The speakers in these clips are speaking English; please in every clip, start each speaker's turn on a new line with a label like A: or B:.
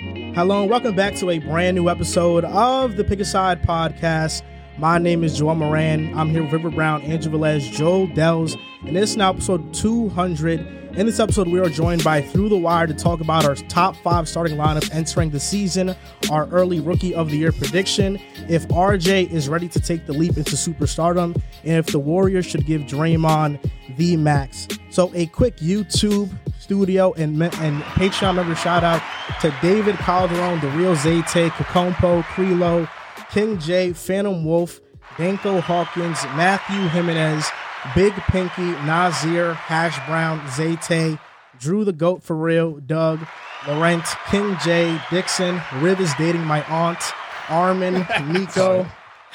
A: Hello and welcome back to a brand new episode of the Pick a Side podcast. My name is Joel Moran. I'm here with River Brown, Andrew Velez, Joel Dells, and this is now episode 200. In this episode, we are joined by Through the Wire to talk about our top five starting lineups entering the season, our early rookie of the year prediction, if RJ is ready to take the leap into superstardom, and if the Warriors should give Draymond the max. So, a quick YouTube studio and me- and Patreon member shout out to David Calderon, the real Zayte, Kakompo, Krilo, King J, Phantom Wolf, Danko Hawkins, Matthew Jimenez, Big Pinky, Nazir, Hash Brown, Zayte, Drew the Goat for real, Doug, Laurent, King J, Dixon, Riv is dating my aunt, Armin, Nico.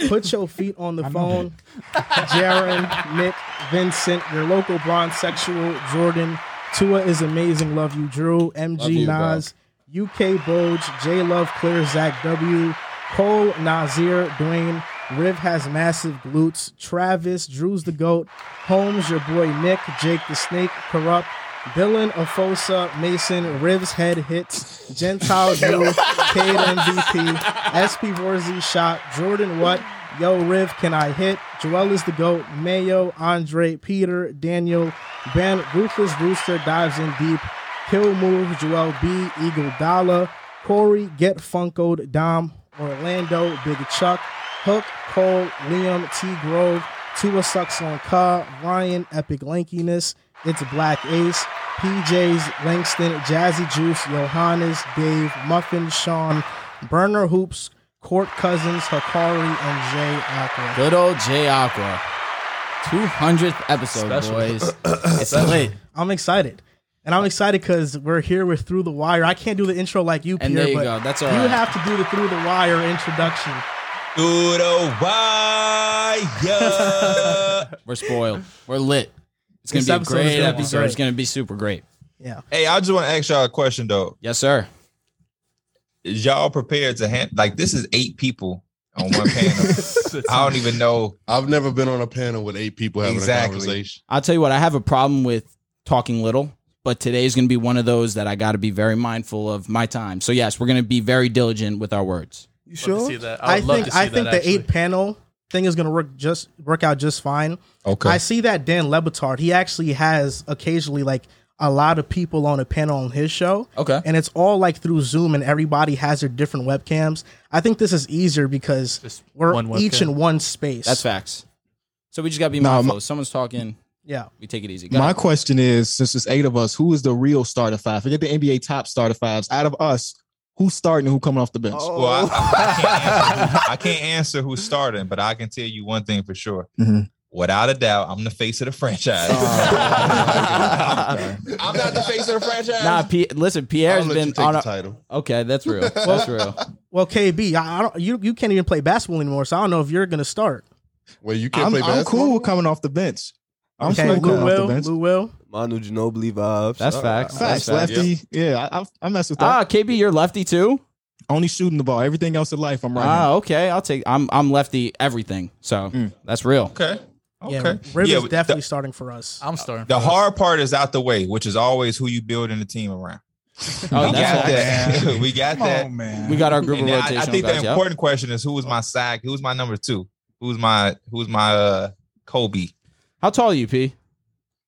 A: Put your feet on the phone. Jaron, Nick, Vincent, your local bronze sexual, Jordan, Tua is amazing, love you, Drew,
B: Love
A: MG
B: you, dog.
A: Nas, UK Boge, J Love Clear, Zach W, Cole, Nazir, Dwayne, Riv has massive glutes, Travis, Drew's the GOAT, Holmes, your boy Nick, Jake the Snake, Corrupt, Dylan, Afosa, Mason, Riv's head hits, Gentile Drew, Cade MVP, SP Vorzi shot, Jordan what? Yo Riv, can I hit? Joel is the GOAT, Mayo, Andre, Peter, Daniel, Ben, Ruthless Rooster dives in deep, Kill Move, Joel B, Eagle Dollar, Corey, Get Funkoed, Dom, Orlando, Big Chuck, Hook, Cole, Liam, T Grove, Tua Sucks on Ka, Ryan, Epic Lankiness, It's Black Ace, PJs, Langston, Jazzy Juice, Johannes, Dave, Muffin, Sean, Burner Hoops, Court Cousins, Hakari, and Jay Acker.
C: Good old J Aqua. 200th episode,
B: Special.
C: boys. it's lit.
A: I'm excited. And I'm excited because we're here with Through the Wire. I can't do the intro like you, Pierre.
C: And there you
A: but
C: go. That's all
A: You
C: right.
A: have to do the Through the Wire introduction.
B: Through the wire.
C: We're spoiled. We're lit. It's going
A: This
C: to be a
A: episode is
C: great
A: gonna be
C: episode.
A: great.
C: It's going to be super great.
A: Yeah.
B: hey, I just want to ask y'all a question though.
C: Yes, sir.
B: Is y'all prepared to hand like this is eight people on one panel? I don't even know.
D: I've never been on a panel with eight people having
B: Exactly.
D: a conversation.
C: I'll tell you what, I have a problem with talking little, but today's going to be one of those that I got to be very mindful of my time. So, yes, we're going to be very diligent with our words.
E: You
F: Love to see that. I,
A: I,
F: would love
A: think
F: to see
A: I think
F: that,
A: the
F: actually.
A: eight panel thing is going to work just work out just fine.
B: Okay.
A: I see that Dan Lebitard, he actually has occasionally like a lot of people on a panel on his show.
C: Okay.
A: And it's all like through Zoom and everybody has their different webcams. I think this is easier because
F: Just
A: we're
F: one
A: each
F: webcam.
A: in one space.
C: That's facts. So, we just got to be
G: Nah,
C: mindful. If someone's talking,
A: Yeah.
C: we take it easy. Got
G: My
C: it.
G: question is, since it's eight of us, who is the real starter five? Forget the NBA top starter fives. Out of us, who's starting and who coming off the bench?
D: Oh,
B: Well, I, I- I can't answer, I can't answer who's starting, but I can tell you one thing for sure.
G: Mhm.
B: Without a doubt, I'm the face of the franchise.
C: Oh.
B: I'm not the face of the franchise.
C: Nah, P- listen, Pierre's
D: I'll let you
C: been
D: take
C: on
D: the
C: a.
D: title.
C: Okay, that's real. That's real.
A: Well, KB, I, I don't you you can't even play basketball anymore, so I don't know if you're going to start.
D: Well, you can't
G: I'm,
D: play
G: I'm
D: basketball.
G: cool with coming off the bench. I'm
A: okay,
G: still
A: Lou
G: coming
A: will,
G: off the bench.
A: Lou will.
E: Manu Ginobili vibes.
C: That's
E: All
C: facts.
E: right.
G: Facts, lefty. Yeah, I, I, I mess with that.
C: Ah, KB, you're lefty too.
G: Only shooting the ball. Everything else in life, I'm right.
C: Ah, okay. I'll take. I'm I'm lefty everything. So
G: Mm.
C: that's real.
B: Okay. Okay.
A: Yeah. Riv
B: Yeah,
A: is
B: but
A: definitely starting for us.
F: I'm starting.
B: The
F: first.
B: hard part is out the way, which is always who you building the team around.
C: Oh,
B: we, got
C: that's
B: that. we got that.
G: man.
C: we got our group of
B: And then
C: rotation.
B: I, I think
C: guys.
B: the
C: yep.
B: important question is who was my sag? Who was my number two? Who's my who's my uh Kobe?
C: How tall are you, P?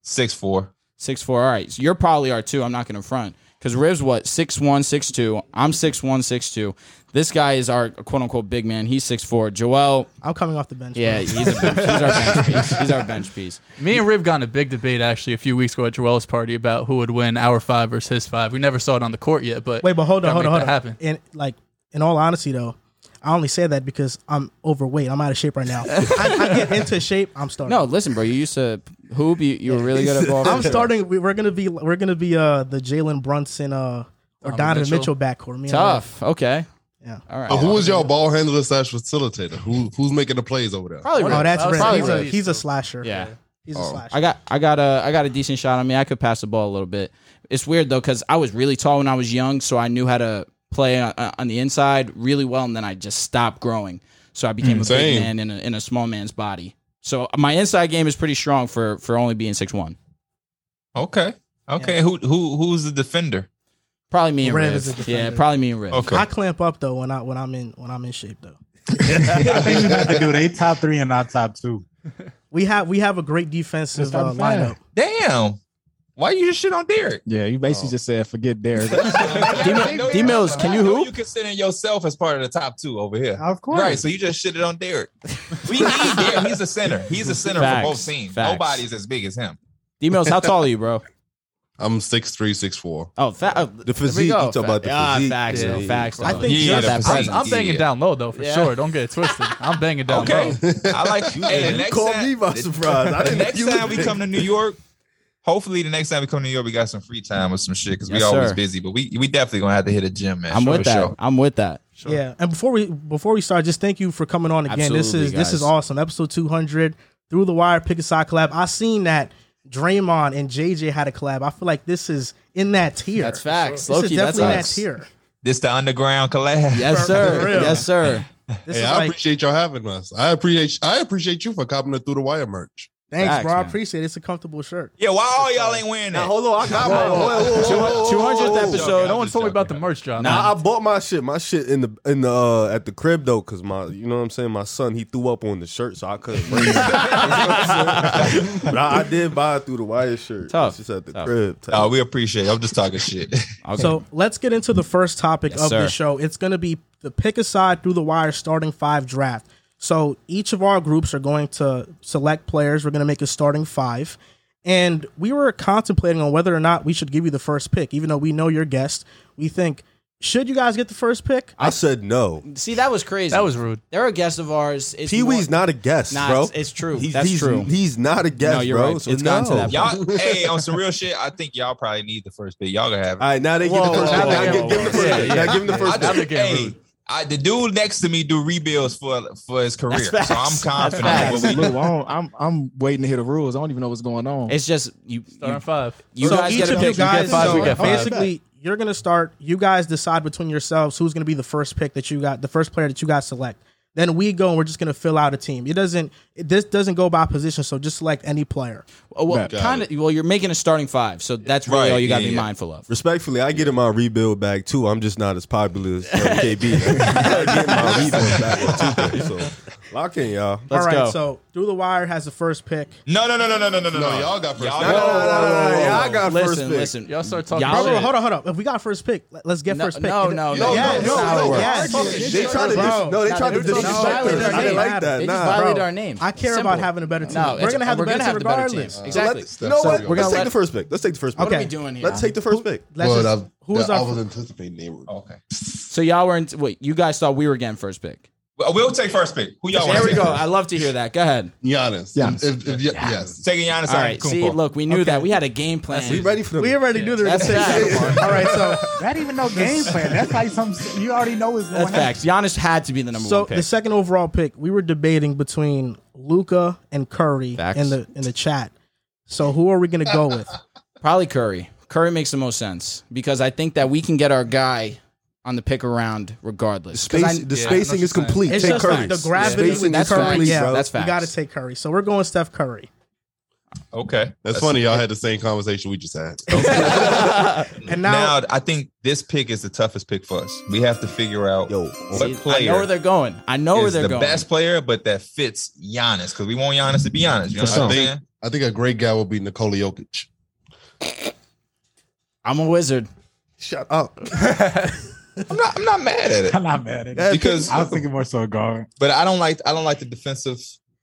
B: Six four.
C: Six four. All right. So you're probably our two. I'm not going to front because Riv's what six one six two. I'm six one six two. This guy is our quote unquote big man. He's six four. Joel.
A: I'm coming off the bench.
C: Yeah,
A: bro.
C: he's, a bench, he's our bench piece. He's our bench piece.
F: Me and Riv got in a big debate actually a few weeks ago at Joel's party about who would win our five versus his five. We never saw it on the court yet, but
A: Wait, but hold on,
F: gotta
A: hold on, hold
F: make
A: on.
F: that happen.
A: And like, in all honesty, though, I only say that because I'm overweight. I'm out of shape right now. I, I get into shape. I'm starting.
C: No, listen, bro. You used to hoop. You, you were really good at ball.
A: I'm starting. We, we're gonna be. We're gonna be uh the Jalen Brunson uh or
F: Donovan
A: Donovan Mitchell,
F: Mitchell.
A: backcourt. Me and
C: Tough. Okay.
A: Yeah.
C: All right.
D: Uh, who is your ball handler slash facilitator? Who who's making the plays over there?
C: Probably.
A: Riv.
C: Riv.
A: Oh, that's
F: I was
A: Riv.
C: probably
A: He's a,
C: Riv.
A: he's a slasher.
C: yeah.
A: he's
G: Oh.
A: a slasher.
C: I got I got a I got a decent shot on me. I could pass the ball a little bit. It's weird though because I was really tall when I was young, so I knew how to play on, on the inside really well, and then I just stopped growing. So I became
H: Mm,
C: a big
D: Same.
C: man in a, in a small man's body. So uh, my inside game is pretty strong for for only being six one.
B: Okay. Okay. Who who who's the defender?
C: Probably me and
A: Rev
C: Riv.
A: is a defender.
C: Yeah, probably me and Riv.
B: Okay.
A: I clamp up though when I when I'm in when I'm in shape though.
E: I think we have to do they top three and not top two.
A: We have we have a great defensive
G: Just have
A: uh,
G: a fire.
A: lineup.
B: Damn. Why you just shit on Derek?
G: Yeah, you basically just said forget Derek.
C: D Mills, can you
B: Who?
C: hoop?
B: You consider yourself as part of the top two over here.
E: Of course.
B: Right, so you just shitted on Derek. We need Derek. He's a center. He's a center
C: Facts,
B: for both teams.
C: facts.
B: Nobody's as big as him.
C: D Mills, how tall are you, bro?
D: I'm six three, six four.
C: Oh, fa- oh,
H: The physique, you
C: There we go.
H: talk about the
C: ah,
H: physique.
C: Facts,
H: Yeah,
C: though,
H: yeah,
C: facts.
A: I
C: though.
A: think
B: Yeah,
A: just-
B: that's
F: I'm,
B: Hey,
F: I'm banging
B: yeah.
F: down low though for
C: Yeah.
F: sure. Don't get it twisted. I'm banging down
B: Okay.
F: low.
B: I like
H: You,
B: hey, the
H: you
B: next
H: caught
B: time,
H: me by surprise. I
B: the
H: didn't
B: next
H: you-
B: time we come to New York, hopefully the next time we come to New York, we got some free time or some shit because we
C: Yes,
B: always
C: sir.
B: busy. But we we definitely gonna have to hit a gym, man.
C: I'm
B: Sure,
C: with that.
B: sure.
C: I'm with that.
A: Yeah, and before we before we start, just thank you for coming on again. this
C: Absolutely,
A: is this is
C: guys.
A: awesome. Episode two hundred through the wire pick a side collab. I seen that Draymond and JJ had a collab. I feel like this is in that tier.
C: That's facts.
A: This
C: Loki,
A: is definitely in that
C: that's facts.
A: tier.
B: This the underground collab.
C: Yes,
A: For
C: sir.
A: real.
C: Yes, sir.
A: This
D: hey,
A: is
D: I
A: like
D: appreciate y'all having us. I appreciate I appreciate you for copping it through the wire merch.
A: thanks,
C: Facts,
A: bro. I
C: man.
A: appreciate it. It's a comfortable shirt.
B: Yeah, why all y'all ain't wearing
H: Now
B: that?
H: hold on, I got my whoa, whoa, whoa, whoa, whoa,
C: Two
H: whoa,
C: hundredth
H: whoa.
C: episode.
F: No one told me about the merch drop.
H: Now I bought my shit, my shit in the in the uh, at the crib though, cause my you know what I'm saying. My son he threw up on the shirt, so I couldn't. Bring it. You know what I'm saying? but I, I did buy it through the wire shirt.
C: Tough.
H: It's just at the
C: Tough.
H: crib.
B: Oh, we appreciate. it. I'm just talking shit.
C: Okay.
A: So let's get into the first topic
C: Yes,
A: of the
C: sir.
A: show. It's going to be the pick a side through the wire starting five draft. So each of our groups are going to select players. We're going to make a starting five. And we were contemplating on whether or not we should give you the first pick, even though we know your guest. We think, should you guys get the first pick?
H: I said no.
C: see, that was crazy.
F: That was rude.
C: They're a guest of ours. It's
H: Pee Wee's
C: more-
H: not a guest,
C: Nah,
H: bro.
C: it's- it's true.
H: He's,
C: That's
H: he's,
C: true.
H: He's not a guest,
C: No, you're
H: bro.
C: right.
H: So
C: It's
H: no.
C: gone to that point.
B: y'all, hey, on some real shit, I think y'all probably need the first bit. Y'all gonna have it.
H: All right, now they give the
F: Whoa,
H: first. Now
F: whoa,
H: now
F: whoa,
H: give give him the
F: whoa. Yeah,
H: first. Now
F: yeah.
H: give him the
B: I
H: first.
F: That
B: just-
F: became rude.
B: I, the dude next to me do rebuilds for for his career, so
C: That's
B: I'm
C: facts.
B: confident.
C: That's
B: in what we-
G: Absolutely. I don't, I'm I'm waiting to hear the rules. I don't even know what's going on.
C: It's just you.
F: Starting
C: You,
F: five.
C: you
A: so
C: guys
A: each
C: get a
A: of you
C: pick.
A: guys,
F: get five,
A: so
F: we get five.
A: basically, you're going to start. You guys decide between yourselves who's going to be the first pick that you got, the first player that you guys select. Then we go and we're just going to fill out a team. It doesn't. It, this doesn't go by position, so just select any player.
C: Oh, well,
D: Got
C: kind of. Well, you're making a starting five, so that's really
B: Right,
C: all you got to
B: yeah,
C: be
B: yeah.
C: mindful of.
H: Respectfully, I get in my rebuild bag too. I'm just not as popular as uh, KB. I get in my rebuild bag too. though, So lock in, y'all.
C: Let's
A: All right,
C: go.
A: so through the wire has the first pick.
B: No, no, no, no, no, no, no, no.
D: No, y'all got first.
B: Y'all
H: No, no,
B: got-
H: no, no, no, no, Y'all got first
C: listen,
H: pick.
C: listen.
F: Y'all start talking
C: Y'all
A: Hold on,
C: shit.
A: hold on, hold on. If we got first pick, let- let's get
C: No,
A: first pick.
C: no,
A: It-
C: no,
A: it-
C: no,
A: yes,
C: no,
A: that's how it
C: no,
A: works.
C: yes.
H: They tried to dis- no, they tried to
C: they were
H: disrespect
C: talking
H: us. I didn't
C: about
H: like
A: it.
H: that.
C: They just
H: Nah,
C: violated
H: bro.
C: our names.
A: I care
C: Simple.
A: about having a better team.
C: No,
A: we're gonna
C: it's-
A: have the
C: we're
A: better
C: gonna
A: team
C: have the better
A: regardless.
C: team.
H: So let-
C: Exactly.
H: You know
D: So
H: what?
D: we're
H: Let's
C: gonna
H: take
C: let-
H: the first pick. Let's take the first pick.
A: Okay.
C: What are we doing here?
H: Let's take the first pick.
A: Let's
D: But uh,
A: just-
D: I-
A: who is
D: that I
A: our?
D: was
A: fir-
D: anticipating they were.
B: Okay.
C: So y'all were in. Wait, you guys thought we were getting first pick.
B: Well, We'll take first pick. Who y'all want?
C: There we
B: to
C: go.
B: take?
C: I love to hear that. Go ahead.
D: Giannis.
G: Giannis.
D: If, if, if, yes.
B: Taking Giannis
C: All right.
B: out.
C: See, look, we knew that. We had a game
H: We
C: plan.
H: ready for the
A: We already knew the
C: That's facts.
A: reputation. All right, so
E: Not even no game plan. That's like some. You already know what's going
C: That's
E: on.
C: facts. Giannis had to be the number
A: so
C: one pick.
A: the second overall pick, we were debating between Luca and Curry
C: Facts.
A: in the in the chat. So who are we gonna go with?
C: Probably Curry. Curry makes the most sense because I think that we can get our guy on the pick around regardless. 'Cause
H: Space,
C: I-
H: the
F: yeah,
H: spacing
F: that's
H: is complete.
A: It's
H: take
A: just
H: Curry.
A: the gravity
H: Spacing
C: That's
H: is
C: facts.
H: complete,
A: yeah,
H: bro.
C: that's
A: we
C: facts.
A: gotta take Curry. So we're going Steph Curry.
B: Okay.
D: That's, funny. Y'all had the same conversation we just had.
A: And now,
B: Now, I think this pick is the toughest pick for us. We have to figure out
H: Yo,
B: what
C: I know where
B: player
C: they're going. I know where
B: is
C: they're
B: the
C: going.
B: best player, but that fits Giannis because we want Giannis to be honest. You know
G: For
B: what I'm
G: sure.
B: saying?
D: I think a great guy will be Nikola Jokic.
C: I'm a wizard.
H: Shut up.
B: I'm not. I'm not mad at it
E: I'm not mad at it.
H: Yeah,
B: because,
E: I was thinking more so guard.
B: but I don't like. I don't like the defensive.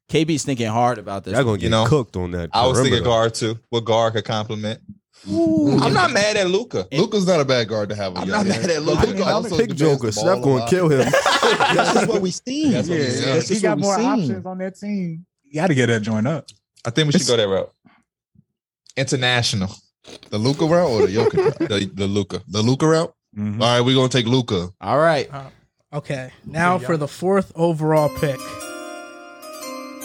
C: KB's thinking hard about this.
H: Y'all gonna
B: You
H: get
B: know,
H: cooked on that.
B: I was thinking
H: perimeter.
B: guard too. What guard could compliment? I'm not mad at Luca.
D: Luca's not a bad guard to have. on
B: I'm
D: your
B: not
D: team.
B: mad at
D: But
B: Luka.
D: Luka
H: I'm
D: also
H: a pick
D: demands
H: joker.
D: the
H: Steph
D: ball a
H: gonna
D: lot.
H: kill him.
G: that's what we seen.
D: That's what we seen.
G: That's
E: He
G: what
E: got
G: we
E: more
G: seen.
E: options on that team. You got to get that joint up.
B: I think we should go that route. International.
D: The Luca route or the Jokic? route?
B: The, the Luca.
D: The Luca route.
E: Mhm.
B: Mm-hmm.
D: All right, we're gonna take Luca.
C: All right.
A: okay, now for the fourth overall pick.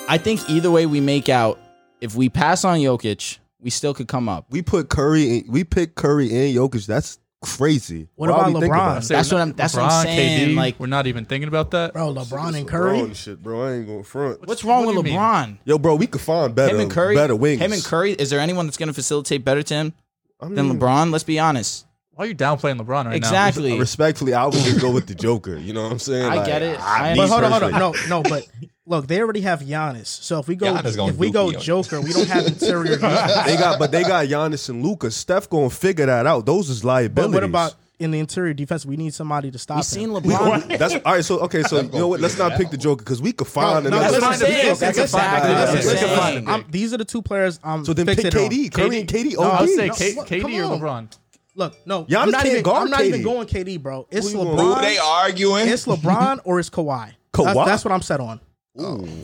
C: I think either way we make out, if we pass on Jokic, we still could come up.
H: We put Curry. In, we picked Curry and Jokic. That's crazy.
A: What
H: Why
A: about
H: would we think
A: LeBron?
H: about it?
C: That's what I'm- that's what I'm
F: LeBron,
C: saying,
F: KD,
C: like-
F: we're not even thinking about that.
A: Bro, LeBron and
H: LeBron
A: Curry.
H: shit, bro. I ain't going front.
C: What's wrong
F: What
C: with
F: do you mean?
C: LeBron?
H: Yo, bro, we could find better.
C: Him and Curry.
H: Better wings.
C: Him and Curry. Is there anyone that's going to facilitate better to him
H: I mean,
C: than LeBron? Let's be honest.
F: Why are you downplaying LeBron Hmm. right
C: exactly.
H: Respectfully, I would just go with the Joker. You know what I'm saying?
C: I get it. I
H: me
A: But
C: am-
A: hold on, hold on.
H: personally-
A: No, no, but look, they already have Giannis. So if we go
B: Giannis gonna
A: if we
B: do
A: go
B: Giannis.
A: Joker, we don't have interior defense.
H: They got, but they got Giannis and Luca. Steph gonna figure that out. Those is
A: But
H: liabilities.
A: what about in the interior defense? We need somebody to stop.
C: We've seen
A: him.
C: LeBron.
H: That's all right. So okay, so you know what? Let's not pick the Joker because we could find
A: No,
H: another.
A: that's what I'm
F: Let's
A: saying.
F: find a pick.
A: That's
F: Let's
A: exactly
B: find a
A: what I'm
B: pick. Let's
A: saying.
B: find a
A: I'm- These are the two players I'm
H: so then pick
A: fixated on.
H: KD, Curry, and KD.
F: now?
H: OD.
F: I would say
A: No,
F: K-
A: what- come
F: KD or
A: on.
F: LeBron.
A: Look, no,
H: Giannis
A: I'm not
H: can't
A: even.
H: guard
A: I'm not even
H: KD.
A: going KD, bro. It's
H: you want?
B: Who
A: LeBron.
B: they arguing?
A: It's LeBron or it's Kawhi. That's,
H: Kawhi?
A: that's what I'm set on.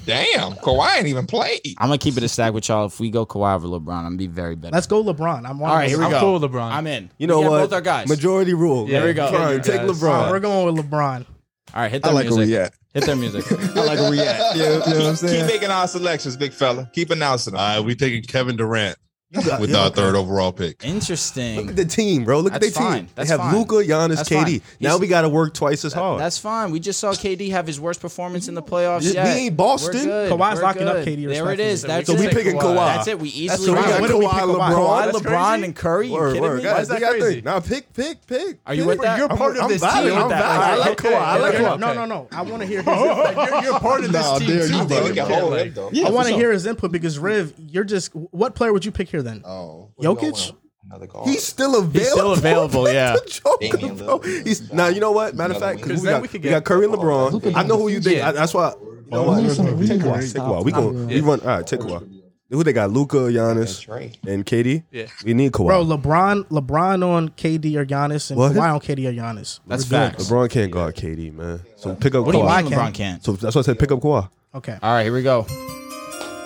B: Damn, Kawhi ain't even played.
C: I'm gonna keep it a stack with y'all. If we go Kawhi over LeBron, I'm gonna be very better.
A: Let's go LeBron. I'm on
C: All right, here we
F: I'm
C: go.
F: cool with LeBron.
C: I'm in.
H: You know
C: we got
H: what?
C: Both our guys.
H: Majority rule.
F: Yeah, There we go.
H: Fine,
F: majority
H: take
F: guys.
A: All right,
H: LeBron.
A: we're going with LeBron.
C: All right, hit
G: I
C: that
G: like a
C: music.
G: react.
C: Hit that music.
G: I like a react. Yeah, you know what I'm
B: Keep
G: saying?
B: making our selections, big fella. Keep announcing them.
D: All right, we taking Kevin Durant
H: got-
D: with
H: yeah,
D: our
H: okay.
D: third overall pick.
H: Look
C: Interesting.
H: at the team, bro. Look at their
C: That's fine.
H: team. They
C: That's
H: have
C: fine.
H: Luca, Giannis,
C: That's
H: KD.
C: fine.
H: Now
C: He's-
H: we got to work twice as hard.
C: That's fine. We just saw KD have his worst performance in the playoffs.
H: We
C: yet.
H: ain't Boston.
C: We're good.
A: Kawhi's
C: We're
A: locking up
C: good.
A: KD
C: There it is.
A: respectfully.
C: That's
H: so we
C: it.
H: picking Kawhi.
C: That's it. We
H: That's
C: easily
H: so we got
C: What do
H: Kawhi,
C: we pick?
H: LeBron.
C: Kawhi,
H: That's
C: LeBron,
F: crazy.
C: and Curry. You
H: Word,
C: kidding
H: word.
C: me?
H: Guys,
F: that
H: we got
F: crazy?
H: three. Now pick, pick, pick.
C: Are you
H: pick.
C: with that?
F: You're part
H: I'm-
F: of this
H: I'm
F: team.
H: valid. I'm
F: with that.
H: valid. I like Kawhi. I like
F: Okay.
H: Kawhi.
A: No, no, no. I want to hear. His
F: You're, you're part of this
G: Nah,
F: team
G: there
F: too,
G: you
B: Bro,
F: bro.
G: go.
B: we
F: You
B: can
F: can't,
B: hold
F: like-
B: it, though.
G: Yeah,
A: I want to
G: for sure.
A: hear his input because Riv, you're just. What player would you pick here then?
B: Oh,
A: Jokic?
B: Another guard.
H: He's still available.
F: He's still available,
H: That's
F: yeah.
H: the Joker,
B: Damian
H: bro.
B: Lillard.
H: He's now. You know what? Matter of
B: Another
H: fact,
B: wing.
H: because we
F: Then we
H: got we,
F: could
H: got
F: get-
H: Curry and LeBron. I know who you think.
F: Yeah.
H: I- that's why. You know what?
G: Who's some
H: Take a while.
G: retards?
H: Take a while. We going we run. All right, take a while. Who they got? Luca, Giannis,
B: Trey.
H: and KD.
F: Yeah.
H: We need Kawhi.
A: Bro, LeBron, LeBron on KD or Giannis, and
H: What?
A: Kawhi on KD or Giannis.
C: That's facts.
H: LeBron can't guard KD, man. So pick up
C: What do you
H: Kawhi.
C: mean LeBron can't?
H: So that's why I said pick up Kawhi.
A: Okay.
C: All right, here we go.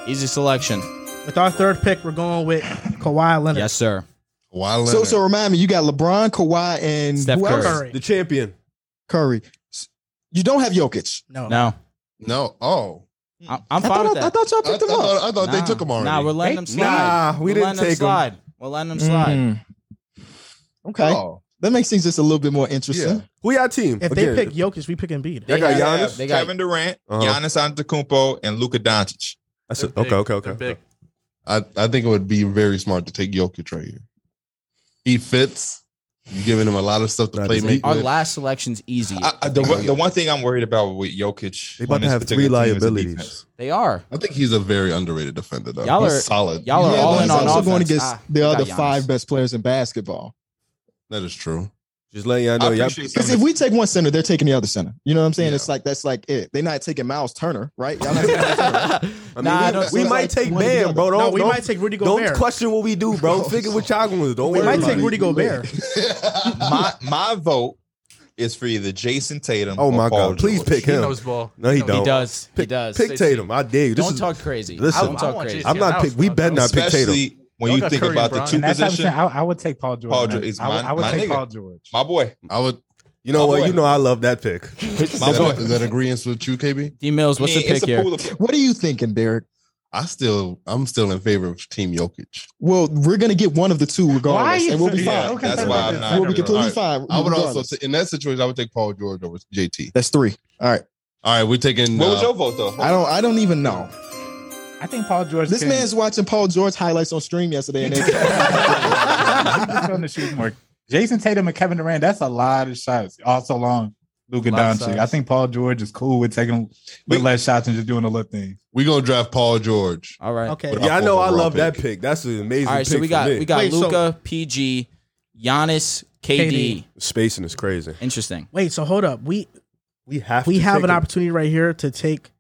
C: Easy selection.
A: With our third pick, we're going with Kawhi Leonard.
C: Yes, sir.
D: Why Leonard?
G: So, so remind me, you got LeBron, Kawhi, and
C: Steph
G: who else?
A: Curry.
H: The champion.
G: Curry. You don't have Jokic.
A: No.
C: No,
D: no. Oh,
C: I- I'm
G: I
C: fine
G: thought,
C: with
G: I
C: that.
G: thought y'all
D: I, I
G: picked him up.
D: thought, I thought
C: Nah.
D: they took him already.
C: Nah, we're letting them slide.
H: Nah, we
C: We're
H: didn't
C: letting them
H: take Mm. him.
C: slide. We're letting them slide.
G: Okay,
D: Oh,
G: that makes things just a little bit more interesting.
D: Yeah.
H: Who y'all team?
A: If
H: Again,
A: they pick Jokic, we pick Embiid.
H: They
B: They
H: got
B: have
H: Giannis?
B: They got Kevin Durant,
H: Uh-huh.
B: Giannis Antetokounmpo, and Luka Doncic.
H: that's
F: They're
H: it.
F: big.
H: Okay, okay,
F: They're
H: okay.
F: big.
D: I, I think it would be very smart to take Jokic right here. He fits. You're giving him a lot of stuff to
H: That
D: play
H: is-
D: make.
C: Our
D: with.
C: last selection's easy.
B: I, I- the, one- the one thing I'm worried about with Jokic,
H: They about
B: on
H: to
B: this
H: have three
B: particular team is the defense.
H: liabilities.
C: They are.
D: I think he's a very underrated defender, though.
C: Y'all
D: He's
C: are-
D: solid.
C: y'all are
D: Yeah,
C: all
G: but
C: in
G: he's
C: on
G: also
C: offense.
G: going against
C: Ah,
G: the
C: we got
G: other
C: Giannis.
G: five best players in basketball.
D: That is true.
H: Just letting y'all
B: I
H: know. Y'all,
B: appreciate
G: Because
B: some
G: if
B: of
G: we take one center, they're taking the other center. You know what I'm saying?
D: Yeah.
G: It's like that's like it. They're not taking Miles Turner, right? Y'all not taking Miles Turner.
C: nah,
H: I mean,
C: I
H: we,
C: don't.
H: we
G: it's
H: might
G: like
H: take
G: one or the
H: Bam,
G: other.
H: bro. Don't,
A: No, we
H: don't-
A: might take Rudy
H: Don't
A: Gobert.
H: question what we do, bro. Figure what y'all gonna do. Don't
A: we
H: worry
A: might
H: about
A: take
H: it.
A: Rudy Gobert.
B: my my vote is for either Jason Tatum.
H: Oh
B: or
H: my
B: Paul
H: God! Please
B: George.
H: pick
F: He
H: him.
F: knows ball.
H: No, he
F: knows
H: don't.
C: he does. He
H: Pick,
C: does.
H: pick Tatum. I dare you. This
C: don't
H: is,
C: talk crazy.
H: listen,
C: I don't talk crazy.
H: I'm not pick- we better not pick Tatum.
B: Especially when
F: Y'all
B: you
F: got
B: think
F: Curry and
B: about the
F: Bryant.
B: two
E: And that's how I'm saying,
B: position.
E: I, I would take Paul George.
B: Paul
E: man.
B: George is
E: I would,
B: my-
E: I would
B: my
E: take
B: nigga.
E: Paul George.
B: My boy,
D: I would.
H: you know
B: my
H: what?
B: boy.
H: You know I love that pick.
D: Is
B: my
D: that,
B: boy.
D: is that agreeance with you, KB?
C: D Mills, what's
B: I mean,
C: the pick
B: it's a
C: here?
B: pool of-
G: What are you thinking, Derek?
D: I still, I'm still in favor of Team Jokic.
G: Well, we're gonna get one of the two regardless,
E: Why?
G: and we'll be
B: Yeah,
G: fine.
E: Okay,
B: that's
E: so
B: why
E: we're
B: I'm
E: just-
B: not.
G: We'll be
D: All
G: completely
D: right.
G: fine.
D: I would also
G: regardless.
D: say in that situation, I would take Paul George over JT.
G: That's three. All right.
D: All right, we're taking.
B: What was
D: uh,
B: your vote though?
G: I don't. I don't even know.
E: I think Paul George.
G: This
E: can-
G: man's watching Paul George highlights on stream yesterday, and they-
E: He's just on the shooting mark. Jason Tatum and Kevin Durant. That's a lot of shots. Also long. Luka
F: Lot of
E: Doncic.
F: shots.
E: I think Paul George is cool with taking a
D: We-
E: bit less shots and just doing the little thing.
D: we gonna draft Paul George.
C: All right.
A: Okay.
D: What
H: Yeah, I know. I
D: Overall
H: love
D: pick.
H: that pick. That's an amazing.
C: All right.
H: pick
C: So we
H: for
C: got
H: me.
C: we got
A: Wait, so-
C: Luca, PG, Giannis, KD.
A: KD.
H: spacing is crazy.
C: Interesting.
A: Wait, so hold up. We
H: We have.
A: we
H: to
A: have
H: take
A: an
H: him.
A: opportunity right here to take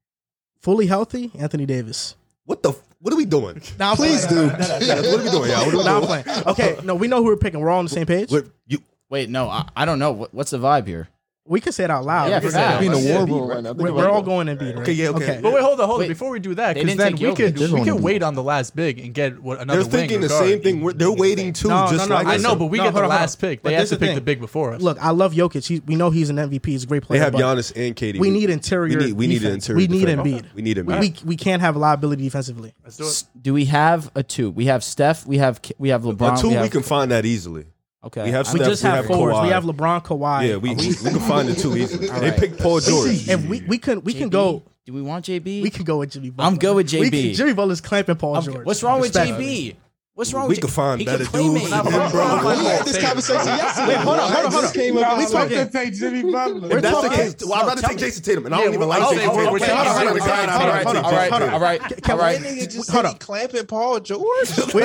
A: fully healthy Anthony Davis.
H: What the? f- What are we doing?
A: Now I'm
G: please do.
H: Yeah, what are we doing, y'all? What are we
A: Now I'm
H: doing?
A: playing. Okay, no, we know who we're picking. We're all on the same page.
H: What- you-
C: Wait, no, I, I don't know. What, what's the vibe here?
A: We can say it out loud.
C: Yeah,
A: We're
C: facts.
A: not-
G: being a
C: Yeah.
G: war room right now. Think
A: We're,
G: about
A: we're all
G: that.
A: going in beat, right?
H: Okay, yeah, okay.
F: But wait, hold on, hold on.
C: Wait.
F: Before we do that,
C: They
F: because
C: didn't
F: then
C: take
F: we
C: Jokic.
F: could
C: They're
F: we
G: going
F: could
G: to-
F: wait on the last big and get what another.
H: They're
F: wing
H: thinking the
F: regarding-
H: same thing. We're- They're waiting too,
A: No,
H: just
A: no, no,
H: like
F: I
H: us.
F: know, but we
A: No,
F: get
A: hold
F: the
A: on, hold
F: last
A: on.
F: pick.
A: But
F: They have
A: this
F: to
A: the
F: pick the
A: thing.
F: big before us.
A: Look, I love Jokic. He, we know he's an MVP. He's a great player.
H: They have
A: but
H: Giannis and KD.
A: We need interior.
H: We need, we need an
A: defense.
H: interior.
A: We need
H: defender.
A: Embiid.
H: We need
A: We,
H: Embiid.
A: we, we can't have liability defensively.
F: Let's do it.
C: S- Do we have a two? We have Steph. We have K- we have LeBron.
H: a two, we,
C: have,
H: can find that easily.
C: okay.
H: we have
C: I
A: We
C: mean,
H: Steph,
A: just
H: we
A: have,
H: have
A: forwards. We
H: Kawhi.
A: have LeBron, Kawhi.
H: Yeah, we, we, we can find the two easily.
C: All
H: They
C: right.
H: picked Paul George.
A: and we, we can we can
C: JB?
A: go
C: Do we want JB?
A: we can go with Jimmy. Butler.
C: I'm good with
A: We
C: JB.
A: can- Jimmy Butler's clamping Paul
C: I'm-
A: George.
C: What's wrong with
A: Respectfully.
C: JB? What's wrong
H: we
C: with
H: could
C: you?
H: find
C: He can
H: better
C: play
H: dudes
C: me.
H: than him, bro.
G: We had this conversation yesterday. Wait, hold on, hold on, hold on. Came up.
E: We
G: We talking.
E: to take Jimmy Butler.
H: If that's the
C: talking-
H: case, well, I'd rather
C: tell
H: take
C: me.
H: Jason Tatum, and I don't even like
C: oh,
H: Jason
C: oh,
H: Tatum.
C: okay,
H: Hold on,
C: okay,
H: hold on,
C: okay,
H: hold on,
C: okay, okay,
H: hold on, hold on, hold on, hold on.
C: All right, all right.
A: Hold up.
B: clamping Paul George.
A: we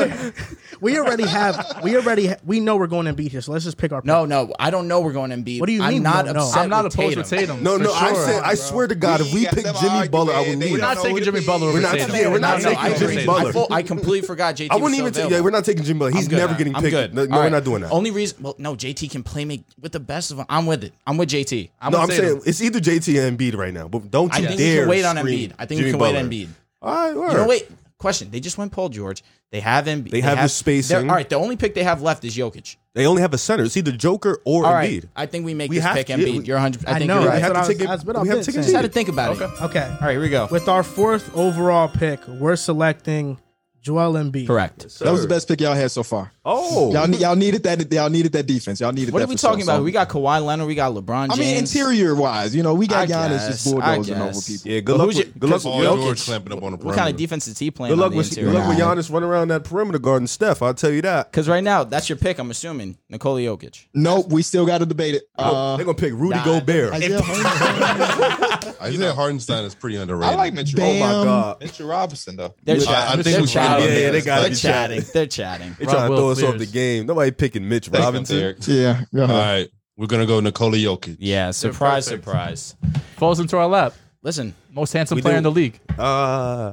A: we already have we already ha- we know we're going to beat here, so let's just pick our
C: No, no, I don't know we're going Embiid.
A: What do you
C: I'm
A: mean
C: not
A: you don't know?
C: upset.
F: I'm not
C: with
F: opposed to
C: Tatum.
F: Tatum.
H: No,
F: for
H: no, I
F: sure.
H: said, I swear to God, if we pick Jimmy Butler, I would leave.
F: We're not taking Jimmy Butler
H: We're
F: over
H: not,
F: Tatum.
H: yeah, we're not
F: No, no, I
H: taking
F: agree.
H: Jimmy
C: I,
H: Butler.
C: full, I completely forgot JT.
H: I
C: was
H: wouldn't
C: still
H: even. Take,
C: available.
H: yeah, we're not taking Jimmy Butler. He's
C: I'm good
H: never
C: now.
H: getting
C: I'm
H: picked.
C: good.
H: No, no,
C: All
H: we're
C: right.
H: not doing that.
C: Only reason, well, no, JT can play me with the best of them. I'm with it. I'm with JT.
F: I'm
H: no,
F: with
H: I'm
F: Tatum.
H: saying it's either JT and Embiid right now. But don't
C: I
H: you
C: think we
H: dare
C: can wait on
H: scream
C: Embiid. I think
H: Jimmy
C: we can wait
H: Butler.
C: on Embiid.
H: All right,
C: You know,
H: word.
C: wait. Question: They just went Paul George. They have Embiid.
H: They have the spacing.
C: they're- All right, the only pick they have left is Jokic.
H: They only have a center. It's either Joker or
C: All right,
H: Embiid.
C: I think we make
H: We
C: this
H: have
C: pick
H: to- yeah, we-
C: Embiid. You're 100. I,
A: I
C: think
A: know,
C: you're
H: We
A: that's
C: right.
H: have
A: what
H: to
A: I was-
H: take
A: that's what
H: it. We
A: I've
H: have
A: been
H: to take
C: Just had
H: it.
C: to think about it. All
A: Okay.
C: right, here we go.
A: With our fourth overall pick, we're selecting Joel Embiid.
C: Correct.
G: That was the best pick y'all had so far.
H: Oh,
G: Y'all, ne- y'all needed that. Y'all needed that defense. Y'all needed.
C: What
G: that
C: are we
G: for sure,
C: talking about?
G: so-
C: We got Kawhi Leonard. We got LeBron James.
G: I mean, interior wise, you know, we got
C: I
G: Giannis
C: guess,
G: just
C: I
G: bulldozing over
C: guess.
G: people.
H: yeah. Good
C: But
H: luck.
C: who's
H: with-
C: your-
H: Good luck.
D: Paul
H: with-
D: George clamping up on the
C: What kind
D: perimeter.
C: of defense is he playing?
H: Good luck
C: on the
H: with. Good luck with Giannis running around that perimeter guarding Steph. I'll tell you that.
C: Because right now, that's your pick. I'm assuming Nikola Jokic.
G: Nope, we still got to debate it.
E: Oh.
G: Uh,
H: They're gonna pick Rudy
C: nah,
H: Gobert.
G: Isaiah Harden-
D: Isaiah Hardenstein is pretty underrated.
B: I like Mitchell.
G: Bam.
B: Oh my
H: God.
B: Mitchell Robinson though.
C: They're
D: Yeah, I- I
C: chatting.
D: think
C: They're
D: we should
C: chatting.
H: be- yeah, they gotta
C: They're
H: be
C: chatting. They're chatting.
H: They trying to
F: Rob
H: throw us off the
F: Wills.
H: game. Nobody picking Mitch
B: Thank you,
H: Robinson.
B: Derek.
G: yeah, uh-huh. go
D: All
G: ahead.
E: Uh,
D: right, we're gonna go Nikola Jokic.
C: Yeah, surprise,
F: perfect.
C: surprise.
F: falls into our lap.
C: Listen,
F: Most handsome
H: We
F: player
H: do.
F: in the league.
H: Ah,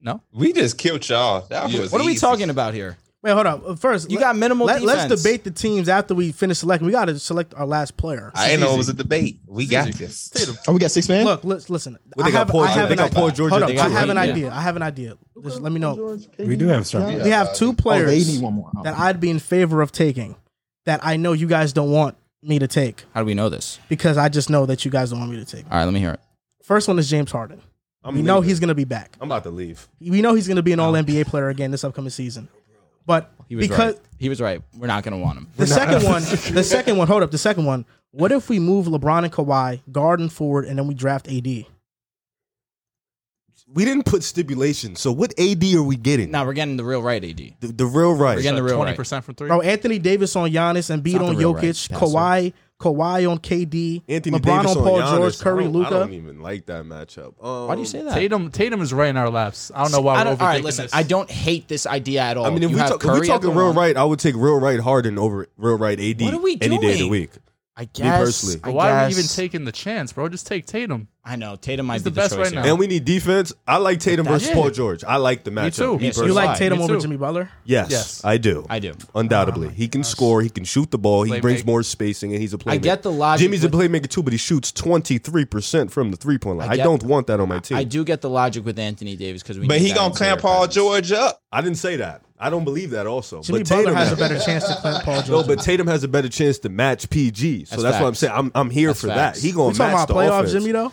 F: No,
B: We just killed y'all. That was
C: what are we
B: easy.
C: talking about here?
A: Wait, hold up. First,
C: You got minimal
A: Let's
C: defense.
A: debate the teams after we finish selecting. We got to select our last player.
B: I didn't know it was a debate. We got this.
G: Oh, we got six man.
A: Look, let's listen.
H: Well, they
A: I
H: got
A: have,
H: Paul
A: I
H: George.
A: have
H: They
A: an
H: got
A: idea.
H: Paul George
A: Hold
H: at
A: up,
C: two,
A: I have an
C: right?
A: idea. I have an idea. Just let me know.
E: We do have some.
A: We have two
G: Oh, they need
A: players
G: one more. Oh.
A: that I'd be in favor of taking that I know you guys don't want me to take
C: How do we know this?
A: because I just know that you guys don't want me to take.
C: All right, let me hear it.
A: First one is James Harden.
H: I'm
A: We know
H: leaving.
A: he's going to be back.
H: I'm about to leave.
A: We know he's going to be an All NBA player again this upcoming season. But
C: He was
A: because
C: right. He was right. We're not going to want him.
A: the second one, the second one, hold up, the second one. What if we move LeBron and Kawhi guard and forward, and then we draft AD?
H: We didn't put stipulations. So what AD are we getting?
C: Now we're getting the real right AD.
H: The, the real right.
C: We're getting the real
F: twenty
C: right.
F: percent from three.
A: Bro, Anthony Davis on Giannis and Beat
C: not the
A: on
C: real
A: Jokic,
C: right,
A: Kawhi, Kawhi on KD,
H: Anthony
A: LeBron
H: Davis
A: on Paul
H: Giannis.
A: George,
H: I
A: Curry,
H: don't- I
A: Luca.
H: don't even like that matchup. Um,
C: Why do you say that?
F: Tatum, Tatum is right in our laps. I don't know why
C: I
F: we're
C: don't,
F: overthinking
C: all right, listen.
F: this.
C: I don't hate this idea at all.
H: I mean, if
C: you
H: we,
C: have
H: talk, if
C: Curry
H: we
C: at the
H: talking real
C: one.
H: right, I would take real right Harden over real right AD
C: What are we
H: any day of the
C: doing?
H: week.
C: I guess.
H: personally.
C: I
F: But why are we
C: guess.
F: even taking the chance, bro? Just take Tatum.
C: I know Tatum might
F: He's
C: be
F: the best
C: choice
F: right
C: here.
F: now.
H: And we need defense. I like Tatum versus
F: Yeah.
H: Paul George. I like the matchup.
F: too.
H: Me
F: Yeah, so
H: personally.
A: You like
C: Why?
A: Tatum
F: Me
A: over
F: too.
A: Jimmy Butler?
H: Yes,
F: Yes.
H: I do.
C: I do. Uh,
H: Undoubtedly, he can score. He can shoot the ball. He brings
F: Playmaker.
H: more spacing, and he's a playmaker.
C: I get the logic.
H: Jimmy's a
C: with-
H: playmaker too, but he shoots twenty three percent from the three point line.
C: I
H: I,
C: get-
H: don't want that on my team.
C: I do get the logic with Anthony Davis because we.
B: But
C: need
B: he
C: that
B: gonna
C: in
B: clamp
C: career
B: Paul
C: practice.
B: George up.
H: I didn't say that. I don't believe that. Also,
A: Jimmy
H: but
A: Butler
H: Tatum
A: has a
H: has-
A: better chance to clamp Paul George.
H: No, but Tatum has a better chance to match PG. So
C: That's
H: that's, what I'm
C: facts.
H: saying. I'm, I'm here
C: That's
H: for
C: facts.
H: that. He
A: we
H: gonna
A: talking
H: match
A: about
H: the
A: playoff
H: offense.
A: Jimmy though.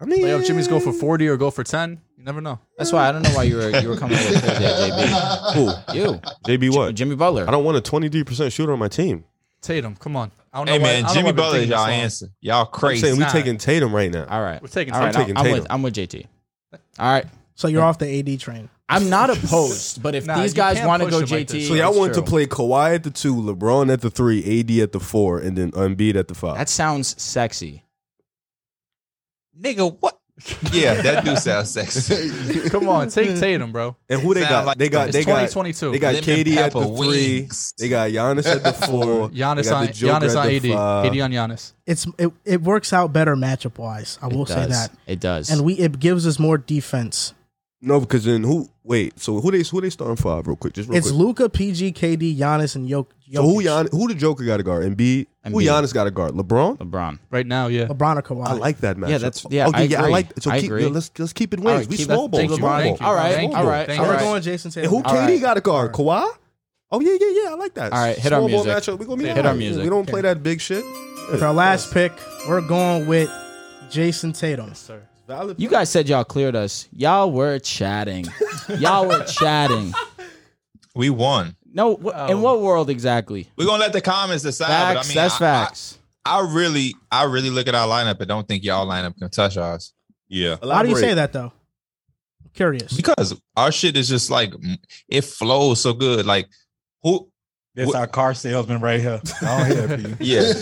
H: I mean,
F: Playoff Jimmy's go for forty or go for ten. You never know.
C: That's why I don't know why you were you were coming up with that, JB.
H: Who?
C: You,
H: JB what?
C: Jimmy Butler.
H: I don't want a 23 percent shooter on my team.
F: Tatum, come on. I don't know
B: Hey
F: why-
B: man,
F: I don't know
B: Jimmy
F: why we're
B: Butler is
F: taking this
B: y'all
F: long.
B: answer. Y'all
H: I'm saying
B: crazy.
H: we
F: not.
H: taking Tatum right now.
C: All right.
F: We're taking
C: All right,
H: I'm taking
C: I'm
H: Tatum.
C: with, I'm with JT. All right.
A: So you're off the AD train.
C: I'm not opposed, but if
F: Nah,
C: these
F: you
C: guys
F: can't
C: want to
F: push
C: go
F: him like
C: JT,
F: this.
H: So y'all
C: it's
H: want to
C: true.
H: play Kawhi at the two, LeBron at the three, AD at the four, and then Embiid at the five.
C: That sounds sexy.
B: Nigga, what? Yeah, that do sound sexy.
F: Come on, take Tatum, bro.
H: and who they
B: Sound
H: got?
B: like-
H: they got
F: It's
H: they got
F: 2022.
H: they got
B: Lemon
H: KD at the
B: pepper
H: three.
B: wings.
H: They got Giannis at the four. they
F: Giannis
H: got
F: on
H: the Joker
F: Giannis
H: at
F: on
H: the
F: AD.
H: five.
F: AD on Giannis.
A: It's it, it works out better matchup wise. I will
C: it
A: say
C: does.
A: that,
C: It does.
A: and we it gives us more defense.
H: No, because then who? Wait, so who they who they starting five? Real quick, just real
A: it's
H: quick.
A: Luca, PG, KD, Giannis, and Jok- Jokic.
H: So who Gian, who the Joker got to guard? Embiid. Who
C: Embiid.
H: Giannis got to guard? LeBron.
C: LeBron.
F: Right now, yeah.
A: LeBron or Kawhi.
H: I like that matchup.
C: that's- yeah, I
H: yeah, I
C: agree.
H: like. So
C: I
H: keep,
C: agree.
H: let's let's keep it
C: All
H: wins.
C: right,
H: we
C: keep-
H: small ball.
C: thank you,
H: small
F: thank
H: ball.
F: you.
C: All right,
F: Thank you.
C: all right,
F: Thank
C: all
A: We're
F: you.
C: right.
A: going Jason Tatum.
H: And who
C: All
H: KD
C: right.
H: got to guard? Kawhi. Oh yeah, yeah, yeah. I like that.
C: All right, hit our
H: Small ball
C: music.
H: matchup. We gonna be
F: Hit
H: all
C: our
H: right.
C: music.
H: We don't play that big shit.
A: For our last pick, we're going with Jason Tatum.
F: Sir.
H: Valid
C: You guys said y'all cleared us. Y'all were chatting. y'all were chatting.
B: we won.
C: No, wh-
F: Oh.
C: in what world exactly?
B: We're gonna let the comments decide.
C: Facts.
B: but I mean,
C: that's
B: I-
C: facts.
B: I, I really, I really look at our lineup and don't think y'all lineup can touch ours.
D: Yeah,
A: How do you say that though? Curious.
B: because our shit is just like mm, it flows so good. Like who?
E: This
B: What-
E: our car salesman right here. I don't hear you.
B: Yeah.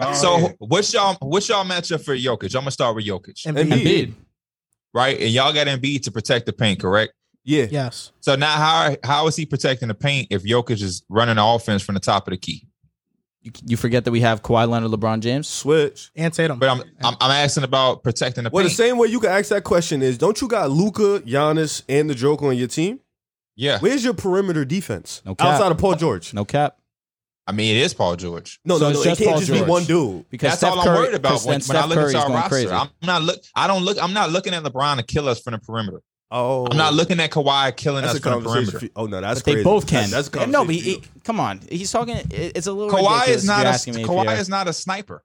E: Go
B: So
E: ahead.
B: what's y'all what's y'all matchup for Jokic? I'm gonna start with Jokic,
A: Embiid.
F: Embiid.
B: right? And y'all got Embiid to protect the paint, correct?
H: Yeah.
A: Yes.
B: So now how how is he protecting the paint if Jokic is running the offense from the top of the key?
C: You, you forget that we have Kawhi Leonard, LeBron James.
H: Switch.
A: And Tatum.
B: But I'm I'm, I'm asking about protecting the
H: Well, the
B: paint.
H: same way you can ask that question is don't you got Luca, Giannis, and the Joker on your team?
B: yeah,
H: Where's your perimeter defense
C: No cap.
H: outside of Paul George?
C: No cap.
B: I mean it is Paul George.
H: No,
C: So
H: no,
C: it's
H: no. It
C: just
H: can't
C: Paul
H: just
C: George.
H: be one dude.
C: Because
B: That's
C: Steph
B: all I'm
C: Curry,
B: worried about
C: because
B: when,
C: then
B: when I
C: Steph
B: look
C: Curry
B: at
C: is
B: our
C: going
B: roster.
C: crazy.
B: I'm not look. I don't look. I'm not looking at LeBron to kill us from the perimeter.
H: Oh,
B: I'm not looking at Kawhi killing
H: That's
B: us
H: a
B: from the perimeter.
H: conversation. Oh no, that's
C: But they
H: crazy.
C: both can.
H: That's, that's a
C: Yeah,
H: conversation.
C: no, but he, he- come on, he's talking. it- It's a little.
B: Kawhi
C: ridiculous
B: is
C: if
B: not
C: you're
B: a
C: asking me if
B: Kawhi
C: you're-
B: is not a sniper.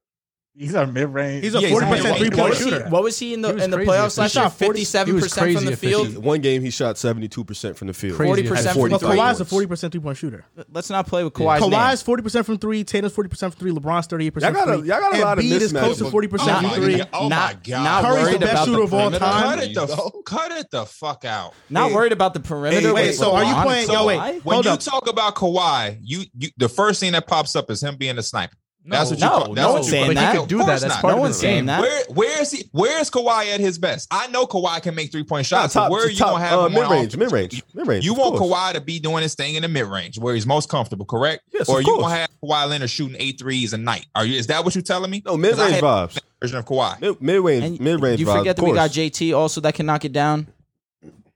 E: He's a mid range.
A: He's a
B: Yeah, he's
A: 40%
B: not-
A: three
C: What
A: point
C: was, he,
A: shooter.
C: what was he in the
F: He was
C: in the
F: crazy
C: playoffs last
F: efficient.
C: year?
F: He was
C: Fifty seven percent from
F: crazy
C: the field.
F: efficient.
H: one game he shot seventy two percent from the field.
F: Crazy.
C: Forty
F: At
C: percent from the
A: Well,
F: 40.
C: field.
A: Kawhi's a 40% three point shooter.
C: Let's not play with Kawhi's
A: Kawhi's
C: name.
A: 40% from three. Tatum's 40% from three. LeBron's 38%
H: Y'all got a-
A: from three.
H: y'all got a lot of
A: Embiid is
H: mismatches.
A: close to 40%
B: Oh
A: from
B: my
A: three.
B: God. Oh my
C: not,
B: God.
C: Not
A: Curry's
C: worried
A: the best
C: about
A: shooter
C: the
A: of all
C: perimeter.
A: time.
B: Cut it the f- cut it the fuck out.
C: Not worried about the perimeter.
H: Hey,
C: with
H: wait,
A: so are you
C: LeBron and
A: playing- yo, wait,
C: Kawhi?
B: When
A: Hold
B: you
A: up.
B: talk about Kawhi, you, you the first thing that pops up is him being a sniper. That's what you
C: no,
B: call. That's
C: no
B: what
C: one's
B: you
C: saying
B: call-
F: But
C: that.
F: he
B: Of
F: could do
B: course
F: that. That's
B: not.
F: part
C: No
F: of
C: one's
F: his
C: saying
F: game.
C: that.
B: Where where is he? Where is Kawhi at his best? I know Kawhi can make three point
H: Nah,
B: shots. but where are you gonna have him
H: uh,
B: on
H: mid range,
B: offense?
H: mid range, mid range.
B: You want Kawhi to be doing his thing in the mid range where he's most comfortable, correct?
H: Yes,
B: or
H: of
B: you
H: course.
B: gonna have Kawhi Leonard shooting eight threes a night? Are you? Is that what you're telling me?
H: No
B: 'Cause
H: mid
B: I
H: range
B: had
H: vibes.
B: a version of Kawhi.
H: Mid range,
C: And
H: mid range.
C: You forget that we got JT also that can knock it down.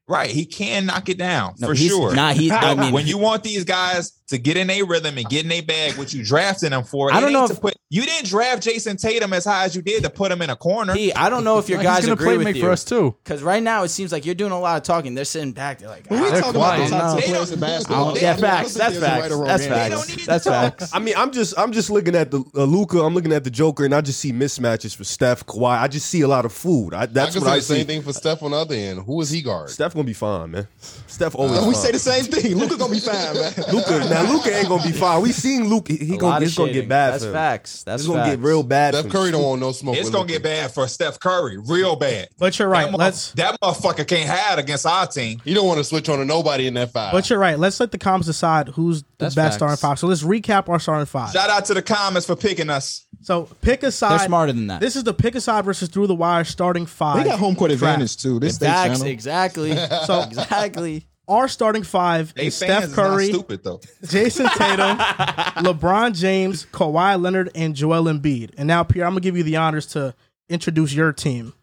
B: Right, he can knock it down
C: No,
B: for
C: he's,
B: sure.
C: Nah, he's. I mean,
B: when you want these guys to get in a rhythm and get in a bag, what you drafted them for?
C: I
B: it
C: don't
B: ain't
C: know
B: to
C: if-
B: put, you didn't draft Jason Tatum as high as you did to put him in a corner.
C: P, I don't know if your guys
F: he's gonna
C: agree
F: play
C: with
F: make
C: you.
F: for us too.
C: Because right now it seems like you're doing a lot of talking. They're sitting back. They're like,
G: When we
C: ah,
F: They're
G: talk about the
F: quiet.
G: top
B: They
G: two players
B: don't-
G: in
B: I
G: basketball,
B: don't-
C: yeah,
G: I don't
C: facts.
G: think
C: That's
G: there's a right
C: facts.
G: or wrong
C: That's
G: answer.
B: They don't
C: facts.
B: need
C: That's
B: to talk.
C: facts.
H: I mean, I'm just, I'm just looking at the uh, Luca. I'm looking at the Joker, and I just see mismatches for Steph, Kawhi. I just see a lot of food. I, that's
D: I can
H: what
D: say
H: I
D: the same
H: see.
D: thing for Steph on the other end. Who is he guard?
H: Steph gonna be fine, man. Steph always.
G: And
D: Uh,
H: fine.
G: we say the same thing. Luca gonna be fine, man.
H: Luca. Now Luca ain't gonna be fine. We seen Luke. He,
C: A
H: he
C: lot
H: gonna,
C: of
H: it's gonna
C: shading.
H: get bad.
C: That's
H: for him.
C: facts. That's
H: It's gonna
C: facts.
H: get real bad.
D: Steph
H: for
D: Curry
H: him.
D: don't want no smoke.
B: it's
D: with
B: gonna
D: Luka.
B: get bad for Steph Curry, real bad.
A: But you're right.
B: That, motherf-
A: Let's.
B: that motherfucker can't hide against our team.
D: He don't want to switch on to nobody in that five.
A: But you're right. Let's let the comms decide who's the
F: That's
A: best starting
F: facts.
A: five. So let's recap our starting five.
B: Shout out to the comments for picking us.
A: So pick a side.
C: They're smarter than that.
A: This is the pick a side versus through the wire starting
G: They
A: five.
G: got home court
A: Draft.
G: advantage too. This state
C: Facts.
G: channel.
C: Exactly. So exactly.
A: Our starting five
B: They
A: is
B: fans
A: Steph
B: is not
A: Curry,
B: stupid though.
A: Jason Tatum, LeBron James, Kawhi Leonard, and Joel Embiid. And now, Pierre, I'm gonna give you the honors to introduce your team.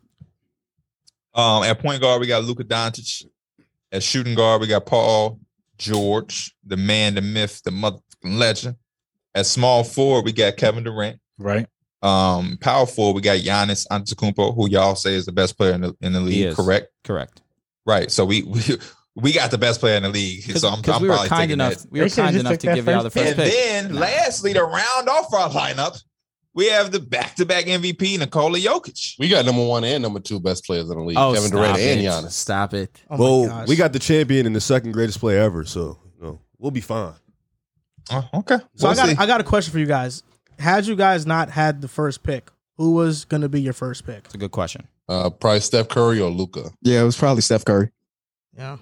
B: Um, at point guard, we got Luka Doncic. At shooting guard, we got Paul George, the man, the myth, the motherfucking legend. At small forward, we got Kevin Durant.
E: Right.
B: Um, power forward, we got Giannis Antetokounmpo, who y'all say is the best player in the in the league.
C: is.
B: Correct,
C: Correct.
B: right? So we we, we got the best player in the league. So I'm,
C: Because
B: I'm
C: we were
B: probably
C: kind
B: taking
C: enough.
B: that.
C: We were
E: They should've
C: kind
E: just
C: enough
E: took
C: to
E: that
C: give y'all the
E: first
C: first
B: And
C: pick.
B: then, lastly, to round off our lineup, we have the back-to-back MVP Nikola Jokic.
D: we got number one and number two best players in the league.
C: Oh,
D: Kevin
C: stop
D: Durant
C: it.
D: and Giannis.
C: Stop it.
A: Oh my
H: Well,
A: gosh.
H: we got the champion and the second greatest player ever, so you know, we'll be fine.
B: Oh, okay,
A: So
B: We'll
A: I
B: see.
A: got I got a question for you guys. Had you guys not had the first pick, who was gonna be your first pick?
C: It's a good question.
D: Uh, probably Steph Curry or Luca.
G: Yeah, it was probably Steph Curry.
A: Yeah.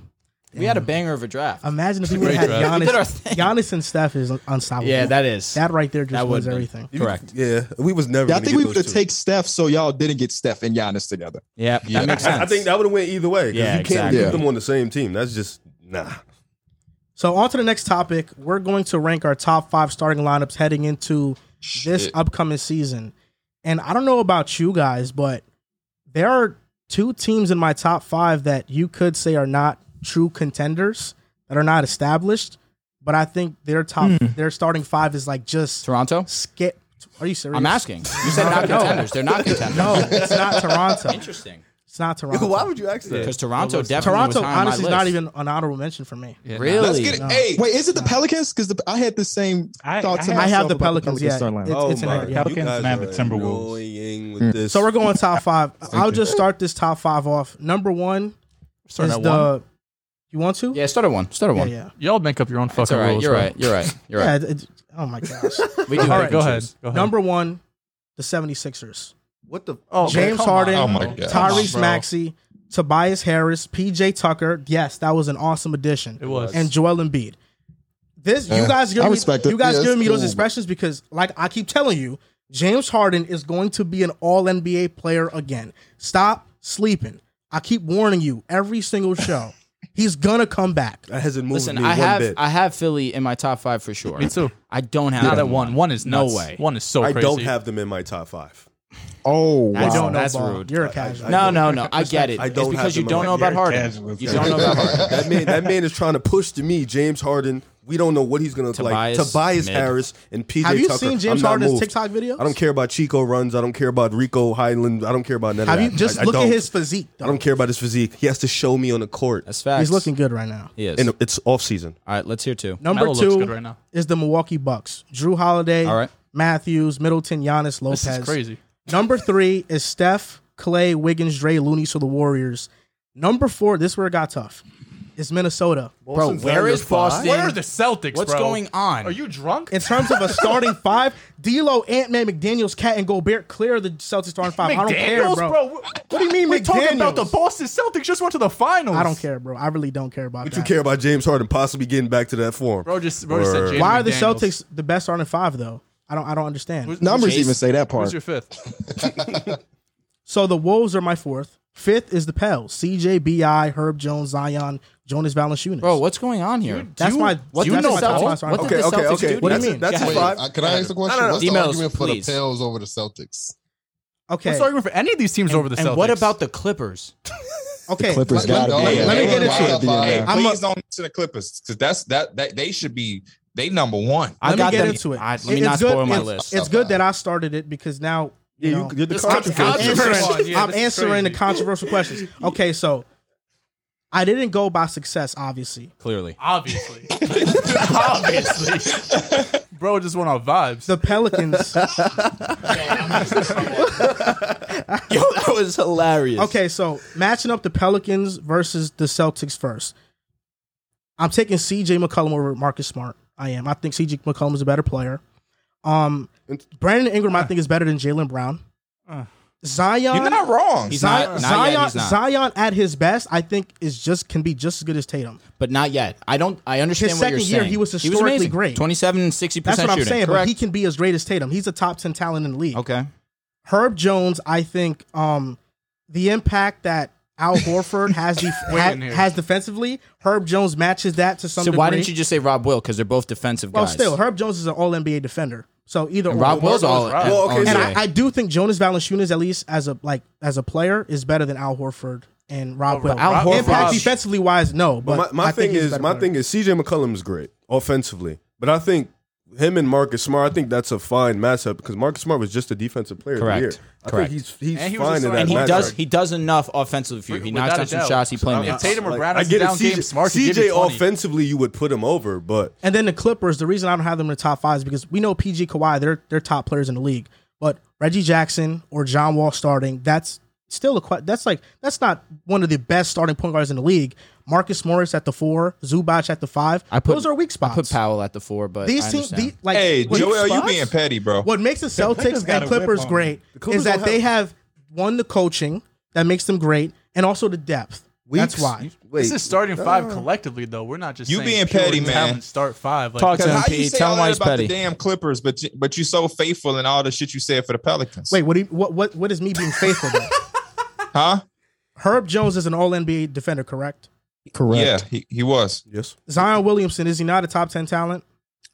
C: We had a banger of a draft.
A: Imagine if we would
F: Great
A: have had
F: draft.
C: We did our
A: Giannis.
C: thing.
A: Giannis and Steph is unstoppable.
C: Yeah, that is.
A: that right there just
C: that
A: wins
C: would be.
A: everything.
C: Correct.
H: Yeah, we was never.
G: Yeah, I
H: gonna
G: think we
H: get
G: would
H: those
G: have
H: two.
G: taken Steph, so y'all didn't get Steph and Giannis together.
C: Yeah,
D: Yeah.
C: that makes sense.
H: I, I think that would have went either way. 'cause
C: Yeah,
H: you can't
C: exactly.
H: keep them on the same team. That's just nah.
A: So on to the next topic. We're going to rank our top five starting lineups heading into this upcoming season. And I don't know about you guys, but there are two teams in my top five that you could say are not true contenders, that are not established. But I think their top, their starting five is like just
C: Hmm. Toronto.
A: skip. Are you serious?
C: I'm asking. You said not contenders. They're not contenders.
A: No, it's not Toronto.
C: Interesting.
A: It's not Toronto.
H: would you ask that?
C: Because Toronto definitely
A: Toronto
C: was high on my
A: honestly is not
C: list.
A: even an honorable mention for me.
F: Yeah, nah.
C: really.
B: Let's get it. Hey,
G: Wait, is it the Pelicans? Because I had the same
E: I-
G: thoughts. to
E: I had-
A: I have
G: myself
A: the
G: about
A: Pelicans. yeah,
G: starting lineup.
A: it's, it's in
H: Oh my
A: there.
H: God.
A: yeah.
E: Pelicans
H: You guys
E: and
H: are
E: the Timberwolves.
H: annoying with this.
A: So we're going top five. I'll just start this top five off. Number one
F: Starting
A: is
F: at
A: the.
F: one.
A: You want to?
C: Yeah, start at one. Start at
A: yeah,
C: one.
A: yeah.
F: Y'all make up your own
C: It's
F: fucking
C: all right.
F: rules.
C: You're
F: bro.
C: right. You're right. You're
A: Yeah,
C: right.
A: it- it- oh my gosh.
C: We
F: All
C: do.
F: right,
C: have
F: go
C: pictures.
F: ahead. Go ahead.
A: Number one, the 76ers.
H: What the?
F: oh,
A: James
F: come on.
A: Harden,
B: Oh my God.
A: Tyrese
F: Come on, bro.
A: Maxey, Tobias Harris, PJ Tucker. Yes, that was an awesome addition.
F: It was.
A: And Joel Embiid. This you
D: Yeah,
A: guys
D: I
A: giving me,
D: respect it.
A: you guys
D: Yeah,
A: giving
D: it's
A: me those
D: cool.
A: expressions because like I keep telling you, James Harden is going to be an all NBA player again. Stop sleeping. I keep warning you every single show. He's gonna come back.
H: That hasn't moved
C: Listen,
H: me
C: I
H: one
C: have
H: bit.
C: I have Philly in my top five for sure.
F: Me too.
C: I don't have
F: Not
C: them
F: at
C: in
F: one.
C: my-
F: One is
C: No
F: nuts.
C: way.
F: One is so
H: I
F: crazy.
H: don't have them in my top five.
G: Oh,
A: I
G: wow.
C: That's-
A: don't know.
C: that's
A: Ball.
C: rude.
A: You're a casual.
C: No, no, no. I get it.
H: I
C: It's
H: don't
C: because
H: have
C: you
H: them
C: don't
H: in
C: know
H: my-
C: about
E: You're
C: Harden.
E: casual.
C: You don't know about Harden.
H: that man, that man is trying to push to me. James Harden. We don't know what he's gonna look like.
C: Tobias
H: Tobias
C: mid.
H: Harris and PJ.
A: Have you
H: Tucker.
A: seen
H: I'm
A: James
H: not
A: Harden's
H: moved.
A: TikTok videos?
H: I don't care about Chico runs. I don't care about Rico Highland. I don't care about none
A: Have
H: of
A: you
H: that.
A: just
H: I- I
A: look at
H: don't.
A: his physique? Though.
H: I don't care about his physique. He has to show me on the court.
C: That's facts.
A: He's looking good right now.
C: He is.
H: And it's off season.
C: All right, let's hear two.
A: Number
F: Melo looks
A: two
F: good right now.
A: is the Milwaukee Bucks. Drew Holiday,
C: All right.
A: Matthews, Middleton, Giannis, Lopez.
F: This is crazy.
A: Number three is Steph, Clay, Wiggins, Dre, Looney, so the Warriors. Number four, this is where it got tough, is Minnesota.
C: Bro, where is Boston?
F: Where are the Celtics?
C: What's
F: bro?
C: going on?
F: Are you drunk?
A: In terms of a starting five, D'Lo, Ant Man, McDaniel's, Cat, and Gobert clear the Celtics starting five. I don't care,
F: McDaniels,
A: bro.
F: What
A: do you mean
F: We're talking about the
A: McDaniels?
F: Boston Celtics just went to the finals.
A: I don't care, bro. I really don't care about
H: But
A: that.
H: you care about James Harden possibly getting back to that form.
F: Bro just, bro just
H: Word.
F: said Jalen
A: Why are the
F: McDaniels.
A: Celtics the best starting five though? I don't. I don't understand.
F: Who's-
G: Numbers
C: Chase-
G: even say that part.
F: Who's your fifth?
A: So the Wolves are my fourth. Fifth is the Pels. CJ, BI, Herb Jones, Zion, Jonas Valanciunas.
C: Bro, what's going on here?
A: that's my. What
C: what do
A: that's
C: you
A: my
C: know?
A: top five
C: What,
A: starting
C: what
A: five.
C: did the
H: Okay, okay,
C: Celtics do?
H: okay.
C: to
A: That's
C: you?
A: a-
H: that's a
C: Go
H: five.
C: ahead.
H: Five?
I: Wait, can I ask a question?
C: No, no, no.
I: What's the
C: Emails,
I: argument for
C: please.
I: the Pels over the Celtics?
A: Okay.
F: What's the argument for any of these teams over the Celtics?
C: And what about the Clippers?
A: Okay.
G: Clippers got to
I: let-
G: be.
A: let-
G: in
A: let me
G: there.
A: get into it.
G: Gotta be in there.
A: I'm a-
B: please don't listen to Clippers because that's that, that they should be they number one.
A: Let
C: I
A: me
C: got
A: get
C: them.
A: into it.
C: I- let
A: It-
C: me
A: it's
C: not
A: good-
C: spoil my
A: it's-
C: list.
A: It's good that I started it because now you know,
H: you're the
A: I'm
H: controversy.
F: controversial.
A: answering,
F: Yeah,
A: I'm
F: this is
A: answering the
F: crazy.
A: controversial questions. Okay, so I didn't go by success, obviously.
C: Clearly.
F: Obviously. Obviously. Bro just went on vibes.
A: The Pelicans.
C: Yo, that was hilarious.
A: Okay, so matching up the Pelicans versus the Celtics first. I'm taking CJ McCollum over Marcus Smart. I am. I think CJ McCollum is a better player. Um, Brandon Ingram, I think, is better than Jalen Brown. Zion,
B: You're not wrong.
C: He's
A: Zion,
C: not, not
A: Zion,
C: yet, he's not.
A: Zion at his best, I think, is just can be just as good as Tatum.
C: but not yet. I don't. I understand
A: His
C: what you're
A: second year,
C: saying.
A: he was historically
C: amazing.
A: great.
C: 27 and 60
A: That's
C: percent
A: what I'm
C: shooting.
A: saying. But
C: Correct.
A: he can be as great as Tatum. He's a top ten talent in the league.
C: okay.
A: Herb Jones, I think, um, the impact that Al Horford has def- ha-
F: in here.
A: has defensively, Herb Jones matches that to some
C: So
A: degree.
C: why didn't you just say Rob Will? Because they're both defensive
A: well,
C: guys.
A: still, Herb Jones is an All NBA defender. So either or.
C: Rob Will's all.
F: Rob.
H: Well, okay,
C: all-
A: and
H: so-
C: okay.
A: I, I do think Jonas Valanciunas, at least as a like as a player, is better than Al Horford and
H: Oh,
A: Rob Will.
C: Al Rob- Horford-
A: impact
C: Rob-
A: defensively wise, no. But
H: my, my
A: I think
H: thing
A: he's a
H: is
A: better
H: my
A: player.
H: thing is CJ McCollum is great offensively, but I think him and Marcus Smart, I think that's a fine matchup because Marcus Smart was just a defensive player
C: Correct.
H: of the year. I
C: Correct.
H: think he's he's
F: And he was a
H: fine in
F: slight-
H: that
C: and he
H: matchup.
C: does. He does enough offensively for you. He
F: Without
C: knocks
F: a
C: out some
F: doubt.
C: shown. He play
F: If
C: minutes.
F: Tatum or
H: Like,
F: Brown
H: I
F: is
H: get it.
F: down
H: CJ,
F: game smart, he give you
H: CJ
F: 20.
H: offensively, you would put him over, but
A: And then the Clippers, the reason I don't have them in the top five is because we know PG Kawhi, they're they're top players in the league. But Reggie Jackson or John Wall starting, that's still a que- that's like that's not one of the best starting point guards in the league. Marcus Morris at the four, Zubac at the five.
C: I put-
A: Those are weak spots.
C: I put Powell at the four, but I
A: These teams,
C: understand.
A: the, like
B: hey,
A: weak
B: Joel, you
A: spots?
B: being petty, bro.
A: What makes the Celtics
E: got
A: and
E: a whip
A: Clippers
E: on
A: great
H: Clippers
A: is that
H: don't
A: they
H: have-
A: have one the coaching that makes them great, and also the depth. That's why.
H: Wait,
F: This is starting
H: Uh,
F: five collectively, though. We're not just
B: You
F: saying
B: being
F: pure
B: petty, man.
F: talent Start five. Like,
C: Talk to
B: Because
C: him,
B: how you
C: Pete.
B: say
C: Tell
B: all
C: him why
B: that
C: he's
B: about
C: petty.
B: the damn Clippers, but you, but you so faithful in all the shit you said for the Pelicans.
A: Wait, what? Do you, what? What? What is me being faithful? though?
B: huh?
A: Herb Jones is an All NBA defender, correct?
G: Correct.
B: Yeah, he, he was
H: yes.
A: Zion Williamson is he not a top ten talent?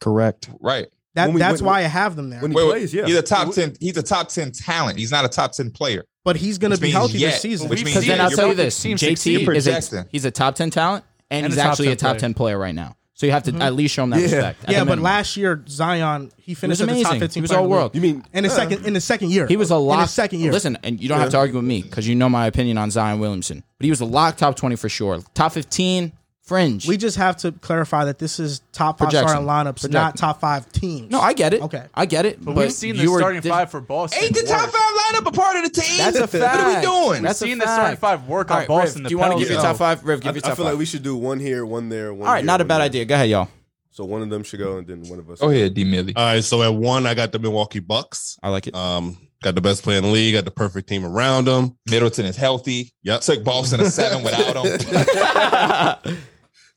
G: Correct.
B: right.
A: That
H: When we-
A: that's
H: when-
A: why I have them there.
H: when he
B: Wait,
H: plays, yeah.
B: he's a top ten. He's a top ten talent. He's not a top ten player.
A: but he's going to
B: which
A: be
B: means
A: healthy
B: yet,
A: this season.
B: which means
C: Because then
B: Yeah,
C: I'll
B: you're
C: tell you
B: projecting
C: this:
F: team
C: JT
B: 16.
C: is a,
B: Projecting.
C: he's a top ten talent, and,
F: And
C: he's
F: a top
C: actually
F: 10
C: a top
F: player.
C: ten player right now. So you have to at least show him that respect. at
A: yeah,
C: a
A: but
C: minimum.
A: last year Zion he
C: he was
A: finished at the top
C: amazing.
A: fifteen.
C: He was
A: player
C: all
A: in the
C: world.
A: league.
H: You mean
A: in the second in the second year.
C: He was a lock.
A: in his second year.
C: Listen, and you don't have to argue with me because you know my opinion on Zion Williamson. But he was a lock top twenty for sure. Top fifteen, fringe.
A: we just have to clarify that this is top five
C: Projection.
A: starting lineups, not top five teams.
C: no, I get it.
A: Okay.
C: I get it.
F: But
C: But,
F: we've seen the
C: you were
F: starting
C: diff-
F: five for Boston.
B: Ain't the top
F: work.
B: five lineup a part of the team?
C: That's a fact.
B: What are we doing?
C: That's
F: seen
C: a
F: the starting
C: fact.
F: five work on
C: All right, Riv,
F: Boston, the
C: do you want to
F: Pelicans.
C: give your top
H: No.
C: five? Riv,
H: I,
C: give your
H: I
C: top
H: feel like
C: five.
H: we should do one here, one there, one
C: All right,
H: here,
C: not a
H: one
C: bad
H: there.
C: idea. Go ahead, y'all.
H: So one
C: Oh,
H: of them should go, and then one of us.
D: Uh,
B: Go ahead, D. Millie.
I: All right, so at one, I got the Milwaukee Bucks.
C: I like it.
I: Um,
D: Got the best player in the league. Got the perfect team around him.
B: Middleton is healthy.
D: Yep.
B: Took Boston a seven without him.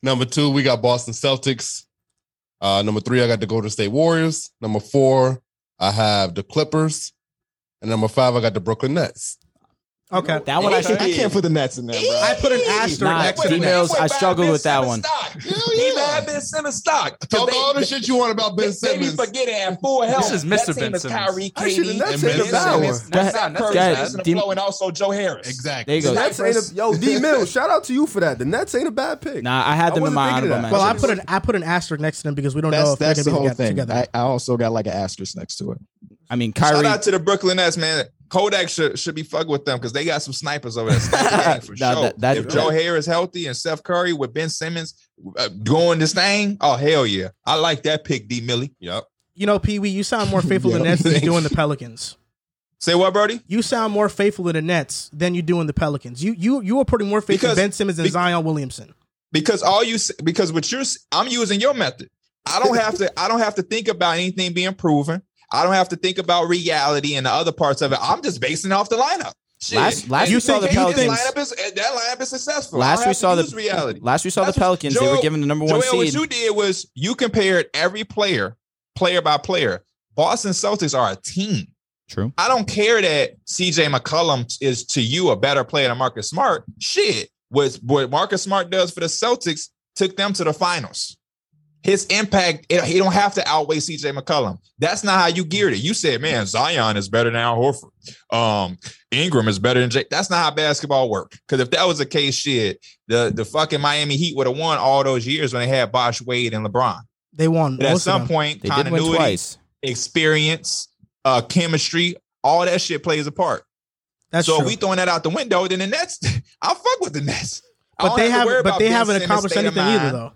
D: Number two, we got Boston Celtics. Uh, number three, I got the Golden State Warriors. Number four, I have the Clippers. And number five, I got the Brooklyn Nets.
A: Okay.
C: That one I should.
G: I can't put the Nets in there, bro.
A: I put an asterisk
C: Nah,
A: next to
C: he
A: that.
C: knows I struggled with that one.
B: He bad Ben Simmons stock. 'Cause
D: Talk
B: they-
D: all the shit you want about Ben
B: They be
D: Simmons.
B: forgetting at full health.
F: is
B: That
F: Mr.
B: team
F: Ben
B: is
F: Simmons.
B: Kyrie,
H: I should've
B: KD,
H: not
B: and
H: taid
B: Ben
H: him down.
B: Simmons.
C: That-
B: That's not
C: that-
B: Curry,
C: that-
B: Tyson
C: Dem-
B: DeFlo, and also Joe Harris.
D: Exactly.
C: There you
H: The
C: go.
H: Nets ain't a, yo, D Mills, shout out to you for that. The Nets ain't a bad pick.
C: Nah, I had
H: I
C: them in
H: wasn't
C: my
H: thinking
C: honorable
H: that.
A: Well, I
C: mentions.
A: put an I put an asterisk next to them because we don't know
G: That's
A: if they're gonna
G: that's the
A: be
G: whole
A: together.
G: thing.
A: together.
G: I, I also got like an asterisk next to it.
C: I mean,
B: Shout
C: Kyrie.
B: out to the Brooklyn Nets, man. Kodak should, should be fucking with them because they got some snipers over there. Sniper game for
C: Nah,
B: sure.
C: that- that-
B: if Joe Harris healthy and Steph Curry with Ben Simmons uh, doing this thing, oh hell yeah, I like that pick, D Millie. Yep.
A: you know, Pee Wee, you sound more faithful to the
G: Yeah.
A: Nets than you do in the Pelicans.
B: Say what, Brody?
A: You sound more faithful to the Nets than you do in the Pelicans. You you you are putting more faith in
B: Because-
A: Ben Simmons and
B: be-
A: Zion Williamson.
B: because all you s- because what you're s- I'm using your method. I don't have to I don't have to think about anything being proven. I don't have to think about reality and the other parts of it. I'm just basing it off the lineup. Shit.
C: Last- last
B: And
A: we saw the
B: this
C: Pelicans-
B: lineup is, that lineup is successful. I don't
C: Last
B: have
C: we
B: to
C: saw
B: use
C: the
B: reality.
C: Last we saw the
B: That's what-
C: Pelicans. they were
B: Joel-
C: given the number one
B: Joel,
C: seed.
B: what you did was you compared every player, player by player. Boston Celtics are a team.
C: True.
B: I don't care that CJ McCollum is to you a better player than Marcus Smart. Shit, what, what Marcus Smart does for the Celtics took them to the finals. His impact, it- he don't have to outweigh CJ McCollum. That's not how you geared it. You said, man, Zion is better than Al Horford. Um, Ingram is better than Jake. That's not how basketball works. Because if that was the case, shit, the, the fucking Miami Heat would have won all those years when they had Bosh Wade and LeBron.
A: They won.
B: But at
A: most of
B: some
A: them.
B: point,
C: They did win
B: continuity,
C: twice.
B: experience, uh, chemistry, all that shit plays a part
A: that's
B: so
A: true.
B: if we throwing that out the window, then the Nets, I'll fuck with the Nets. I
A: but
B: don't
A: they
B: have to worry
A: haven't. But
B: about
A: they
B: Ben
A: haven't
B: Simmons'
A: accomplished
B: state of
A: anything either,
B: mind.
A: though.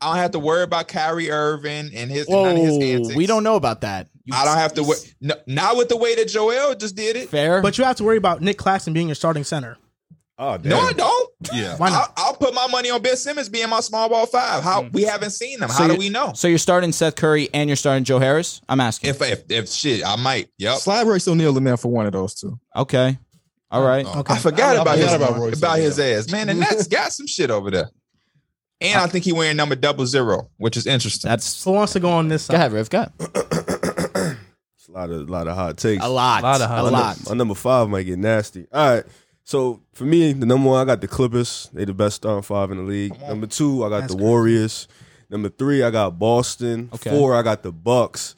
B: I don't have to worry about Kyrie Irving and his, and none of
A: Oh,
B: his
C: Whoa,
B: antics.
C: we don't know about that. You-
B: I don't have to worry. No, not with the way that Joel just did it.
C: Fair,
A: But you have to worry about Nick Claxton being your starting center.
H: Oh, damn.
B: No, I don't.
D: Yeah.
A: Why
B: I'll,
A: not? Mm.
B: I'll put my money on Ben Simmons being my small ball five. How we haven't seen them.
C: So
B: How do
C: you-
B: we know?
C: so you're starting Seth Curry and you're starting Joe Harris. I'm asking.
B: If, if if shit, I might.
E: Oh.
B: Yep.
G: Slide Royce O'Neal in there for one of those two.
C: okay, all right.
D: Oh,
A: Okay.
B: I forgot
D: I
B: about
D: forgot
B: his
D: about Royce
B: about his
D: O'Neal.
B: ass. Man, the Nets got some shit over there. And I think he wearing number double zero, which is interesting.
C: That's
A: Who wants to go on this uh,
C: go
A: side?
C: ahead, Riv. Go. ahead.
H: It's a lot of, lot of hot takes.
C: A lot,
F: Lot of
C: a
F: highlights.
C: lot.
H: My number five might get nasty. All right. So for me, the number one, I got the Clippers. They the best starting five in the league. Number two, I got
A: That's
H: the
A: crazy.
H: Warriors. Number three, I got Boston.
C: Okay.
H: Four, I got the Bucks.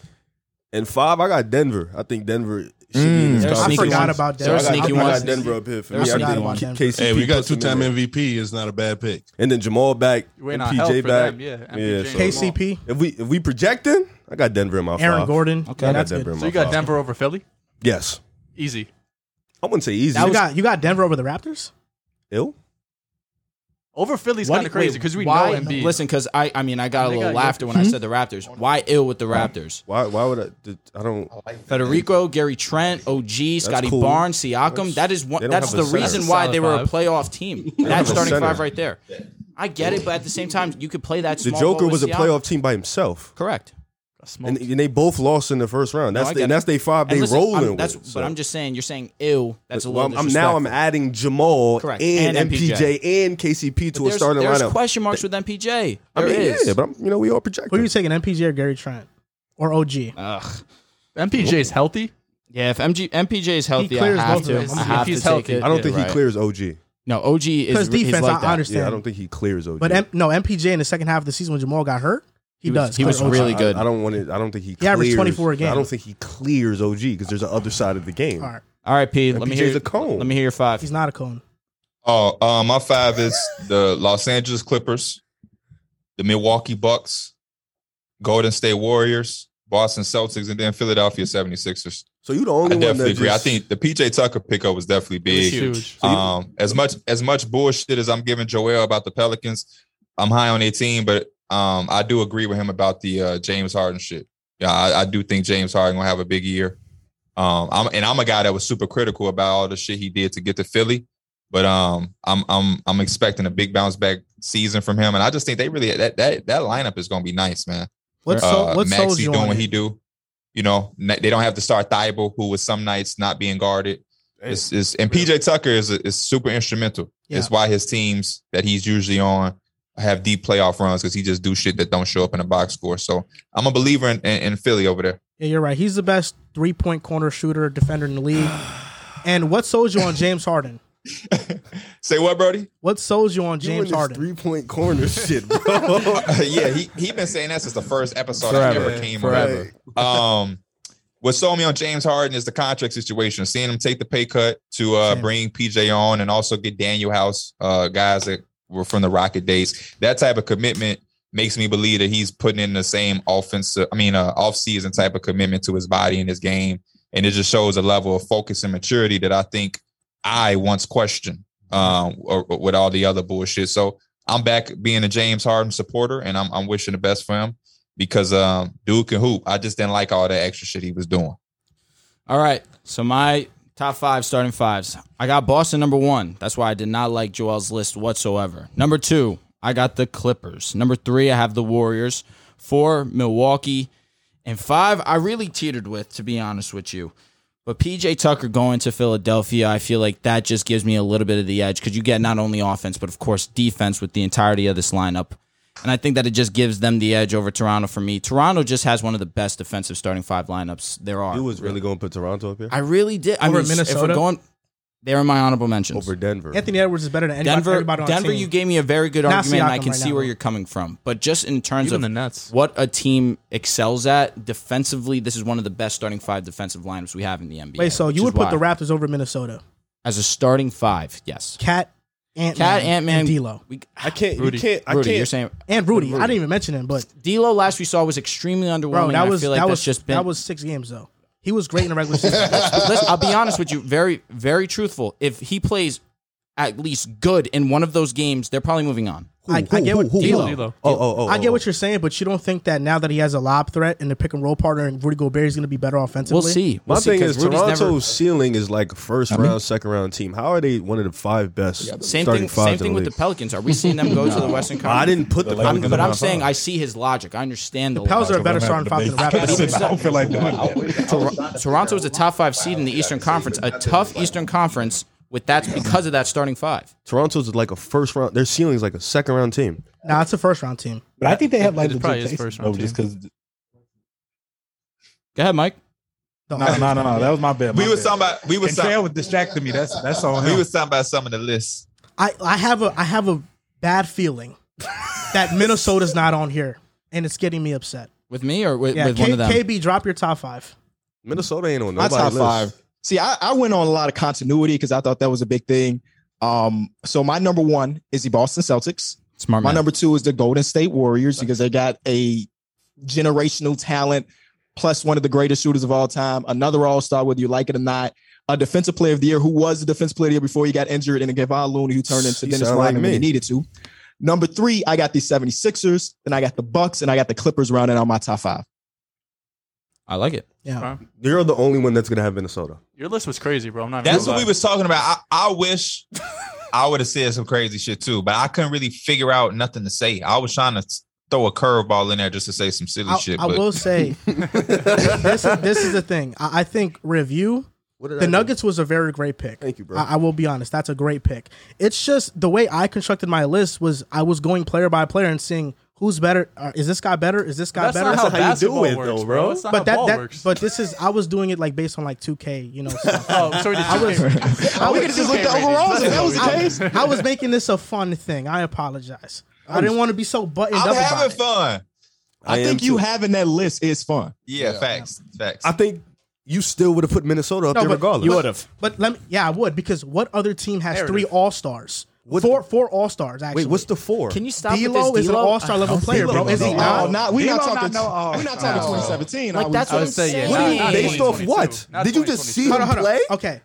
H: And five, I got Denver. I think Denver should be in
C: Mm.
H: this
C: They're
A: I
C: sneaky
H: conversation.
A: forgot
C: ones.
A: about
C: They're
H: I got,
A: that.
H: I
C: sneaky
H: got
C: ones.
H: Denver up here for
C: They're
H: me. I
C: sneaky
H: think
C: ones.
H: K- KCP
D: Hey, we got
H: puts them
D: two
H: in
D: time
H: there.
D: MVP. It's not a bad pick.
H: And then Jamal back,
F: You
H: and
F: ain't on help
H: PJ
F: for
H: back.
F: them, yeah.
H: Yeah,
F: MPJ.
H: so-
A: KCP,
H: If we if we projecting, I got Denver in my
A: Aaron
H: five.
A: Gordon.
C: Okay.
A: Yeah,
H: I got
A: that's
H: Denver
A: good.
H: in my
F: So you got
H: five.
F: Denver over Philly?
H: Yes.
F: Easy.
H: I wouldn't say easy.
A: You got you got Denver over the Raptors.
H: ill.
F: Over Philly's
C: What-
F: kind of crazy
C: wait,
F: because we
C: why-
F: know Embiid.
C: Listen, because I, I mean, I got a
F: They
C: little
F: got
C: laughter when I said the Raptors. Why ill with the Raptors?
H: Why why would I did- I don't
C: Federico, Gary Trent, OG, Scotty
H: cool.
C: Barnes, Siakam.
H: That's-
C: That is one.
H: they don't
C: That's
H: have
C: the
H: a center.
C: reason why
F: Solid
C: they were a
F: five.
C: playoff team. That
H: have a
C: starting
H: center.
C: five right there. I get it, but at the same time, you could play that.
H: the
C: Small
H: Joker
C: ball
H: was a
C: with Siakam.
H: playoff team by himself.
C: Correct.
H: And, and they both lost in the first round.
C: I
H: That's
C: get
H: the, and
C: it.
H: that's they five
C: And
H: they
C: listen,
H: rolling
C: I'm-
H: with.
C: that's,
H: so.
C: But I'm just saying, you're saying ill. That's a
H: Well,
C: little.
H: I'm- I'm, now I'm
C: disrespectful.
H: adding Jamal
C: Correct.
H: and,
C: And
H: MPJ and KCP to a
C: There's,
H: starting
C: there's
H: lineup.
C: question marks with MPJ.
H: I
C: There
H: mean,
C: is.
H: yeah, but I'm, you know we all projecting.
A: Who are you taking, MPJ or Gary Trent or OG?
C: Ugh.
F: MPJ's healthy.
C: Yeah, if MG, MPJ is healthy, I
A: clears
C: have
A: both
C: to.
A: of them.
C: I have
F: He's
C: to take
F: healthy.
C: it.
H: I don't
F: Yeah,
H: think he
C: right.
H: clears OG.
C: No, OG is
A: Because
C: he's
A: defense,
C: like
A: I
C: that.
A: understand.
H: Yeah, I don't think he clears OG.
A: But M- no, MPJ in the second half of the season when Jamal got hurt, he,
C: He was-
A: does.
C: he was
A: clear OG.
C: really good.
H: I, I don't want it. I don't think he.
A: He
H: clears,
A: averaged 24 a game.
H: I don't think he clears OG because there's the other side of the game.
A: All right,
C: All right, P. Let me
H: MPJ
C: hear.
H: is a cone.
C: Let me hear your five.
A: he's not a cone.
B: Oh, uh, my five is the Los Angeles Clippers, the Milwaukee Bucks, Golden State Warriors, Boston Celtics, and then Philadelphia 76ers.
H: So you the
B: I
H: only one
B: definitely
H: that
B: agree. I
H: just,
B: think the PJ Tucker pickup was definitely big.
F: Huge.
H: So you-
B: Um, as much as much bullshit as I'm giving Joel about the Pelicans, I'm high on 18, but um, I do agree with him about the uh, James Harden shit. Yeah, I, I do think James Harden gonna have a big year. Um, I'm and I'm a guy that was super critical about all the shit he did to get to Philly, but um, I'm I'm I'm expecting a big bounce back season from him, and I just think they really that that that lineup is gonna be nice, man.
A: What sold,
B: Uh,
A: what sold
B: Maxie
A: you
B: doing
A: on
B: what
A: it?
B: he do. You know, n- they don't have to start Thibault, who was some nights not being guarded. It's, it's, and PJ Tucker is is super instrumental. It's why his teams that he's usually on have deep playoff runs because he just do shit that don't show up in a box score. So I'm a believer in, in, in Philly over there.
A: Yeah, you're right. He's the best three point corner shooter defender in the league. And what sold you on James Harden?
B: Say what, Brody?
A: What sold you on
H: You and
A: James
H: this
A: Harden?
H: three-point corner shit, bro.
B: yeah, he he been saying that since the first episode I
C: Forever.
B: ever came on.
C: Forever.
B: Um, what sold me on James Harden is the contract situation. Seeing him take the pay cut to uh,
A: Same.
B: bring PJ on and also get Daniel House, uh, guys that were from the Rocket days. That type of commitment makes me believe that he's putting in the same offensive, I mean, uh, off-season type of commitment to his body and his game, and it just shows a level of focus and maturity that I think I once questioned um, or, or with all the other bullshit. So I'm back being a James Harden supporter, and I'm, I'm wishing the best for him because um dude can hoop. I just didn't like all that extra shit he was doing.
C: All right. So my top five starting fives. I got Boston number one. That's why I did not like Joel's list whatsoever. Number two, I got the Clippers. Number three, I have the Warriors. Four, Milwaukee. And five, I really teetered with, to be honest with you. But PJ Tucker going to Philadelphia, I feel like that just gives me a little bit of the edge because you get not only offense, but of course defense with the entirety of this lineup. And I think that it just gives them the edge over Toronto for me. Toronto just has one of the best defensive starting five lineups there are.
H: you was really going to put Toronto up here
C: I really did. I
A: Over
C: mean, s- If
A: Minnesota?
C: we're going, they're in my honorable mentions.
H: over Denver.
A: Anthony Edwards is better than anybody,
C: Denver,
A: everybody on
C: Denver,
A: the team.
C: you gave me a very good
A: Not
C: argument, and I
A: Siakam
C: can
A: right
C: see
A: now,
C: where
A: though.
C: you're coming from. But just in terms
F: Even
C: of
F: the Nets.
C: what a team excels at defensively, this is one of the best starting five defensive lineups we have in the NBA.
A: Wait, so
C: which
A: you
C: is
A: would put
C: why-
A: the Raptors over Minnesota?
C: as a starting five? Yes,
A: Cat, Ant,
C: Cat, Ant
A: Mm,
C: Man,
A: and D'Lo,
C: We,
H: I can't.
F: Rudy.
H: You can't. I
C: Rudy,
H: can't.
C: you're saying
A: and Rudy. I didn't even mention him, but
C: D'Lo last we saw was extremely underwhelming.
A: bro, that
C: and
A: was
C: I feel like
A: that
C: that's
A: was
C: just been
A: that was six games though. He was great in the regular season.
C: Listen, I'll be honest with you, very, very truthful. If he plays at least good in one of those games, they're probably moving on.
A: I, I get what
F: D'Lo.
A: D'Lo.
F: D'Lo.
H: Oh, oh, oh.
A: I get
H: oh.
A: what you're saying, but you don't think that now that he has a lob threat and the pick and roll partner and Rudy Gobert is going to be better offensively?
C: We'll see.
H: My
C: We'll see,
H: thing
C: 'cause
H: is
C: Rudy's
H: Toronto's
C: never-
H: ceiling is like first round, second round team. How are they one of the five best
C: Same
H: starting
C: thing.
H: fives
C: Same
H: in
C: thing
H: the
C: with the
H: league?
C: Pelicans. Are we seeing them go to the Western Conference?
H: I didn't put the,
C: I'm,
H: Pelicans in
C: but
H: my
C: I'm saying
H: five.
C: I see his logic. I understand the,
A: Pels are a
C: logic.
A: better starting five than the
E: I
A: Raptors.
E: don't feel like doing that.
C: Tor- Toronto is a top five seed in the Eastern Conference, a tough Eastern Conference. With that's because of that starting five.
H: Toronto's like a first round. Their ceiling is like a second round team.
A: Nah, it's a first round team.
E: But I think they have like
F: It
E: the
F: probably is
E: Jason,
F: first
G: Oh,
E: though,
F: round
E: just because.
C: Go ahead, Mike.
A: No,
E: uh, No, no, no, no. That was my bad.
B: We
E: my
B: was
E: bad.
B: talking about we was
E: And Trail
B: talking,
E: was distracting me. That's that's on
B: we
E: him.
B: was talking about some of the lists.
A: I, I have a I have a bad feeling that Minnesota's not on here, and it's getting me upset.
C: With me or with,
A: Yeah,
C: with
A: K-
C: one of them?
A: KB, drop your top five.
H: Minnesota ain't on
G: My
H: nobody's
G: top
H: list.
G: five. See, I, I went on a lot of continuity because I thought that was a big thing. Um, so my number one is the Boston Celtics.
H: Oh,
C: Smart
G: My
C: man.
G: number two is the Golden State Warriors because they got a generational talent, plus one of the greatest shooters of all time, another All Star, whether you like it or not, a Defensive Player of the Year who was the Defensive Player of the Year before he got injured, and then Kevon Looney who turned into
H: You
G: Dennis
H: sound like
G: Rodman when he
H: me.
G: needed to. Number three, I got the 76ers, then I got the Bucks, and I got the Clippers rounding out my top five.
C: I like it.
A: Yeah,
H: You're the only one that's gonna have Minnesota.
F: Your list was crazy, bro. I'm not. even
B: That's
F: gonna
B: what we
F: lie.
B: was talking about. I, I wish I would have said some crazy shit too, but I couldn't really figure out nothing to say. I was trying to throw a curveball in there just to say some silly
A: I,
B: shit.
A: I
B: but
A: will say this, is, this is the thing. I, I think review
H: What did I
A: the
H: do?
A: Nuggets was a very great pick.
H: Thank you, bro.
A: I, I will be honest, that's a great pick. It's just the way I constructed my list was I was going player by player and seeing who's better. Uh, is this guy better? Is this guy
F: That's
A: better?
F: not how,
H: how you do
F: basketball
H: it,
F: works,
H: though,
F: bro.
H: bro.
F: That's not how
A: but
F: ball
A: that, that
F: works.
A: but this is I was doing it like based on like 2K, you know. stuff.
F: oh, sorry.
A: I was-
F: I
G: would've just looked at overalls if that was the
A: I, I was making this a fun thing. I apologize. I didn't want to be so buttoned
B: Oh. I'm
A: up about
B: having
A: it.
B: fun.
G: I,
H: I
G: think
H: am
G: you
H: too.
G: having that list is fun.
B: Yeah, facts, facts.
H: I think you still would have put Minnesota up
A: No,
H: there
A: but-
H: regardless.
A: You would've. But let me, yeah, I would because what other team has three All Stars? Four, four All Stars. Actually,
H: Wait, what's the four?
C: Can you stop
A: D'Lo
C: with this?
A: is an
C: D'Lo?
A: All Star level player, bro. Is he
H: D'Lo.
A: not?
G: No, not we not
E: D'Lo
G: talking.
E: not no all-
G: we not talking
E: no.
G: 2017. I
C: Like
G: would-
C: that's
F: I
C: what I'm
F: would say, yeah,
C: saying.
H: What are you
F: Not
H: based off
F: 2022.
H: what?
F: Not
H: Did you just see
F: 2022.
H: him
A: Hold on, hold on.
H: play?
A: Okay,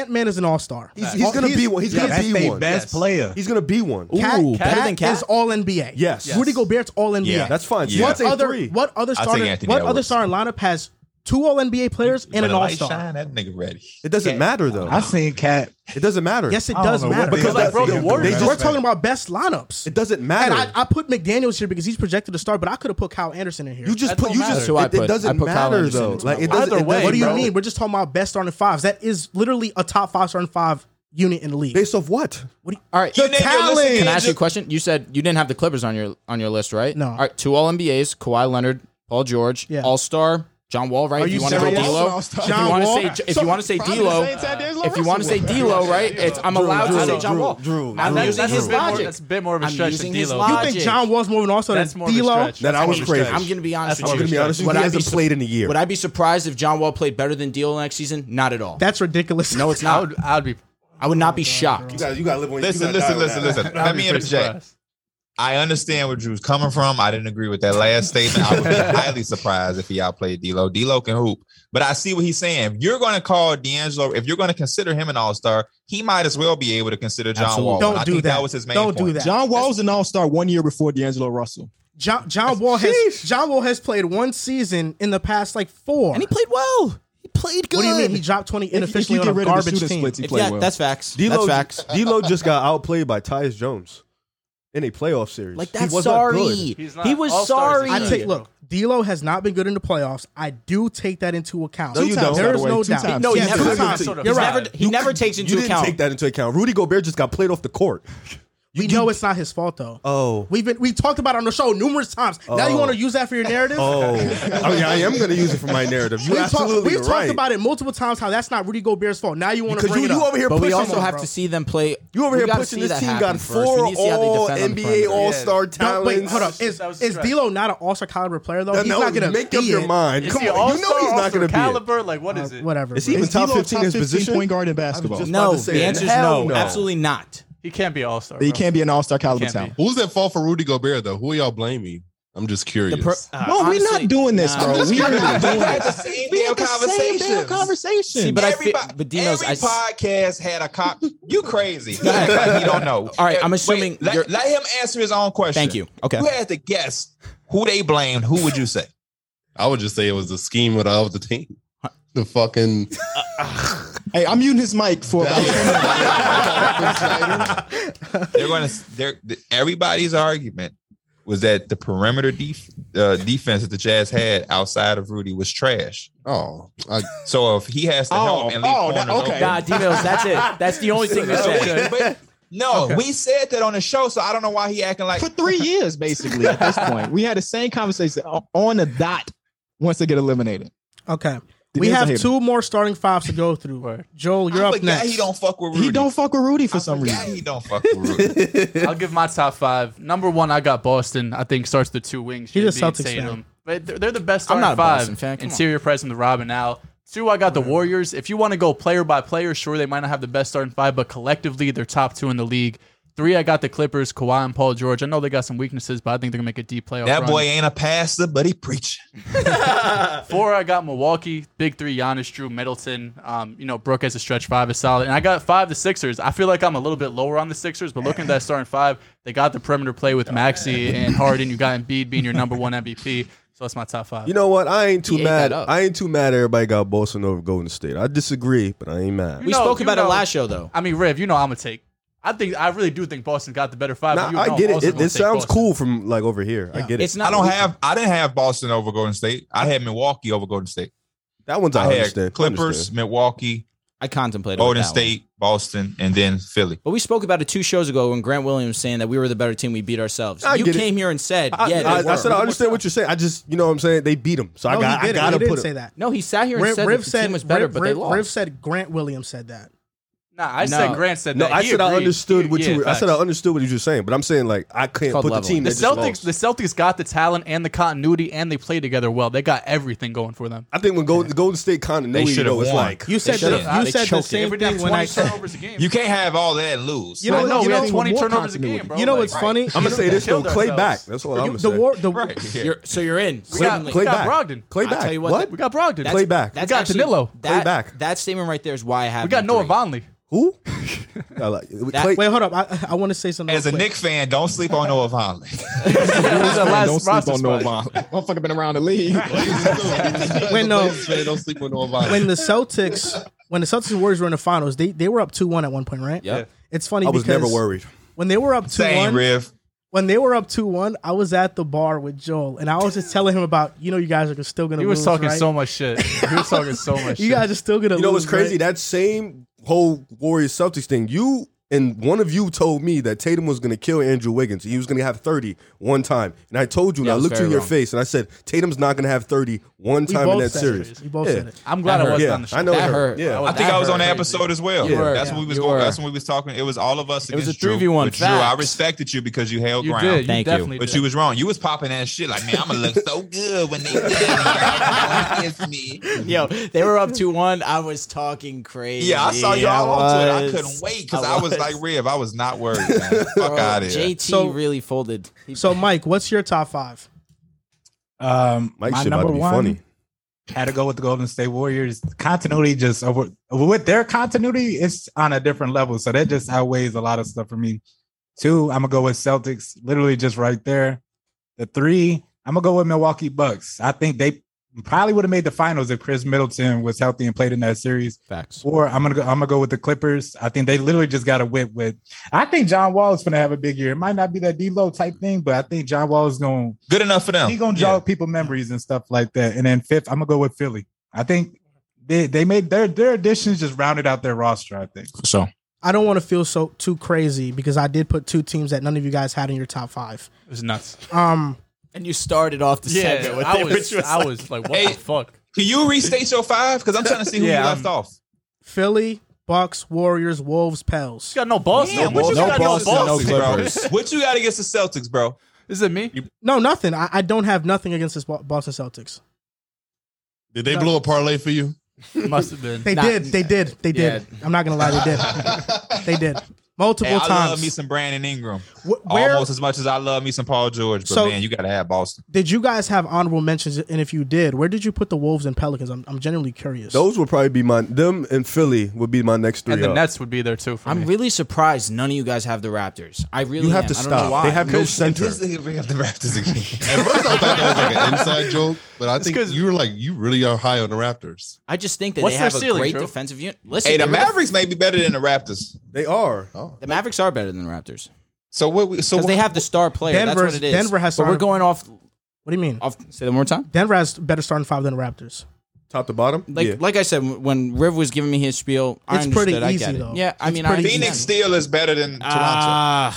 A: Ant Man is an All Star.
H: He's, he's gonna be one. He's
E: Yeah,
H: gonna
E: that's
H: be
E: their
H: one.
E: best player.
H: He's gonna be one.
A: Cat,
C: Ooh, better
A: Cat
C: than Cat?
A: is All NBA.
H: Yes.
A: Rudy Gobert's All NBA.
B: Yeah,
H: That's fine.
B: Yeah.
H: Yeah.
A: What other
H: three.
A: what other
B: take
A: starter
B: Anthony
A: what other
B: Edwards.
A: starting lineup has two All NBA players and an
B: When the
A: All
B: light
A: Star.
B: Shine, that nigga ready.
H: It doesn't matter though.
E: I seen Cat.
H: It doesn't matter.
A: Yes, it
E: I don't
A: does
E: know what
A: matter.
E: they
H: Because, like, bro, the Warriors-
A: we're talking about best lineups.
H: it doesn't
A: And
H: matter.
A: I, I put McDaniels here because he's projected to start, but I could have put Kyle Anderson in here.
H: you just
F: That
H: put.
F: don't
H: You
F: matter.
H: just.
C: That's who I
H: It, it
C: put. I
H: doesn't
C: put Kyle
H: matter
C: Anderson
H: though.
C: into
H: Like
C: my
H: it
F: lineup.
H: doesn't. it
F: Either way,
H: doesn't-
A: what do you
F: bro.
A: mean? We're just talking about best starting fives. That is literally a top five starting five unit in the league.
H: Based off what?
C: All right.
B: You named your list again,
C: Can I ask you a
B: Ju-
C: question? You said you didn't have the Clippers on your on your list, right?
A: No.
C: All right. Two All NBAs: Kawhi Leonard, Paul George,
A: Yeah.
C: All Star, John Wall. Right?
A: Are
C: if
A: you
C: you want to go
A: serious?
C: D'Lo, if
G: All-Star.
C: you
A: John
C: want to
A: Wall?
C: say if you want to say
G: Probably
C: D'Lo,
G: the same time D'Angelo
C: if you want to say
G: Russell was.
C: D'Lo, right? It's, I'm allowed
H: Drew,
C: to say
H: Drew,
C: John
H: Drew,
C: Wall.
H: Drew,
C: I'm
H: Drew.
C: using
H: That's
C: his
H: a bit more-
C: logic.
F: that's a bit more of a
C: I'm
F: stretch
C: using
F: than
C: his
F: D'Lo.
A: you
C: logic.
A: think John Wall's more of an All Star
F: That's
A: than
F: more of a
A: D'Lo?
F: stretch.
H: That I
F: That's
H: was
F: more of a
H: crazy.
F: stretch.
C: I'm gonna be honest
F: That's
C: with
H: I'm
C: you.
F: what
H: gonna be honest. with you,
C: Would
H: He
C: I be
H: hasn't
C: sur-
H: played in a year.
C: Would I be surprised if John Wall played better than D'Lo next season? Not at all.
A: That's ridiculous.
C: no, it's
F: I
C: not.
F: would, I would be.
C: I would not be shocked.
H: You got. You got to live on.
B: Listen, listen, listen, listen.
F: I would
B: Let
F: be
B: me
F: pretty
B: interject.
F: surprised.
B: I understand where Drew's coming from. I didn't agree with that last statement. I would be highly surprised if he outplayed D'Lo. D'Lo can hoop, but I see what he's saying. If you're going to call D'Angelo, if you're going to consider him an All Star, he might as well be able to consider John
C: Absolutely.
B: Wall.
A: Don't
B: I
A: do
B: think
A: that.
B: was his main
A: Don't do
B: point.
A: that.
G: John Wall was an All Star one year before D'Angelo Russell.
A: John, John Wall has John Wall has played one season in the past like four.
C: And he played well. He played good.
A: what do you mean? He dropped twenty
G: If- if
A: inefficiently
G: you get
A: on a
G: rid of the
A: garbage
G: shooting
A: team.
G: splits, he
C: If
G: played
C: that-
G: well.
C: That's facts.
H: D'Lo,
C: that's facts.
H: D'Lo just got outplayed by Tyus Jones in a playoff series.
C: Like
H: He
C: that's
H: was not
C: sorry.
H: good.
F: He's not
C: He was
F: all-stars,
C: sorry.
F: he's
A: I
F: Yeah.
A: take look. D'Lo has not been good in the playoffs. I do take that into account.
H: No, you don't.
A: There
H: By
A: is
H: the way,
A: no
G: two
A: doubt.
G: times.
C: No, he
A: Yeah,
C: never.
A: two times.
F: Sort of.
A: You're
C: He's
A: right.
C: never- he never takes into
H: you didn't
C: account.
H: take that into account. Rudy Gobert just got played off the court.
A: We know it's not his fault though.
H: Oh.
A: we've been we talked about it on the show numerous times. Now you
H: Oh.
A: want to use that for your narrative?
H: Oh, I mean, I am going to use it for my narrative. You
A: We've, talked-
H: absolutely
A: we've
H: right.
A: talked about it multiple times how that's not Rudy Gobert's fault. Now you want to
H: because
A: bring
H: you,
A: it
H: you
A: up.
H: over here
C: But
H: pushing
C: we also
H: them,
C: have
H: bro.
C: to see them play.
H: You over
C: we
H: here
C: gotta
H: pushing
C: see
H: this
C: that
H: team
C: happen
H: got
C: first. We
H: four
C: need to see how they
H: All
C: defend on the
H: NBA
C: perimeter.
H: All Star
A: Don't,
H: talents.
A: wait, hold up. Is,
F: That was a
A: is
F: stretch.
A: D'Lo not an All Star caliber player though?
H: Now,
A: he's
H: no,
A: not gonna
H: make
A: be
H: up your
A: it.
H: mind.
F: Is
H: Come
F: he
H: on, you know he's
F: all-star,
H: not going
F: all-star
H: to be. It.
F: caliber? Like what is it?
A: Uh, Whatever.
H: Is he even
G: Is
H: top
G: D'Lo
H: 15 in his position?
G: point guard in basketball?
H: just-
C: No,
H: about to say
C: the
H: that.
C: answer is
H: Hell
C: no.
H: no.
C: Absolutely not.
F: He can't be all star.
G: He can't be an All Star caliber
F: Can't be.
G: talent.
D: Who's at fault for Rudy Gobert though? Who are y'all blaming? I'm just
C: The
D: curious.
C: per- uh,
G: Bro, we're
C: honestly,
G: not doing this,
C: nah.
G: bro. We're not doing
B: Had the
G: this.
B: same
G: We
B: damn
G: had the same damn conversation.
C: See, but I feel,
B: Everybody-
C: but Dino's.
B: every
C: I, s-
B: podcast had a cop. You crazy? You act like you don't know.
C: All right, I'm
B: Wait,
C: assuming you're-
B: let, let him answer his own question.
C: Thank you. Okay.
B: If You had to guess who they blamed. Who would you say?
D: I would just say it was the scheme of the other team. The fucking
G: Hey, I'm muting his mic for about
B: they're going to. They're everybody's argument was that the perimeter def, uh, defense that the Jazz had outside of Rudy was trash.
D: oh, I,
B: So if he has to help and leave
G: oh,
B: corners
G: that- okay.
B: open-
C: nah, Dino's. That's it. That's the only thing we said.
B: But- no, we said that on the show, so I don't know why he acting like
G: for three years, basically. At this point, we had the same conversation o- on the dot. Once they get eliminated,
A: Okay.
G: Did
A: We
G: he
A: have
G: hate
A: two more starting fives to go through.
F: Word.
A: Joel, you're
B: I
A: up
B: forgot
A: next.
B: He don't fuck with Rudy.
G: he don't fuck with Rudy for
B: I
G: some
B: forgot
G: reason.
B: He don't fuck with Rudy.
F: I'll give my top five. Number one, I got Boston. I think starts the two wings.
A: He's a
F: JB and
A: Celtics fan.
F: Tatum. But they're, they're the best
C: I'm
F: starting
C: not a
F: five.
C: Boston fan, come on.
F: Interior presence, Robin Al. Two, I got the Warriors. If you want to go player by player, sure they might not have the best starting five, but collectively they're top two in the league. Three, I got the Clippers, Kawhi and Paul George. I know they got some weaknesses, but I think they're gonna make a deep playoff.
B: That
F: run.
B: boy ain't a pastor, but he preaching.
F: Four, I got Milwaukee. Big three, Giannis, Drew, Middleton. Um, you know, Brooke as a stretch five is solid. And I got five, the Sixers. I feel like I'm a little bit lower on the Sixers, but looking at that starting five, they got the perimeter play with Maxi and Harden. You got Embiid being your number one MVP. So that's my top five.
H: You know what? I ain't too
C: He ate
H: mad.
C: that up.
H: I ain't too mad. Everybody got Boston over Golden State. I disagree, but I ain't mad.
C: We
F: No,
C: spoke
F: you
C: about it
F: know-
C: last show, though.
F: I mean, Riv, you know I'm gonna take. I think I really do think Boston got the better five. but
H: Nah,
F: you know
H: I get it.
F: Boston's
H: It,
F: gonna
H: it
F: take
H: sounds
F: Boston.
H: cool from like over here. I get it.
C: It's not.
B: I don't have. I didn't have Boston over Golden State. I had Milwaukee over Golden State.
H: that one's I,
B: I had
H: understand. I
B: Clippers,
H: understand.
B: Milwaukee,
C: I contemplated
B: Golden
C: that one.
B: State, Boston, and then Philly.
C: But we spoke about it two shows ago when Grant Williams was saying that we were the better team, we beat ourselves.
H: I
C: you
H: get it.
C: came here and said,
H: I,
C: "Yeah,
H: I,
C: they
H: I
C: were."
H: said I understand what you're saying. I just, you know, what I'm saying they beat him, so I
A: No,
H: got,
A: he
H: I
A: didn't.
H: got
A: He
H: to
A: didn't
H: put
A: say
H: it.
A: that.
C: No, he sat here and
A: Riv,
C: said
A: Riv
C: that the
A: said
C: team was better,
A: Riv,
C: but they
A: Riv-
C: lost.
A: Riv said Grant Williams said that.
F: Nah, I
C: No.
F: said Grant said
H: No,
F: that.
H: I
F: He
H: said I
F: agreed.
H: understood what
F: Yeah,
H: you. were I
F: facts.
H: said I understood what you were saying, but I'm saying like I can't
C: called
H: put the
C: leveling.
H: team.
F: The
H: that just
F: Celtics,
H: lost.
F: the Celtics got the talent and the continuity, and they play together well. They got everything going for them.
H: I think when Golden, Golden State kind of know
B: They
H: you
B: should've
H: know, it's
B: won.
H: like
A: You said
C: should've-
A: the, you
C: they
A: said the
C: choked it.
A: same
F: Every damn
A: thing when
F: 20
A: I
F: turnovers a game.
B: You can't have all that and lose.
A: You know-
F: I know,
A: you
F: we
A: know-
F: had 20
G: more
F: turnovers a
G: continuity.
F: game, bro.
A: You know
F: Like,
A: what's funny?
H: I'm gonna say this though.
F: Killed
H: Clay back.
F: ourselves.
H: That's all I'm
A: You-
H: gonna
A: the
H: say.
A: war, the
B: right. yeah.
C: You're, so you're in.
F: We got,
C: suddenly.
F: we
H: Clay
F: got
H: back.
F: Brogdon.
H: Clay
C: I'll tell
H: back.
C: you what,
H: What?
F: We got Brogdon.
C: That's-
H: Clay back.
C: that's
F: We got
C: actually-
F: Danilo.
C: That,
H: Play back.
C: That statement right there is why I have.
F: we got
C: him
F: Noah
C: three.
F: Vonley.
H: Who? I like it.
C: That-
H: Clay-
A: Wait, hold up. I, I want to say something.
B: As a
A: real quick.
B: Nick fan, don't sleep on Noah Vonleh.
G: don't
F: last
G: sleep
F: roster
G: on no
F: spot.
G: Von. Motherfucker been around the league.
A: When,
D: When
A: um,
D: don't sleep on no advice.
A: when the Celtics, when the Celtics and Warriors were in the finals, they they were up two one at one point, right?
C: Yep.
A: It's funny.
H: I was
A: because
H: never worried.
A: When they were up two
B: Same,
A: one,
B: Riv.
A: when they were up two one, I was at the bar with Joel, and I was just telling him about you know you guys are still gonna.
F: He was
A: lose,
F: talking
A: right?
F: so much shit. He was talking so much shit.
A: You guys are still gonna.
H: You know what's
A: lose,
H: crazy?
A: right?
H: That same whole Warriors Celtics thing. You and one of you told me that Tatum was going to kill Andrew Wiggins. He was going to have 30 one time. And I told you, and
C: Yeah,
H: I
C: I was
H: looked you in
C: very
H: your
C: wrong.
H: face, and I said, Tatum's not going to have 30 one
A: We
H: time in
A: both
H: that
A: said
H: series.
A: it. We both
H: yeah.
A: said it.
F: I'm glad
C: That
F: I wasn't
H: Yeah,
F: on the show.
H: I know
C: That
H: it
C: hurt.
H: Yeah,
B: I think I was on the
F: Crazy.
B: episode as well.
C: You were.
B: That's what we was
C: You
B: going.
C: were.
B: That's when we was talking. It was all of us. It
C: was
B: against
C: a 3v1
B: Drew. But Drew, I
C: facts.
B: respected you because you held
F: You
B: ground.
F: did. You
C: Thank you.
F: definitely
B: But
F: did.
B: you was wrong. You was popping that shit like, man, I'm gonna look so good when they against me.
C: Yo, they were up to one. I was talking crazy.
B: Yeah, I saw y'all on Twitter. I couldn't
C: was.
B: wait because
C: I
B: I, was
C: was.
B: like, Riv, I was not worried. Man.
C: Bro,
B: Fuck out of here.
C: JT
A: So-
C: really folded. He-
A: So, Mike, what's your top five?
E: Um,
H: Mike
E: my
H: shit about
E: number
H: to be
E: one
H: funny.
E: had to go with the Golden State Warriors. Continuity just over with their continuity, it's on a different level. So that just outweighs a lot of stuff for me. Two, I'm gonna go with Celtics, literally just right there. The three, I'm gonna go with Milwaukee Bucks. I think they probably would have made the finals if Chris Middleton was healthy and played in that series.
C: Facts.
E: Or I'm gonna go, I'm gonna go with the Clippers. I think they literally just got a whip with. I think John Wall is gonna have a big year. It might not be that D-Lo type thing, but I think John Wall is gonna
B: Good enough for them.
E: he gonna jog people memories and stuff like that. And then fifth, I'm gonna go with Philly. I think they they made their their additions just rounded out their roster. I think.
C: So
A: I don't want to feel so too crazy because I did put two teams that none of you guys had in your top five.
F: It was nuts.
A: Um,
C: and you started off the
F: Yeah,
C: segment with
F: I
C: it,
F: was,
C: which was
F: I was like, what
B: Hey.
F: the fuck?
B: Can you restate your five? Because I'm trying to see who
F: Yeah,
B: you left
F: I'm-
B: off.
A: Philly, Bucks, Warriors, Wolves, Pels.
F: You got no balls.
B: Damn,
F: no
B: what
F: balls.
B: you
C: no
B: got
C: balls and no
B: against the
C: Clippers.
B: bro? What you got against the Celtics, bro?
F: Is it me?
A: No, nothing. I, I don't have nothing against this Bo- Boston Celtics.
D: Did they blow a parlay for you?
F: Must have been.
A: They
C: Nah.
A: did. They did. They did. I'm not gonna lie. They did. they did multiple
B: Hey, I love me
A: times.
B: some Brandon Ingram.
A: Wh- Where
B: Almost as much as I love me some Paul George, but
A: So-
B: man, you gotta have Boston.
A: did you guys have honorable mentions? And if you did, where did you put the Wolves and Pelicans? I'm, I'm genuinely curious.
H: Those would probably be my, them and Philly would be my next three.
F: And the
H: up.
F: Nets would be there too. For
C: I'm
F: me.
C: really surprised none of you guys have the Raptors. I really
H: you have
C: am.
H: to
C: I don't know
H: stop.
C: why.
H: They have no center.
B: This nigga bring up the Raptors again.
D: At first, I thought that was like an inside joke, but I think
F: 'cause-
D: you were like, you really are high on the Raptors.
C: I just think that
F: What's
C: they
F: their
C: have a
F: ceiling,
C: great
F: Drew?
C: defensive unit. Listen,
B: hey, the
C: they were the-
B: Mavericks may be better than the Raptors.
H: They are.
C: The Mavericks are better than the Raptors
B: So what? We, so
C: because they have the star player. That's
A: Denver's-
C: what it is.
A: Denver has
C: but we're
A: started-
C: going off.
A: what do you mean?
C: Off. Say that one more time.
A: Denver has better starting five than the Raptors.
H: Top to bottom?
C: Like
H: yeah.
C: like I said, when Riv was giving me his spiel, I
A: It's
C: understood.
A: pretty
C: I
A: easy,
C: get it.
A: though.
C: Yeah, I
A: It's
C: mean,
A: pretty
C: I
A: easy.
B: Phoenix still is better than
H: Uh,
B: Toronto.
C: Ah,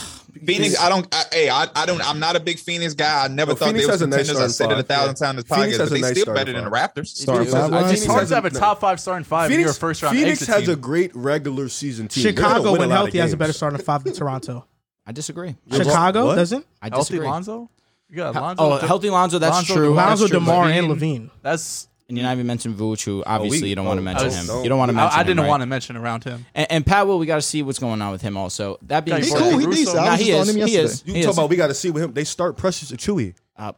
B: Phoenix, I don't. I, hey, I, I don't. I'm not a big Phoenix guy. I never
H: No,
B: thought
H: Phoenix
B: they were
H: has a nice
B: contenders. I said
H: starting
B: it a
H: five.
B: thousand times in this
H: Phoenix
B: podcast, but
H: has a
B: they
H: nice
B: still
H: starting
B: better than the
H: five.
B: Raptors.
H: Starting
C: Phoenix
H: five.
C: has-
F: It's hard to have a
H: no.
F: top five starting five. Phoenix, your
H: Phoenix,
F: first round
H: Phoenix
F: exit
H: has
F: team.
H: a great regular season team. They're gonna
A: Chicago,
H: win
A: when
H: a lot of
A: healthy, has a
H: games.
A: better starting five than Toronto.
C: I disagree.
A: Chicago
H: What?
A: doesn't.
C: I
F: healthy
C: disagree.
F: Lonzo. You got Lonzo.
C: Oh, healthy Lonzo. That's
F: Lonzo,
C: true.
F: Well,
A: Lonzo,
C: That's true.
A: Demar, and
F: Levine-
A: Levine.
F: That's
C: And you not even mention Vooch, who obviously
H: we-
C: you don't want
H: oh,
C: to mention
F: I
C: him.
F: was-
C: you don't want to mention.
F: I, I didn't
C: him, right?
F: want to mention around him.
C: And, and Pat, well, we got to see what's going on with him. Also, that being
F: He's
C: said,
F: cool, he
C: Russo-
G: decent. I
C: Nah,
G: was
C: he
G: just on
C: is.
G: him
C: He is.
H: You
C: He
H: talk
C: is.
H: about we got to see with him. They start Precious Achua.
C: Uh,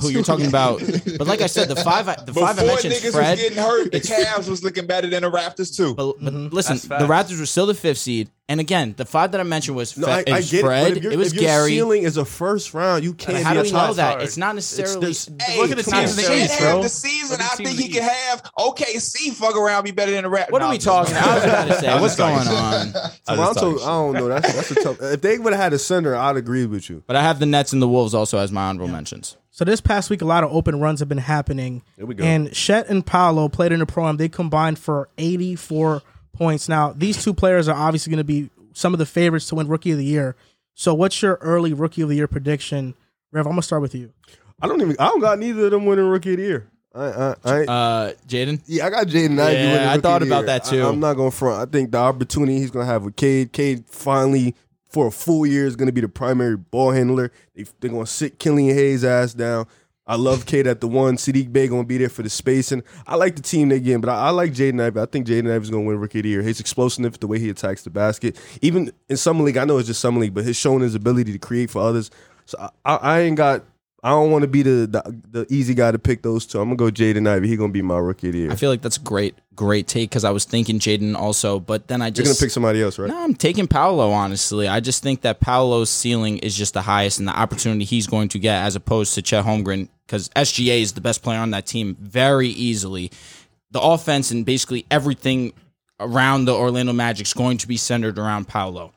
C: who you're talking about? But like I said, the five, I- the
B: Before
C: five I mentioned,
B: niggas
C: Fred.
B: was getting hurt, the Cavs was looking better than the Raptors too.
C: But, but
A: Mm-hmm.
C: listen,
F: That's
C: the
F: facts.
C: Raptors were still the fifth seed, and again, the five that I mentioned was,
H: No,
C: Fe-
H: I, I
C: is
H: get
C: Fred.
H: it. But if,
C: It,
H: your-
C: was
H: if your
C: Gary.
H: ceiling is a first round, you can't.
C: How
H: be
C: do
H: a
C: we
H: top
C: know that?
F: hard.
C: It's not necessarily.
H: there's-
B: Hey,
F: at the
B: come
F: teams
B: on,
F: in the
B: shit,
F: East,
B: half
F: bro.
B: The season,
F: Look at
B: I
F: the
B: think
F: teams in
B: he
F: the
B: can have OKC fuck around, be better than the Raptors.
C: what are we talking? I was about to say,
B: I'm
C: what's
B: just talking
C: going
B: shit.
C: on?
H: Toronto, I don't know. That's, that's a tough. If they would have had a center, I'd agree with you.
C: But I have the Nets and the Wolves also as my honorable mentions.
A: So this past week, a lot of open runs have been happening.
H: There we go.
A: And Shet and Paolo played in the pro am. They combined for 84 points. Now these two players are obviously going to be some of the favorites to win Rookie of the Year. So what's your early Rookie of the Year prediction, Rev? I'm gonna start with you.
H: I don't even. I don't got neither of them winning rookie of the year. I, I, I,
C: Uh, Jaden.
H: yeah, I got Jaden Ivey.
C: Yeah,
H: winning
C: I
H: rookie
C: thought
H: of the
C: about
H: year.
C: that, too.
H: I, am not going to front. I think the opportunity he's going to have with Cade, Cade finally for a full year is going to be the primary ball handler. They, they're going to sit Killian Hayes ass down. I love Cade at the one. Sadiq Bay going to be there for the spacing. I like the team they getting, but I, I like Jaden Ivey. I think Jaden Ivey's going to win rookie of the year. His explosiveness, the way he attacks the basket, even in summer league, I know it's just summer league, but his showing his ability to create for others. So I, I, I ain't got. I don't want to be the, the the easy guy to pick those two. I'm gonna go Jaden Ivey. He gonna be my rookie of the year.
C: I feel like that's a great, great take because I was thinking Jaden also, but then I
H: You're gonna
C: just
H: pick somebody else, right?
C: no, I'm taking Paolo. Honestly, I just think that Paolo's ceiling is just the highest, and the opportunity he's going to get as opposed to Chet Holmgren because SGA is the best player on that team very easily. The offense and basically everything around the Orlando Magic's going to be centered around Paolo.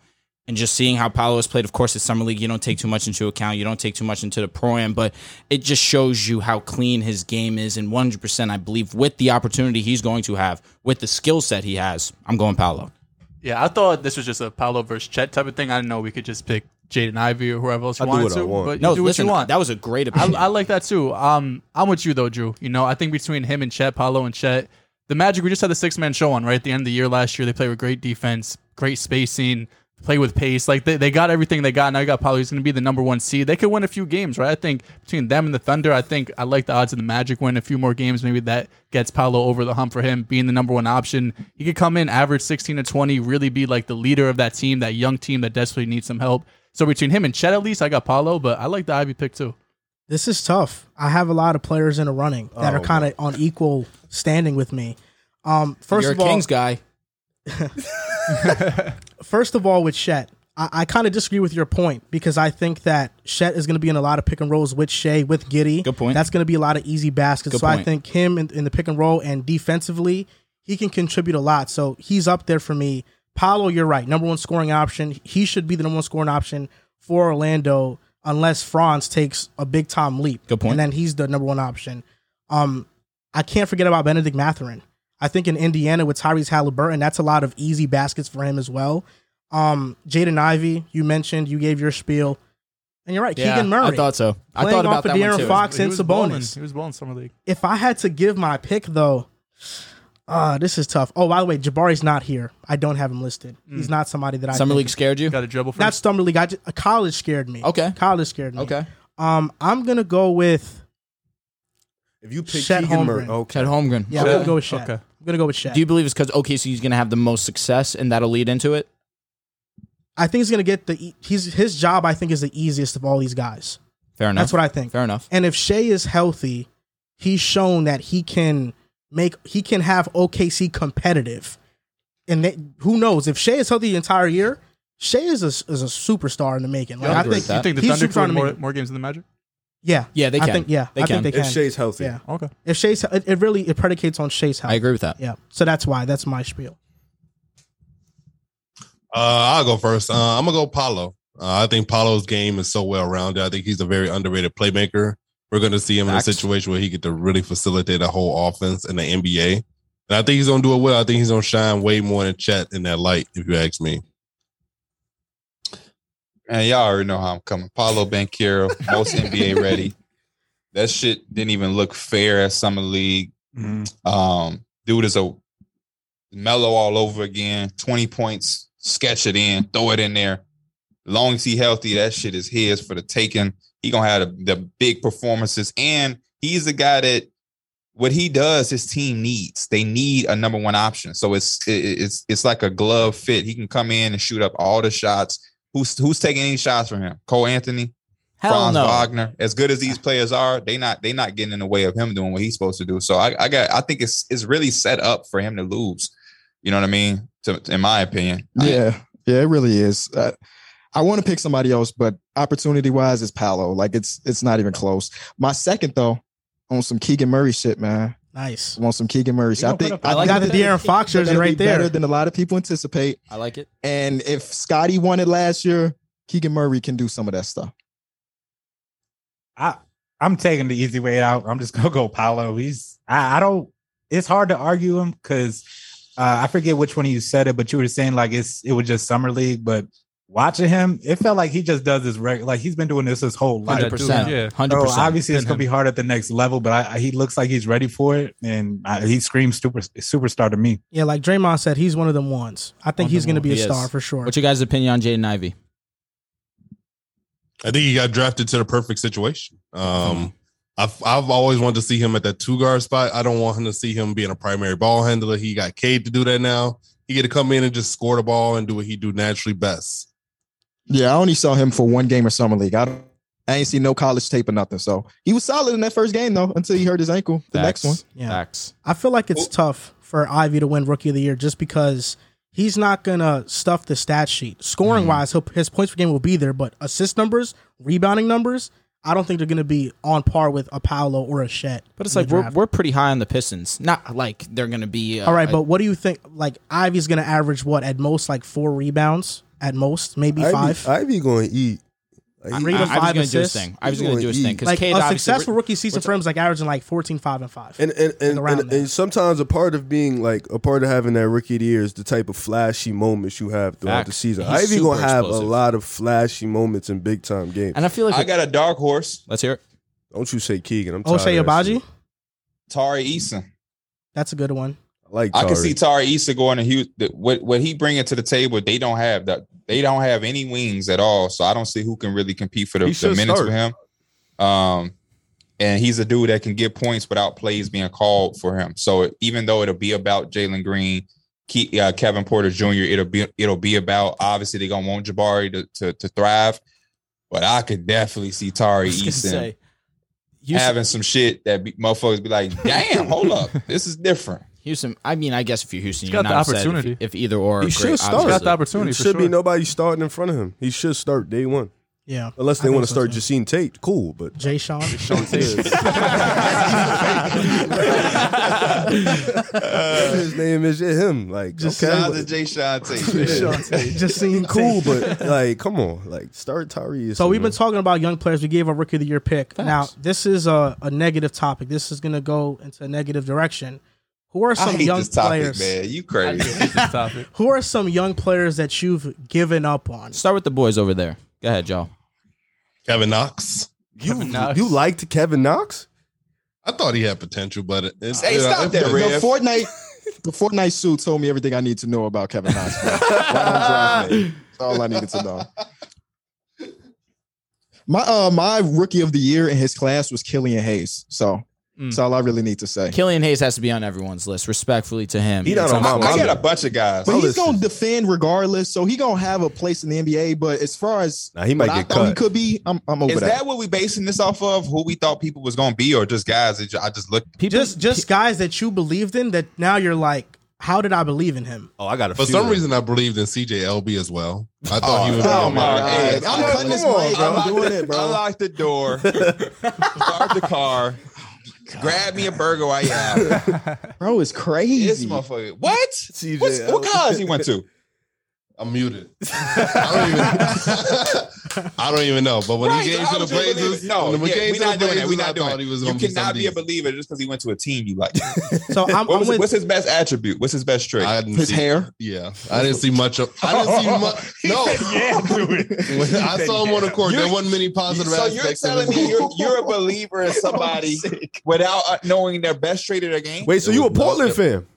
C: And just seeing how Paolo has played, of course, at Summer League, you don't take too much into account. You don't take too much into the pro am, but it just shows you how clean his game is. And 100%, I believe, with the opportunity he's going to have, with the skill set he has, I'm going Paolo.
F: Yeah, I thought this was just a Paolo versus Chet type of thing. I didn't know we could just pick Jaden Ivey or whoever else
H: I
F: you
H: do
F: wanted
H: what I
F: to.
H: want.
F: But
C: No,
F: you do
C: listen,
F: what you want.
C: that was a great
F: I,
C: opinion.
F: I like that too. Um, I'm with you though, Drew. You know, I think between him and Chet, Paolo and Chet, the Magic we just had the six man show on right at the end of the year last year. They played with great defense, great spacing, play with pace. Like they, they got everything they got. Now you got Paolo. He's going to be the number one seed. They could win a few games, right? I think between them and the Thunder, I think I like the odds of the Magic win a few more games. Maybe that gets Paolo over the hump for him being the number one option. He could come in, average 16 to 20, really be like the leader of that team, that young team that desperately needs some help. So between him and Chet, at least I got Paolo, but I like the Ivy pick too.
A: This is tough. I have a lot of players in the running that are kind of on equal standing with me. Um, 1st
C: You're
A: of
C: a
A: all,
C: Kings guy.
A: first of all, with Shet, I, I kind of disagree with your point because I think that Shet is going to be in a lot of pick and rolls with Shea, with Giddy.
C: Good point.
A: That's going to be a lot of easy baskets.
C: Good
A: so I
C: point.
A: think him in, in the pick and roll and defensively, he can contribute a lot. So he's up there for me. Paolo, you're right. Number one scoring option. He should be the number one scoring option for Orlando unless Franz takes a big time leap.
C: Good point.
A: And then he's the number one option. Um, I can't forget about Benedict Matherin. I think in Indiana with Tyrese Halliburton, that's a lot of easy baskets for him as well. Um, Jaden Ivey, you mentioned, you gave your spiel, and you're right. Keegan Murray.
C: I thought so. I
A: Playing
C: thought
A: off
C: about
A: of
C: that
A: De'Aaron
C: one too.
A: Fox.
F: He
A: and
F: was
A: Sabonis.
F: balling. He was balling summer league.
A: if I had to give my pick though, uh, this is tough. Oh, by the way, Jabari's not here. I don't have him listed.
F: Mm.
A: He's not somebody that I
C: Summer
A: think-
C: league scared you?
F: Got a dribble. First.
A: Not summer league. I ju- uh, college scared me.
C: Okay.
A: college scared me.
C: Okay.
A: Um, I'm gonna go with
H: If you pick
A: Chet
H: Keegan Murray, Oh,
A: Holmgren.
H: okay.
C: Chet Holmgren.
A: yeah. I'm gonna go with Shaq.
F: Okay.
A: I'm gonna go with Shaq.
C: Do you believe it's because OKC is going to have the most success and that'll lead into it?
A: I think he's gonna get the. E- he's his job. I think is the easiest of all these guys.
C: Fair enough.
A: That's what I think.
C: Fair enough.
A: And if Shea is healthy, he's shown that he can make he can have OKC competitive. And they, who knows if Shea is healthy the entire year, Shea is a, is a superstar in the making. Like,
C: Yeah, I
A: I
C: agree
A: think,
C: with that.
F: You think the
A: he's super
F: Thunder can win more,
A: underrated.
F: more games than the Magic?
A: yeah,
C: Yeah, they
A: I
C: can.
A: think yeah,
C: They
A: I
C: can.
A: think they can.
H: If Shea's healthy,
A: yeah,
F: Okay.
A: if Shea's it, it really it predicates on Shea's health.
C: I agree with that.
A: Yeah, so that's why that's my spiel.
D: Uh, I'll go first. Uh, I'm gonna go Paulo. Uh, I think Paulo's game is so well rounded. I think he's a very underrated playmaker. We're gonna see him
C: Facts.
D: in a situation where he could to really facilitate a whole offense in the NBA. And I think he's gonna do it well. I think he's gonna shine way more than Chet in that light, if you ask me.
B: And y'all already know how I'm coming. Paulo Banquero, most NBA ready. That shit didn't even look fair at summer league. Um, dude is a mellow all over again. Twenty points, sketch it in, throw it in there. Long as he healthy, that shit is his for the taking. He gonna have the, the big performances, and he's the guy that what he does, his team needs. They need a number one option, so it's it- it's it's like a glove fit. He can come in and shoot up all the shots. Who's who's taking any shots from him? Cole Anthony,
C: Hell
B: Franz
C: no.
B: Wagner. As good as these players are, they not they not getting in the way of him doing what he's supposed to do. So I, I got I think it's it's really set up for him to lose. You know what I mean? To, in my opinion,
G: Yeah, yeah, it really is. Uh, I want to pick somebody else, but opportunity wise, it's Palo. Like it's it's not even close. My second though, on some Keegan Murray shit, man.
A: Nice.
G: On some Keegan Murray shit. I think
A: I got the De'Aaron Fox
G: that'll
A: jersey
G: be
A: right
G: Better
A: there.
G: than a lot of people anticipate.
C: I like it.
G: And if Scotty won it last year, Keegan Murray can do some of that stuff.
E: I I'm taking the easy way out. I'm just gonna go Paolo. He's I, I don't. It's hard to argue him because uh, I forget which one of you said it, but you were saying like it's it was just summer league. But watching him, it felt like he just does this reg Like he's been doing this his whole life.
C: 100%.
F: Yeah.
C: 100%.
E: So Oh, obviously it's
F: Than
E: gonna
F: him.
E: be hard at the next level, but I, I- he looks like he's ready for it, and I, he screams super superstar to me.
A: Yeah, like Draymond said, he's one of them ones. I think
C: One of
A: he's
C: them
A: going to be a
C: ones. He
A: star
C: is.
A: for sure.
C: What's your guys' opinion on Jaden Ivey?
D: I think he got drafted to the perfect situation. Um, I've, I've always wanted to see him at that two guard spot. I don't want him to see him being a primary ball handler. He got Cade to do that now. He get to come in and just score the ball and do what he do naturally best.
G: Yeah, I only saw him for one game of summer league. I don't I ain't seen no college tape or nothing. So he was solid in that first game though until he hurt his ankle. The next one.
A: Yeah.
C: Facts.
A: I feel like it's
C: Oh.
B: Who-
A: tough for Ivy to win Rookie of the Year just because he's not gonna stuff the stat sheet. Scoring
C: Mm-hmm.
A: wise, he'll, his points per game will be there, but assist numbers, rebounding numbers, I don't think they're gonna be on par with a Paolo or a Shet.
C: But it's
A: in
C: like
A: the
C: we're,
A: draft.
C: we're pretty high on the Pistons. Not like they're going to be. Uh,
A: all right.
C: a-
A: But what do you think? Like Ivy's gonna average what at most like four rebounds at most, maybe five.
C: uh,
H: Ivy, Ivy going to eat. Like,
A: I-
H: he-
A: Three to
C: I, I was
A: five
C: going to do his
A: assists.
C: thing. I was going to do his thing because
A: like
C: Cade
A: a
C: obviously-
A: successful
C: we're-
A: rookie season for him is like averaging like 14, 5, and 5.
H: and and and,
A: around
H: and,
A: there.
H: and sometimes a part of being like a part of having that rookie of the year is the type of flashy moments you have throughout the
C: Facts.
H: season.
C: He's
H: Ivy gonna
C: super
H: have a
C: explosive.
H: lot of flashy moments in big time games.
C: And I feel like
B: I got a dark horse,
C: let's hear it.
H: Don't you say Keegan? I'm tired.
A: Osei
H: of that
A: Abaji,
H: shit.
B: Tari Eason.
A: that's a good one.
H: I like.
B: I can
H: Tari.
B: see Tari Eason going to Houston. What what he bringing to the table, they don't have that. They don't have any wings at all. So I don't see who can really compete for the,
H: He
B: the
H: should
B: minutes
H: start.
B: with him. Um, and he's a dude that can get points without plays being called for him. So even though it'll be about Jalen Green, Ke- uh, Kevin Porter Jr., it'll be it'll be about obviously they're gonna want Jabari to to, to thrive. But I could definitely see Tari
C: was gonna
B: Eason
C: say, Houston,
B: having some shit that be, motherfuckers be like, damn, hold up, this is different.
C: Houston. I mean, I guess if you're Houston,
F: He's
C: you're
F: got
C: not
F: the
C: upset if-
F: opportunity.
C: If, either or, are
H: He
C: great,
H: should start.
F: He's got the
C: obviously.
F: opportunity
H: There
F: for
H: should be
F: sure.
H: nobody starting in front of him. He should start day one,
A: Yeah.
H: unless they
A: I
H: want
A: think
H: to
A: so,
H: start
A: too.
H: Justine Tate. Cool, but
A: Jay Sean.
F: Sean Tate.
H: his name is him. Like
A: Just
H: okay,
B: Shout out to
H: but-
B: Jay Sean Tate.
A: Just seeing
H: cool, but like, come on, like start Tyrese.
A: So we've been talking about young players. We gave our rookie of the year pick. Now this is a, a negative topic. This is going to go into a negative direction. Who are
B: I
A: some
B: hate
A: young
B: this topic,
A: players?
B: man. You
F: I
B: crazy.
F: didn't get this topic.
A: Who are some young players that you've given up on?
C: Start with the boys over there. Go ahead, y'all.
D: Kevin Knox.
F: Kevin
H: you,
F: Knox.
H: you liked Kevin Knox?
D: I thought he had potential, but it- it's
B: Hey,
D: you know,
B: stop
D: it-
B: that,
D: it-
B: Red.
G: The Fortnite, the Fortnite suit told me everything I need to know about Kevin Knox. bro. Right on draft day. That's all I needed to know. My uh, my rookie of the year in his class was Killian Hayes. So
H: Mm.
G: that's all I really need to say.
C: Killian Hayes has to be on everyone's list. Respectfully to him,
H: He not
C: It's
H: on my-
B: I, I
H: my-
B: got a bunch of guys.
G: But
H: I'll
G: he's
H: listen.
G: gonna defend regardless, so he gonna have a place in the NBA. But as far as
H: Nah, he
G: what
H: might
G: I
H: get
G: thought he
H: cut.
G: could be, I'm, I'm over
B: Is
G: that.
B: that what we basing this off of? Who we thought people was gonna be, or just guys? That ju- I just looked.
C: people,
A: Just just guys that you believed in that now you're like, how did I believe in him?
H: Oh, I got a.
D: For
H: few
D: some
H: of them.
D: reason, I believed in CJ LB as well. I thought he was.
G: Oh my
B: Alright, hey,
G: god! I'm cutting this
H: come on,
G: mic.
H: bro.
G: I'm doing it, bro.
B: Unlock the door. start the car.
D: Oh
B: grab me a burger while you out.
G: Bro, it's
B: This
G: crazy.
B: motherfucker. What?
H: CJ
B: What's- what college he went to?
D: I'm muted. I don't even. I don't even know. But when
B: Right,
D: he
B: so
D: came
B: I
D: to the
B: was a believer.
D: Blazers,
B: no,
D: when he
B: yeah,
D: came
B: we
D: to the
B: not doing that.
D: Blazers,
B: We
D: I
B: not
D: thought
B: doing.
D: he was
B: You
D: gonna be
B: cannot
D: somebody
B: be a believer just because he went to a team you like.
A: So I'm,
B: What
A: I'm
B: was,
A: with
B: what's his best attribute? What's his best trait?
D: I didn't
G: His
D: see,
G: hair.
D: Yeah, I didn't see much of. I didn't see much. No, When I saw him on the court. There
B: You're-
D: wasn't many positive
B: so you're
D: aspects. of
B: telling
D: his
B: me
D: game.
B: you're, you're a believer in somebody without uh, knowing their best trait of their game?
H: Wait, so you a
D: It was
H: Portland
D: not-
H: fan?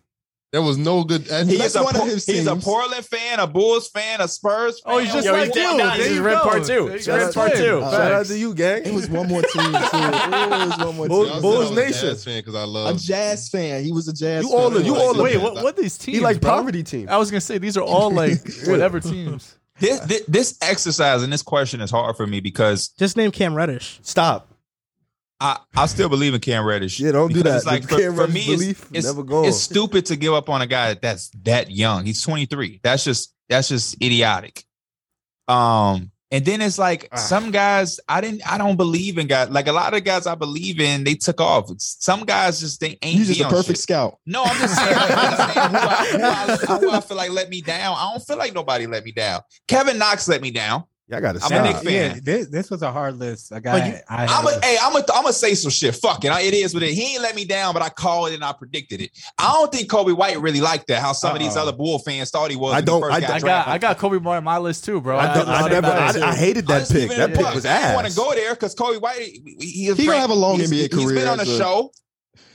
D: there was no good. And
B: He
G: That's
B: is a
G: one of
B: Por-
G: his
B: he's a
G: teams.
B: Portland fan, a Bulls fan, a Spurs fan.
F: Oh, he's just
C: Yo, he
F: like
C: did-
F: you.
C: nah, this
F: There
C: is
F: you
C: red
F: go.
C: part two.
F: There you
C: Shout
F: go.
C: out to-
F: Facts.
H: Shout out to you, gang.
G: It was one more team too. It was one more
H: Bulls-
D: I
G: team.
D: said
H: Bulls
D: I was a
H: Nation.
D: Jazz fan because I
G: a
D: love.
G: jazz fan. He was a jazz.
H: You
G: fan.
H: all the- you all the-
F: Wait, what? What these teams?
H: He like
F: bro?
H: poverty team.
F: I was gonna say these are all like whatever teams.
B: This, this, this exercise and this question is hard for me because
A: just name Cam Reddish.
H: Stop.
B: I, I still believe in Cam Reddish.
H: Yeah, don't do
B: Because
H: that.
B: It's like
H: The
B: for,
H: Cam
B: for
H: Reddish
B: me, it's,
H: belief
B: it's,
H: never gone.
B: it's
G: Oh.
B: stupid to give up on a guy that's that young. He's 23. That's just that's just idiotic. Um, and then it's like
G: Ah.
B: some guys I didn't I don't believe in guys like a lot of guys I believe in they took off. Some guys just they ain't.
G: He's just
B: be
G: a
B: on shit.
G: perfect scout.
B: No, I'm just saying, like, I'm just saying who, I, who, I, who I feel like let me down. I don't feel like nobody let me down. Kevin Knox let me down.
H: Y'all gotta
B: I'm a Nick
H: stop.
B: fan.
E: Uh, Yeah, this, this was a hard list. A guy
A: you-
E: I
B: I'm
E: had-
B: a, hey, I'm a, I'm gonna say some shit. Fuck it, I, it is what it. He ain't let me down, but I called it and I predicted it. I don't think Kobe White really liked that. How some of these
E: Uh-oh.
B: other Bull fans thought he was.
H: I
B: when he
H: don't-
B: first
H: I-
B: got
H: I
F: I
B: drafted.
F: got I got Kobe Bryant on my list too, bro.
H: I, don't- I
F: Same
H: never.
F: guys.
H: I, I hated that
B: just
H: pick.
B: leave it
H: That
B: in the
H: pick
B: box.
H: was
B: I want
H: ass.
B: to go there because Kobe White. He, he,
G: He gonna have a long
B: he's,
G: NBA
B: He's
G: career
B: been on the
G: as a-
B: show.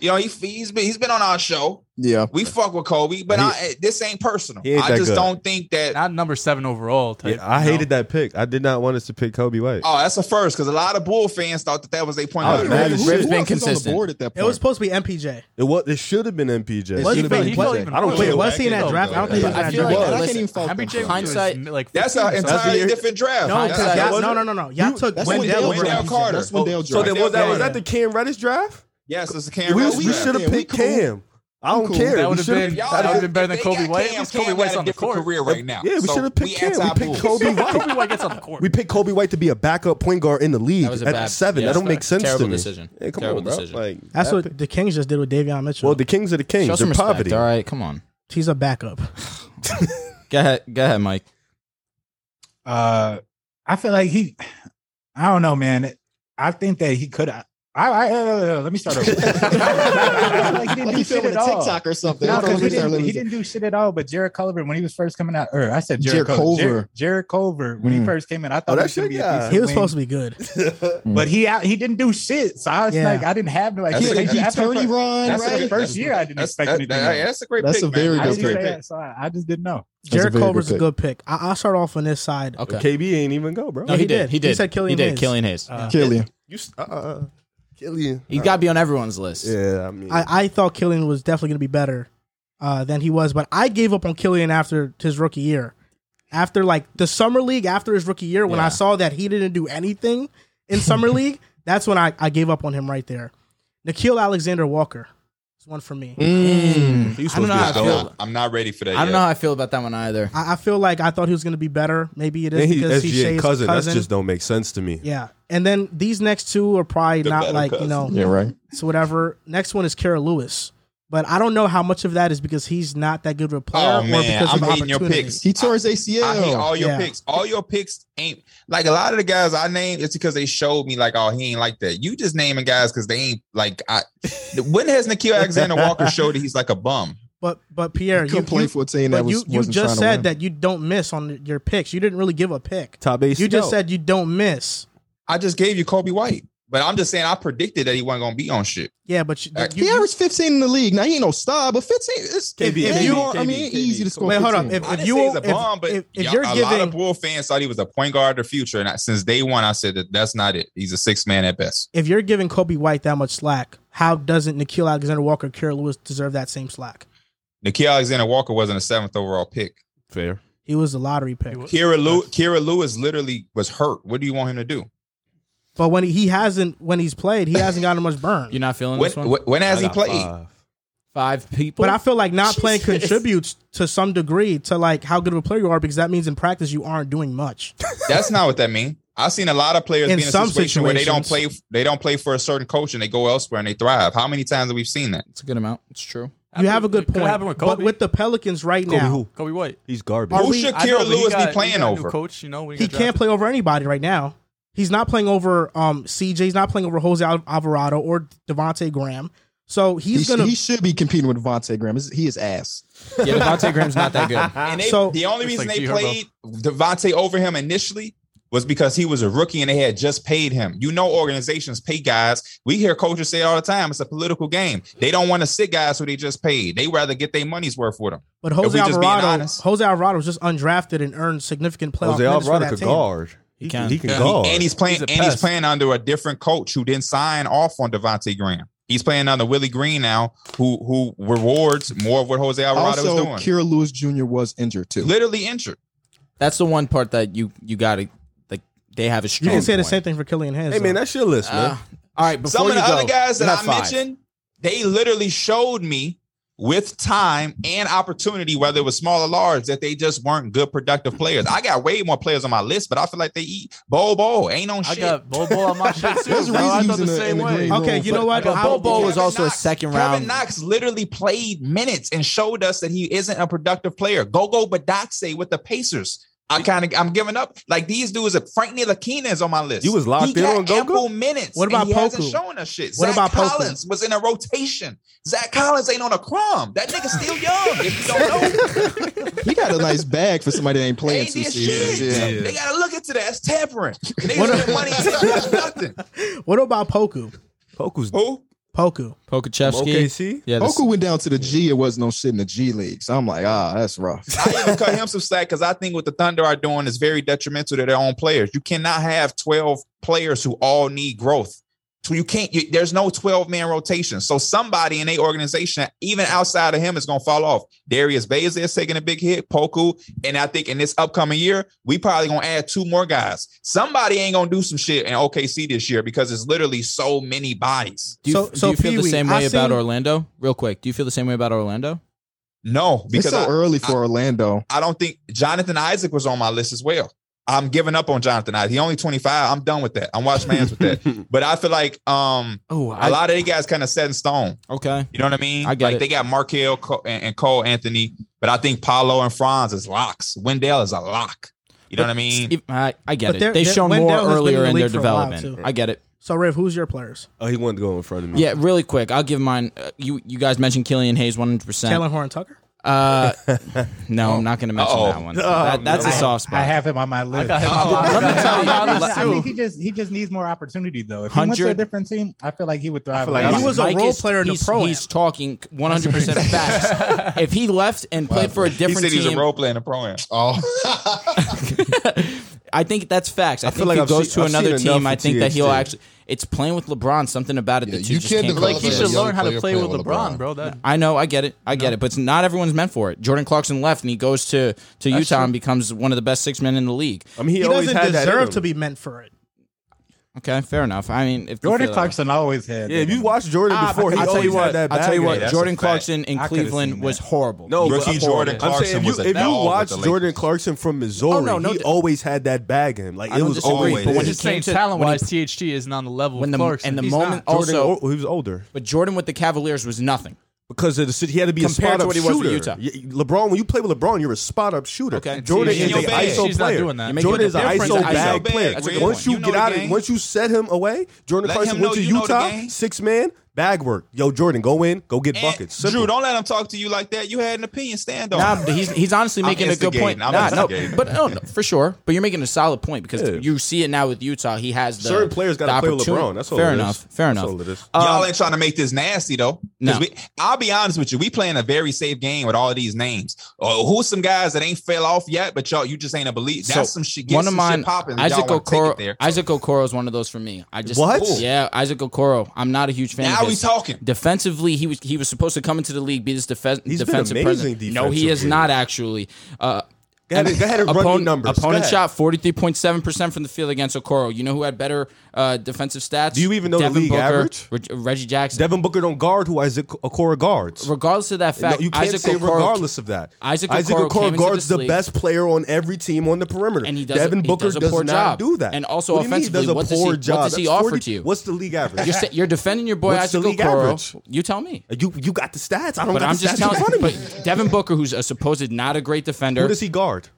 B: You know, he, he's been he's been on our show.
G: Yeah.
B: We fuck with Kobe, but
I: He-
B: I, eh, this ain't personal.
I: He ain't
B: I
I: that
B: just
I: good.
B: don't think that.
F: Not number seven overall. Type,
I: Yeah, I
F: you know?
I: hated that pick. I did not want us to pick Kobe White.
B: Oh, that's a first because a lot of Bull fans thought that that was their point.
C: I was
B: guard.
C: mad as
G: Who-
C: shit. been
G: who else was on
C: consistent.
G: the board at that
A: It
G: point.
A: was supposed to be MPJ.
I: It was. It should have been MPJ.
A: he
G: Was should've been
A: fake? He
G: MPJ.
F: felt even
I: I don't think.
F: worse.
A: Wait,
I: it
A: was he in
B: back
A: that
B: in
A: draft? I don't think he was in
C: I
A: that
C: feel
A: draft.
C: like
G: And I
C: that's-
G: can't even fault them.
F: MPJ was
C: Hindsight-
F: like
B: That's an
F: 15 something.
B: entirely
G: year-
B: different draft.
A: No,
C: Hindsight,
A: because y'all,
I: wasn't
A: no,
I: it?
A: no, no, no. Y'all
I: You-
A: took
G: That's
A: Wendell,
G: when Dale
B: Wendell
A: Carter.
G: dropped.
B: Carter.
G: That's when Dale
I: So
G: dropped.
I: then was that was
A: Yeah.
I: that the Cam Reddish draft?
B: Yes, it's
I: We,
B: a Cam. Reddish
I: we
B: draft.
I: should have
G: Yeah, we
I: picked
G: cool.
I: Cam. I don't
G: cool.
I: care.
F: That
I: We
F: would have
I: should've-
F: been
B: Y'all
F: that would have
B: if
F: been better
B: they
F: than Kobe
B: got
F: White. At
B: Cam,
F: least
B: Cam
F: Kobe
B: got
F: White's
B: a
F: on the
B: different
F: court.
B: career right now.
I: Yeah, we
B: So
I: should have picked Cam. We
B: anti-Bulls.
I: picked Kobe White.
F: Kobe White gets on the court.
I: We picked Kobe White to be a backup point guard in the league
C: That was a
I: at
C: bad-
I: seven.
C: yeah,
I: that don't make sense
C: terrible
I: to me.
C: decision.
I: Yeah, come
C: Terrible
I: on, bro.
C: decision.
I: Like
A: That's
I: that pick-
A: what the Kings just did with Davion Mitchell.
I: Well, the kings are the kings.
C: Show
I: They're
C: some respect.
I: poverty.
C: All right, come on.
A: He's a backup.
C: Go ahead, go ahead, Mike.
E: Uh, I feel like he. I don't know, man. I think that he could. I, I uh, let me start over. like he didn't
G: Like
E: do
G: he
E: shit
G: filming
E: at
G: a
E: all.
G: TikTok or something.
E: No,
G: Hold on,
E: because
G: let me
E: he,
G: start
E: didn't, he
G: listening.
E: didn't do shit at all. But Jared Culver, when he was first coming out, or I said
G: Jared
E: Jared, Culver.
G: Culver.
E: Jared, Jared Culver, when he
I: Mm.
E: first came in, I thought
I: that
E: he should
I: shit
E: be
I: guy.
E: a decent
A: Hmm. He was
E: wing,
A: supposed to be good.
E: but he out, he didn't do shit. So I was
A: Yeah.
E: like, I didn't have like
B: That's
E: he-
B: a-
E: he-
G: He
E: after the
G: Tony
E: first-
G: Ron,
E: That's
G: right?
E: the first year I didn't
B: That's,
E: expect
B: that-
E: anything.
B: that-
E: else.
B: that's a great
G: That's
B: pick.
G: a very
B: man.
E: I
G: good
E: didn't
G: pick.
E: say that, so I, I just didn't know.
A: Jared
G: very good
A: Culver's a
G: pick.
A: good pick. I, I'll start off on this side.
C: Okay.
I: KB ain't even go, bro.
C: No, he, did. He did.
A: said Killian
C: He did.
A: Hayes.
C: Killian Hayes.
A: Uh,
G: Killian.
I: You s- uh, uh, uh, Killian.
C: He's got to be on everyone's list.
I: Yeah, I mean,
A: I, I thought Killian was definitely going to be better uh, than he was, but I gave up on Killian after his rookie year. After like the summer league, after his rookie year, when I
C: Yeah.
A: saw that he didn't do anything in summer league, that's when I, I gave up on him right there. Nikhil Alexander Walker is one for me.
C: Mm. I don't know how I
B: I'm
C: feel.
B: not, I'm not ready for that.
C: I don't
B: yet.
C: know how I feel about that one either.
A: I, I feel like I thought he was going to be better. Maybe it is
I: and he
A: because
I: SGA
A: he's Shay's cousin.
I: cousin. That just don't make sense to me.
A: yeah, and then these next two are probably
B: The
A: not
B: better
A: like you
B: cousin.
A: know
G: Yeah, right.
A: so whatever. Next one is Kara Lewis, but I don't know how much of that is because he's not that good of a player
B: Oh,
A: or
B: man,
A: because
B: I'm
A: of
B: hating
A: opportunity.
B: your picks.
G: He tore his
B: I hate
G: ACL.
B: all your
A: Yeah.
B: picks. All your picks ain't like a lot of the guys I named. It's because they showed me like, oh, he ain't like that. You just naming guys because they ain't like. I when has Nikhil Alexander Walker showed that he's like a bum?
A: But but Pierre, you,
G: Couldn't play
A: you,
G: for a team that
A: but
G: was
A: you, you
G: wasn't
A: just
G: trying to
A: said
G: win.
A: that you don't miss on your picks. You didn't really give a pick.
I: Top eight.
A: You just
I: scout.
A: said you don't miss.
B: I just gave you Kobe White, but I'm just saying I predicted that he wasn't gonna be on shit.
A: Yeah, but you,
B: Uh,
A: you,
G: he
A: you-
G: averaged 15 in the league. Now he ain't no star, but 15 is
I: KB,
G: if
I: KB,
G: you are, I
I: KB,
G: mean, it's
I: KB.
G: easy to score.
A: wait, hold up.
G: 15.
A: If,
B: I
A: if
B: didn't
A: you
B: say he's a
A: if-
B: bomb, but
A: if, if
B: y'all-
A: you're
B: a lot of
A: giving
B: Bull fans thought he was a point guard of the future, and I, since day one, I said that that's not it. He's a six man at best.
A: if you're giving Kobe White that much slack, how doesn't Nikhil Alexander Walker, Kara Lewis deserve that same slack?
B: Nikhil Alexander Walker wasn't a seventh overall pick.
I: fair.
A: He was a lottery pick.
F: He was.
B: Kira, Lew- Kira Lewis literally was hurt. What do you want him to do?
A: But when he, he hasn't when he's played, he hasn't gotten much burn.
C: You're not feeling
B: When,
C: this one?
B: when- when has
I: I
B: he
I: got
B: played?
I: five.
C: Five people.
A: But I feel like not playing
C: Jesus.
A: contributes to some degree to like how good of a player you are because that means in practice you aren't doing much.
B: That's not what that means. I've seen a lot of players
A: In
B: be in a
A: some
B: situation where they don't play
A: situations.
B: they don't play for a certain coach and they go elsewhere and they thrive. How many times have we seen that?
C: it's a good amount. It's true.
A: You have a good
F: It could've
A: point.
F: happened with
A: but
F: Kobe.
A: with the Pelicans right
I: Kobe
A: now,
I: who?
F: Kobe White.
I: He's garbage.
A: Are
B: Who
A: we-
B: should
F: I know,
B: Kira
F: but he
B: Lewis
F: got-
B: be
F: he
B: playing
F: got a new
B: over?
F: Coach, you know, when
A: he
F: got
A: can't
F: drafted.
A: play over anybody right now. He's not playing over um, CJ. He's not playing over Jose Al- Alvarado or Devonte Graham. So he's
G: He sh-
A: gonna.
G: he should be competing with Devontae Graham. He's- He is ass.
C: Yeah, Devontae Graham's not that good.
B: And they,
A: So-
B: the only
F: It's
B: reason
F: like
B: they
F: G-Herbo.
B: played Devontae over him initially was because he was a rookie and they had just paid him. You know, organizations pay guys. We hear coaches say all the time it's a political game. They don't want to sit guys who they just paid. They rather get their money's worth for them.
A: but Jose
B: we just being
A: Alvarado,
B: honest-
A: Jose Alvarado was just undrafted and earned significant playoff
I: Jose
A: minutes for
I: Alvarado
A: that
I: could
A: team.
I: guard. He
C: can.
I: can. He can
F: Yeah.
I: guard.
B: And he's playing
F: He's a
B: and he's
F: pest.
B: playing under a different coach who didn't sign off on Devontae Graham. He's playing under Willie Green now, who who rewards more of what Jose Alvarado
G: also,
B: is doing.
G: Kira Lewis Jr. was injured too.
B: Literally injured.
C: That's the one part that you you gotta like. They have a
A: You
C: strong.
A: can say the
C: point.
A: same thing for Killian Hayes.
I: hey man,
A: though.
I: that's your list, man.
C: Uh, all right, before
B: Ah. Some of
C: you
B: the
C: go,
B: other guys
C: you
B: that I
C: have five.
B: mentioned, they literally showed me with time and opportunity, whether it was small or large, that they just weren't good productive players. I got way more players on my list, but I feel like they eat bowl bowl. Ain't on
F: I
B: shit.
F: got Bobo on my shit too.
G: There's a
F: bro. I
G: reason he
F: thought
G: was
F: the
G: in the- in
F: same
G: the
F: way.
G: green room.
A: okay, you know what?
F: But
A: I-
C: Bobo was
B: Kevin
C: also a
B: Knox-
C: second
B: Kevin
C: round.
B: Knox literally played minutes and showed us that he isn't a productive player. Gogo Badakse with the Pacers. I kind of I'm giving up. Like these dudes, are, Frank Ntilikina is on my list.
I: You was locked
B: he
I: in
B: got
I: on Gogo?
B: ample minutes.
A: What
B: and
A: about
B: he hasn't
A: Poku?
B: shown us shit?
A: What
B: Zach
A: about Poku?
B: Collins was in a rotation. Zach Collins ain't on a crumb. That nigga's still young. if you don't know,
G: He got a nice bag for somebody that ain't
B: they
G: playing
B: ain't
G: two
B: did
G: seasons.
B: shit.
G: Yeah.
B: They gotta look into that. It's tampering. They
A: What
B: spend money on nothing.
A: What about Poku?
C: Oh,
I: Poku's
B: Who?
A: Poku.
C: Pokachevsky.
H: OKC.
C: Yeah, this-
G: Poku went down to the G. It was no shit in the G League. So I'm like, ah, that's rough.
B: I even cut him some slack because I think what the Thunder are doing is very detrimental to their own players. You cannot have 12 players who all need growth. So you can't, you, there's no 12 man rotation. So somebody in a organization, even outside of him, is going to fall off. Darius Bays is taking a big hit, Poku. And I think in this upcoming year, we probably going to add two more guys. Somebody ain't going to do some shit in OKC this year because it's literally so many bodies.
C: Do you,
A: So-
C: do
A: so
C: you feel
A: Pee-wee,
C: the same
A: I
C: way about
A: seen-
C: Orlando? Real quick, do you feel the same way about Orlando?
B: No,
G: it's
B: because
G: so
B: I-
G: early for Orlando.
B: I don't think Jonathan Isaac was on my list as well. I'm giving up on Jonathan Isaac. He only 25. I'm done with that. I'm washing my hands with that. But I feel like um
C: Oh,
B: a lot of these guys kind of set in stone.
C: okay.
B: You know what I mean?
C: I get
B: like
C: it.
B: they got Markel Co- and, and Cole Anthony, but I think Paolo and Franz is locks. Wendell is a lock. You know what I mean?
C: E, I, I get
A: But they're-
C: it. They've
A: they're-
C: shown
A: Wendell
C: more
A: has been in
C: earlier
A: the
C: in their
A: league for a while,
C: development.
A: too.
C: I get it.
A: So Riv, who's your players?
H: Oh, he wanted to go in front of me.
C: Yeah, really quick. I'll give mine. Uh, you you guys mentioned Killian Hayes 100. percent
A: Jalen Horn Tucker.
C: Uh, no, I'm not going to mention
B: Uh-oh.
C: that one. That, that's a soft
E: I
C: spot.
E: have him on my list.
F: got him on
E: I
F: my-
E: got
F: Let me
E: him
F: tell
E: on
F: you,
E: my
F: let-
E: list. I think he just he just needs more opportunity though. If he went to a
C: 100
E: different team, I feel like he would thrive.
H: like
E: a lot.
A: he was a
C: Mike
A: role
C: is-
A: player in the
C: he's-
A: pro-am.
C: He's talking 100 percent facts. If he left and played for a
B: He
C: different
B: said he's a
C: team,
B: role player in the program.
D: Oh,
C: I think that's facts. I, think
H: like
C: if
H: I've
C: he goes to
H: seen- I've seen
C: another team,
H: enough
C: I
H: of
C: think that he'll
H: THT.
C: actually. It's playing with LeBron. Something about it
D: Yeah,
C: that
D: you
C: you, just
D: can't
C: can't
D: develop
F: Like
C: control.
F: he
D: Yeah,
F: should
D: young
F: learn how to
D: player
F: play with
D: playing with
F: LeBron,
D: LeBron.
F: bro. That
C: I know, I get it, I get it, but not everyone's meant for it. Jordan Clarkson left and he goes to, to Utah and becomes one of the best six men in the league.
H: I mean, he,
A: He,
H: always
A: doesn't
H: had that. in
A: deserve
H: him.
A: to be meant for it.
C: Okay, fair enough. I mean, if you feel
E: Jordan
C: that
E: Clarkson always had.
H: Yeah, if
E: that.
H: you watch Jordan
C: way.
H: before, he
C: I'll Ah, tell
H: always
C: you what.
H: had that.
C: I'll tell you
H: bag in
C: what.
H: him.
B: that's
C: Jordan
B: a fact.
C: Clarkson in
E: I could've
C: Cleveland
E: seen
C: was
E: that.
C: horrible.
H: No, but
B: Rookie
H: I'm-
B: Oh, Jordan
H: I'm
B: Clarkson
H: saying if you,
B: was a
H: if you
B: dog with
H: watch
B: the Lakers.
H: Jordan Clarkson from Missouri,
C: Oh, no, no,
H: he
C: d-
H: always had that bag in him. Like
C: I
H: it
C: don't
H: was
C: disagree,
H: always.
C: but when he
F: just saying
C: came to-
F: talent
C: when he-
F: wise, THT isn't on the level
C: when
F: of
C: the
F: Clarkson.
C: and the
F: He's
C: moment
F: not.
H: Jordan,
C: also,
H: oh, he was older
C: but Jordan with the Cavaliers was nothing.
H: because of the city. He had to be
C: Compared
H: a spot
C: to
H: up
C: what he was with Utah.
H: shooter. Y- LeBron, when you play with LeBron, you're a spot up shooter.
C: Okay.
H: Jordan
B: She's in
H: is
B: your
H: an
B: bag.
H: ISO
F: She's not
H: player.
F: doing that.
C: You're making
H: Jordan
C: a
H: is an
C: difference in
H: ISO
C: the
H: bag
C: ISO
H: player.
C: bag. That's a good
H: Once
C: point.
H: you,
B: You know
H: get
B: the
H: out, of,
B: game.
H: once you set him away, Jordan
B: Let
H: Clarkson
B: him know
H: went to
B: you know the
H: Utah,
B: game.
H: six man bag work. Yo, Jordan, go in, go get buckets.
B: And,
H: Simple.
B: Drew, don't let him talk to you like that. You had an opinion. Stand on.
C: Nah,
B: it.
C: but he's he's honestly
B: I'm
C: making a good point.
B: instigating. I'm
C: Nah, no,
B: instigating.
C: but oh, no, no, for sure. But you're making a solid point because
H: Yeah.
C: you see it now with Utah. He has the
H: Certain players
C: got
H: gotta
C: to
H: play with LeBron. That's all
C: fair
H: it is.
C: enough. Fair enough.
H: That's
C: Uh,
H: all it is.
B: Y'all ain't trying to make this nasty though. 'Cause
C: No.
B: we- I'll be honest with you. We playing a very safe game with all of these names. Uh, who's some guys that ain't fell off yet, but y'all you just ain't a believe. That's some shit. Get
C: one of
B: some
C: mine,
B: shit popping.
C: Isaac
B: y'all wanna take
C: Okoro.
B: it there.
C: Isaac Okoro is one of those for me. I just
H: What?
C: Yeah, Isaac Okoro. I'm not a huge fan.
B: Now
C: of
B: we
C: his.
B: talking.
C: Defensively, he was he was supposed to come into the league be this defen-
H: He's been
C: defensive
H: amazing
C: presence. No, he is
H: defensively.
C: not actually. Uh,
H: Go ahead, and- go ahead and run your
C: opponent,
H: numbers. Go
C: opponent
H: ahead.
C: shot 43.7% from the field against Okoro. You know who had better uh, defensive stats?
H: Do you even know the league average?
C: Reg- Reggie Jackson.
H: Devin Booker don't guard who Isaac Okora guards.
C: regardless of that
H: No,
C: fact,
H: you can't
C: Isaac
H: say
C: Okoro,
H: regardless of that.
C: Isaac Okoro came into
H: guards
C: this
H: the
C: league-
H: best player on every team on the perimeter.
C: And he does a-
H: Devin
C: he
H: Booker
C: does a
H: does,
C: poor
H: not
C: job.
H: do that.
C: And also
H: What do you mean he
C: offensively, what
H: does a
C: does he-
H: poor
C: what
H: job.
C: does he
H: That's
C: offer
H: 40
C: to you?
H: What's the league average?
C: You're, sa- you're defending your boy
H: What's the
C: Isaac
H: league
C: Okoro.
H: average?
C: You tell me.
H: you you got the stats. I don't.
C: But
H: got
C: I'm
H: the
C: just
H: stats in
C: telling
H: front
C: you.
H: of me.
C: But Devin Booker, who's a supposed not a great defender,
H: Who does he guard?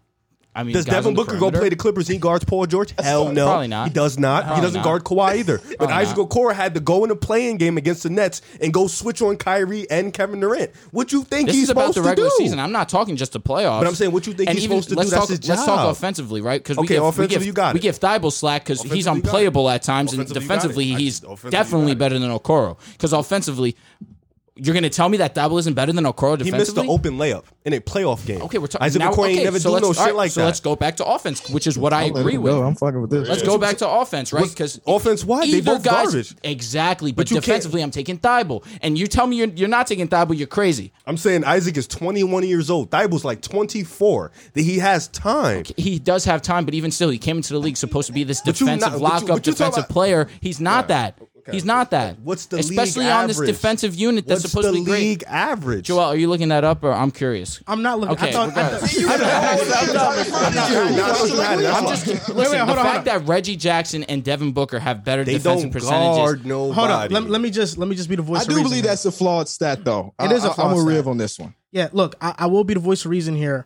C: I mean,
H: Does
C: guys
H: Devin
C: on the
H: Booker go
C: perimeter?
H: play the Clippers? He guards Paul George? Hell no.
C: Probably not.
H: He does not.
C: Probably
H: he doesn't
C: not.
H: guard Kawhi either. But
C: Probably
H: Isaac
C: not.
H: Okora had to go in a playing game against the Nets and go switch on Kyrie and Kevin Durant. What you think
C: This
H: he's
C: is about
H: supposed
C: the
H: to
C: regular
H: do?
C: season. I'm not talking just the playoffs.
H: But I'm saying, what you think
C: And
H: he's
C: even-
H: supposed to
C: let's
H: do?
C: Talk,
H: That's his
C: Let's talk
H: job.
C: offensively, right? Because
H: Okay,
C: we give, we
H: offensively,
C: give,
H: you got
C: we
H: it.
C: give Thibault slack because he's
H: Offensively, you got
C: unplayable at times, and
H: Offensively, you got it.
C: defensively,
H: I-
C: he's
H: offensively, you got
C: definitely
H: it.
C: better than Okoro. Because offensively, you're going to tell me that Thibault isn't better than Okoro
H: He
C: defensively?
H: missed the open layup in a playoff game.
C: Okay, we're talking.
H: Isaac
C: now,
H: Okoro ain't
C: okay,
H: never
C: so
H: do
C: let's,
H: no
C: all
H: shit
C: right,
H: like
C: so
H: that.
C: let's go back to offense, which is what I
G: Let
C: agree
G: him go.
C: with.
G: I'm fucking with this.
C: Let's go back to offense, right?
H: What's-
C: Because
H: offense why? They
C: either
H: both
C: guys,
H: garbage.
C: exactly. But,
H: But you can't-
C: defensively, I'm taking Thibault, and you tell me you're, you're not taking Thibault, you're crazy.
H: I'm saying Isaac is 21 years old. Thibault's like 24. That he has time.
C: He does have time, but even still, he came into the league supposed to be this
H: But you
C: defensive
H: not-
C: lockup,
H: but you- but you talking
C: defensive
H: about-
C: player. He's not that. He's not that.
H: What's the
C: especially
H: league
C: on this
H: average?
C: defensive unit that's
H: What's
C: supposed
H: the
C: to be great?
H: league average?
C: Joel, are you looking that up, or I'm curious?
A: I'm not looking.
C: Okay,
A: I thought, I
C: regardless.
A: thought-
H: That's what you had. That's
C: I'm
H: why.
C: just listen.
A: wait, hold
C: the
A: on,
C: fact
A: hold on.
C: that Reggie Jackson and Devin Booker have better
H: They
C: defensive
H: don't
C: percentages.
H: guard nobody.
A: hold on. Let, let me just let me just be the voice.
G: I
A: of
G: do
A: reason
G: believe
A: here.
G: that's a flawed stat, though.
A: It is a
G: I- I-
A: flawed
G: I'm a riv
A: stat.
G: on this one.
A: Yeah, look, I, I will be the voice of reason here.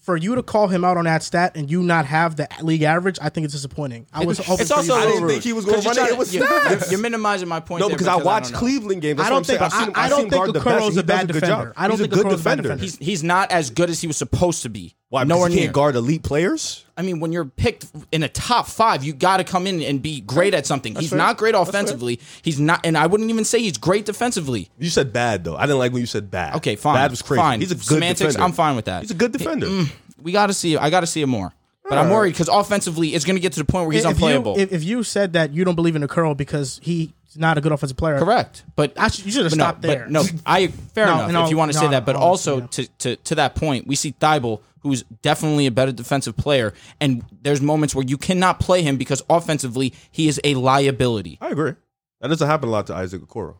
A: For you to call him out on that stat and you not have the league average, I think it's disappointing. I was hoping
C: it's
A: for you
C: also
A: to-
H: I didn't think he was going
C: 'Cause
H: to
C: you're
H: run it.
C: trying
H: It was
C: to- you're,
H: stats.
C: you're, you're minimizing my point.
H: No,
C: there
H: because I
C: don't
H: watched
C: know.
H: Cleveland games. That's
A: I don't
H: what I'm
A: think
H: saying. I've seen him,
A: I, I
H: I've seen
A: don't
H: him
A: think
H: guard the best.
A: Okoro's
H: He
A: a
H: does
A: bad
H: a good
A: defender.
H: job.
A: I don't
H: He's
A: think
H: a good
A: Okoro's a bad
H: defender.
A: defender.
C: He's he's not as good as he was supposed to be.
H: Why?
C: Nowhere
H: Because he
C: near.
H: can't guard elite players.
C: I mean, when you're picked in a top five, you got to come in and be great at something. he's not great offensively. He's not, and I wouldn't even say he's great defensively.
H: You said bad though. I didn't like when you said bad.
C: Okay, fine.
H: Bad was crazy.
C: Fine.
H: He's a good
C: Semantics,
H: defender.
C: I'm fine with that.
H: He's a good defender.
C: We got to see. I got to see it more. But I'm worried because offensively, it's going to get to the point where he's
A: if
C: unplayable.
A: You, if, if you said that you don't believe in the curl because he's not a good offensive player,
C: Correct. But
A: I should- you should've
C: but
A: stopped
C: no,
A: there.
C: But no, I fair
A: No,
C: enough.
A: no,
C: if you want to
A: no,
C: say
A: no,
C: that, but
A: no,
C: also
A: yeah.
C: to, to to that point, we see Thibault, who's definitely a better defensive player, and there's moments where you cannot play him because offensively he is a liability.
H: I agree. That doesn't happen a lot to Isaac Okoro.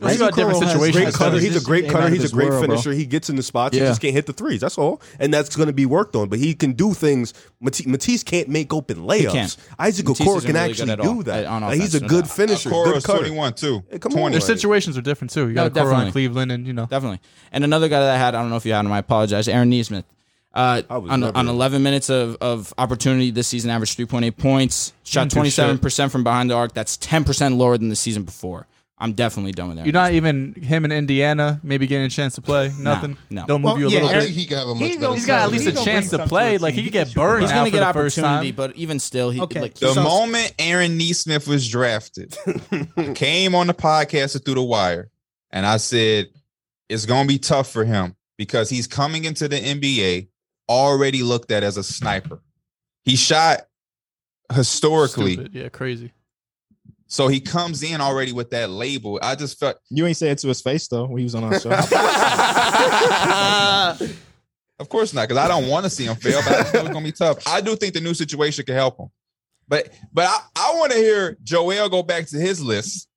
F: He's got different
J: Okoro has
F: situations.
J: great
H: Cutter, he's a
J: just
H: great
J: came
H: cutter.
J: out of
H: He's
J: this
H: a great
J: world, bro.
H: finisher. He gets in the spots.
J: Yeah.
H: He just can't hit the threes. That's all. And that's going to be worked on. But he can do things. Mati- Matisse can't make open layups.
C: can't.
H: Isaac
C: Matisse
H: Okoro
C: isn't
H: can
C: really good
H: actually
C: at all,
H: do that.
C: uh, on
H: Like, he's a
C: offense, no
H: good
C: doubt.
H: finisher.
B: Okoro's
H: good cutter.
B: 21 too.
H: Hey, come
B: 20.
H: on.
F: Their
H: Like-
F: situations are different too. You
C: No,
F: got no, Cora
C: definitely.
F: on Cleveland, and you know
C: Definitely. And another guy that I had, I don't know if you had him. I apologize. Aaron Neesmith. Uh,
H: I was
C: on,
H: never-
C: on 11 minutes of, of opportunity this season, averaged 3.8 points, shot
F: Didn't do shit.
C: 27% from behind the arc. That's 10% lower than the season before. I'm definitely done with Aaron.
F: you're not even him in Indiana. Maybe getting a chance to play. Nothing.
C: no.
F: They'll move
A: Well,
F: you a
A: yeah,
F: little
D: I
A: Aaron-
F: bit.
D: think he could have a much
K: He's
D: better.
K: gonna-
F: He's got at
D: season.
F: least a
K: gonna
F: chance
K: bring
F: to play.
K: something to a
F: Like he
K: team.
F: could
K: He
F: get
K: should
F: burned.
K: try.
C: He's
F: going to
C: get
F: the first
C: opportunity,
F: time.
C: but even still, he,
A: Okay.
C: like,
B: The
A: So-
B: moment Aaron Neesmith was drafted, I came on the podcast and through the wire, and I said it's going to be tough for him because he's coming into the NBA already looked at as a sniper. He shot historically,
F: Stupid. Yeah, crazy.
B: so he comes in already with that label. I just felt
G: You ain't say it to his face though when he was on our show.
B: Of course not, because I don't want to see him fail. But I just know it's gonna be tough. I do think the new situation can help him, but but I, I want to hear Joel go back to his list,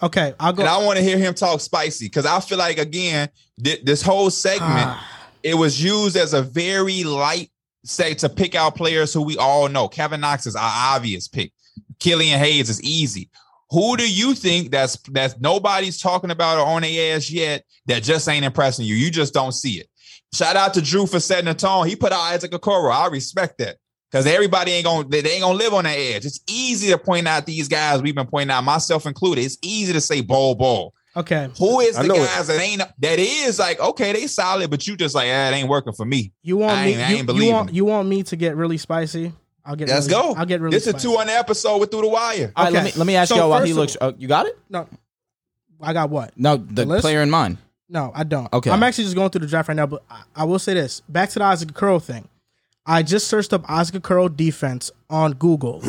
A: Okay, I'll go.
B: and I want to hear him talk spicy because I feel like again thi- this whole segment it was used as a very light say to pick out players who we all know. Kevin Knox is our obvious pick. Killian Hayes is easy. Who do you think that's that's nobody's talking about or on their ass yet that just ain't impressing you? You just don't see it. Shout out to Drew for setting the tone. He put out Isaac Okoro. I respect that. Cause everybody ain't gonna they they ain't gonna live on that edge. It's easy to point out these guys we've been pointing out, myself included. It's easy to say ball ball.
A: okay,
B: Who is
H: I
B: the
H: know it.
B: guys that ain't that is like okay they solid, but you just like ah, it ain't working for me.
A: you want
B: I
A: me?
B: ain't- I ain't
A: you, you
B: believing
A: want
B: him.
A: you want me to get really spicy? I'll get.
B: Let's
A: really-
B: go.
A: I'll get really.
B: This is
A: spicy.
B: two on the episode with through the wire.
C: All right, let
A: Okay.
C: me, let me ask
A: So
C: y'all while
A: first
C: he
A: of
C: looks. Uh, you got it?
A: No, I got what?
C: No, the,
A: list?
C: player in mind.
A: No, I don't.
C: Okay.
A: I'm actually just going through the draft right now, but I, I will say this. Back to the Isaac Curl thing. I just searched up Isaac Curl defense on Google.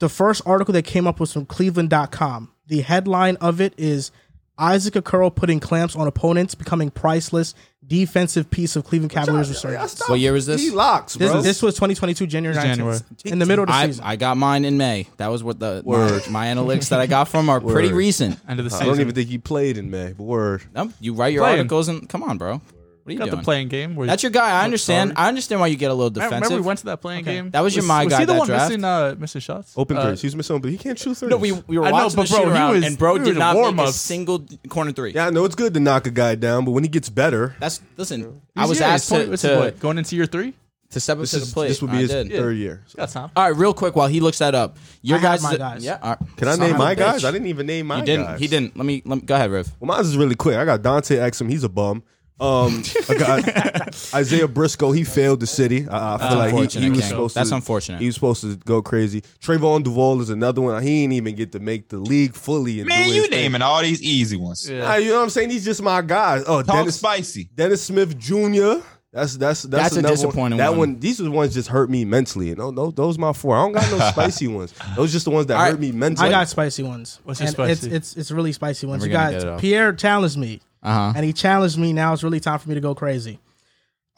A: the first article that came up was from cleveland.com. The headline of it is Isaac Curl putting clamps on opponents, becoming priceless defensive piece of Cleveland Cavaliers resurgence.
C: What year is this?
H: He locks, bro.
A: This, this was 2022 January 19th
F: January.
A: in the middle of the
C: I,
A: season.
C: I got mine in May. That was what the my, my analytics that I got from are pretty
H: Word.
C: recent.
F: End of the
H: I
F: season.
H: don't even think he played in May. But word.
C: No, you write your
F: Playing.
C: articles and come on, bro. What are you
F: got the
C: doing?
F: playing game. Where
C: That's your guy. I
F: Look,
C: understand.
F: sorry.
C: I understand why you get a little
F: Remember-
C: defensive.
F: Remember we went to that playing game.
C: That was your
F: was,
C: my
F: was
C: guy
F: he the
C: that
F: one
C: draft?
F: missing uh, missing shots?
H: Open
F: Uh,
H: threes. He's missing open. He can't shoot threes.
C: no, we we were
F: I know,
C: watching
F: but
C: the
F: bro, he
C: shootout,
F: was-
C: and bro
F: we were
C: did
F: in
C: not make a
F: warm-ups.
C: single corner three.
H: Yeah, I know it's good to knock a guy down, but when he gets better,
C: That's listen. I
F: he's-
C: was
F: yeah,
C: asked
F: he's
C: to,
F: twenty- this is
C: to,
F: what, going into year three.
C: to step up
H: this
C: to the
H: is
C: plate.
H: this would be
C: I
H: his
C: did.
H: third year.
F: Got time.
C: All right, real quick while he looks that up, your
A: I have
C: guys,
A: my guys.
C: yeah. all right.
H: Can I
C: Son of
H: name
C: a
H: my guys?
C: bitch.
H: I didn't even name my
C: He didn't.
H: guys.
C: He didn't. Let me. Let me go ahead, Riv.
H: Well, mine's is really quick. I got Dante Exum. He's a bum. Um, I got Isaiah Briscoe. He failed the city. I, I feel like he- he,
C: unfortunate,
H: was
C: King.
H: supposed
C: That's
H: to.
C: unfortunate.
H: He was supposed to go crazy. Trayvon Duvall is another one. He ain't even get to make the league fully. And
B: Man,
H: do
B: you
H: his thing.
B: naming all these easy ones.
F: Yeah.
H: Nah, you know what I'm saying? He's just my guy. Oh,
B: Talk
H: Dennis,
B: spicy.
H: Dennis Smith Jr. That's that's that's,
C: That's a
H: another
C: disappointing
H: one. That
C: one.
H: one. These are the ones just hurt me mentally. You know, those, those my four. I don't got no spicy ones. Those just the ones that
C: All right.
H: hurt me mentally.
A: I got spicy ones.
F: What's your
A: And
F: spicy?
A: It's, it's it's really spicy ones.
C: We're
A: You
C: gonna get
A: guys,
C: it off.
A: Pierre challenged me.
B: Uh-huh.
C: Uh huh.
A: and he challenged me. Now it's really time for me to go crazy.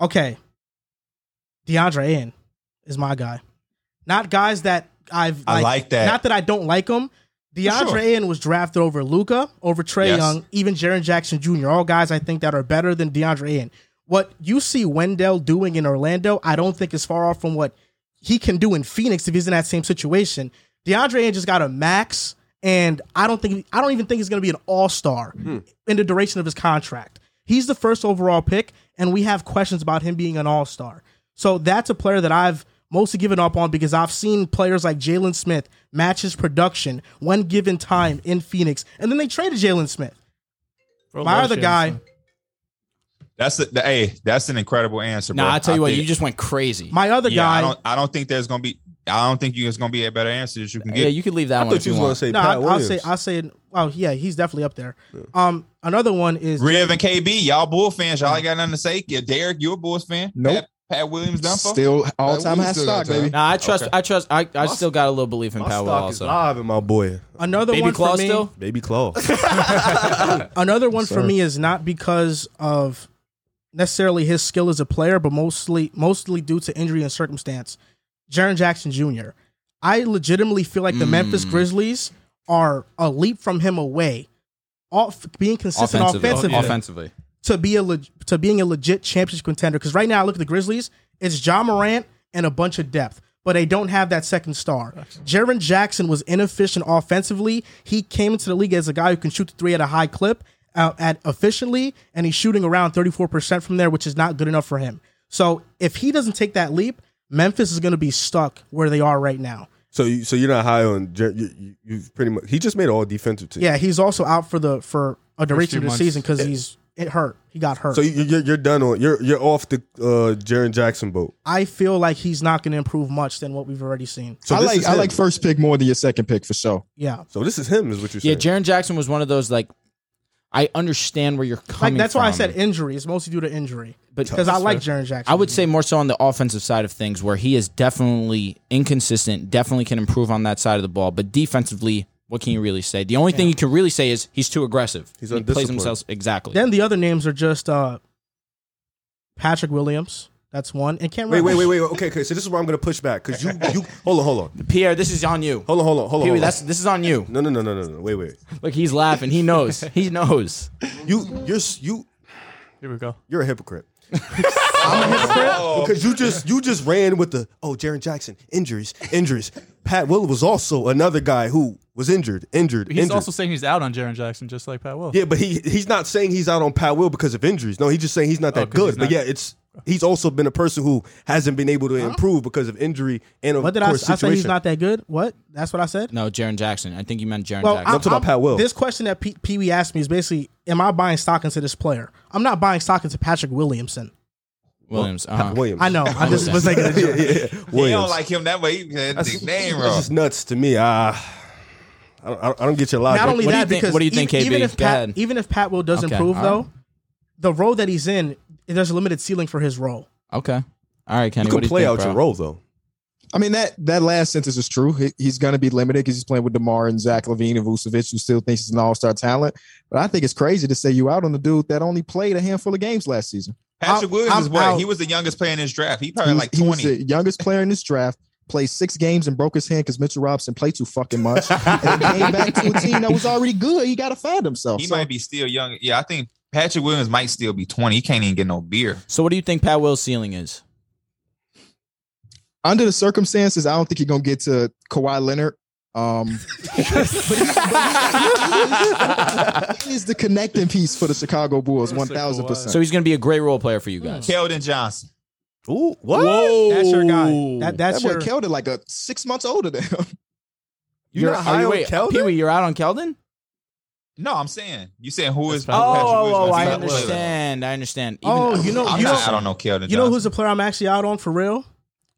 A: Okay, DeAndre Ayton is my guy. Not guys that I've
B: I like that.
A: Not that I don't like them. DeAndre
B: sure.
A: Ayton was drafted over Luca, over Trey
B: Yes.
A: Young, even Jaron Jackson Jr. All guys I think that are better than DeAndre Ayton. What you see Wendell doing in Orlando, I don't think is far off from what he can do in Phoenix if he's in that same situation. DeAndre Ayton just got a max, and I don't think I don't even think he's going to be an All Star
B: Hmm.
A: in the duration of his contract. He's the first overall pick, and we have questions about him being an All Star. So that's a player that I've mostly given up on because I've seen players like Jalen Smith match his production one given time in Phoenix, and then they traded Jalen Smith.
F: Bro,
A: My
F: love
A: other
F: James.
A: guy,
B: That's a, the, hey, that's an incredible answer.
C: Nah,
B: bro.
C: I tell you what,
B: think-
C: you just went crazy.
A: My other
B: yeah, I
A: guy,
B: don't, I don't think there's gonna be. I don't think you there's gonna be a better answer that you can
C: yeah,
B: get.
C: you could leave that
H: I
C: one.
H: thought
C: If
H: you
C: you
H: was
C: want.
H: gonna say
A: no,
H: Pat
A: I, I'll
H: Williams.
A: say I'll say. Oh yeah, he's definitely up there. Um, another one is
B: Riv and KB, y'all Bull fans, y'all ain't got nothing to say. Yeah, Derek, you a Bulls fan?
L: Nope.
B: Pat, Pat Williams, Dumpo.
G: Still all time
L: we
G: high
L: still got
G: stock, baby.
L: time.
C: Nah, I trust.
B: Okay.
C: I trust. I, I still got a little belief in
H: My
C: Powell
H: stock is
C: also.
H: live in my boy,
A: another
C: Baby
A: one
C: Claw
A: for me.
C: still.
H: baby Claw.
A: Another one for me is not because of necessarily his skill as a player, but mostly mostly due to injury and circumstance. Jaron Jackson Jr. I legitimately feel like the
C: Mm.
A: Memphis Grizzlies are a leap from him away, off being consistent
C: Offensively.
A: offensively,
C: Offensively.
A: to be a leg, to being a legit championship contender. Because right now, I look at the Grizzlies, it's John Morant and a bunch of depth, but they don't have that second star. Jaron Jackson was inefficient offensively. He came into the league as a guy who can shoot the three at a high clip, uh, at efficiently, and he's shooting around thirty four percent from there, which is not good enough for him. So if he doesn't take that leap, Memphis is going to be stuck where they are right now.
H: so, you, so you're not high on. Jer- You, you, you've pretty much. He just made an all defensive team.
A: Yeah, he's also out for the for a duration
F: few
A: of the
F: months.
A: season because he's it hurt. He got hurt.
H: So you, you're you're done on. You're you're off the uh, Jaron Jackson boat.
A: I feel like he's not going to improve much than what we've already seen.
H: So
G: I
H: this
G: like
H: is
G: I
H: him.
G: like first pick more than your second pick for sure.
A: Yeah.
H: So this is him, is what you're
C: Yeah, Jaron
H: saying.
C: Jackson was one of those like. I understand where you're coming.
A: Like that's why I
C: from.
A: said injury. It's mostly due to injury.
C: But-
A: because I like Jaron Jackson.
C: I would say more so on the offensive side of things, where he is definitely inconsistent, definitely can improve on that side of the ball. But defensively, what can you really say? The only thing you can really say is he's too aggressive.
H: He's
C: he plays
H: undisciplined.
C: himself exactly.
A: Then the other names are just uh, Patrick Williams. That's one. And Cam
H: wait,
A: Reddish.
H: wait, wait, wait. Okay, okay. So this is where I'm gonna push back because you you hold on, hold on,
C: Pierre, this is on you.
H: hold on, hold on, hold on.
C: Pee Wee,
H: Hold on.
C: that's this is on you.
H: No, no, no, no, no, no. Wait, wait.
C: Look, he's laughing. He knows. He knows.
H: You you're s- you
F: Here we go.
H: you're a hypocrite. I'm a hypocrite because you just you just ran with the oh Jaron Jackson injuries injuries. Pat Will was also another guy who was injured injured
F: He's
H: injured.
F: also saying he's out on Jaron Jackson, just like Pat Will.
H: yeah, but he he's not saying he's out on Pat Will because of injuries. No, he's just saying he's not that
F: 'cause he's
H: good.
F: not-
H: But yeah, it's he's also been a person who hasn't been able to improve because of injury and of
A: What did I, I
H: course
A: say? He's
H: situation.
A: not that good. What? That's what I said.
C: No, Jaron Jackson. I think you meant Jaron
A: Well,
C: Jackson.
A: I'm-
H: talking about
A: I'm-
H: Pat Will.
A: This question that Pee Pee Wee asked me is basically, am I buying stock into this player? I'm not buying stock into Patrick Williamson.
C: Williams.
H: Pat
C: Uh-huh.
H: Williams.
A: I know. I just was like,
H: yeah, yeah, yeah.
B: He
H: Williams.
B: don't like him that way. He had his name
H: It's
B: wrong.
H: just nuts to me. I, I, don't, I don't- I don't get your logic.
A: Not only
C: What do you
A: that,
C: think-
A: because e-,
C: what do you think,
A: even,
C: KB?
A: even if
C: Go
A: Pat,
C: ahead.
A: even if Pat will does
C: Okay,
A: improve,
C: all right.
A: though, the role that he's in, there's a limited ceiling for his role.
C: Okay. All right, Kenny.
H: you
C: what do
H: can play
C: you think,
H: out
C: bro?
H: your role though.
G: I mean that that last sentence is true. He- he's going to be limited because he's playing with Demar and Zach Levine and Vucevic, who still thinks he's an All Star talent. But I think it's crazy to say you out on the dude that only played a handful of games last season.
B: Patrick
A: I'm-
B: Williams is
A: I'm
B: what?
A: out.
B: He was the youngest player in his draft. He
G: He
B: probably
G: was,
B: like
G: he was
B: 20.
G: the youngest player in this draft. Played six games and broke his hand because Mitchell Robinson played too fucking much. and then came back to a team that was already good. He got to find himself.
B: He
G: So-
B: might be still young. Yeah, I think Patrick Williams might still be 20. He can't even get no beer.
C: So, what do you think Pat Will's ceiling is?
G: under the circumstances, I don't think he's gonna get to Kawhi Leonard. Um, but he is the connecting piece for the Chicago Bulls, one thousand
C: So
G: percent.
C: he's going to be a great role player for you guys.
B: Keldon Johnson.
H: Ooh, what?
A: That's your guy. That, that's
G: That boy
A: your.
G: Keldon like a six months older than him.
H: You're not high on Keldon?
C: Pee Wee, you're out on Keldon?
B: No, I'm saying. You saying who is
F: That's
B: who
F: fine.
B: Patrick Williams
C: Oh,
B: gonna
C: I
B: be with?
C: understand. I understand. Even-
A: Oh, you know,
B: I'm
A: you know,
B: not, I don't know Keldon
A: You know
B: Johnson.
A: who's a player I'm actually out on for real?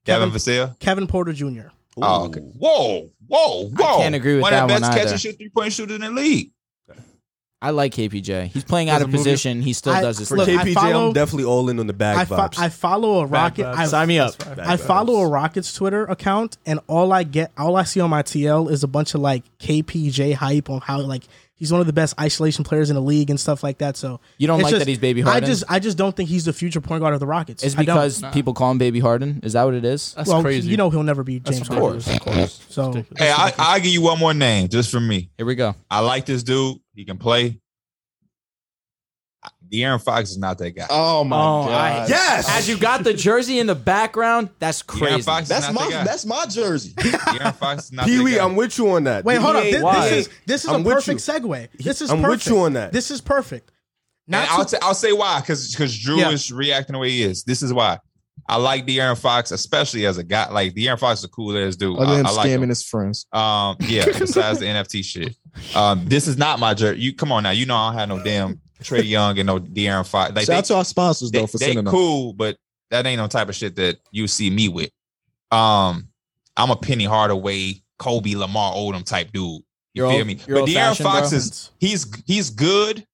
B: Kevin
A: Kevin-
B: Vassell?
A: Kevin Porter Jr.
B: Oh, okay. Whoa, whoa, whoa.
C: can't agree with
B: one
C: that
B: of the
C: one
B: best catch
C: either.
B: and shoot three point shooter in the league.
C: I like KPJ. He's playing out
F: Doesn't
C: of
F: move you.
C: position. He still
A: I-
C: does his
H: For
A: Look,
C: thing.
A: I
H: KPJ,
A: follow-
H: I'm definitely all in on the
A: I,
H: bag
A: fo-
H: vibes.
A: I follow a
F: Bad
A: rocket.
F: vibes.
A: I,
C: Sign me up.
H: Bag
A: I
H: vibes.
A: follow a Rockets Twitter account, and all I get, all I see on my TL is a bunch of like KPJ hype on how like he's one of the best isolation players in the league and stuff like that. So
C: You don't
A: it's
C: like
A: just-
C: that he's Baby
A: I
C: Harden?
A: just, I just don't think he's the future point guard of the Rockets.
C: It's
A: I don't.
C: because people call him Baby Harden. Is that what it is?
F: That's
A: well,
F: crazy.
A: you know he'll never be
F: That's
A: James
F: ridiculous.
A: Harden.
C: of course.
A: So
F: Ridiculous.
B: Hey, I, I'll give you one more name just for me.
C: Here we go.
B: I like this dude. He can play. De'Aaron Fox is not that guy.
G: Oh my
C: Oh, I-
G: god!
H: yes.
C: As you got the jersey in the background, that's
B: De'Aaron
C: crazy.
B: Fox is
G: That's
B: not
G: my
B: that guy.
G: that's my jersey.
B: De'Aaron Fox is not
H: Pee
B: that
H: Wee,
B: guy.
H: I'm with you on that.
A: wait, hold on.
H: He
A: This,
H: ain't-
A: this is this is
H: I'm
A: a
H: with
A: perfect
H: you.
A: segue. This is
H: I'm with
A: perfect.
H: you on that.
A: This is perfect.
B: And
A: Not
B: I'll,
A: too-
B: t- I'll say why, because because Drew
A: Yeah.
B: is reacting the way he is. This is why I like De'Aaron Fox, especially as a guy. Like De'Aaron Fox is a cool ass dude.
G: Other
B: I,
G: than
B: I like
G: scamming
B: him.
G: his friends.
B: Um, yeah. Besides the NFT shit, um, this is not my jersey. You come on now. You know I don't have no damn Trey Young and no De'Aaron Fox. Like
G: Shout out
B: they-
G: to our sponsors
B: they,
G: though for
B: they
G: sending them.
B: cool, but that ain't no type of shit that you see me with. Um, I'm a Penny Hardaway, Kobe, Lamar Odom type dude. You
C: You're
B: feel
C: old-
B: me?
C: you're
B: But De'Aaron
C: old-fashioned, bro.
B: Fox is he's he's good,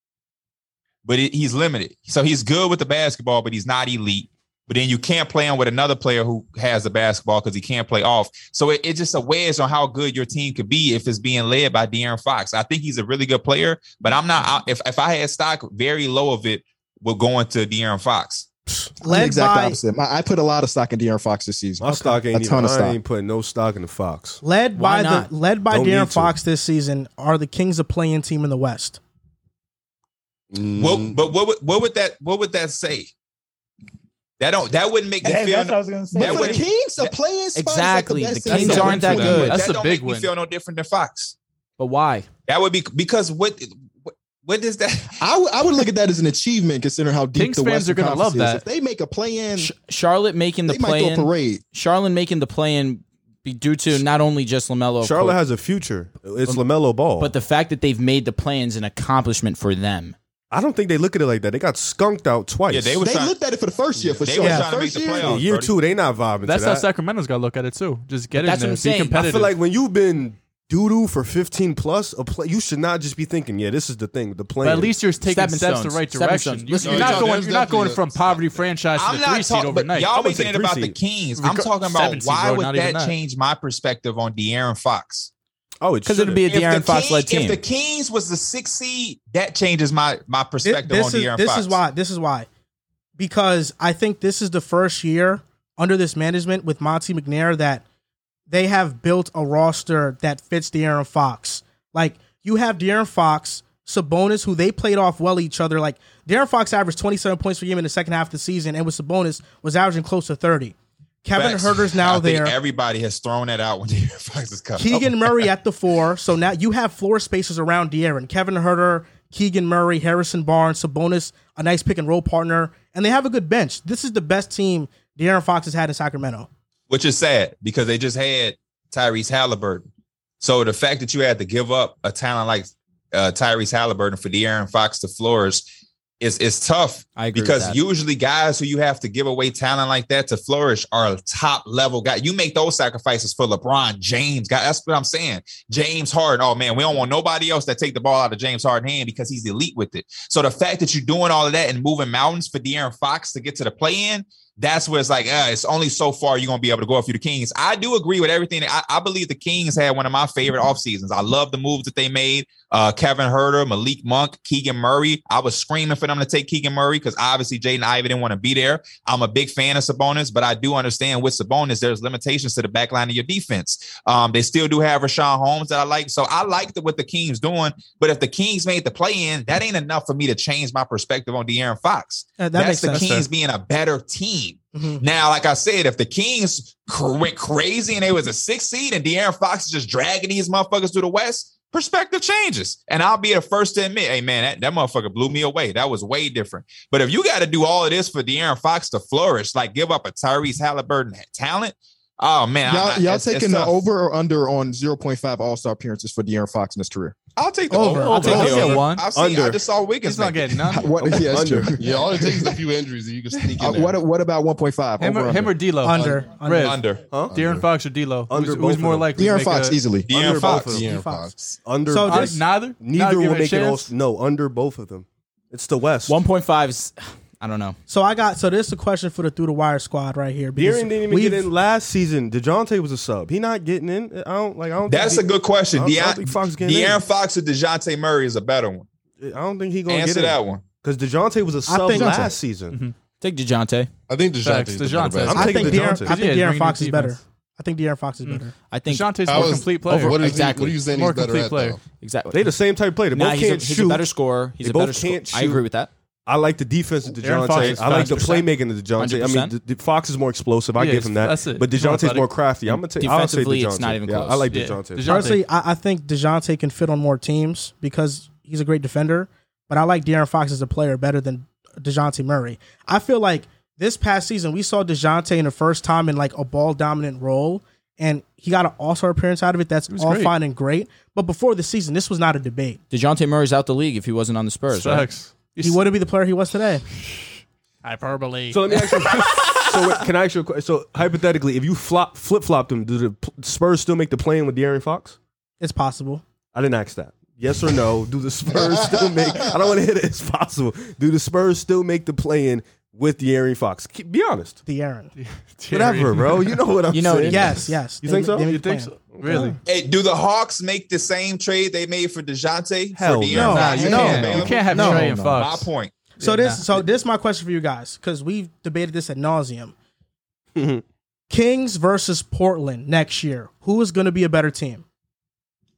B: but it, he's limited. So he's good with the basketball, but he's not elite. But then you can't play him with another player who has the basketball because he can't play off. So it, it's just a wedge on how good your team could be if it's being led by De'Aaron Fox. I think he's a really good player, but I'm not. I- If if I had stock very low of it, we're going to De'Aaron Fox.
G: I'm the
A: Led
G: exact
A: by-
G: opposite. My, I put a lot of stock in De'Aaron Fox this season.
H: My stock ain't
G: a ton
H: even,
G: of
H: I
G: stock.
H: ain't putting no stock in the Fox.
A: Led by
C: Why
A: the
C: not?
A: led by
H: Don't need
A: Darren
H: to.
A: Fox this season are the Kings a playing team in the West. Mm.
D: Mm-hmm.
B: Well, but what would, what would that what would that say? That don't that wouldn't make me
E: Hey,
B: feel.
E: that's what I
B: No,
E: was gonna
B: But
E: say.
B: for the
G: Kings,
B: a
G: playing
C: spot is like the Exactly. best The thing Kings
B: that
C: aren't that
B: don't-
C: good.
B: That
F: That's a
B: don't
F: big
B: make
F: win.
B: me feel no different than Fox.
C: But why?
B: That would be because what what, what does that?
G: I would- I would look at that as an achievement considering how deep
F: Kings
G: the
F: fans
G: Western
F: are gonna love
G: Conference is.
F: that.
G: If they make a play in,
C: Sh- Charlotte making the
G: they might
C: play
G: do a
C: in.
G: parade.
C: Charlotte making the play in be due to not only just Lamelo, of
H: Charlotte
C: course,
H: has a future. It's Lamelo Ball,
C: but the fact that they've made the play is an accomplishment for them.
H: I don't think they look at it like that. They got skunked out twice.
B: Yeah, they
G: They
B: was trying.
G: looked at it for the first year for
B: They
G: sure.
B: was
G: The
B: trying to make
G: first
B: the
G: year,
B: playoffs.
H: year
B: Brody.
H: two. They not vibing.
F: That's
H: to
F: how
H: that.
F: Sacramento's got to look at it too. Just get
C: That's what
F: in there,
C: I'm
F: be
C: saying. I feel
H: I
F: competitive.
H: feel like when you've been doo doo for 15 plus, a play, you should not just be thinking, yeah, this is the thing. The
F: but
H: plan.
F: at least you're taking
C: Stepping
F: steps the
C: stones.
F: right
C: Stepping
F: direction.
C: stones.
F: You-
C: Listen,
F: You're
C: no,
F: not
C: there's
F: going. You're not
D: definitely
F: going
D: a-
F: from poverty franchise to
B: I'm
F: the three
B: not
F: seed
B: talking. But
F: overnight.
B: y'all
H: would say
B: making it about the
H: three-seed.
B: Kings. I'm
F: Regar-
B: talking about
F: seven seed,
B: why
F: bro,
B: would
F: not
B: that,
F: even that.
B: change my perspective on De'Aaron Fox?
H: oh, it
C: Because it'd
H: shouldn't.
C: be a
B: If the
C: De'Aaron Fox led
B: Kings-
C: team.
B: If the Kings was the sixth seed, that changes my my
A: Thi-
B: perspective
A: this
B: on
A: is
B: De'Aaron
A: this
B: Fox.
A: is why this is why because I think this is the first year under this management with Monty McNair that they have built a roster that fits De'Aaron Fox. Like you have De'Aaron Fox, Sabonis, who they played off well each other. Like De'Aaron Fox averaged 27 points per game in the second half of the season, and with Sabonis was averaging close to 30. Kevin
B: Facts.
A: Herter's now
B: I think
A: there.
B: everybody has thrown that out when De'Aaron Fox is coming.
A: Keegan Murray at the four. So now you have floor spaces around De'Aaron. Kevin Herter, Keegan Murray, Harrison Barnes, Sabonis, a nice pick and roll partner. And they have a good bench. This is the best team De'Aaron Fox has had in Sacramento.
B: which is sad because they just had Tyrese Halliburton. So the fact that you had to give up a talent like uh, Tyrese Halliburton for De'Aaron Fox to flourish is is tough
C: I agree with
B: because
C: that.
B: usually guys who you have to give away talent like that to flourish are top level guy. You make those sacrifices for LeBron James. Guy, that's what I'm saying. James Harden. Oh man, we don't want nobody else that take the ball out of James Harden hand because he's elite with it. So the fact that you're doing all of that and moving mountains for De'Aaron Fox to get to the play in, that's where it's like, uh, it's only so far you're gonna be able to go if you're the Kings. I do agree with everything. I, I believe the Kings had one of my favorite off seasons. I love the moves that they made. Uh, Kevin Herter, Malik Monk, Keegan Murray. I was screaming for them to take Keegan Murray because obviously Jaden Ivey didn't want to be there. I'm a big fan of Sabonis, but I do understand with Sabonis, there's limitations to the back line of your defense. Um, they still do have Rashawn Holmes that I like. So I like the, what the Kings doing, but if the Kings made the play in, that ain't enough for me to change my perspective on De'Aaron Fox.
A: Uh, that
B: That's
A: makes
B: the
A: sense.
B: Kings being a better team.
A: Mhm.
B: Now, like I said, if the Kings cr- went crazy and they was a six seed and De'Aaron Fox is just dragging these motherfuckers through the West, perspective changes. And I'll be the first to admit, hey man, that, that motherfucker blew me away. That was way different. But if you got to do all of this for De'Aaron Fox to flourish, like give up a Tyrese Halliburton talent, oh man, I- I-
G: Y'all, y'all
B: it's- it's
G: taking the
B: tough.
G: over or under on 0.5 All Star appearances for De'Aaron Fox in his career?
B: I'll take the
A: Over.
B: over.
A: I'll
B: I've
A: take
B: seen-
F: the over.
B: I've seen, I
H: Under.
B: just saw Wiggins.
F: He's not
B: make it.
F: getting none.
G: What? Yeah, that's
H: Under.
G: true.
D: Yeah, all it takes is a few injuries and you can sneak in
G: Uh,
D: there.
G: what, what about 1.5?
F: Him
G: Over
F: or,
G: under.
F: him or D'Lo?
A: Under. Under.
F: Rev,
B: under.
F: De'Aaron Fox or D'Lo?
H: Under
F: who's,
H: both
F: who's
H: of
F: more
H: them.
F: likely? to
G: De'Aaron
F: make
G: Fox
F: a,
G: easily.
B: De'Aaron
F: Under
B: Fox.
F: both of them.
D: De'Aaron
A: Fox.
D: Fox.
H: Under
A: So
H: both.
A: this-
F: neither.
H: neither
F: give
H: will
F: it a
H: make it all.
F: chance?
H: No, under both of them. It's the West.
C: One point five is, I don't know.
A: So I got so this is a question for the through the wire squad right here. because
H: Deering didn't even
A: we've-
H: get in last season. DeJounte was a sub. He not getting in. I don't like. I don't.
B: That's a
H: think
B: good question.
H: I don't- I
B: De'Aaron
H: don't think Fox getting in.
B: De'Aaron Fox or Dejounte Murray is a better one.
H: he, I don't think he gonna
B: Answer
H: get
B: that
H: in
B: one.
H: because Dejounte was a sub
A: think-
H: last season.
C: Mm-hmm. Take Dejounte.
D: I think
F: Facts,
D: DeJounte's the
F: DeJounte.
D: better
F: I'm
D: basketball
A: I think
H: taking
A: De'Aaron,
H: DeJounte.
A: I think
F: Yeah,
A: De'Aaron
F: bringing
A: Fox
F: the
A: is better.
F: defense.
A: I think De'Aaron Fox is better.
C: I think
F: Deshante's
D: How
F: more
D: is-
F: complete player.
D: What, is
C: Exactly.
D: he, what are you saying
F: More
D: he's better
F: complete
D: at,
F: player.
D: though?
C: exactly.
H: They the same type of player. They
C: Nah,
H: both
C: he's, a,
H: can't
C: he's
H: shoot.
C: a better scorer. He's
H: They
C: a better
H: both
C: scorer.
H: can't
C: I agree
H: shoot.
C: with that.
H: I like the defense of
F: De'Aaron Fox
H: DeJounte.
F: is
H: I like the
C: 100%.
H: playmaking of DeJounte. I mean,
C: 100%.
H: the, the Fox is more explosive. I
F: Yeah,
H: give him that.
F: that's it.
H: But
F: He's more
H: DeJounte's more
F: athletic.
H: crafty. I'm gonna take. I'll say
C: Defensively,
H: DeJounte.
C: it's not even
H: Yeah,
C: close.
H: I like
F: Yeah.
H: DeJounte.
F: DeJounte.
A: Honestly, I, I think DeJounte can fit on more teams because he's a great defender, but I like De'Aaron Fox as a player better than DeJounte Murray. I feel like this past season we saw DeJounte in the first time in like a ball dominant role, and he got an all star appearance out of it. That's all
F: great.
A: fine and great. But before the season, this was not a debate.
C: Dejounte Murray's out the league if he wasn't on the Spurs. right?
F: Facts.
A: He wouldn't be the player he was today.
F: hyperbole.
H: So let me ask you. so wait, can I ask you? A que- so hypothetically, if you flop flip flopped him, do the P- Spurs still make the play in with De'Aaron Fox?
A: It's possible.
H: I didn't ask that. Yes or no? Do the Spurs still make? I don't want to hit it. It's possible. Do the Spurs still make the play in with De'Aaron Fox? Ke- Be honest.
A: The Aaron.
H: Whatever, bro. You know what I'm
C: You know
H: saying?
C: it
A: Yes, yes.
H: You
A: They
H: think
A: ma-
H: so?
A: they make
F: You
A: the
F: think
A: plan.
F: so? Really?
B: Hey, do the Hawks make the same trade they made for Dejounte?
H: Hell
B: for De'Aaron
H: no.
F: Nah,
B: Fox?
F: you
A: No,
F: can't.
A: no.
F: You can't have
A: No,
F: Trey and
D: no.
B: My
F: Fox.
B: point.
A: So this, so this is my question for you guys because we've debated this at nauseum. Kings versus Portland next year. Who is going to be a better team?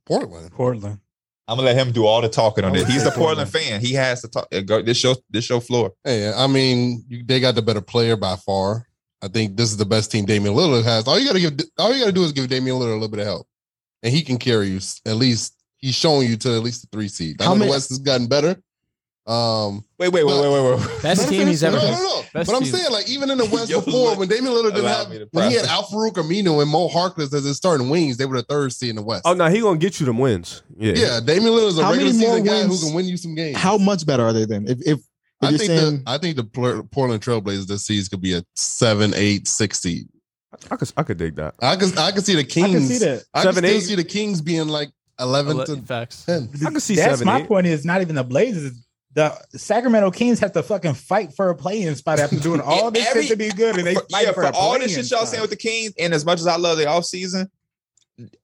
D: Portland.
E: Portland.
B: I'm gonna let him do all the talking on it. He's a Portland fan. He has to talk. uh, Go, this show, this show floor.
D: Hey, I mean, you, they got the better player by far. I think this is the best team Damian Lillard has. All you gotta give, all you gotta do is give Damian Lillard a little bit of help, and he can carry you. s- At least he's showing you to at least the three seed. I
G: How
D: know the
G: many-
D: West has gotten better. Um,
B: Wait, wait, wait, wait, wait,
C: Best
B: wait.
D: Let me
C: team
D: finish.
C: he's ever
D: No, no,
C: had.
D: no.
F: Best
D: But I'm
F: team.
D: saying, like, even in the West
B: Yo,
D: before,
B: look,
D: when Damian Lillard didn't
B: allow
D: have,
B: me to
D: when he had
B: process.
D: Al Farouk Amino and Mo Harkless as his starting wings, they were the third seed in the West.
H: Oh no, he gonna get you them wins. Yeah.
D: yeah, Damian Lillard's a
G: How many
D: regular
G: more
D: season guy who
G: wins-
D: can win you some games.
G: How much better are they then? If if, if
D: I
G: you're
D: think
G: saying
D: the I think the Pl- Portland Trailblazers this season could be a seven, eight, six seed.
H: I could I could dig that.
D: I could I could see the Kings.
G: I can see that.
D: I could
H: Seven,
D: still
H: eight.
D: see the Kings being like eleven
F: Ele-
D: to
F: Facts.
D: ten.
H: I could see
E: That's
H: seven.
E: my
H: eight.
E: point. Is not even the Blazers. The Sacramento Kings have to fucking fight for a play-in spot after doing all this
B: Every-
E: shit to be good, and they
B: For-
E: fight
B: yeah,
E: for,
B: for
E: a
B: all
E: play-in
B: this shit y'all
E: spot.
B: saying with the Kings, and as much as I love the offseason,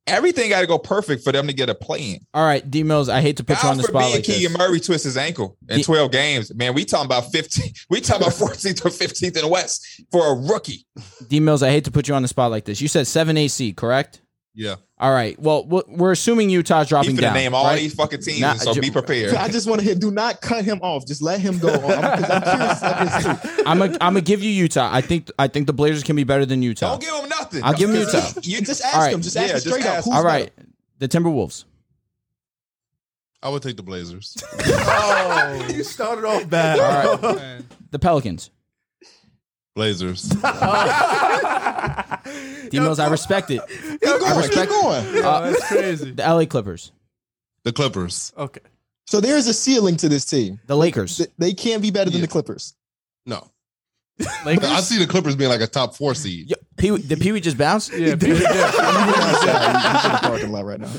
B: everything got to go perfect for them to get a play in.
C: All right, D Mills, I hate to put you on
B: God
C: the spot
B: forbid
C: like this.
B: Keegan Murray twists his ankle in
C: Ye-
B: 12 games. Man, we talking about 15. We talking about 14th or 15th in the West for a rookie.
C: D Mills, I hate to put you on the spot like this. You said seven AC, correct?
D: Yeah,
C: All right. Well, w- we're assuming Utah's dropping
B: He's going
C: down.
B: to name all
C: right?
B: these fucking teams,
C: Nah,
B: so
C: Ju-
B: be prepared.
G: I just want to hear, do not cut him off. Just let him go. on. Oh, I'm, 'cause I'm curious of his too.
C: I'm gonna I'm gonna give you Utah. I think I think the Blazers can be better than Utah.
B: Don't give him nothing.
C: I'll give him
B: Because
C: Utah.
B: You
G: Just
B: just
G: ask
C: right.
G: him. Just ask
B: Yeah,
G: him
B: just
G: straight
B: ask.
G: up. Who's
C: All right, the Timberwolves.
D: I would take the Blazers.
H: You started off bad.
C: All right, the Pelicans.
D: Blazers.
C: D Mills, I respect it.
G: better? Keep
C: I
G: going. Keep
C: respect
G: going.
C: Uh,
F: Oh, That's crazy.
C: the LA Clippers,
D: the Clippers.
F: Okay.
G: So there is a ceiling to this team.
C: the Lakers.
G: Th- They can be better than
D: Yeah.
G: the Clippers.
D: No,
F: Lakers.
D: I see the Clippers being like a top four seed.
C: Yo, Pee- did Pee Wee just bounce?
F: yeah, Pee- yeah.
G: You're outside. You're in the parking lot right now.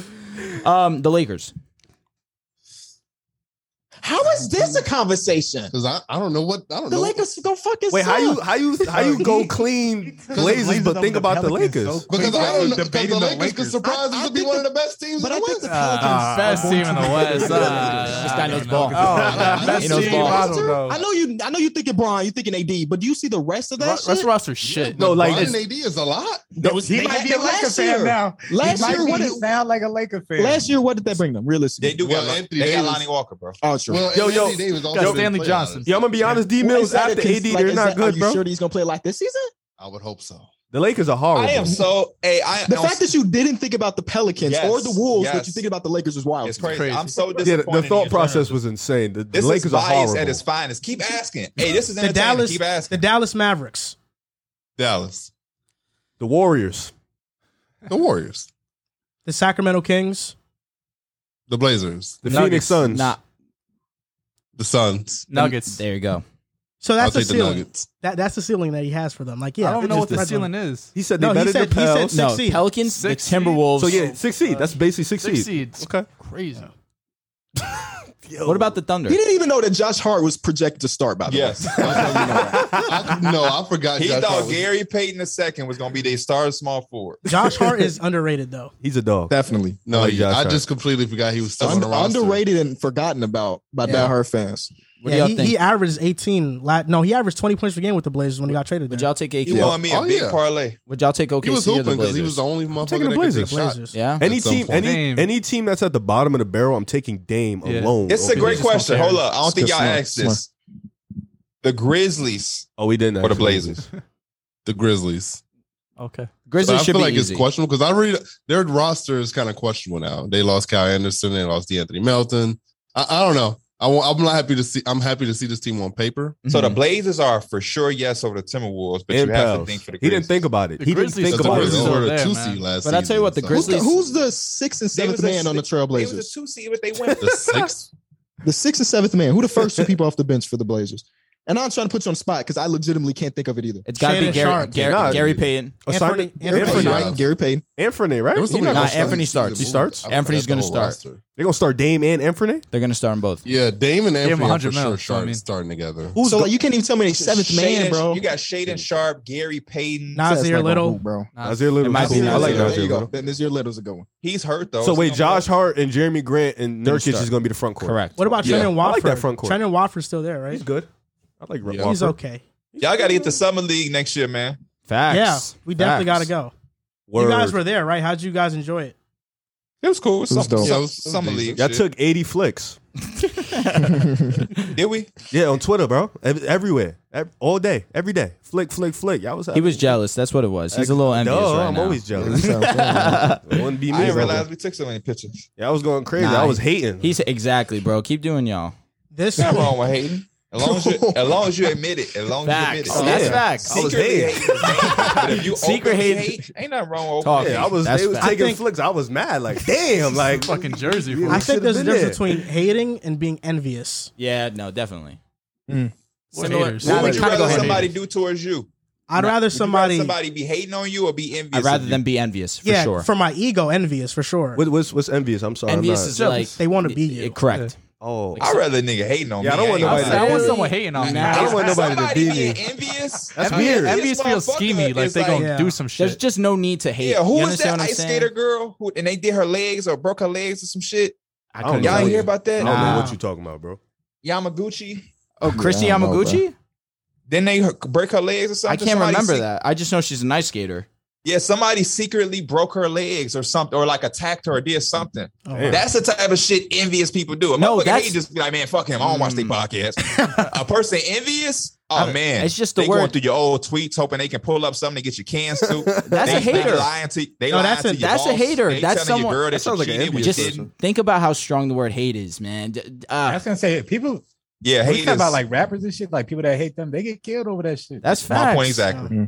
C: Um, the Lakers.
G: How is this a conversation?
D: Because I, I don't know what I don't
G: The
D: know.
G: Lakers go fucking.
H: Wait, how you
G: suck.
H: how you how you go clean Blazers, but think about the Lakers?
D: Because I don't know. Because the
E: debating the
D: Lakers, could
E: Lakers.
D: surprise us
G: I- I
D: to be
G: think
D: one of the best teams.
G: But
D: in
G: I
D: the
G: think the
D: West.
E: Ah,
G: Pelicans.
F: Best team in the West. Ah,
C: This
F: I
C: guy
F: don't
C: knows
F: know.
C: ball.
F: Oh, best
C: He knows
F: team.
C: ball.
F: I don't
G: I
F: know.
G: know you. I know you thinking Braun. You thinking AD. But do you see the rest of that
F: Ru- Russ
G: shit?
F: roster shit.
H: No, like
D: Brian
H: it's-
D: AD is a lot.
E: He
G: They
E: might
G: had
E: be a
G: that
E: Laker
G: last
E: fan
G: year.
E: now.
G: Last
E: He might
G: year,
E: be-
G: what
E: he
G: it-
E: sound like a Laker fan.
G: Last year, what did that bring them? Realistically,
B: They do
D: Well,
B: got,
D: Anthony
B: they got
D: Davis-
B: Lonnie Walker, bro.
G: Oh, sure.
D: Well,
H: Yo, yo,
D: Anthony Davis also
F: got
D: didn't
F: Stanley
D: play
F: Johnson.
H: Yo, I'm gonna be honest. D Mills
G: Well, is that
H: after
G: a cons-
H: AD,
G: like,
H: they're
G: is
H: not
G: that-
H: good,
G: are
H: bro.
G: You sure he's gonna play like this season?
D: I would hope so.
H: The Lakers are horrible.
B: I am so. Hey, I,
G: The
B: I'm
G: fact that you didn't think about the Pelicans
B: Yes.
G: or the Wolves, but
B: Yes.
G: you think about the Lakers is wild.
B: It's crazy.
F: crazy.
B: I'm so
H: yeah,
B: disappointed.
H: the, the
B: in
H: thought
B: you.
H: process was insane. The, the
B: This
H: Lakers
B: is
H: are
B: bias
H: horrible.
B: at its finest. Keep asking. Hey, this is
A: The Dallas,
B: Keep asking.
A: the Dallas Mavericks.
D: Dallas,
H: the Warriors,
D: the Warriors,
A: The Sacramento Kings.
D: the Blazers,
H: the
C: Nuggets.
H: Phoenix Suns,
C: Nah,
D: the Suns.
F: Nuggets.
C: there you go.
A: So
D: I'll
A: that's the
D: take the
A: ceiling.
D: Nuggets.
A: that that's the ceiling that he has for them. Like, yeah,
F: I don't
A: it's
F: know what
A: just
F: the
A: red
F: ceiling
A: zone.
F: is.
H: He said they
A: No, he
H: better
A: said-
H: than
A: he said
H: Pels.
A: six
C: No,
A: seed.
C: Pelicans,
F: Six
C: the
F: seed?
C: Timberwolves.
H: So yeah, six seed. That's basically six,
F: Six
H: seed.
F: seeds.
H: Okay.
F: Crazy.
C: What about the Thunder?
G: He didn't even know that Josh Hart was projected to start. By the
B: Yes.
G: way,
D: I, no, I forgot.
B: He
D: Josh
B: thought
D: Hart was-
B: Gary Payton II was going to be their star small forward.
A: Josh Hart is underrated though.
H: He's a dog.
G: definitely
D: No,
H: Like
D: yeah,
H: Josh
D: I
H: Hart.
D: just completely forgot he was still on
G: Under-
D: the roster.
G: underrated and forgotten about by
C: Yeah.
G: yeah. Hart fans.
C: What do
A: Yeah,
C: y'all
A: he,
C: think?
A: he averaged 18. la- No, he averaged 20 points per game with the Blazers when he got traded.
C: Would
A: There.
C: y'all take
B: He
C: AQ?
B: won me a
D: Oh,
B: big
D: yeah.
B: parlay.
C: Would y'all take OKC
D: He was
C: or
D: hooping
C: the
D: because
C: Blazers?
D: he was the only
H: taking
D: motherfucker
H: the
D: that could take
H: Blazers.
D: shots.
A: Blazers.
C: yeah.
H: Any
D: At some
H: team,
D: point.
H: any
F: Dame.
H: any team that's at the bottom of the barrel, I'm taking Dame
F: Yeah.
H: alone.
B: It's a
H: over
B: great
H: Blazers.
B: question. Hold up. I don't think
G: Smart,
B: y'all asked
G: smart.
B: this. The Grizzlies
H: Oh, we didn't.
B: or the
H: actually.
B: Blazers?
D: The Grizzlies.
F: Okay.
D: But
C: Grizzlies
D: I
C: should
D: feel
C: be
D: like
C: easy.
D: it's questionable because I read their roster is kind of questionable now. They lost Kyle Anderson. They lost DeAnthony Melton. I, I don't know. I, won't- I'm not happy to see. I'm happy to see this team on paper.
C: Mhm.
B: So the Blazers are for sure yes over the Timberwolves, but
H: And
B: you have to
H: Pels.
B: think for the
H: He
B: Grizzlies.
H: didn't think about it.
F: The
H: he didn't
F: Grizzlies
H: think
D: Because the
H: about
F: are
D: Grizzlies
H: it.
F: still
D: were a
F: there,
D: two
F: man.
D: seed last
C: But I'll tell you what, the
D: season, so-
G: Who's the,
C: Grizzlies-
G: who's the sixth and
B: They was
G: seventh
B: a
G: man on the
B: six- They was
G: Trailblazers?
B: a two seed, but they
D: the
B: went
D: sixth.
G: The sixth and seventh man. Who the first two people off the bench for the Blazers? And I'm trying to put you on the spot because I legitimately can't think of it either. Oh,
C: It's got to be
A: Shannon
C: Gary,
A: Sharp.
C: Gary,
H: Nah,
C: Gary Payton.
H: Asante-
A: Anthony-
H: Anthony,
D: Anthony-
H: right?
G: Gary Payton.
H: Anthony, right?
D: There was
H: He
D: somebody
H: not-
C: Nah,
D: else on
C: Anthony
D: the
C: starts.
D: season.
C: He starts?
D: I forgot
C: Anthony's
D: the
C: gonna
D: whole
C: start.
D: roster.
H: They're gonna start Dame and Anthony.
C: They're gonna start them both.
D: Yeah, Dame and Anthony are
F: 100
D: for sure
F: minutes, I
D: starting,
F: mean.
D: starting together.
G: so like you can't even tell me they seventh man,
B: Shaden-
G: bro.
B: You got Shaden Sharp, Gary Payton.
G: That's not
A: Nasir
G: gonna
A: Little.
G: move, bro.
H: Isaiah Little.
C: might be
H: I like
G: There
H: that.
G: you go. Then this year Little's a good one.
B: He's hurt though.
H: So
B: It's
H: wait,
B: gonna
H: Josh
B: work.
H: Hart and Jeremy Grant and
C: Didn't
H: Nurkic
C: start.
H: is gonna be the front court.
C: Correct.
A: What about
D: Yeah.
A: Trenton
H: I
A: Watford?
H: like that front court.
A: Trenton Watford's still there, right?
H: He's good. I like
D: Yeah.
H: Walker.
A: He's okay.
B: Y'all got to get the summer league next year, man.
C: Facts.
A: Yeah, we definitely got
C: Facts.
A: to go.
H: Word.
A: You guys were there, right? How'd you guys enjoy it?
B: It was cool. It was,
G: It was
B: summer,
G: dope.
B: summer-
D: Yeah, it was- it was
B: summer
D: decent.
B: league.
H: Y'all
B: shit.
H: took 80 flicks.
B: Did we?
H: Yeah, on Twitter, bro. Ev- Everywhere. Ev- All day. Every day. Flick, flick, flick. Y'all was
C: He was jealous. That's what it was. He's a little envious
H: No,
C: right
H: I'm
C: now.
H: always jealous. Wouldn't be
B: I didn't
H: me. brother.
B: realize we took so many pictures.
H: Yeah, I was going crazy.
C: Nah,
H: I was hating.
C: He's exactly, bro. Keep doing y'all.
A: This
B: Nothing
A: week-
B: wrong with hating. As long as you, as long as you admit it. As long as you admit
C: Facts.
B: it.
H: Oh,
C: That's
H: yeah.
C: facts.
H: I
B: Secretly
H: was
B: hate
H: hating.
B: is hate, but if you
C: Secret
B: openly
C: hate-
B: Ain't nothing wrong with
C: Talk.
B: open.
H: yeah, I was.
C: That's
H: They was
C: fact.
H: taking
A: I think-
H: flicks. I was mad. Like, damn. Like,
F: Fucking Jersey.
H: Yeah.
F: fool.
A: I
H: We
A: think there's a
H: should've been
A: difference between hating and being envious.
C: Yeah, no, definitely.
F: What
C: Similar-
F: haters.
C: Nah,
B: What
C: they
B: would you
C: kinda go
B: rather
C: hand in
B: somebody do towards you? Would you
A: I'd rather somebody,
B: rather somebody be hating on you or be envious?
C: I'd rather
B: of you?
C: them be envious for
A: yeah,
C: sure.
A: for my ego, envious for sure.
H: what, what's what's envious? I'm sorry. I'm
C: envious
H: not-
C: is like
A: They wanna be you.
C: Yeah, Correct.
H: oh,
B: I'd rather a nigga hating on
H: Yeah, I
B: me.
H: don't want
B: ain't gonna
H: nobody to
B: lie.
F: I want
C: Really?
F: someone hating on me.
C: Nah.
H: I don't want nobody to
B: Somebody
H: be
B: being
H: me.
B: envious.
H: That's
A: Envious-
H: weird.
F: Envious feels
B: motherfucker
F: schemy, like
B: is
F: they gonna
A: Yeah.
F: do some
C: There's
F: shit.
C: just no need to hate.
B: Yeah,
C: You
B: who was
C: understand
B: that
C: what I'm
B: ice
C: saying?
B: skater girl who and they did her legs or broke her legs or some shit?
C: I
H: don't
C: couldn't
H: know.
B: Y'all
C: tell
B: ain't hear
C: you.
B: about
H: I
B: that?
H: don't
C: Nah.
H: know what you're talking about, bro.
B: Yamaguchi.
C: Oh, Christy
G: Yeah, I don't know,
C: Yamaguchi?
B: Then they her- break her legs or something.
C: I can't
B: Somebody
C: remember
B: se-
C: that. I just know she's an ice skater.
B: Yeah, somebody secretly broke her legs or something, or like attacked her or did something.
A: Oh,
H: Damn.
B: That's the type of shit envious people do. A
C: No,
B: motherfucker
C: that's- Hmm.
B: hate just be like, man, fuck him. I don't watch their podcast. a person envious. Oh
C: I-
B: man,
C: it's just the
B: they
C: word-
B: going through your old tweets, hoping they can pull up something to get your cans to.
C: That's
B: they,
C: a hater.
B: They lying to, they
A: No,
B: lying
A: that's a-
B: to your
C: that's a
B: boss.
C: hater.
B: They
C: That's
B: telling
C: someone-
B: your girl
H: that
B: that,
H: sounds like
B: you
H: an
B: cheated
H: envious
B: with.
C: Just
H: person.
C: think about how strong the word hate is, man. D- d-
E: I
C: uh,
E: was gonna say people.
B: Yeah,
E: We
B: hate
E: talk
B: is
E: about like rappers and shit. Like people that hate them, they get killed over that shit.
C: that's facts.
B: my point exactly.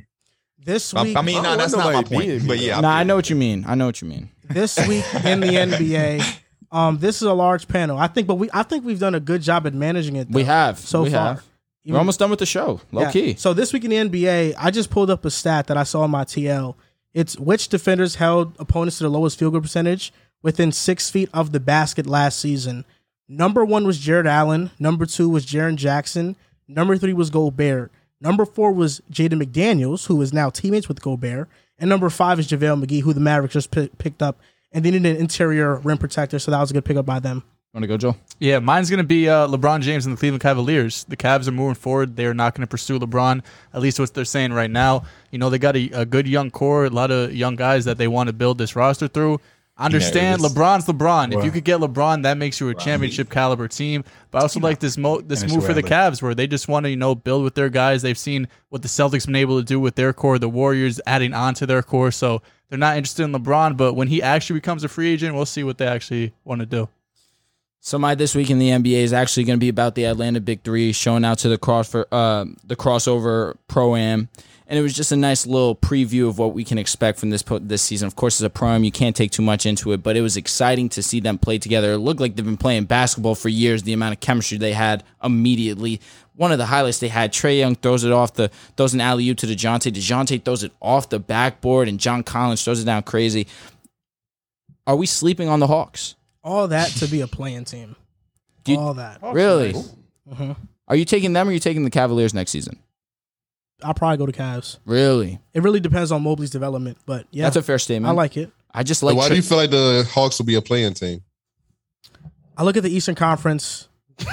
A: This
B: I-
A: week,
B: I mean,
H: I
B: nah,
H: don't
B: that's
H: want
B: not my
H: nobody being
B: point.
H: me,
B: But
H: though.
B: yeah,
C: Nah, I know what you mean. I know what you mean.
A: this week in the NBA, um, this is a large panel. I think, but we, I think we've done a good job at managing it. Though,
C: We have.
A: so
C: we
A: far.
C: have. We're almost done with the show. Low
A: Yeah.
C: key.
A: So this week in the NBA, I just pulled up a stat that I saw on my TL. It's which defenders held opponents to the lowest field goal percentage within six feet of the basket last season. Number one was Jared Allen. Number two was Jaron Jackson. Number three was Gobert. Number four was Jaden McDaniels, who is now teammates with Gobert. And number five is JaVale McGee, who the Mavericks just pi picked up. And they need an interior rim protector, so that was a good pickup by them.
C: Want to go, Joe?
F: Yeah, mine's going to be uh, LeBron James and the Cleveland Cavaliers. The Cavs are moving forward. They are not going to pursue LeBron, at least what they're saying right now. You know, they got a, a good young core, a lot of young guys that they want to build this roster through. I understand
B: it's-
F: LeBron's LeBron. If you could get LeBron, that makes you a championship caliber team. But I also like this mo- this
E: And it's
F: move for the
E: relevant.
F: Cavs where they just want to, you know, build with their guys. They've seen what the Celtics been able to do with their core, the Warriors adding on to their core. So they're not interested in LeBron, but when he actually becomes a free agent, we'll see what they actually want to do.
C: So my this week in the NBA is actually going to be about the Atlanta Big Three showing out to the cross for uh, the crossover pro am, and it was just a nice little preview of what we can expect from this po- this season. Of course, it's a pro am; you can't take too much into it, but it was exciting to see them play together. It looked like they've been playing basketball for years. The amount of chemistry they had immediately. One of the highlights they had: Trey Young throws it off the throws an alley oop to Dejounte. Dejounte throws it off the backboard, and John Collins throws it down crazy. Are we sleeping on the Hawks?
A: All that to be a playing team.
C: Do you-
A: All that.
C: Really?
A: Mhm.
C: Are you taking them or are you taking the Cavaliers next season?
A: I'll probably go to Cavs.
C: Really?
A: It really depends on Mobley's development, but yeah,
C: That's a fair statement.
A: I like it.
C: I just
D: But
C: like
D: why
C: Tra-
D: do you feel like the Hawks will be a playing team?
A: I look at the Eastern Conference.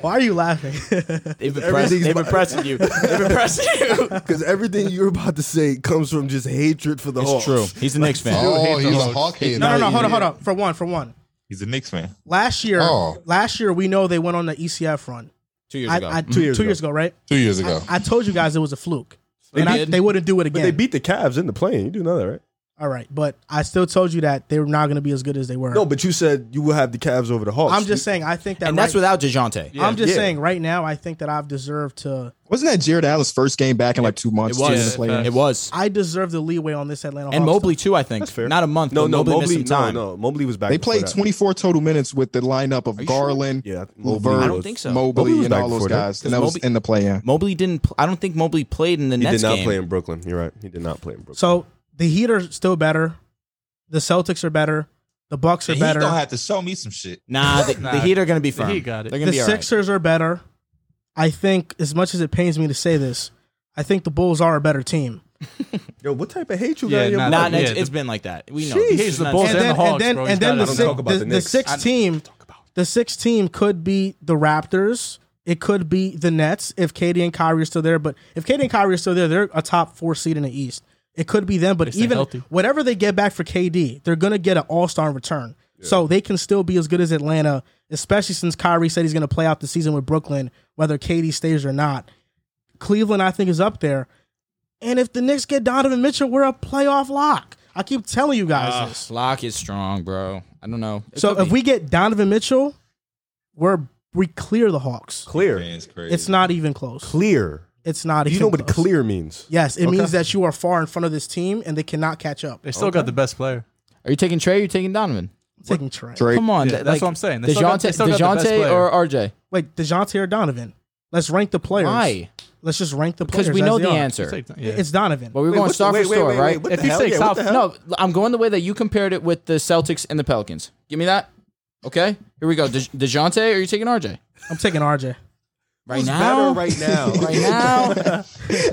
A: Why are you laughing?
C: they've been, press-
H: Everything's
C: they've
H: my-
C: been pressing you. They've been pressing you.
H: Because everything you're about to say comes from just hatred for the
C: It's
H: Hawks.
C: true. He's a Knicks fan.
D: Oh, he's a Hawk hater.
A: no, no, no. Hold on, hold on. For one, for one.
B: he's a Knicks fan.
A: Last year,
D: Oh.
A: last year we know they went on the ECF run.
C: Two years
A: I,
C: ago.
A: I, two, years,
H: years
A: two
H: ago.
A: years ago, right?
D: Two years ago.
A: I told you guys it was a fluke, and I,
C: did.
A: they wouldn't do it again.
H: But they beat the Cavs in the plane. You do know that, right?
A: All right, but I still told you that they were not going to be as good as they were.
I: No, but you said you will have the Cavs over the Hawks.
A: I'm just saying. I think that.
C: and that's
A: right-
C: without Dejounte.
A: I'm just
I: Yeah.
A: saying. Right now, I think that I've deserved to.
G: Wasn't that Jared Allen's first game back in like two months?
C: It
G: too, in the
C: was.
G: playoffs?
C: It was.
A: I deserve the leeway on this Atlanta.
C: And
A: Hawks
C: Mobley too. I think not a month.
I: no,
C: but
I: no,
C: Mobley, missed
I: Mobley.
C: some time.
I: No, no, Mobley was back.
G: They
I: before
G: played
I: that.
G: 24 total minutes with the lineup of Garland,
I: Yeah,
G: Levert,
I: Mobley
C: I don't
I: was-
C: think so.
G: Mobley,
I: Mobley was
G: and
I: back
G: all those
I: before that.
G: guys, and that was
C: Mobley-
G: in the play-in.
C: Mobley didn't. Pl- I don't think Mobley played in the
I: He
C: Nets
I: did not
C: game.
I: play in Brooklyn. You're right. He did not play in Brooklyn.
A: So the Heat are still better. The Celtics are better. The Bucks are
B: He's
A: better.
B: gonna have to show me some shit.
C: Nah, the,
F: Nah,
C: the Heat are going to be
F: the
C: firm.
F: Heat got it.
C: They're going
A: the
C: to be all right.
A: Sixers are better. I think, as much as it pains me to say this, I think the Bulls are a better team.
I: Yo, what type of hate you
F: Yeah,
I: got? in your
F: nah,
C: Nah,
I: blood?
F: Yeah,
C: it's,
F: the-
C: it's been like that. We know.
I: Jeez.
C: This
F: He's
C: is
F: the
C: not-
F: Bulls
A: and
F: and
A: then,
F: the Hawks,
A: and then,
F: bro.
A: and
F: He's
A: then
F: got
A: the,
F: it. Don't
A: six,
F: talk
I: about
A: the,
I: the
A: the
I: Knicks.
A: sixth team, the sixth team could be the Raptors. It could be the Nets if Katie and Kyrie are still there. But if Katie and Kyrie are still there, they're a top four seed in the East. It could be them, but
F: stay
A: even
F: healthy.
A: whatever they get back for KD, they're gonna get an All Star in return. So they can still be as good as Atlanta, especially since Kyrie said he's gonna play out the season with Brooklyn, whether KD stays or not. Cleveland, I think, is up there. And if the Knicks get Donovan Mitchell, we're a playoff lock. I keep telling you guys
C: Ugh,
A: this.
C: Lock is strong, bro. I don't know. It
A: So
C: could
A: if
C: be.
A: we get Donovan Mitchell, we're we clear the Hawks.
I: clear,
B: Man's crazy.
A: It's not even close.
I: clear.
A: It's not even.
I: You know what
A: close.
I: clear means?
A: Yes, it means that you are far in front of this team and they cannot catch up.
F: They still got the best player.
C: are you taking Trey? or you taking Donovan?
A: I'm taking Trey.
G: Trey.
C: Come on,
F: Yeah,
C: th-
F: that's
C: like,
F: what I'm saying. They still got- they
C: Dejounte,
F: still got the best
C: Dejounte
F: player.
C: or RJ?
A: Like Dejounte or Donovan. Let's rank the players.
C: Why?
A: Let's just rank the players
C: Because we
A: as
C: know
A: they
C: the
A: are.
C: answer.
F: It's like- yeah.
A: It's Donovan.
C: But we're going
I: what's
C: star
I: the- wait,
C: for
I: wait,
C: store,
I: wait,
C: right?
I: wait, what
F: If
I: the
F: you
I: hell?
F: say
I: Yeah,
F: top
I: what the hell?
C: No, I'm going the way that you compared it with the Celtics and the Pelicans. Give me that. Okay, here we go. De- Dejounte, or are you taking RJ?
A: I'm taking RJ.
C: Right now,
I: better right now?
C: right now.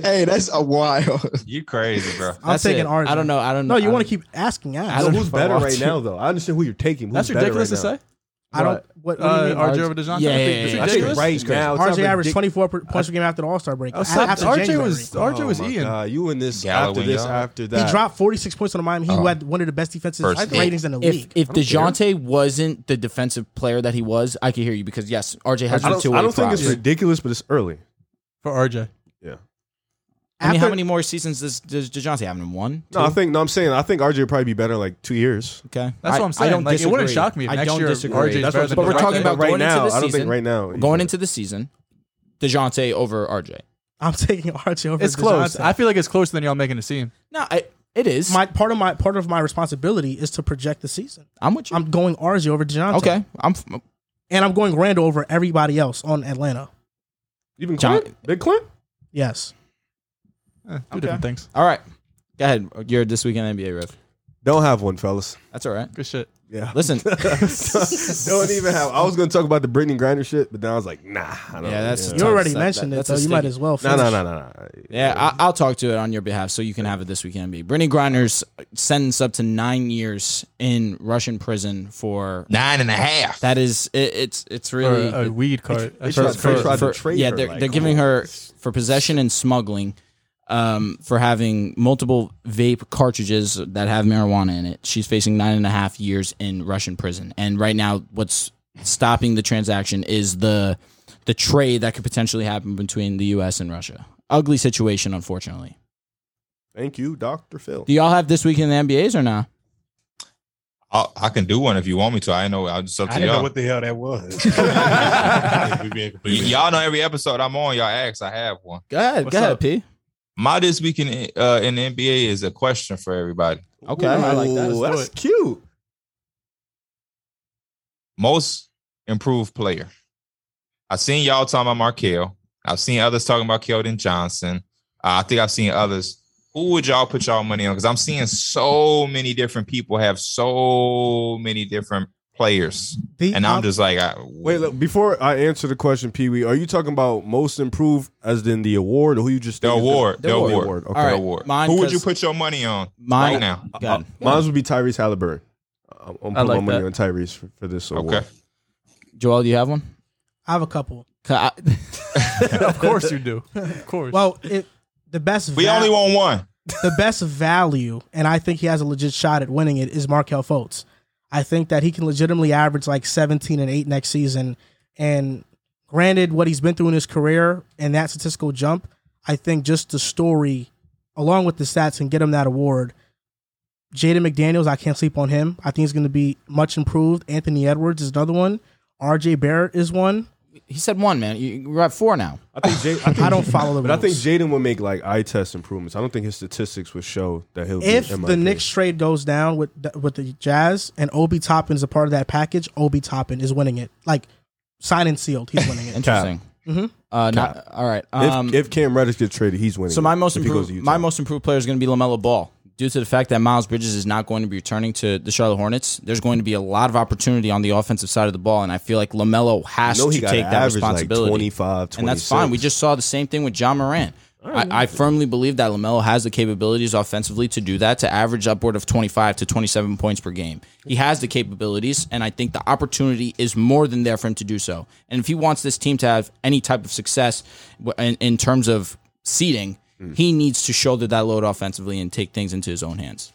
G: hey, that's a wild.
B: you crazy, bro.
A: I'm
C: That's
A: taking
C: it.
A: RJ.
C: I don't know. I don't know.
A: No, you
C: I
A: want to
C: don't-
A: keep asking.
C: I
A: Ask.
I: So
C: don't-
I: who's better
C: want
I: right
C: to.
I: now, though? I understand who you're taking. Who's
F: That's
I: better
F: ridiculous
I: right
F: to
I: now?
F: say.
A: I don't. What, what do you
F: Uh,
A: mean?
F: RJ over Dejounte.
C: Yeah, yeah,
F: It's
C: yeah.
I: I think
F: ridiculous.
I: right now, it's
A: RJ
I: not
A: averaged
I: ridic-
A: 24 per- points per game after the All Star break.
F: I was
A: A-
F: like,
A: after
F: RJ
A: January.
F: was RJ was
I: Oh my
F: Ian.
I: God, you and this
B: Galloway,
I: after this
B: y'all.
I: after
A: he
I: that.
A: dropped 46 points on the Miami Heat, who had one of the best defensive
B: First team.
A: ratings in the
C: If
A: league.
C: if Dejounte wasn't the defensive player that he was, I could hear you because yes, RJ has
I: I
C: the
I: don't,
C: two way
I: I don't think it's
C: prowess.
I: ridiculous, but it's early.
F: for RJ.
C: I mean,
A: After-
C: how many more seasons does, does Dejounte have? in One.
I: No, I think no. I'm saying I think RJ would probably be better in like two years.
C: Okay,
F: That's
C: I,
F: what I'm saying.
C: I don't
F: Like, it
C: disagree.
F: wouldn't shock me if
C: I
F: next
C: don't
F: year
C: disagree.
F: RJ is
I: That's what
F: better
I: I'm
F: than
I: saying.
C: but we're
F: Durant.
C: talking about
I: right
C: going into
I: now.
C: the
I: I don't
C: season.
I: think right now
C: Going into the season, Dejounte over RJ.
A: I'm taking RJ over.
F: It's close.
A: DeJounte.
F: I feel like it's closer than y'all making it seem.
C: No, I, it is.
A: my part of my part of my responsibility is to project the season.
C: I'm with you.
A: I'm going RJ over Dejounte.
C: okay, I'm f-
A: and I'm going Randall over everybody else on Atlanta.
I: even
C: John-
I: Clint, Big Clint.
A: Yes,
F: Eh, Two different things.
C: all right. Go ahead. You're this weekend NBA riff.
I: Don't have one, fellas.
C: That's all right.
F: Good shit.
I: Yeah,
C: Listen,
I: don't even have. I was gonna talk about the Brittany Griner shit, but then I was like, nah. I don't,
C: Yeah, that's-
A: you
C: Tough
A: already
C: stuff.
A: mentioned
C: That-
A: it,
C: that's
A: so you
C: a
A: might
C: sticky-
A: as well.
I: no,
A: Finish.
I: no, no, no, no.
C: yeah, I, I'll talk to it on your behalf so you can have it this weekend. Be Brittany Griner's sentenced up to nine years in Russian prison for
B: Nine and a half.
C: that is it, it's it's really
F: Or a weed cart.
I: they tried-
F: For-
I: they
F: for-
I: tried to
C: for-
I: trade
C: yeah
I: her,
C: they're,
I: like, oh.
C: they're
I: come
C: giving
I: on.
C: her for possession and smuggling um, for having multiple vape cartridges that have marijuana in it she's facing nine and a half years in russian prison and right now what's stopping the transaction is the the trade that could potentially happen between the us and russia ugly situation unfortunately
I: Thank you, Doctor Phil.
C: do y'all have this week in the nbas or not
B: I, I can do one if you want me to. I know. I'll just up
E: I
B: to
E: didn't know
B: y'all.
E: what the hell that was.
D: We being
B: Y-
D: completely-
B: y'all know every episode I'm on. Y'all ask. I have one.
C: go ahead
F: What's
C: go ahead
F: up?
C: p
B: My this week in, uh, in the NBA is a question for everybody.
C: okay i like that
I: Ooh,
F: Let's do
I: that's cute.
B: Most improved player. I've seen y'all talking about Markel. I've seen others talking about Keldon Johnson. Uh, I think I've seen others. Who would y'all put y'all money on? Because I'm seeing so many different people have so many different players,
A: The-
B: and
A: um,
B: I'm just like, I,
I: Wait, look, before I answer the question, Pee Wee, are you talking about most improved as in the award, or who you just
B: the
I: think is
B: award, the,
C: The award.
B: award,
I: Award, okay.
B: the
C: All right,
B: award.
C: mine,
B: Who would you
C: 'cause
B: put your money on
C: mine-
B: right now?
C: go ahead.
H: Uh,
I: Mine would be Tyrese Halliburton. I'm, I'm putting
F: like
I: my money
F: that.
I: on Tyrese for, for this award.
B: Okay.
C: joel do you have one
A: I have a couple.
C: 'Cause I,
F: of course you do. Of course.
A: Well, it, the best
B: We
A: val-
B: only want one.
A: the best value, and I think he has a legit shot at winning it, is Markel Fultz. I think that he can legitimately average like 17 and 8 next season. And granted, what he's been through in his career and that statistical jump, I think just the story, along with the stats, can get him that award. Jaden McDaniels, I can't sleep on him. I think he's going to be much improved. Anthony Edwards is another one. R.J. Barrett is one.
C: He said one, man. You- We're at four now.
H: I think Jay, I, think,
A: I don't follow the
H: but I
A: rules.
H: think Jaden will make like eye test improvements. I don't think his statistics would show that he'll.
A: if
H: be, in my
A: the
H: opinion.
A: Knicks trade goes down with the, with the Jazz and Obi Toppin's a part of that package, Obi Toppin is winning it. Like signed and sealed, he's winning it.
C: Interesting. Uh, not, all right. Um,
H: if, if Cam Reddish gets traded, he's winning.
C: so my most
H: if he
C: improved,
H: goes to Utah.
C: my most improved player is going to be Lamelo Ball. Due to the fact that Miles Bridges is not going to be returning to the Charlotte Hornets, there's going to be a lot of opportunity on the offensive side of the ball, and I feel like Lamelo has
H: You know
C: to
H: he got
C: take
H: an
C: that
H: average,
C: responsibility.
H: Like 25, 26.
C: and that's fine. We just saw the same thing with John Moran. I, I firmly believe that Lamelo has the capabilities offensively to do that, to average upward of 25 to 27 points per game. He has the capabilities, and I think the opportunity is more than there for him to do so. And if he wants this team to have any type of success w- in, in terms of seeding, he needs to shoulder that load offensively and take things into his own hands.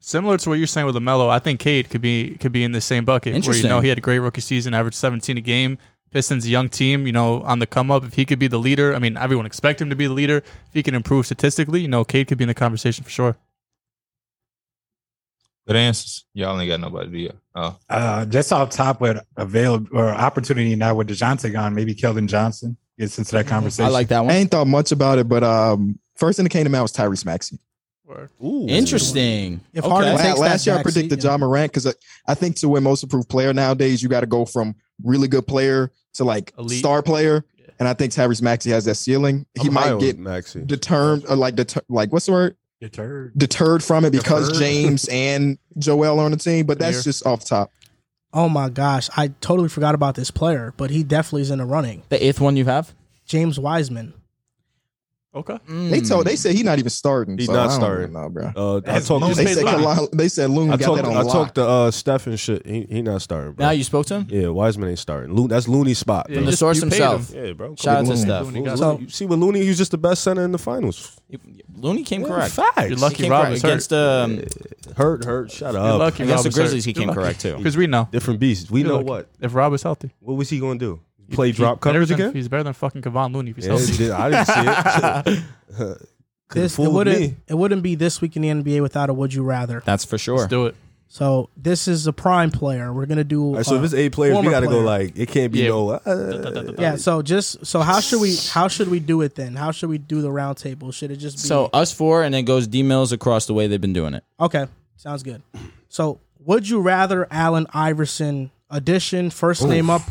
F: Similar to what you're saying with Lamelo, I think Cade could be could be in the same bucket. Where you
C: Interesting.
F: know he had a great rookie season, averaged 17 a game. Pistons, a young team, you know, on the come up. If he could be the leader, I mean, everyone expect him to be the leader. If he can improve statistically, you know, Cade could be in the conversation for sure.
B: Good answers. Y'all ain't got nobody. do ya? Oh,
E: Uh, just off top with available or opportunity now with Dejounte gone, maybe Keldon Johnson gets into that conversation.
C: Mm-hmm. I like that
G: I
C: one.
G: ain't thought much about it, but um, first thing that came to mind was Tyrese Maxey.
C: Interesting.
A: If Harden
G: La-
A: takes that
G: last year, I
A: backseat,
G: predicted
A: yeah.
G: John Morant because I, I think to win most improved player nowadays, you got to go from really good player to like
F: Elite.
G: star player. And I think Tyrese Maxey has that ceiling. He
H: I'm high
G: might
H: on
G: get
H: Maxey.
G: deterred or like deter, like what's the word?
E: Deterred.
G: Deterred from it because
E: Deferred.
G: James and Joel are on the team, but that's
F: Here.
G: just off top.
A: Oh my gosh, I totally forgot about this player, but he definitely is in the running.
C: The eighth one you have?
A: James Wiseman.
F: Okay.
G: They told they said he's not even starting.
H: He's
G: so
H: not
G: I don't
H: starting.
G: know, bro.
H: Uh, I
E: That's
H: talked.
E: Looney.
G: They
F: He's
G: said
F: paid lot.
G: Kalal- they said Loon
H: I
G: got
H: talked.
G: that on
H: I
G: lock.
H: talked to uh, Steph and shit. He, he not starting. Bro.
C: Hmm. Now you spoke to him?
H: yeah, Wiseman ain't starting. Lo- that's Looney's spot.
F: Yeah,
H: Bro.
C: The
F: just-
C: source
F: you paid
C: himself.
F: him.
H: Yeah, bro.
C: Shout out to
G: Looney.
C: Steph.
F: Looney
H: Looney-
F: got
A: So-
H: you see, with Looney, he was just the best center in the finals.
C: Looney came correct.
F: You're
H: Facts.
C: He
F: lucky
C: came
F: Rob
C: correct
F: was
C: against
F: hurt.
C: um,
H: Hurt, hurt. Shut
F: You're
H: up.
F: lucky
C: against
F: Rob
C: the
F: was hurt.
C: Grizzlies. He came correct too.
F: Because we know.
H: Different beasts. We
F: You're
H: know
F: lucky.
H: what.
F: If Rob was healthy.
H: What was he gonna do? Play
F: He-
H: drop
F: better
H: coverage
F: than-
H: again?
F: He's better than fucking Kevon Looney if he's
H: Yeah, it
F: healthy.
H: did- I didn't see it. Could
A: This it
H: fooled me.
A: wouldn't it wouldn't be this week in the NBA without a would you rather.
C: That's for sure.
F: Let's do it.
A: So this is a prime player. We're gonna do
H: All right, so
A: uh,
H: if it's eight players, we
A: former
H: gotta
A: player.
H: go like it can't be
F: Yeah.
H: no. Uh,
A: Yeah, so just so how should we how should we do it then? How should we do the round table? Should it just be
C: So us four, and then goes D Mills across the way they've been doing it.
A: Okay, sounds good. So, would you rather Allen Iverson addition first name up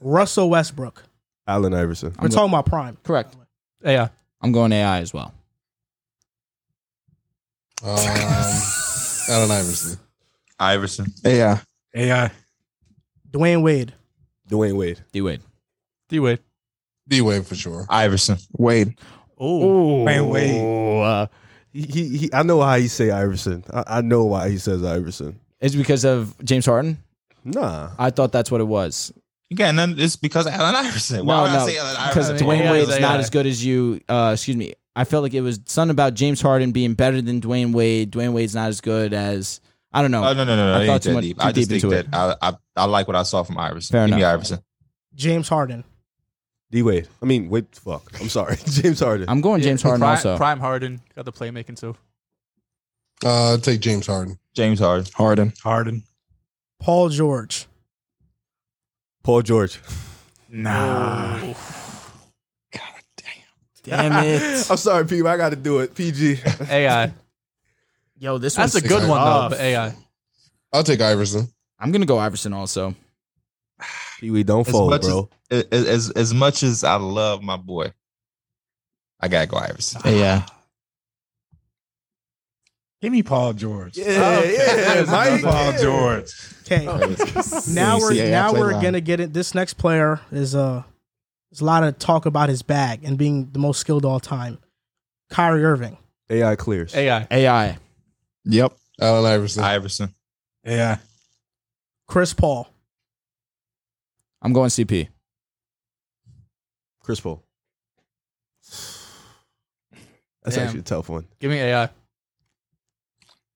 A: Russell Westbrook?
H: Allen Iverson.
A: We're talking about prime.
C: Correct.
F: Yeah.
C: I'm going AI as well.
D: Um, Allen Iverson.
B: Iverson.
G: Yeah.
E: AI.
A: Dwayne Wade.
H: Dwayne Wade.
C: D Wade.
F: D Wade.
D: D Wade for sure.
B: Iverson.
G: Wade.
F: Oh.
E: Dwayne Wade.
H: He, he, he, I know how he say Iverson. I, I know why he says Iverson.
C: It's because of James Harden.
H: Nah.
C: I thought that's what it was.
B: You got none. It's because of Allen Iverson. Why
C: No,
B: would
C: no,
B: I say Allen
C: Because
B: Iverson?
C: Dwayne
F: AI
C: Wade's
F: is
C: not
F: AI.
C: as good as you. Uh, excuse me. I felt like it was something about James Harden being better than Dwayne Wade. Dwayne Wade's not as good as I don't know.
F: Uh,
B: Oh no no no!
C: I
B: no! it
C: thought
B: ain't
C: too
B: that
C: much-
B: deep.
C: too
B: I just
C: deep
B: think
C: into
B: that I, I I like what I saw from Iverson.
C: Fair
B: Give me
C: enough.
B: Iverson.
A: James Harden.
H: D Wade. I mean, wait, fuck. I'm sorry. James Harden.
C: I'm going
F: Yeah,
C: James Harden
F: prime,
C: also.
F: Prime Harden. Got the playmaking too.
D: Uh, I'd take James Harden.
B: James Harden.
G: Harden.
E: Harden.
A: Paul George.
H: Paul George. Ah.
E: Nah.
C: Damn it.
H: I'm sorry, P. I got to do it. PG.
F: AI.
C: Yo, this
F: That's a
C: one's
F: good
C: tough.
F: one
B: Ah,
F: though. But AI.
D: I'll take Iverson.
C: I'm gonna go Iverson also.
H: Pee Wee, don't
B: As
H: fold,
B: much as-
H: bro.
B: As, as as much as I love my boy, I gotta go Iverson.
C: Yeah.
E: Give me Paul George.
H: Yeah, yeah,
E: Give me
H: Mike.
E: Paul George.
A: Okay. now
G: Yeah,
A: we're
G: you Oh, see,
A: now
G: I play
A: we're
G: line.
A: gonna get it. This next player is uh, there's a lot of talk about his bag and being the most skilled all time. Kyrie Irving.
H: AI clears.
F: AI.
C: AI.
G: Yep.
D: Allen Iverson.
B: Iverson.
E: AI.
A: Chris Paul.
C: I'm going CP.
H: Chris Paul. That's
F: Damn.
H: actually a tough one.
F: Give me AI.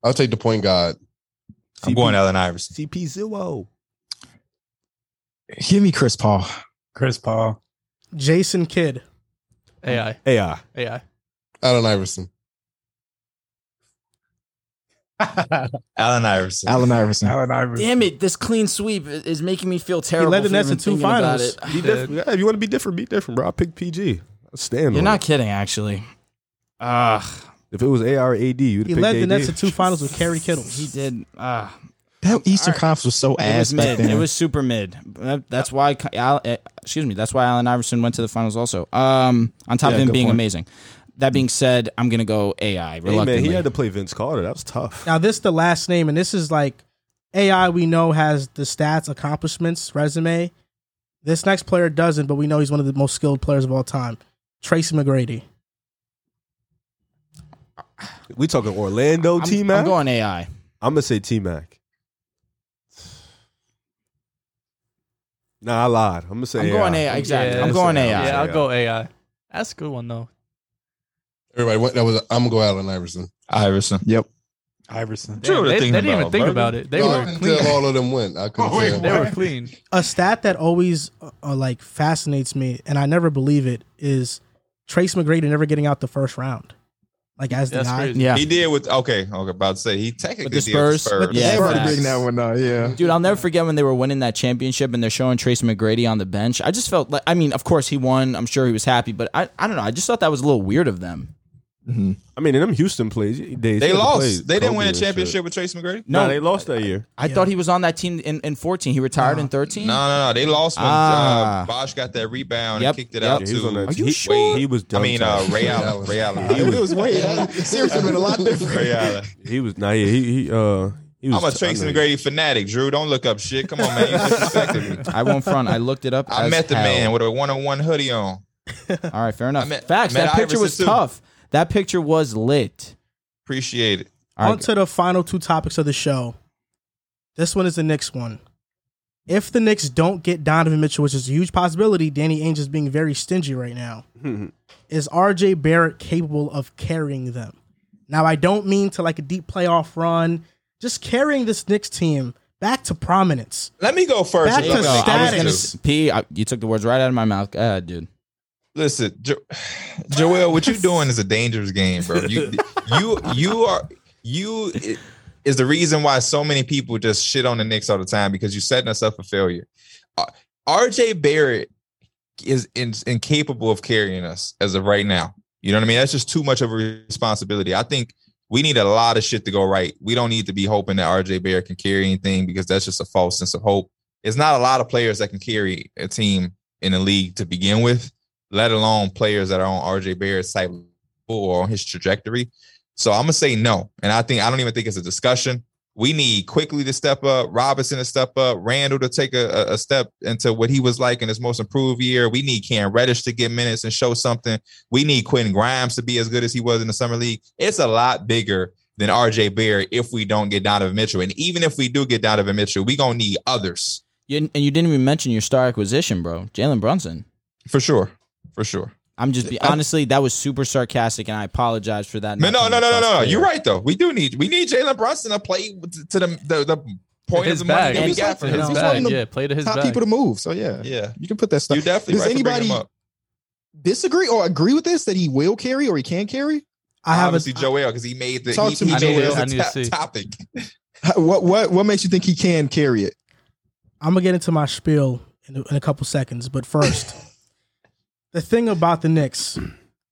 D: I'll take the point guard.
B: I'm going Allen Iverson.
H: CP zero.
G: Give me Chris Paul.
E: Chris Paul.
A: Jason Kidd.
F: AI.
H: AI.
F: AI.
D: Allen Iverson.
B: Allen Iverson.
G: Allen Iverson.
E: Allen Iverson.
C: Damn it! This clean sweep i- is making me feel
A: He
C: terrible.
A: led the
C: for
A: Nets in
C: even
A: two
C: thinking about
A: finals.
C: it.
H: Be different. Yeah, if you want to be different, be different, bro. I pick PG. I stand
C: You're
H: on
C: not
H: it.
C: kidding, actually. Ugh,
H: If it was AR or AD, you'd
A: He
H: pick
A: led the
H: AD.
A: Nets to two finals with Kerry Kittles.
C: he did. Uh,
G: That Eastern Conference was so
C: it was
G: ass back
C: mid.
G: then.
C: It was super mid. That- That's why. Ka- Al, eh, excuse me. That's why Allen Iverson went to the finals. Also, um, on top
G: Yeah,
C: of him
G: good
C: being
G: point.
C: amazing. That being said, I'm gonna go AI
H: Hey,
C: reluctantly.
H: man, he had to play Vince Carter. That was tough.
A: Now this the last name, and this is like AI. We know has the stats, accomplishments, resume. This next player doesn't, but we know he's one of the most skilled players of all time. Tracy McGrady.
H: We talking Orlando
C: I'm-
H: T
C: I'm,
H: Mac. I'm,
C: going AI.
H: gonna say T Mac. Nah, I lied. I'm gonna say
C: I'm
H: AI.
C: going AI. Exactly.
F: Yeah,
C: I'm
F: that's
C: going
H: it.
C: AI.
F: Yeah, I'll
H: Yeah.
F: go AI. That's a good one though.
D: Everybody, what, that was. I'm gonna go Allen Iverson.
B: Iverson.
E: Iverson.
B: Sure, they're
F: Damn, they, they
B: thinking
F: didn't even
B: about
F: think
B: it,
F: about
B: bro.
F: it. They
D: No,
F: were
D: until
F: clean. Oh,
D: all of them went. I couldn't tell.
F: They were clean.
A: A stat that always uh, uh, like fascinates me, and I never believe it, is Trace McGrady never getting out the first round, like as the
F: That's
A: guy.
F: crazy.
C: Yeah.
B: He did with okay. I was about to say he technically
C: With the
B: did with
C: Spurs.
B: Spurs.
C: With the Yeah,
G: Everybody
C: facts.
G: bring that one up. Yeah.
C: Dude, I'll never forget when they were winning that championship and they're showing Tracy McGrady on the bench. I just felt like, I mean, of course he won. I'm sure he was happy, but I, I don't know. I just thought that was a little weird of them.
H: I mean, in them Houston plays, they,
B: They
H: had to
B: lost.
H: play
B: they didn't
H: Kobe
B: win a
H: and shit.
B: championship with Tracy McGrady.
H: No,
C: No.
H: they lost that year.
C: I thought he was on that team in, in 14. He retired in 13?
B: No, no, no. They lost when
C: Ah.
B: uh, Bosch got that rebound
C: Yep,
B: and kicked it
C: yep.
B: out
H: Yeah, he was on
B: to.
H: that.
C: Are you
H: he,
C: sure?
H: He was.
B: I mean, uh,
H: done.
B: Ray Allen. Ray Allen.
H: He was-
G: way. Seriously, been a lot different.
B: Ray Allen.
H: He was. Nah, yeah, he he uh he was.
B: I'm a
H: t-
B: Tracy
H: I know-
B: McGrady fanatic, Drew. Don't look up shit. Come on, man. You disrespected me.
C: I won't front. I looked it up.
B: I
C: as
B: met the
C: hell.
B: man with a one on one hoodie on.
C: All right, fair enough.
B: I met-
C: Facts.
B: met
C: that picture
B: Iverson,
C: was
B: too.
C: tough. That picture was lit.
B: Appreciate it.
C: All
A: On
C: right.
A: to the final two topics of the show. This one is the Knicks one. If the Knicks don't get Donovan Mitchell, which is a huge possibility, Danny Ainge is being very stingy right now. is RJ Barrett capable of carrying them? Now, I don't mean to like a deep playoff run, just carrying this Knicks team back to prominence.
B: Let me go first.
A: Back
B: Look,
A: to
B: I was gonna
A: status.
B: do-
C: s- P, I, you took the words right out of my mouth. Go ahead, dude.
B: Listen, jo- Joel, what you doing is a dangerous game, bro. You, you, you are you i- is the reason why so many people just shit on the Knicks all the time because you're setting us up for failure. Uh, RJ Barrett is in, incapable of carrying us as of right now. You know what I mean? That's just too much of a responsibility. I think we need a lot of shit to go right. We don't need to be hoping that RJ Barrett can carry anything because that's just a false sense of hope. It's not a lot of players that can carry a team in the league to begin with let alone players that are on RJ Barrett's type level or on his trajectory. So I'm gonna say no, and I think I don't even think it's a discussion. We need quickly to step up, Robinson to step up, Randall to take a, a- a step into what he was like in his most improved year. We need Cam Reddish to get minutes and show something. We need Quentin Grimes to be as good as he was in the summer league. It's a lot bigger than RJ Barrett if we don't get Donovan Mitchell, and even if we do get Donovan Mitchell, we gonna need others
C: You, and you didn't even mention your star acquisition, bro. Jalen Brunson.
B: for sure, for sure.
C: I'm just be, honestly, that was super sarcastic, and I apologize for that.
B: No,
C: not coming
B: no, no, no, no,
C: across
B: no.
C: clear.
B: You're right though. We do need we need Jalen Brunson to play to, to the, the the point
F: his
B: of the money
F: bag.
B: that we
F: He's
B: got for
F: His
B: him.
G: He's
F: bag,
G: one of the
F: yeah, play to his
G: Top
F: bag.
G: people to move. So yeah.
B: Yeah,
G: You can put that stuff.
B: you definitely
G: Does
B: right for bringing
G: anybody
B: him up.
G: disagree or agree with this that he will carry or he can carry?
A: I have
B: obviously
A: a,
B: Joel because he made the
G: Talk
B: he,
G: to me,
B: he made
G: Joel.
B: it as a
F: I need to
B: top-
F: see.
B: topic.
G: How- What what what makes you think he can carry it?
A: I'm gonna get into my spiel in a, in a couple seconds, but first, the thing about the Knicks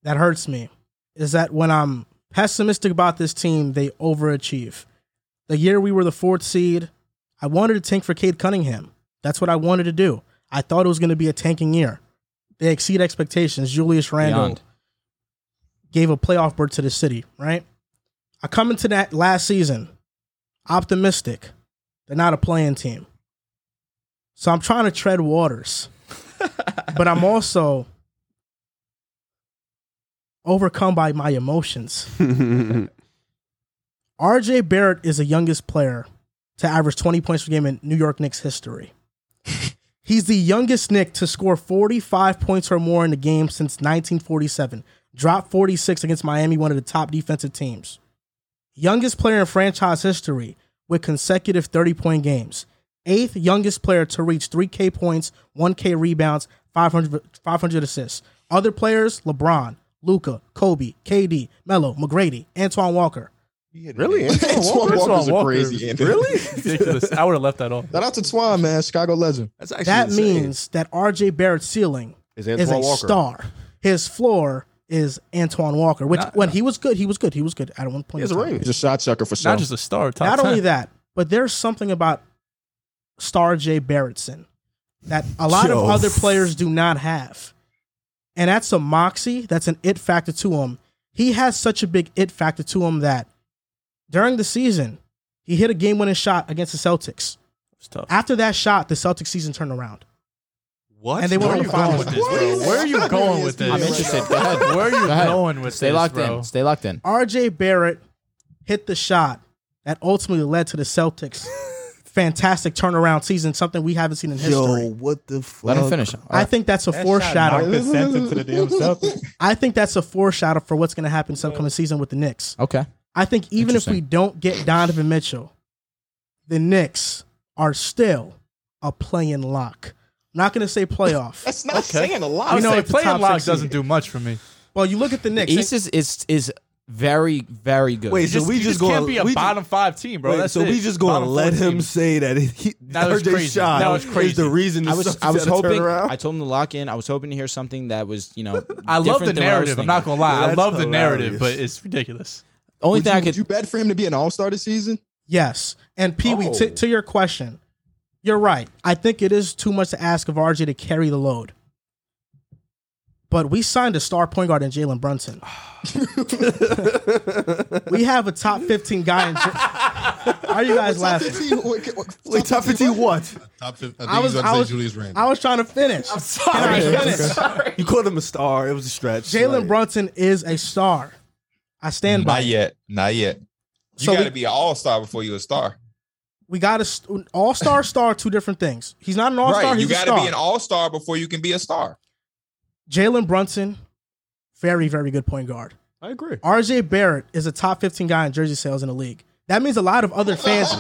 A: that hurts me is that when I'm pessimistic about this team, they overachieve. The year we were the fourth seed, I wanted to tank for Cade Cunningham. That's what I wanted to do. I thought it was gonna be a tanking year. They exceed expectations. Julius Randle
C: Beyond.
A: gave a playoff berth to the city, right? I come into that last season optimistic. They're not a playing team. So I'm trying to tread waters. but I'm also overcome by my emotions. RJ Barrett is the youngest player to average 20 points per game in New York Knicks history. He's the youngest Knick to score 45 points or more in a game since 1947. Dropped 46 against Miami, one of the top defensive teams. Youngest player in franchise history with consecutive 30 point games. Eighth youngest player to reach 3K points, 1K rebounds, 500, 500 assists. Other players LeBron, Luca, Kobe, KD, Melo, McGrady, Antoine Walker.
H: Really?
A: Walker?
G: Antoine Walker's a
A: Walker.
G: crazy end.
H: Really?
F: Ridiculous. I would have left that off.
G: Shout out to Twan, man. Chicago legend.
H: That's actually
A: That
H: insane.
A: means that RJ Barrett's ceiling
H: is
A: is a
H: Antoine Walker.
A: star. His floor is Antoine Walker, which when he was good, he was good. He was good at one point.
H: He has a
A: in time.
H: ring.
G: He's a shot chucker for sure.
F: Not just a star. Top
A: Not only
F: 10.
A: that, but there's something about Star J Barrettson that a lot
H: Yo.
A: of other players do not have. And that's a moxie, that's an it factor to him. He has such a big it factor to him that during the season, he hit a game winning shot against the Celtics.
F: It's tough.
A: After that shot, the Celtics season turned around.
B: What?
A: And they went
F: Where
A: on
F: are
A: the
F: you going
A: finals.
F: with this, bro? Where are you going with this?
C: I'm interested. Go ahead.
F: Where are you
C: Go ahead.
F: going with
C: Stay
F: this,
C: locked
F: bro?
C: in. Stay locked in.
A: RJ Barrett hit the shot that ultimately led to the Celtics fantastic turnaround season, something we haven't seen in history.
H: Yo, what the fuck?
C: Let him finish. All
A: I
C: right.
A: think that's a
E: That shot
A: foreshadow.
E: knocked the sense into the damn Celtics.
A: I think that's a foreshadow for what's going to happen this upcoming season with the Knicks.
C: Okay.
A: I think even if
C: Interesting.
A: we don't get Donovan Mitchell, the Knicks are still a playing lock. I'm not going to say playoff.
G: That's not saying a lot.
F: I
A: We
F: would
A: know
F: say
A: it's the
F: playing
A: top
F: lock
A: six seed.
F: doesn't do much for me.
A: well, you look at the Knicks.
C: East is is is very very good.
H: Wait,
F: You
H: so
F: just,
H: we
F: you
H: just,
F: just
H: going
F: can't be a
H: we
F: bottom five team, bro.
H: Wait,
F: That's
H: so we
F: it.
H: just going
F: Bottom
H: to
F: four
H: let him
F: team.
H: say that he,
F: Now it's
H: RJ
F: crazy.
H: shot
F: Now it's
H: is the
F: crazy.
H: reason
C: I was I was
H: turn
C: hoping
H: around.
C: I told him to lock in. I was hoping to hear something that was you know.
F: I love the
C: different than what I was
F: narrative. I'm not
C: thinking.
F: gonna lie. I
H: That's
F: love the narrative,
H: hilarious.
F: but it's ridiculous.
C: Only
G: Would
C: thing
G: you,
C: I
G: would
C: could.
G: you bet for him to be an all star this season?
A: yes. And Pee Wee,
B: Oh.
A: to, to your question, you're right. I think it is too much to ask of RJ to carry the load. But we signed a star point guard in Jalen Brunson. we have a top 15 guy in. J- Are you guys laughing?
H: Wait, top 15 what?
D: Top fif- I think
A: I was,
D: he's about
A: I
D: to
A: was,
D: say Julius Randle.
A: I was trying to finish. I'm sorry. Can I finish?
H: You called him a star. It was a stretch.
A: Jalen
H: Like,
A: Brunson is a star. I stand by.
B: Not
A: it.
B: yet. Not yet. You
A: So
B: got
A: we-
B: to be an all star before you're a star.
A: We got a all star. Star two different things. He's not an all star.
B: right. You
A: He's a
B: got to be
A: star.
B: an all star before you can be a star.
A: Jalen Brunson, very very good point guard.
H: I agree.
A: RJ Barrett is a top fifteen guy in jersey sales in the league. That means a lot of other fans.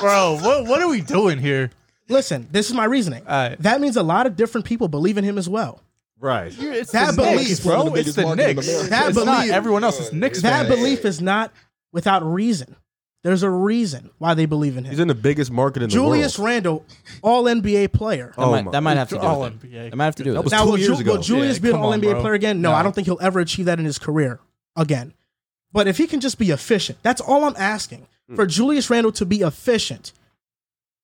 F: Bro, what what are we doing here?
A: listen, this is my reasoning.
F: All right.
A: That means a lot of different people believe in him as well.
H: Right.
F: It's
A: That
F: the
A: belief-
F: Knicks, bro. It's the Knicks.
A: That
F: it's not
A: belief-
F: everyone else. It's Knicks.
A: That
F: fans.
A: belief is not without reason. There's a reason why they believe in him.
H: He's in the biggest market in
A: Julius
H: the world.
A: Randle, all NBA player.
C: That,
H: Oh
C: might,
H: my-
C: that might have to do
F: all
C: with it.
F: NBA.
C: That might have to do
H: That
C: with
H: was
C: it.
A: now,
H: two
A: will, Ju-
H: years ago.
A: will Julius
F: Yeah,
A: be an
F: come
A: All
F: on,
A: NBA
F: bro.
A: player again? No, I don't think he'll ever achieve that in his career again. But if he can just be efficient, that's all I'm asking
F: Hmm.
A: for Julius Randle to be efficient.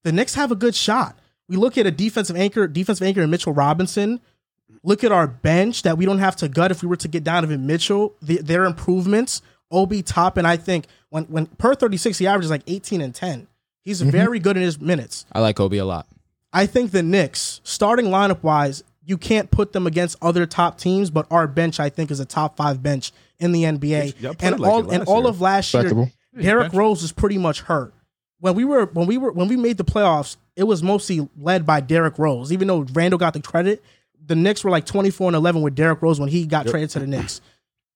A: The Knicks have a good shot. We look at a defensive anchor, defensive anchor in Mitchell Robinson. Look at our bench that we don't have to gut if we were to get Donovan Mitchell. The, their improvements, Obi Toppin. I think when when per 36, he averages like 18 and 10. He's
H: Mm-hmm.
A: very good in his minutes.
C: I like Kobe a lot.
A: I think the Knicks, starting lineup wise, you can't put them against other top teams, but our bench, I think, is a top five bench in the NBA.
H: Y'all played
A: And
H: like
A: all
H: it
A: and
H: last
A: all
H: year.
A: of last year,
G: Respectable.
A: Derrick Rose was pretty much hurt. When we were when we were when we made the playoffs, it was mostly led by Derrick Rose. Even though Randall got the credit, the Knicks were like twenty four and eleven with Derrick Rose when he got traded to the Knicks.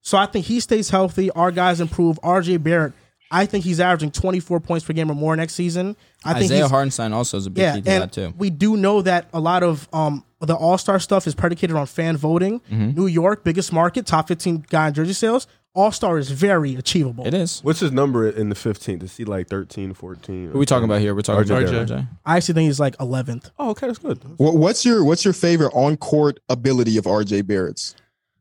A: So I think he stays healthy. Our guys improve. RJ Barrett, I think he's averaging twenty four points per game or more next season. I think
C: Isaiah
A: he's-
C: Hartenstein also is a big
A: yeah,
C: key to that
A: and
C: too.
A: we do know that a lot of um, the All Star stuff is predicated on fan voting.
C: Mm-hmm.
A: New York, biggest market, top fifteen guy in jersey sales. All Star is very achievable.
C: It is.
H: What's his number in the 15th? Is he like 13, 14?
C: Who are we talking about here? We're talking
H: RJ.
C: about RJ.
A: I actually think he's like eleventh.
H: Oh, okay, that's good.
G: What, what's your what's your favorite on court ability of RJ Barrett's?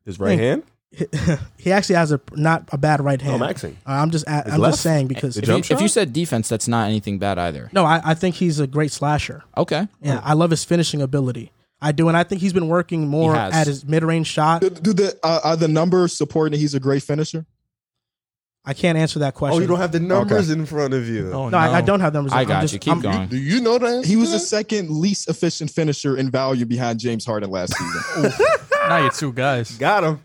H: His right hand? Oh,
A: He actually has a not a bad
D: Oh,
A: right hand.
H: I'm asking.
A: Uh, I'm just at, I'm
H: left?
A: just saying because
H: Did
C: If you,
H: Jump shot?
C: if you said defense, that's not anything bad either.
A: no, I, I think he's a great slasher.
C: Okay.
D: Oh.
A: Yeah, I love his finishing ability. I do, and I think he's been working more
C: has.
A: at his mid range shot.
G: Do, do the uh, are the numbers supporting that he's a great finisher?
A: I can't answer that question.
H: Oh, you don't have the numbers in front of you.
F: Oh,
A: No, I, I don't have them.
C: I
A: I'm
C: got
A: just-
C: you. Keep
A: I'm-
C: going.
D: Do you know that?
G: He was the second least efficient finisher in value behind James Harden last season.
F: Now you're two guys.
H: Got him.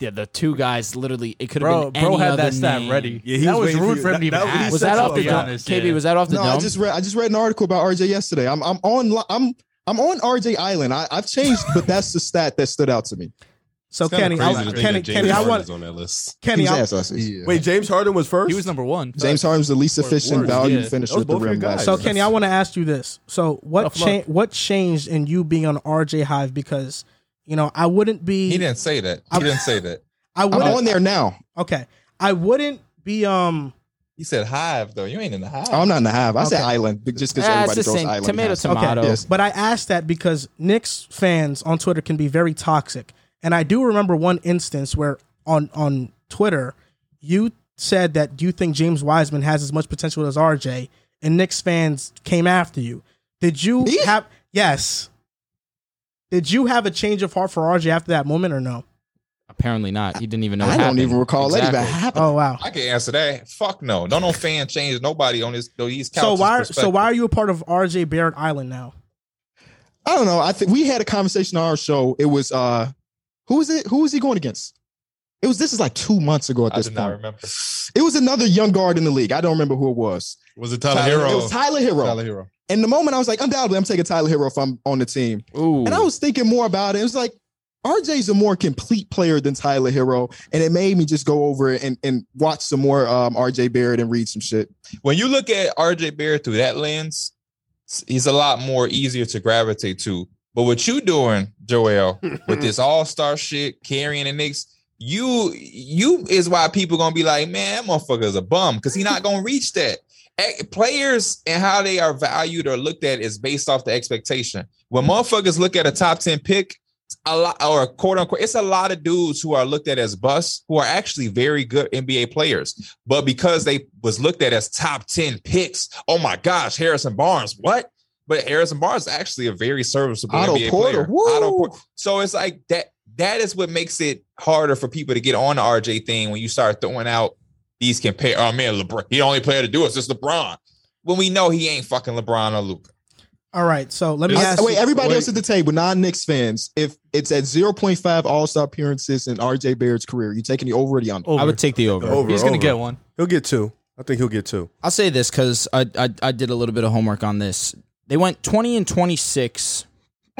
C: Yeah, the two guys literally. It could
F: Bro,
C: have been.
F: bro
C: any
F: had
C: other
F: that stat
C: name.
F: ready.
H: Yeah, he
F: that
H: was
F: was
H: waiting for
F: rude
H: you.
F: for him to
H: That-
F: even
H: that was
F: ask.
H: what
C: Was that
H: That's
C: off
H: what
C: the
H: I'm
C: dome?
F: honest,
C: KB,
F: yeah.
C: was that off the
G: no,
C: dome?
G: I just read I just read an article about RJ yesterday. I'm I'm on li- I'm I'm on RJ Island. I, I've changed, but that's the stat that stood out to me.
A: So
D: It's kinda
A: Kenny, I,
D: crazy to think
A: Kenny,
D: that James
A: Kenny, I
D: Harden
A: want
D: is on that list.
A: Kenny.
G: He was
A: I,
G: ass last season.
H: Wait, James Harden was first?
F: He was number one.
G: James Harden's the least efficient
H: worse.
G: value
F: Yeah.
G: finisher
H: Those
G: at the
H: both your
G: rim
H: guys.
G: last
A: So
G: year.
H: That's-
A: Kenny, I want to ask you this. So what
F: Tough luck.
A: cha- what changed in you being on RJ Hive? Because you know I wouldn't be.
B: He didn't say that. He didn't say that.
A: I
G: I'm
A: wouldn't.
G: on there now.
A: okay, I wouldn't be um
B: You said hive though. You ain't in the hive.
G: Oh, I'm not in the hive. I said
A: Okay.
G: island but just because
C: Ah, it's
G: everybody
C: the
G: throws
C: same.
G: island.
C: Tomato,
G: has-
C: tomato.
G: Yes.
A: But I asked that because Knicks fans on Twitter can be very toxic. And I do remember one instance where on on Twitter you said that you think James Wiseman has as much potential as RJ and Knicks fans came after you. Did you
G: Me?
A: have yes. Did you have a change of heart for RJ after that moment or no?
C: Apparently not. He didn't even know.
G: I
C: it
G: don't
C: happened.
G: even recall that even
C: Exactly.
G: happened.
A: Oh wow.
B: I can answer that. Fuck no. No, no fan change nobody on this. These
A: So why so why are you a part of RJ Barrett Island now?
G: I don't know. I think we had a conversation on our show. It was uh, who is it? Who was he going against? It was this is like two months ago at
B: I
G: this
B: do not
G: point.
B: remember.
G: It was another young guard in the league. I don't remember who it was.
D: Was it Tyler, Hero?
G: It was Tyler Hero.
D: Tyler Hero.
G: And the moment I was like, undoubtedly, I'm taking Tyler Hero if I'm on the team.
C: Ooh.
G: And I was thinking more about it. It was like RJ's a more complete player than Tyler Hero. And it made me just go over it and, and watch some more um, RJ Barrett and read some shit.
B: When you look at RJ Barrett through that lens, s- he's a lot more easier to gravitate to. But what you doing, Joel, with this all star shit, carrying the Knicks, you you is why people gonna be like, man, that motherfucker's a bum because he's not gonna reach that. Eh, Players and how they are valued or looked at is based off the expectation. When motherfuckers look at a top ten pick, a lot or quote unquote, it's a lot of dudes who are looked at as busts who are actually very good NBA players, but because they was looked at as top ten picks, oh my gosh, Harrison Barnes, what? But Harrison Barnes is actually a very serviceable
G: Otto
B: NBA
G: Porter,
B: player.
G: woo!
B: Otto Porter. So it's like that. That is what makes it harder for people to get on the RJ thing when you start throwing out these compare. Oh man, LeBron. He the only player to do it is just LeBron. When we know he ain't fucking LeBron or Luca.
A: All right, so let me
G: I-
A: ask
G: wait,
A: you-
G: everybody else at the table, non Knicks fans, if it's at 0.5 All Star appearances in RJ Barrett's career, you taking the over or the under?
C: I would take the over.
H: Over,
F: He's gonna
H: over.
F: get one.
H: He'll get two. I think he'll get two.
C: I'll say this because I, I I did a little bit of homework on this. They went 20 and 26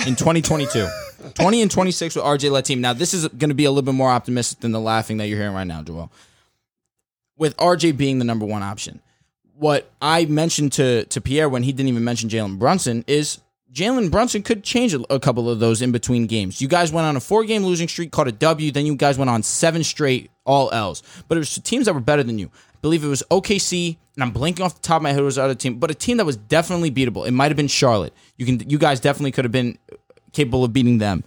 C: in 2022. 20 and 26 with RJ Led team. Now this is going to be a little bit more optimistic than the laughing that you're hearing right now, Joel. With RJ being the number one option, what I mentioned to to Pierre when he didn't even mention Jalen Brunson is Jalen Brunson could change a, a couple of those in between games. You guys went on a four game losing streak, caught a W, then you guys went on seven straight all L's. But it was teams that were better than you. I believe it was OKC, and I'm blinking off the top of my head. It was the other team, but a team that was definitely beatable. It might have been Charlotte. You can, you guys definitely could have been capable of beating them.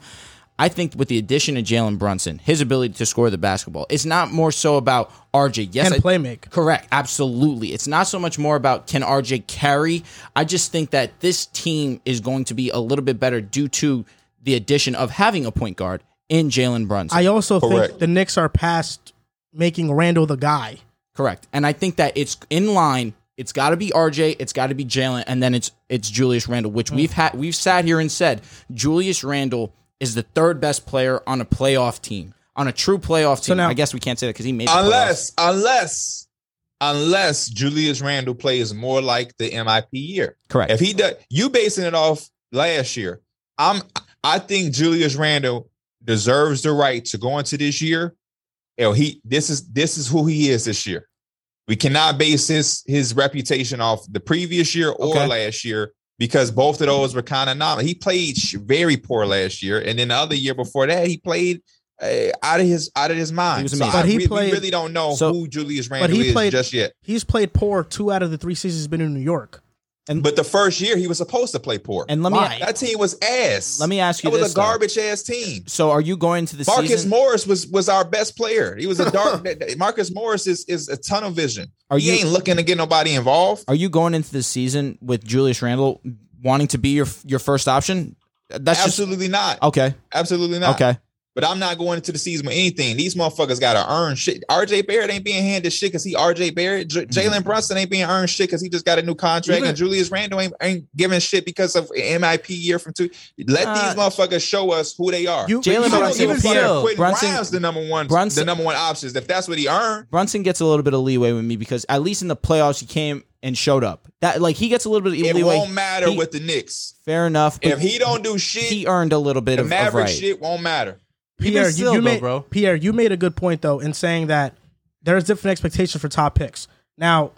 C: I think with the addition of Jalen Brunson, his ability to score the basketball, it's not more so about RJ. Yes,
A: and
C: I-
A: playmake.
C: Correct. Absolutely. It's not so much more about can RJ carry. I just think that this team is going to be a little bit better due to the addition of having a point guard in Jalen Brunson.
A: I also think
B: Correct.
A: the Knicks are past making Randall the guy.
C: Correct. And I think that it's in line. It's got to be RJ. It's got to be Jalen, and then it's it's Julius Randle, which we've had we've sat here and said Julius Randle is the third best player on a playoff team, on a true playoff team.
A: now-
C: I guess we can't say that because he made the playoffs.
B: Unless, unless, unless Julius Randle plays more like the MIP year.
C: correct.
B: If he does, you basing it off last year. I'm. I think Julius Randle deserves the right to go into this year. You know, he. This is this is who he is this year. We cannot base his his reputation off the previous year or
C: Okay. Mm-hmm.
B: last year because both of those were kind of not. He played sh- very poor last year, and then the other year before that, he played. Uh, out of his out of his mind,
C: He was
B: So
C: amazing.
B: I
A: But he
B: re- we
A: played-
B: really don't know
C: so-
B: who Julius
A: but
B: Randle
A: he
B: is
A: played-
B: just yet.
A: He's played poor two out of the three seasons he's been in New York.
B: But the first year, he was supposed to play poor.
C: and let
A: Why?
C: me
B: That team was ass.
C: let me ask you
B: That was
C: this:
B: a
C: though.
B: garbage ass team.
C: So are you going to the
B: Marcus
C: season?
B: Morris was was our best player. He was a dark. Marcus Morris is is a ton of vision.
C: Are
B: he
C: you-
B: ain't looking to get nobody involved.
C: Are you going into the season with Julius Randle wanting to be your your first option? That's
B: Absolutely not.
C: just okay.
B: Absolutely not.
C: Okay.
B: But I'm not going into the season with anything. These motherfuckers got to earn shit. RJ Barrett ain't being handed shit because he RJ Barrett. J- Jalen Brunson ain't being earned shit because he just got a new contract.
C: Mm-hmm. Even-
B: and Julius Randle ain't, ain't giving shit because of MIP year from two. Let
C: Uh,
B: these motherfuckers show us who they are.
A: You,
C: Jalen
A: you don't
C: Brunson
A: even
C: was
A: play-
C: here. Still,
B: Quentin
C: Brunson-
B: Grimes the number one,
C: Brunson-
B: the number one options. If that's what he earned,
C: Brunson gets a little bit of leeway with me because at least in the playoffs he came and showed up. That like he gets a little bit of
B: it
C: leeway.
B: won't matter
C: He-
B: with the Knicks.
C: Fair enough. but
B: If he don't do shit,
C: he earned a little bit
B: the
C: of, of
B: Maverick
C: right.
B: shit won't matter.
A: Pierre, you,
F: still,
A: you
F: though,
A: made,
F: bro.
A: Pierre, you made a good point though in saying that there's different expectations for top picks. Now,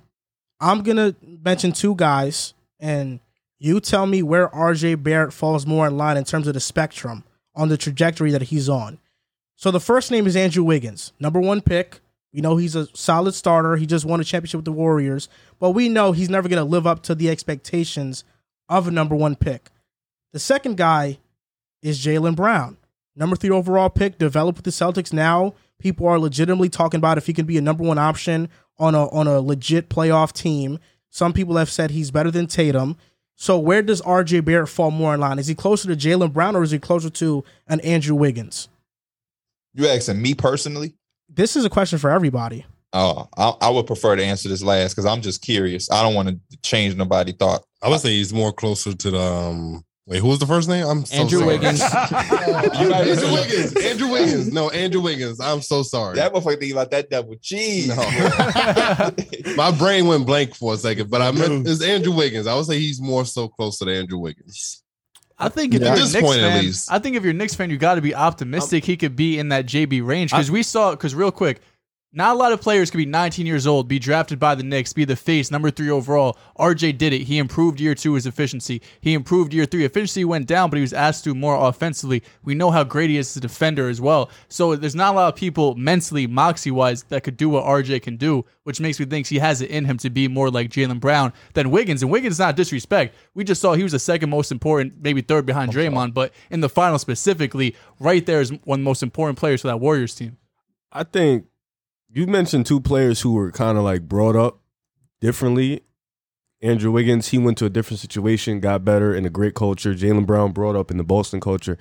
A: I'm gonna mention two guys, and you tell me where RJ Barrett falls more in line in terms of the spectrum on the trajectory that he's on. So the first name is Andrew Wiggins, number one pick, We know he's a solid starter. He just won a championship with the Warriors, but we know he's never going to live up to the expectations of a number one pick. The second guy is Jalen Brown, number three overall pick, developed with the Celtics. Now people are legitimately talking about if he can be a number one option on a on a legit playoff team. Some people have said he's better than Tatum. So where does RJ Barrett fall more in line? Is he closer to Jalen Brown or is he closer to an Andrew Wiggins?
B: You asking me personally?
A: This is a question for everybody.
B: Oh, I, I would prefer to answer this last because I'm just curious. I don't want to change nobody's thought.
D: I would say he's more closer to the. Um, wait, who was the first name? I'm so
C: Andrew
D: sorry.
C: Wiggins.
D: You- Andrew Wiggins. Andrew Wiggins. No, Andrew Wiggins. I'm so sorry.
B: That motherfucker thinking about that double G.
D: My brain went blank for a second, but I meant it's Andrew Wiggins. I would say he's more so closer to Andrew Wiggins.
F: I think if
D: Yeah.
F: you're
D: At
F: a
D: this
F: Knicks
D: point, at
F: fan,
D: least.
F: I think if you're a Knicks fan, you got to be optimistic. he could be in that JB range because we saw. Because real quick, not a lot of players could be 19 years old, be drafted by the Knicks, be the face number three overall. RJ did it. He improved year two his efficiency. He improved year three. Efficiency went down, but he was asked to do more offensively. We know how great he is as a defender as well. So there's not a lot of people mentally, moxie wise, that could do what RJ can do, which makes me think he has it in him to be more like Jalen Brown than Wiggins. And Wiggins is not disrespect. We just saw he was the second most important, maybe third behind Draymond, but in the final specifically, right there is one of the most important players for that Warriors team.
H: I think you mentioned two players who were kind of like brought up differently. Andrew Wiggins, he went to a different situation, got better in a great culture. Jalen Brown brought up in the Boston culture.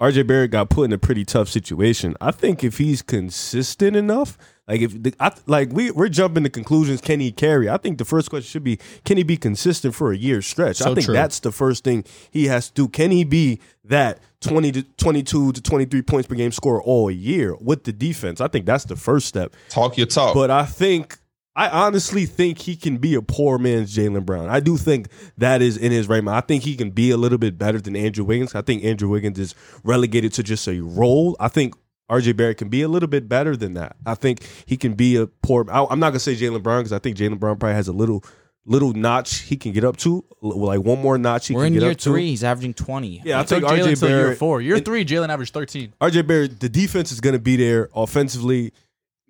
H: RJ Barrett got put in a pretty tough situation. I think if he's consistent enough, like if the, I, like we we're jumping to conclusions, can he carry? I think the first question should be, can he be consistent for a year stretch? I
C: So
H: think
C: true.
H: that's the first thing he has to do. Can he be that 20 to 22 to 23 points per game scorer all year with the defense? I think that's the first step.
B: Talk your talk.
H: But I think I honestly think he can be a poor man's Jalen Brown. I do think that is in his right mind. I think he can be a little bit better than Andrew Wiggins. I think Andrew Wiggins is relegated to just a role. I think RJ Barrett can be a little bit better than that. I think he can be a poor. I, I'm not gonna say Jalen Brown because I think Jalen Brown probably has a little little notch he can get up to, l- like one more notch he
C: We're
H: can
C: in
H: get
C: year
H: up to.
C: three. He's averaging 20.
H: Yeah, I
F: It took
H: think
F: Jalen
H: RJ
F: till year
H: Barrett.
F: four. Year
H: and-
F: three, Jalen averaged 13.
H: RJ Barrett, the defense is going to be there offensively.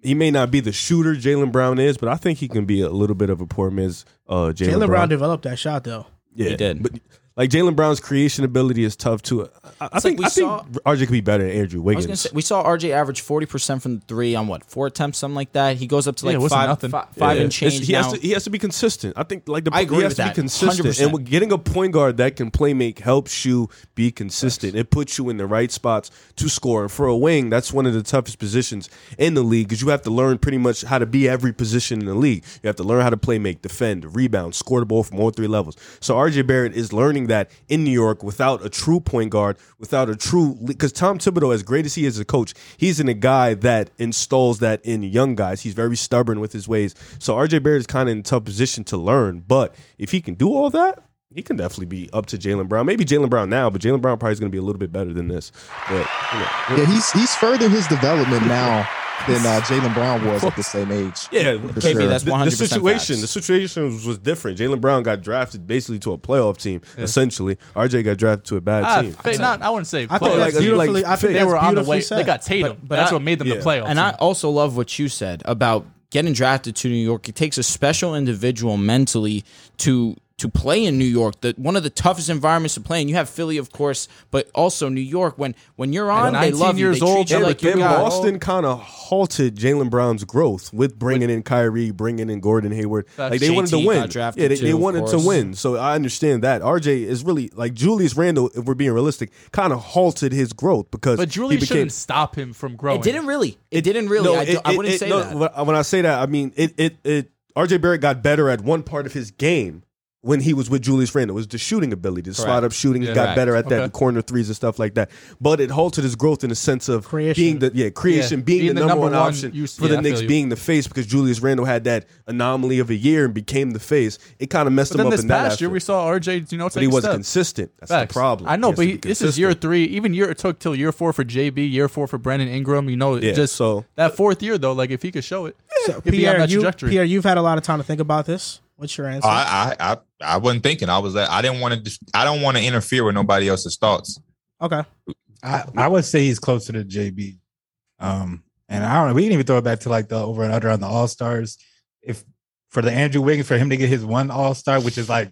H: He may not be the shooter Jalen Brown is, but I think he can be a little bit of a poor man's uh, Jalen
A: Jalen
H: Brown.
A: Brown. developed that shot though.
H: yeah,
C: He did.
H: But like Jalen Brown's creation ability is tough too. I, I think
C: we
H: I think
C: saw-
H: RJ could be better than Andrew
C: I was
H: Wiggins.
C: gonna say, we saw RJ average forty percent from the three on what four attempts, something like that. He goes up to
F: Yeah,
C: like
F: it wasn't
C: five,
F: nothing.
C: fi- five
H: Yeah.
C: and
H: It's-
C: change
H: He
C: now.
H: has to he has to be consistent. I think like the
C: I agree
H: he has
C: with
H: to
C: that,
H: be consistent.
C: 100%.
H: And with getting a point guard that can play make helps you be consistent. It puts you in the right spots to score. And for a wing, that's one of the toughest positions in the league because you have to learn pretty much how to be every position in the league. You have to learn how to play make, defend, rebound, score the ball from all three levels. So RJ Barrett is learning that in New York without a true point guard, without a true because Tom Thibodeau, as great as he is as a coach, he's in a guy that installs that in young guys. He's very stubborn with his ways. So RJ Barrett is kind of in a tough position to learn. But if he can do all that, he can definitely be up to Jalen Brown. Maybe Jalen Brown now, but Jalen Brown probably is going to be a little bit better than this. But you know,
G: Yeah, he's he's further his development now than uh, Jalen Brown was at the same age.
H: Yeah,
G: For
H: because
C: KB,
G: sure.
C: that's
H: the- the,
C: 100%
H: situation.
C: facts.
H: The situation was, was different. Jalen Brown got drafted basically to a playoff team, essentially. RJ got drafted to a bad
F: Ah,
H: team.
F: fa- not, I wouldn't say.
A: I
F: close.
A: think
H: like-
A: that's
H: like-
A: beautifully. I think
F: they
A: that's
F: were on the
A: beautifully
F: way.
A: said.
F: They got Tatum.
C: But- but
F: that's
C: I-
F: what made them
H: yeah.
F: the playoffs.
C: And I also love what you said about getting drafted to New York. It takes a special individual mentally to to play in New York, the one of the toughest environments to play in. You have Philly, of course, but also New York. When when you're on, they
F: 19
C: love you.
F: years
C: they
F: old,
C: treat you
F: they
C: like
F: were-
C: you
H: And
F: they
C: got.
F: were
H: Boston kind of halted Jalen Brown's growth with bringing in Kyrie, bringing in Gordon Hayward. Like they wanted to
C: JT
H: win.
C: got drafted
H: yeah, they, they
C: too, of
H: wanted to
C: course.
H: win. So I understand that. RJ is really like Julius Randle, if we're being realistic, kind of halted his growth because
F: but Julius
H: he became
F: shouldn't stop him from growing.
C: It didn't really. It didn't really. I, do-
H: it-
C: I
H: it-
C: wouldn't
H: it-
C: say
H: no,
C: that.
H: when I- When I say that, I mean it. It. It. RJ Barrett got better at one part of his game when he was with Julius Randle. It was the shooting ability, the spot up shooting. he got
C: Correct.
H: better at that,
F: Okay.
H: the corner threes and stuff like that. But it halted his growth in the sense of
A: Creation.
H: being the yeah creation,
F: Yeah.
H: being, the, number, one, option
F: you-
H: for the
F: yeah, I feel
H: Knicks,
F: you.
H: being the face because Julius Randle had that anomaly of a year and became the face. It kind of messed
F: But
H: him
F: then
H: up
F: this
H: in that.
F: past year,
H: aspect.
F: we saw RJ. You know, take
H: but he
F: a
H: wasn't
F: step.
H: consistent. That's
F: Facts.
H: the problem.
F: I know,
H: He has
F: but
H: to
F: he,
H: be
F: this is year
H: consistent.
F: three. Even year it took till year four for JB, year four for Brandon Ingram. You know,
H: Yeah,
F: just
H: so-
F: that fourth year though. Like if he could show it,
A: So,
F: he'd be on
A: Pierre,
F: that
A: you,
F: trajectory.
A: Pierre, you've had a lot of time to think about this. What's your answer?
B: I, I I I wasn't thinking. I was. I didn't want to. I don't want to interfere with nobody else's thoughts.
A: okay,
E: I, I would say he's closer to JB. Um, And I don't know. We didn't even throw it back to like the over and under on the All Stars. If for the Andrew Wiggins, for him to get his one All Star, which is like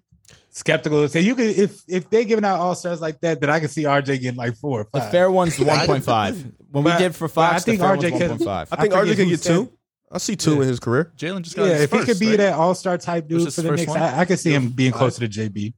E: skeptical. So you could if if they giving out All Stars like that, then I can see RJ getting like four. Or
C: The
E: five.
C: fair one's one point five. When we
E: But-
C: did for
E: but I
C: Fox, the
E: think
C: fair
E: RJ
C: one's
E: could-
C: one point five.
H: I think
E: I
H: RJ
E: forget
H: can
E: who
H: get
E: said-
H: two. I see two in his career.
F: Jalen just got
E: Yeah,
F: his
E: if
F: first,
E: he could be
F: right?
E: that All Star type
F: Which
E: dude
F: is
E: for the
F: first
E: Knicks,
F: one?
E: I, I could see him being
F: Five.
E: closer to JB.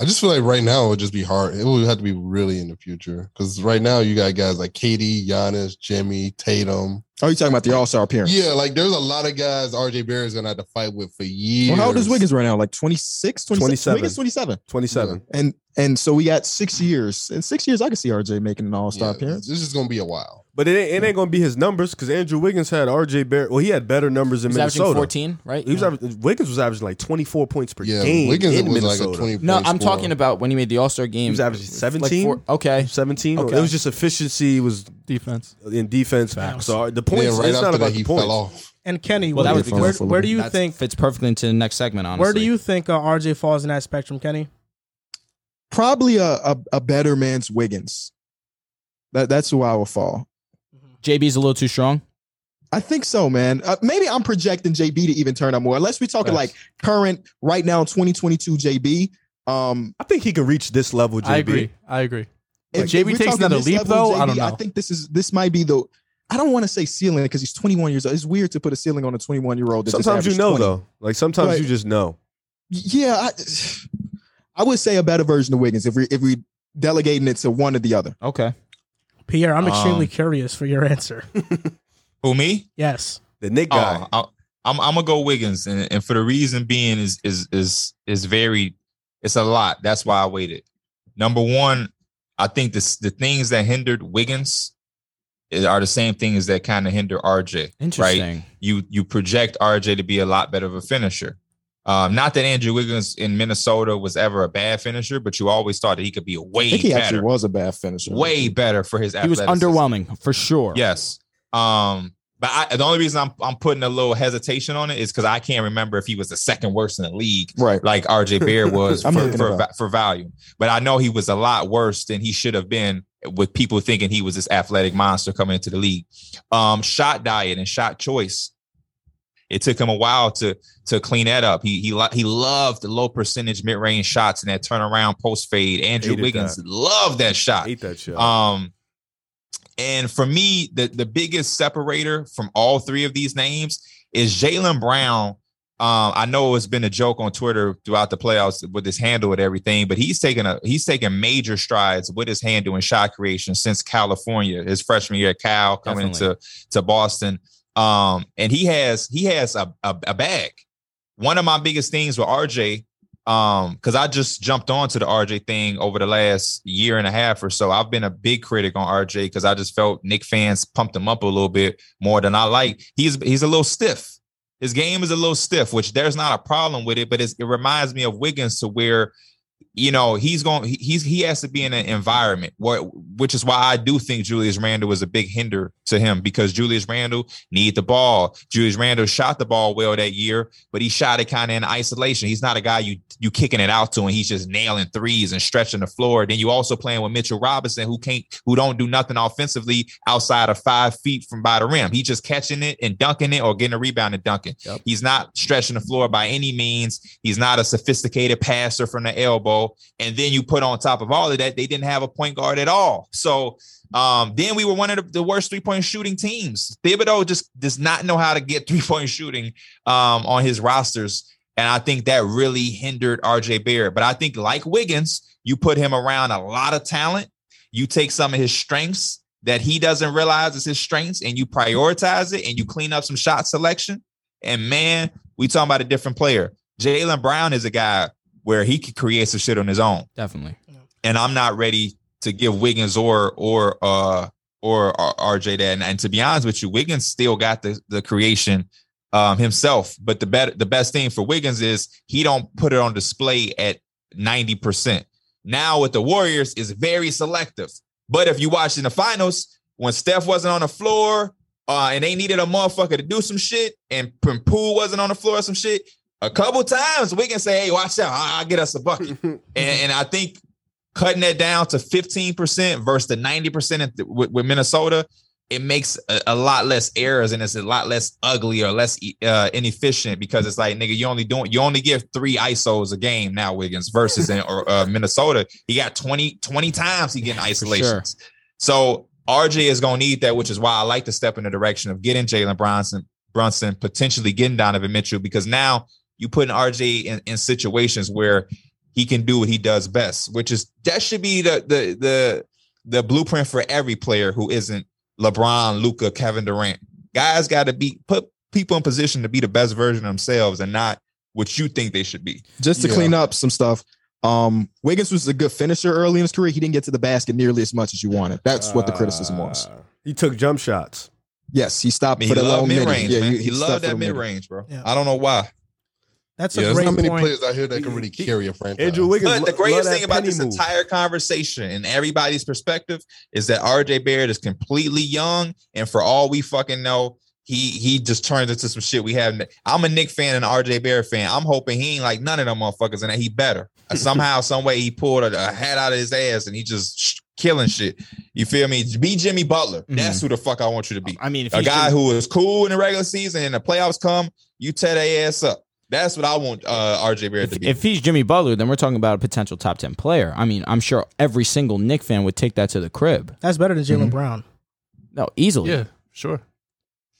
D: I just feel like right now it would just be hard. It would have to be really in the future because right now you got guys like Katie, Giannis, Jimmy, Tatum.
G: Oh, you talking about the All Star appearance?
D: Yeah, like there's a lot of guys RJ Barrett's gonna have to fight with for years.
G: Well, how old is Wiggins right now? Like 26, 27.
H: 27.
G: Wiggins 27.
H: Twenty-seven.
G: And and so we got six years. In six years, I could see RJ making an All Star
D: Yeah,
G: appearance.
D: This is gonna be a while.
H: But it ain't, it ain't gonna be his numbers because Andrew Wiggins had R.J. Barrett. Well, he had better numbers in
C: He's averaging
H: Minnesota.
C: fourteen, right?
H: He was averaging, Wiggins was averaging like twenty-four points per
D: Yeah,
H: game
D: Wiggins
H: in
D: was
H: Minnesota.
D: like a twenty.
C: no,
D: point
C: I'm
D: scorer.
C: talking about when he made the All Star game.
H: He was averaging
C: Like
H: 17?
C: four- okay,
H: Seventeen.
C: Okay.
H: It was just efficiency was
F: defense.
H: in defense. So the
D: Then
H: points.
D: right
H: it's
D: after
H: not about
D: that, he
H: the points.
D: fell off.
A: And Kenny,
C: Well, that
A: where,
C: was because-
A: where, where do you
C: That
A: think
C: fits perfectly into the next segment? Honestly,
A: where do you think uh, RJ falls in that spectrum, Kenny?
G: Probably a, a, a better man's Wiggins. That that's who I will fall.
C: JB's a little too strong?
G: I think so, man. Uh, maybe I'm projecting JB to even turn up more. Unless we're talking
E: Facts.
G: like current right now, 2022 JB. Um,
H: I think he can reach this level. JB.
F: I agree. I agree. If
G: Like,
F: JB
G: we're
F: takes
G: talking
F: another
G: this
F: leap,
G: level,
F: though, I don't
G: I
F: know.
G: think this is this might be the. I don't want to say ceiling because he's 21 years old. It's weird to put a ceiling on a 21 year old.
H: Sometimes you know though. Like sometimes
G: Right.
H: you just know.
G: Yeah, I, I would say a better version of Wiggins if we if we delegating it to one or the other.
C: Okay.
A: Pierre, I'm extremely
B: Um,
A: curious for your answer.
B: Who me?
A: Yes.
H: The Nick guy.
D: Ah,
B: Oh, I, I'm I'm gonna go Wiggins, and, and for the reason being is is is is very, it's a lot. That's why I waited. Number one, I think this the things that hindered Wiggins is- are the same things that kind of hinder RJ. Right?
C: Interesting.
B: You you project RJ to be a lot better of a finisher. Um, not that Andrew Wiggins in Minnesota was ever a bad finisher, but you always thought that he could be
G: I
B: way
G: think he actually
B: better,
G: was a bad finisher.
B: way better for his.
C: He was
B: athleticism.
C: underwhelming for sure.
B: Yes. Um, but I, the only reason I'm I'm putting a little hesitation on it is because I can't remember if he was the second worst in the league,
G: right.
B: like RJ Barrett was for
G: I'm looking
B: for,
G: it
B: va- for value. But I know he was a lot worse than he should have been with people thinking he was this athletic monster coming into the league. Um, shot diet and shot choice. It took him a while to to clean that up. He he lo- he loved the low percentage mid range shots and that turnaround post fade. Andrew
H: Hated
B: Wiggins loved that shot.
H: Hate that shit.
D: ah,
B: Um, and for me, the the biggest separator from all three of these names is Jalen Brown. Um, I know it's been a joke on Twitter throughout the playoffs with his handle and everything, but he's taken a he's taken major strides with his handle and shot creation since California, his freshman year at Cal, coming
C: Definitely.
B: into to Boston. Um, and he has he has a, a a bag. One of my biggest things with RJ um because i just jumped onto the rj thing over the last year and a half or so i've been a big critic on rj because i just felt nick fans pumped him up a little bit more than i like he's he's a little stiff his game is a little stiff which there's not a problem with it but it's, it reminds me of wiggins to where you know he's going he- he's he has to be in an environment where which is why i do think julius randle was a big hinder to him because julius randle need the ball julius randle shot the ball well that year but he shot it kind of in isolation. He's not a guy you you kicking it out to, and he's just nailing threes and stretching the floor. Then you also playing with Mitchell Robinson, who can't, who don't do nothing offensively outside of five feet from by the rim. He just catching it and dunking it, or getting a rebound and dunking.
C: Yep.
B: He's not stretching the floor by any means. He's not a sophisticated passer from the elbow. And then you put on top of all of that, they didn't have a point guard at all. So. Um, then we were one of the, the worst three point shooting teams. Thibodeau just does not know how to get three point shooting um, on his rosters. And I think that really hindered RJ Barrett. But I think, like Wiggins, you put him around a lot of talent. You take some of his strengths that he doesn't realize is his strengths and you prioritize it and you clean up some shot selection. And man, we talking about a different player. Jalen Brown is a guy where he could create some shit on his own
C: Definitely.
B: and I'm not ready to give Wiggins or or uh or R- RJ that. And, and to be honest with you, Wiggins still got the the creation um himself. But the better the best thing for Wiggins is he don't put it on display at 90%. Now with the Warriors is very selective. But if you watch in the finals, when Steph wasn't on the floor, uh, and they needed a motherfucker to do some shit, and P- Poole wasn't on the floor or some shit, a couple times we can say, "Hey, watch out! I- I'll get us a bucket." and, and I think cutting that down to fifteen percent versus the ninety percent with, with Minnesota, it makes a, a lot less errors and it's a lot less ugly or less uh, inefficient because it's like nigga, you only doing you only give three ISOs a game now Wiggins versus in or, uh, Minnesota. He got 20, 20 times he getting isolations. So RJ is gonna need that, which is why I like to step in the direction of getting Jalen Bronson, Brunson, potentially getting Donovan Mitchell because now you putting RJ in, in situations where he can do what he does best, which is that should be the the the the blueprint for every player who isn't LeBron, Luca, Kevin Durant. Guys got to be put people in position to be the best version of themselves and not what you think they should be.
G: Just to clean up some stuff. Um, Wiggins was a good finisher early in his career. He didn't get to the basket nearly as much as you wanted. That's what the criticism was.
H: Uh, He took jump shots.
G: Yes, he
B: I
G: stopped
B: mean,
G: for
B: he
G: the
B: loved
G: long
B: mid
G: mid
B: range,
G: Yeah,
B: man.
G: you-
B: He
G: stopped
B: loved
G: for
B: that
G: the
B: mid
G: middle.
B: range, bro.
A: Yeah.
B: I don't know why.
A: That's a
D: Yeah, there's
A: great
D: not many
A: point.
D: players out here that can really carry a franchise.
H: Andrew Wiggins.
B: But the
H: lo-
B: greatest
H: love that
B: thing about
H: penny
B: this
H: move.
B: entire conversation and everybody's perspective is that RJ Barrett is completely young, and for all we fucking know, he he just turns into some shit we haven't. I'm a Nick fan and an RJ Barrett fan. I'm hoping he ain't like none of them motherfuckers, and that he better Uh, somehow, some way he pulled a, a hat out of his ass and he just sh- killing shit. You feel me? Be Jimmy Butler.
H: Mm-hmm.
B: That's who the fuck I want you to
H: Uh,
B: be.
C: I mean, if
B: A
C: he
B: guy
C: should-
B: who is cool in the regular season and the playoffs come, you tear their ass up. That's what I want uh, RJ Barrett to
C: if,
B: be.
C: if he's Jimmy Butler, then we're talking about a potential top ten player. I mean, I'm sure every single Nick fan would take that to the crib.
A: That's better than Jalen
D: Mm-hmm.
A: Brown.
C: No, easily.
F: Yeah, sure.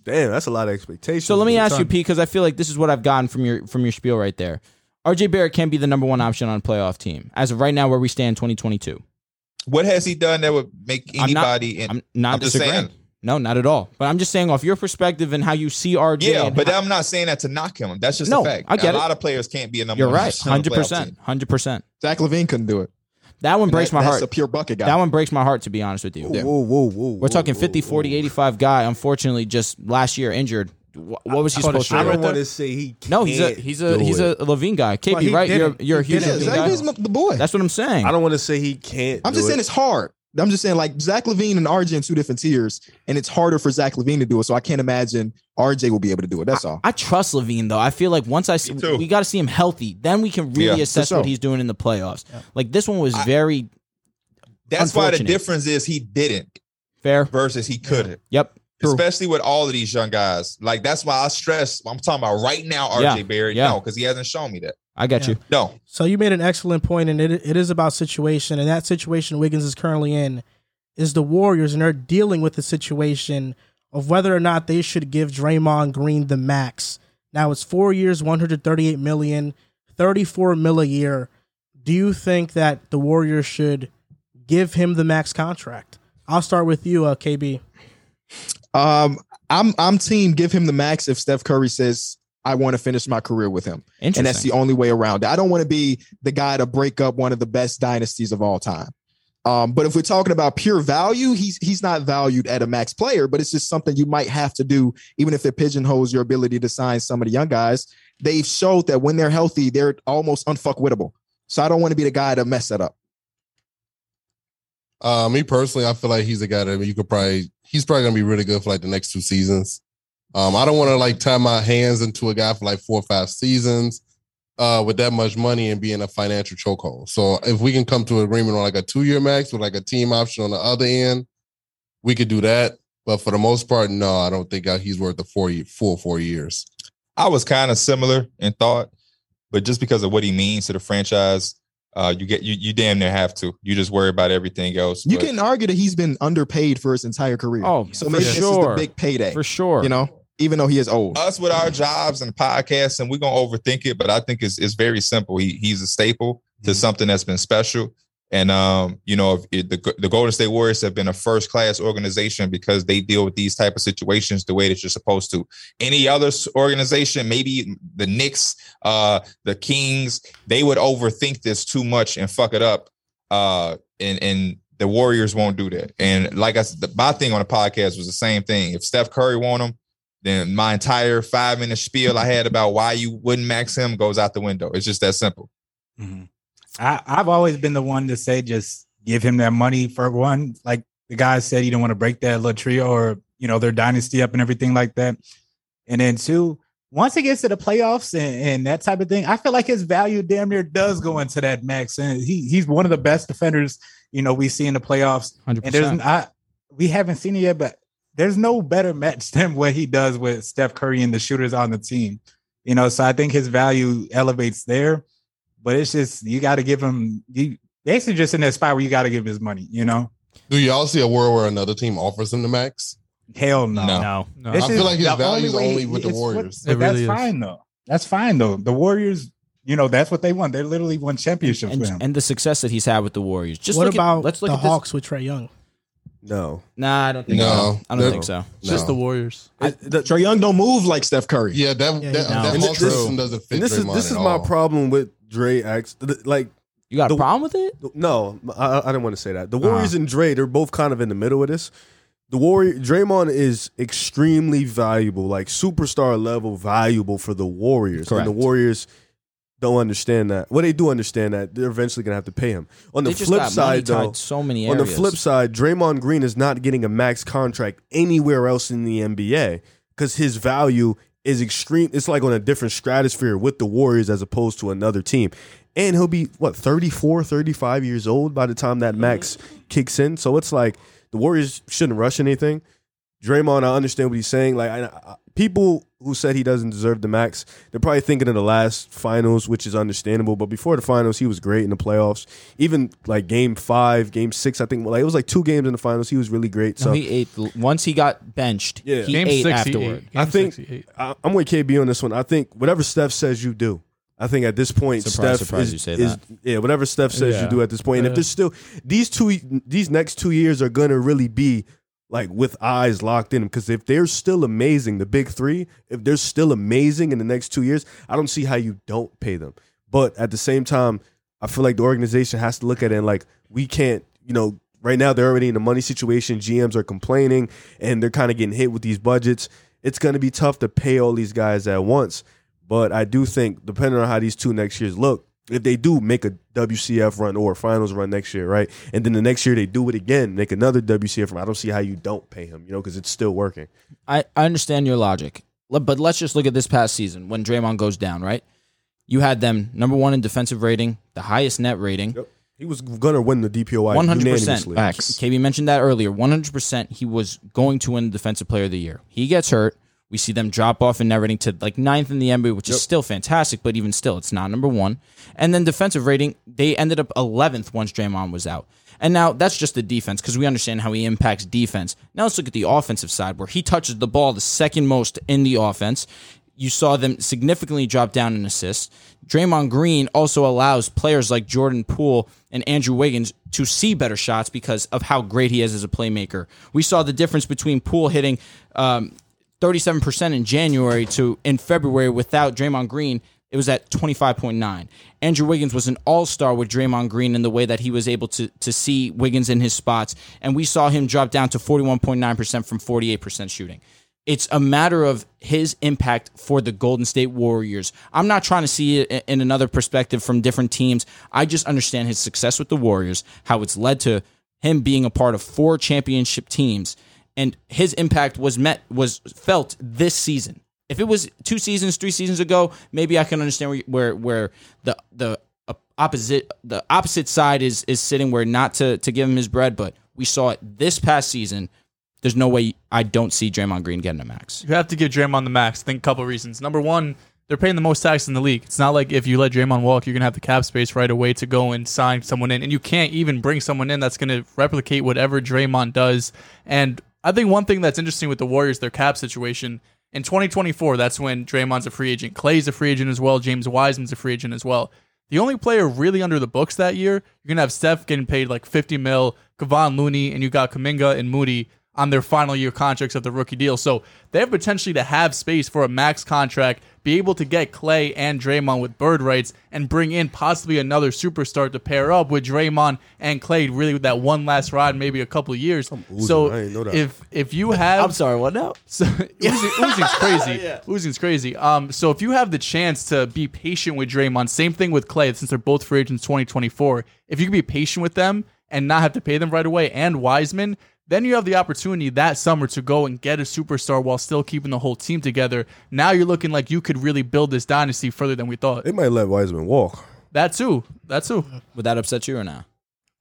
H: Damn, that's a lot of expectations.
C: So let me
H: You're
C: ask you,
H: trying-
C: Pete, because I feel like this is what I've gotten from your from your spiel right there. RJ Barrett can be the number one option on a playoff team as of right now, where we stand, 2022.
B: What has he done that would make
C: I'm not-
B: anybody? in,
C: I'm not
B: I'm just
C: disagreeing.
B: saying.
C: No, not at all. But I'm just saying off your perspective and how you see RJ.
B: yeah,
C: and
B: but
C: how-
B: I'm not saying that to knock him. That's just
C: No,
B: a fact.
C: I get
B: a
C: it.
B: lot of players can't be a number.
C: you're
B: one
C: right,
B: option on the
C: hundred
B: playoff
C: percent,
B: team.
C: hundred percent.
G: Zach Levine couldn't do it.
C: That one breaks
G: That-
C: my
G: that's
C: heart.
G: a pure bucket guy.
C: That one breaks my heart, to be honest with you.
H: Whoa, whoa, whoa, whoa.
C: We're talking
H: whoa,
C: 50,
H: whoa.
C: 40, 85 guy. Unfortunately, just last year injured. Wh- What was he
F: caught a
C: supposed to do?
F: shot
H: I don't
F: right
H: want
F: there.
H: to say he. Can't
C: No, he's a he's a
H: do
C: he's
H: it.
C: a Levine guy. KP,
A: Well, he
C: right?
A: did
C: You're
A: it.
C: you're a
A: He
C: huge
A: did it.
C: Levine
A: Zach
C: guy.
A: Levine's
G: the boy.
C: That's what I'm saying.
H: I don't want to say he can't.
G: I'm
H: do
G: just saying
H: it.
G: it's hard. I'm just saying like Zach Levine and RJ in two different tiers, and it's harder for Zach Levine to do it. So I can't imagine RJ will be able to do it. That's all.
C: I trust Levine though. I feel like once I see,
B: Me too.
C: we got to see him healthy, then we can really
B: Yeah.
C: assess
G: For sure.
C: what he's doing in the playoffs. Like this one was very
B: That's why the
C: Unfortunate.
B: difference is he didn't
C: fair.
B: versus he couldn't.
C: Yep. True.
B: Especially with all of these young guys. Like that's why I stress. I'm talking about right now, RJ
C: Yeah,
B: Barrett.
C: yeah.
B: No, because he hasn't shown me that.
C: I got
A: Yeah.
C: you.
B: No,
A: So you made an excellent point, and it, it is about situation, and that situation Wiggins is currently in is the Warriors, and they're dealing with the situation of whether or not they should give Draymond Green the max. Now it's four years, one hundred thirty-eight million, thirty-four mil a year. Do you think that the Warriors should give him the max contract? I'll start with you, uh, KB.
G: Um, I'm I'm team. Give him the max if Steph Curry says I want to finish my career with him,
C: Interesting.
G: and that's the only way around. it. I don't want to be the guy to break up one of the best dynasties of all time. Um, but if we're talking about pure value, he's he's not valued at a max player, but it's just something you might have to do, even if it pigeonholes your ability to sign some of the young guys. They've showed that when they're healthy, they're almost unfuckwittable. So I don't want to be the guy to mess that up.
D: Uh, me personally, I feel like he's a guy that you could probably he's probably gonna be really good for like the next two seasons. Um, I don't want to like tie my hands into a guy for like four or five seasons uh, with that much money and be in a financial chokehold. So if we can come to an agreement on like a two year max with like a team option on the other end, we could do that. But for the most part, no, I don't think uh, he's worth the four year, full four years.
B: I was kind of similar in thought, but just because of what he means to the franchise, uh, you get you you damn near have to. You just worry about everything else.
G: You
B: but-
G: can argue that he's been underpaid for his entire career.
C: Oh,
G: so
C: for
G: maybe this is the
C: sure.
G: big payday.
C: For sure.
G: You know, even though he is old.
B: us with our jobs and podcasts, and we're gonna overthink it, but I think it's it's very simple. He he's a staple to something that's been special. And um, you know, if it, the the Golden State Warriors have been a first class organization because they deal with these type of situations the way that you're supposed to. Any other s- organization, maybe the Knicks, uh, the Kings, they would overthink this too much and fuck it up. Uh, and and the Warriors won't do that. And like I said, my thing on the podcast was the same thing. If Steph Curry want him, then my entire five minute spiel I had about why you wouldn't max him goes out the window. It's just that simple.
E: Mhm. I, I've always been the one to say just give him that money for one. Like the guy said, you don't want to break that little trio or you know their dynasty up and everything like that. And then two, once he gets to the playoffs and, and that type of thing, I feel like his value damn near does go into that max. And he he's one of the best defenders you know we see in the playoffs.
C: 100%.
E: And there's I we haven't seen it yet, but there's no better match than what he does with Steph Curry and the shooters on the team. You know, so I think his value elevates there, but it's just you got to give him you basically just in that spot where you got to give his money. You know,
D: Do y'all see a world where another team offers him the max?
E: hell no.
B: No.
C: No.
F: No,
E: This
D: I feel like his
E: the
D: value is
E: way
D: only with the
E: it's what-
D: Warriors.
E: but
F: It
E: that's
F: really is.
E: fine though. That's fine though. The Warriors, you know, that's what they won. They literally won championships
C: And,
E: with him.
C: and the success that he's had with the Warriors. Just
A: what
C: look
A: about
C: At, let's look
A: the
C: at this.
A: Hawks with Trey Young?
H: No.
C: Nah, I don't think
D: No.
C: so. I don't
D: No.
C: think so.
F: It's just
D: No.
F: the Warriors.
G: I, Trey Young don't move like Steph Curry.
D: Yeah, that
A: Yeah,
D: that,
C: no.
D: that
C: And
D: whole
H: this- this-
D: system doesn't fit.
H: And this is
D: Draymond
H: this is
D: at
H: my
D: all.
H: problem with Dre. Acts like
C: You got a
H: The-
C: problem with it?
H: No, I, I didn't want to say that. The Warriors and Dre, they're both kind of in the middle of this. The Warrior Draymond is extremely valuable, like superstar level valuable for the Warriors.
C: Correct.
H: And the Warriors don't understand that. Well, they do understand that. They're eventually gonna have to pay him. On the
C: They just
H: flip
C: got money
H: side, though,
C: tied so many
H: on
C: areas.
H: the flip side, Draymond Green is not getting a max contract anywhere else in the NBA because his value is extreme. It's like on a different stratosphere with the Warriors as opposed to another team. And he'll be, what, 34, 35 years old by the time that max kicks in. So it's like the Warriors shouldn't rush anything. Draymond, I understand what he's saying. Like I, I- people who said he doesn't deserve the max, they're probably thinking of the last finals, which is understandable. But before the finals, he was great in the playoffs. Even like game five, game six, I think like it was like two games in the finals. He was really great.
C: No,
H: So
C: he ate once he got benched.
H: Yeah.
C: he
F: Game
C: ate
F: six, he
C: afterward.
F: ate.
H: I
F: Game
H: think-
F: six, he ate.
H: I, I'm with KB on this one. I think whatever Steph says, you do. I think at this point,
C: Surprise,
H: Steph
C: surprise
H: is,
C: you say
H: is-
C: that.
H: yeah, whatever Steph says,
A: Yeah.
H: you do at this point. And if there's still these two, these next two years are gonna really be like with eyes locked in because if they're still amazing, the big three, if they're still amazing in the next two years, I don't see how you don't pay them. But at the same time, I feel like the organization has to look at it and like we can't, you know, right now they're already in a money situation. GMs are complaining and they're kind of getting hit with these budgets. It's going to be tough to pay all these guys at once. But I do think, depending on how these two next years look, if they do make a WCF run or a finals run next year, right? And then the next year they do it again, make another WCF run. I don't see how you don't pay him, you know, because it's still working.
C: I, I understand your logic, Le- but let's just look at this past season when Draymond goes down, right? You had them number one in defensive rating, the highest net rating,
H: He was going to win the DPOI
C: one hundred percent.
H: unanimously.
C: KB mentioned that earlier. One hundred percent, he was going to win Defensive Player of the Year. He gets hurt. We see them drop off in net rating to like ninth in the NBA, which is still fantastic, but even still, it's not number one. And then defensive rating, they ended up eleventh once Draymond was out. And now that's just the defense because we understand how he impacts defense. Now let's look at the offensive side where he touches the ball the second most in the offense. You saw them significantly drop down in assists. Draymond Green also allows players like Jordan Poole and Andrew Wiggins to see better shots because of how great he is as a playmaker. We saw the difference between Poole hitting um, 37% in January to in February without Draymond Green, it was at 25.9. Andrew Wiggins was an all star with Draymond Green in the way that he was able to, to see Wiggins in his spots. And we saw him drop down to 41.9% from 48% shooting. It's a matter of his impact for the Golden State Warriors. I'm not trying to see it in another perspective from different teams. I just understand his success with the Warriors, how it's led to him being a part of four championship teams and his impact was met was felt this season. If it was two seasons, three seasons ago, maybe I can understand where where, where the the op- opposite the opposite side is is sitting where not to to give him his bread, but we saw it this past season. There's no way I don't see Draymond Green getting a max.
F: You have to give Draymond the max. Think a couple reasons. Number one, they're paying the most tax in the league. It's not like if you let Draymond walk, you're gonna have the cap space right away to go and sign someone in, and you can't even bring someone in that's gonna replicate whatever Draymond does. And I think one thing that's interesting with the Warriors, their cap situation. In 2024, that's when Draymond's a free agent. Clay's a free agent as well. James Wiseman's a free agent as well. The only player really under the books that year, you're gonna have Steph getting paid like 50 mil, Kevon Looney, and you got Kaminga and Moody on their final year contracts of the rookie deal. So they have potentially to have space for a max contract, be able to get Clay and Draymond with bird rights, and bring in possibly another superstar to pair up with Draymond and Clay, really with that one last ride, maybe a couple of years. so
H: I didn't know that.
F: if if you have
C: sorry, what now?
F: so Uzi, Uzi's crazy. Uzi's crazy. Um, so if you have the chance to be patient with Draymond, same thing with Clay, since they're both free agents 2024. If you can be patient with them and not have to pay them right away, and Wiseman, then you have the opportunity that summer to go and get a superstar while still keeping the whole team together. Now you're looking like you could really build this dynasty further than we thought.
H: They might let Wiseman walk.
F: That too. That too.
C: Would that upset you or not?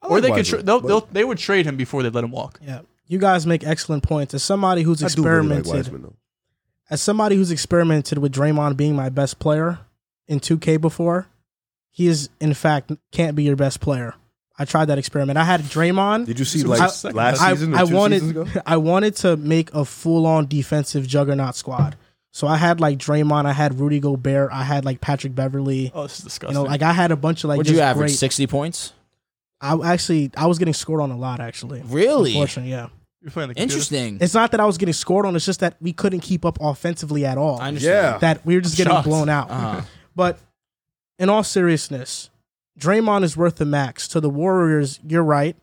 F: Or they could
H: Wiseman,
F: tra- they'll,
H: but-
F: they'll, they would trade him before they let him walk.
A: Yeah, you guys make excellent points. As somebody who's
H: I do really like
A: experimented,
H: Wiseman though.
A: as somebody who's experimented with Draymond being my best player in 2K before, he is in fact can't be your best player. I tried that experiment. I had Draymond.
H: Did you see
A: I-
H: like
A: I-
H: last
A: I,
H: season or
A: I
H: two
A: wanted
H: seasons ago?
A: I wanted to make a full on defensive juggernaut squad. So I had like Draymond, I had Rudy Gobert, I had like Patrick Beverly.
F: Oh, this is
A: You
F: disgusting.
A: know, like I had a bunch of like
C: Would you
A: just
C: average
A: great-
C: sixty points?
A: I actually I was getting scored on a lot actually.
C: Really
A: Unfortunately, yeah.
F: You're playing the computer.
C: interesting.
A: It's not that I was getting scored on, it's just that we couldn't keep up offensively at all.
C: I
H: Yeah.
C: understand.
A: That we were just getting
F: Shots.
A: blown out.
C: Uh-huh.
A: But in all seriousness, Draymond is worth the max. To the Warriors, you're right.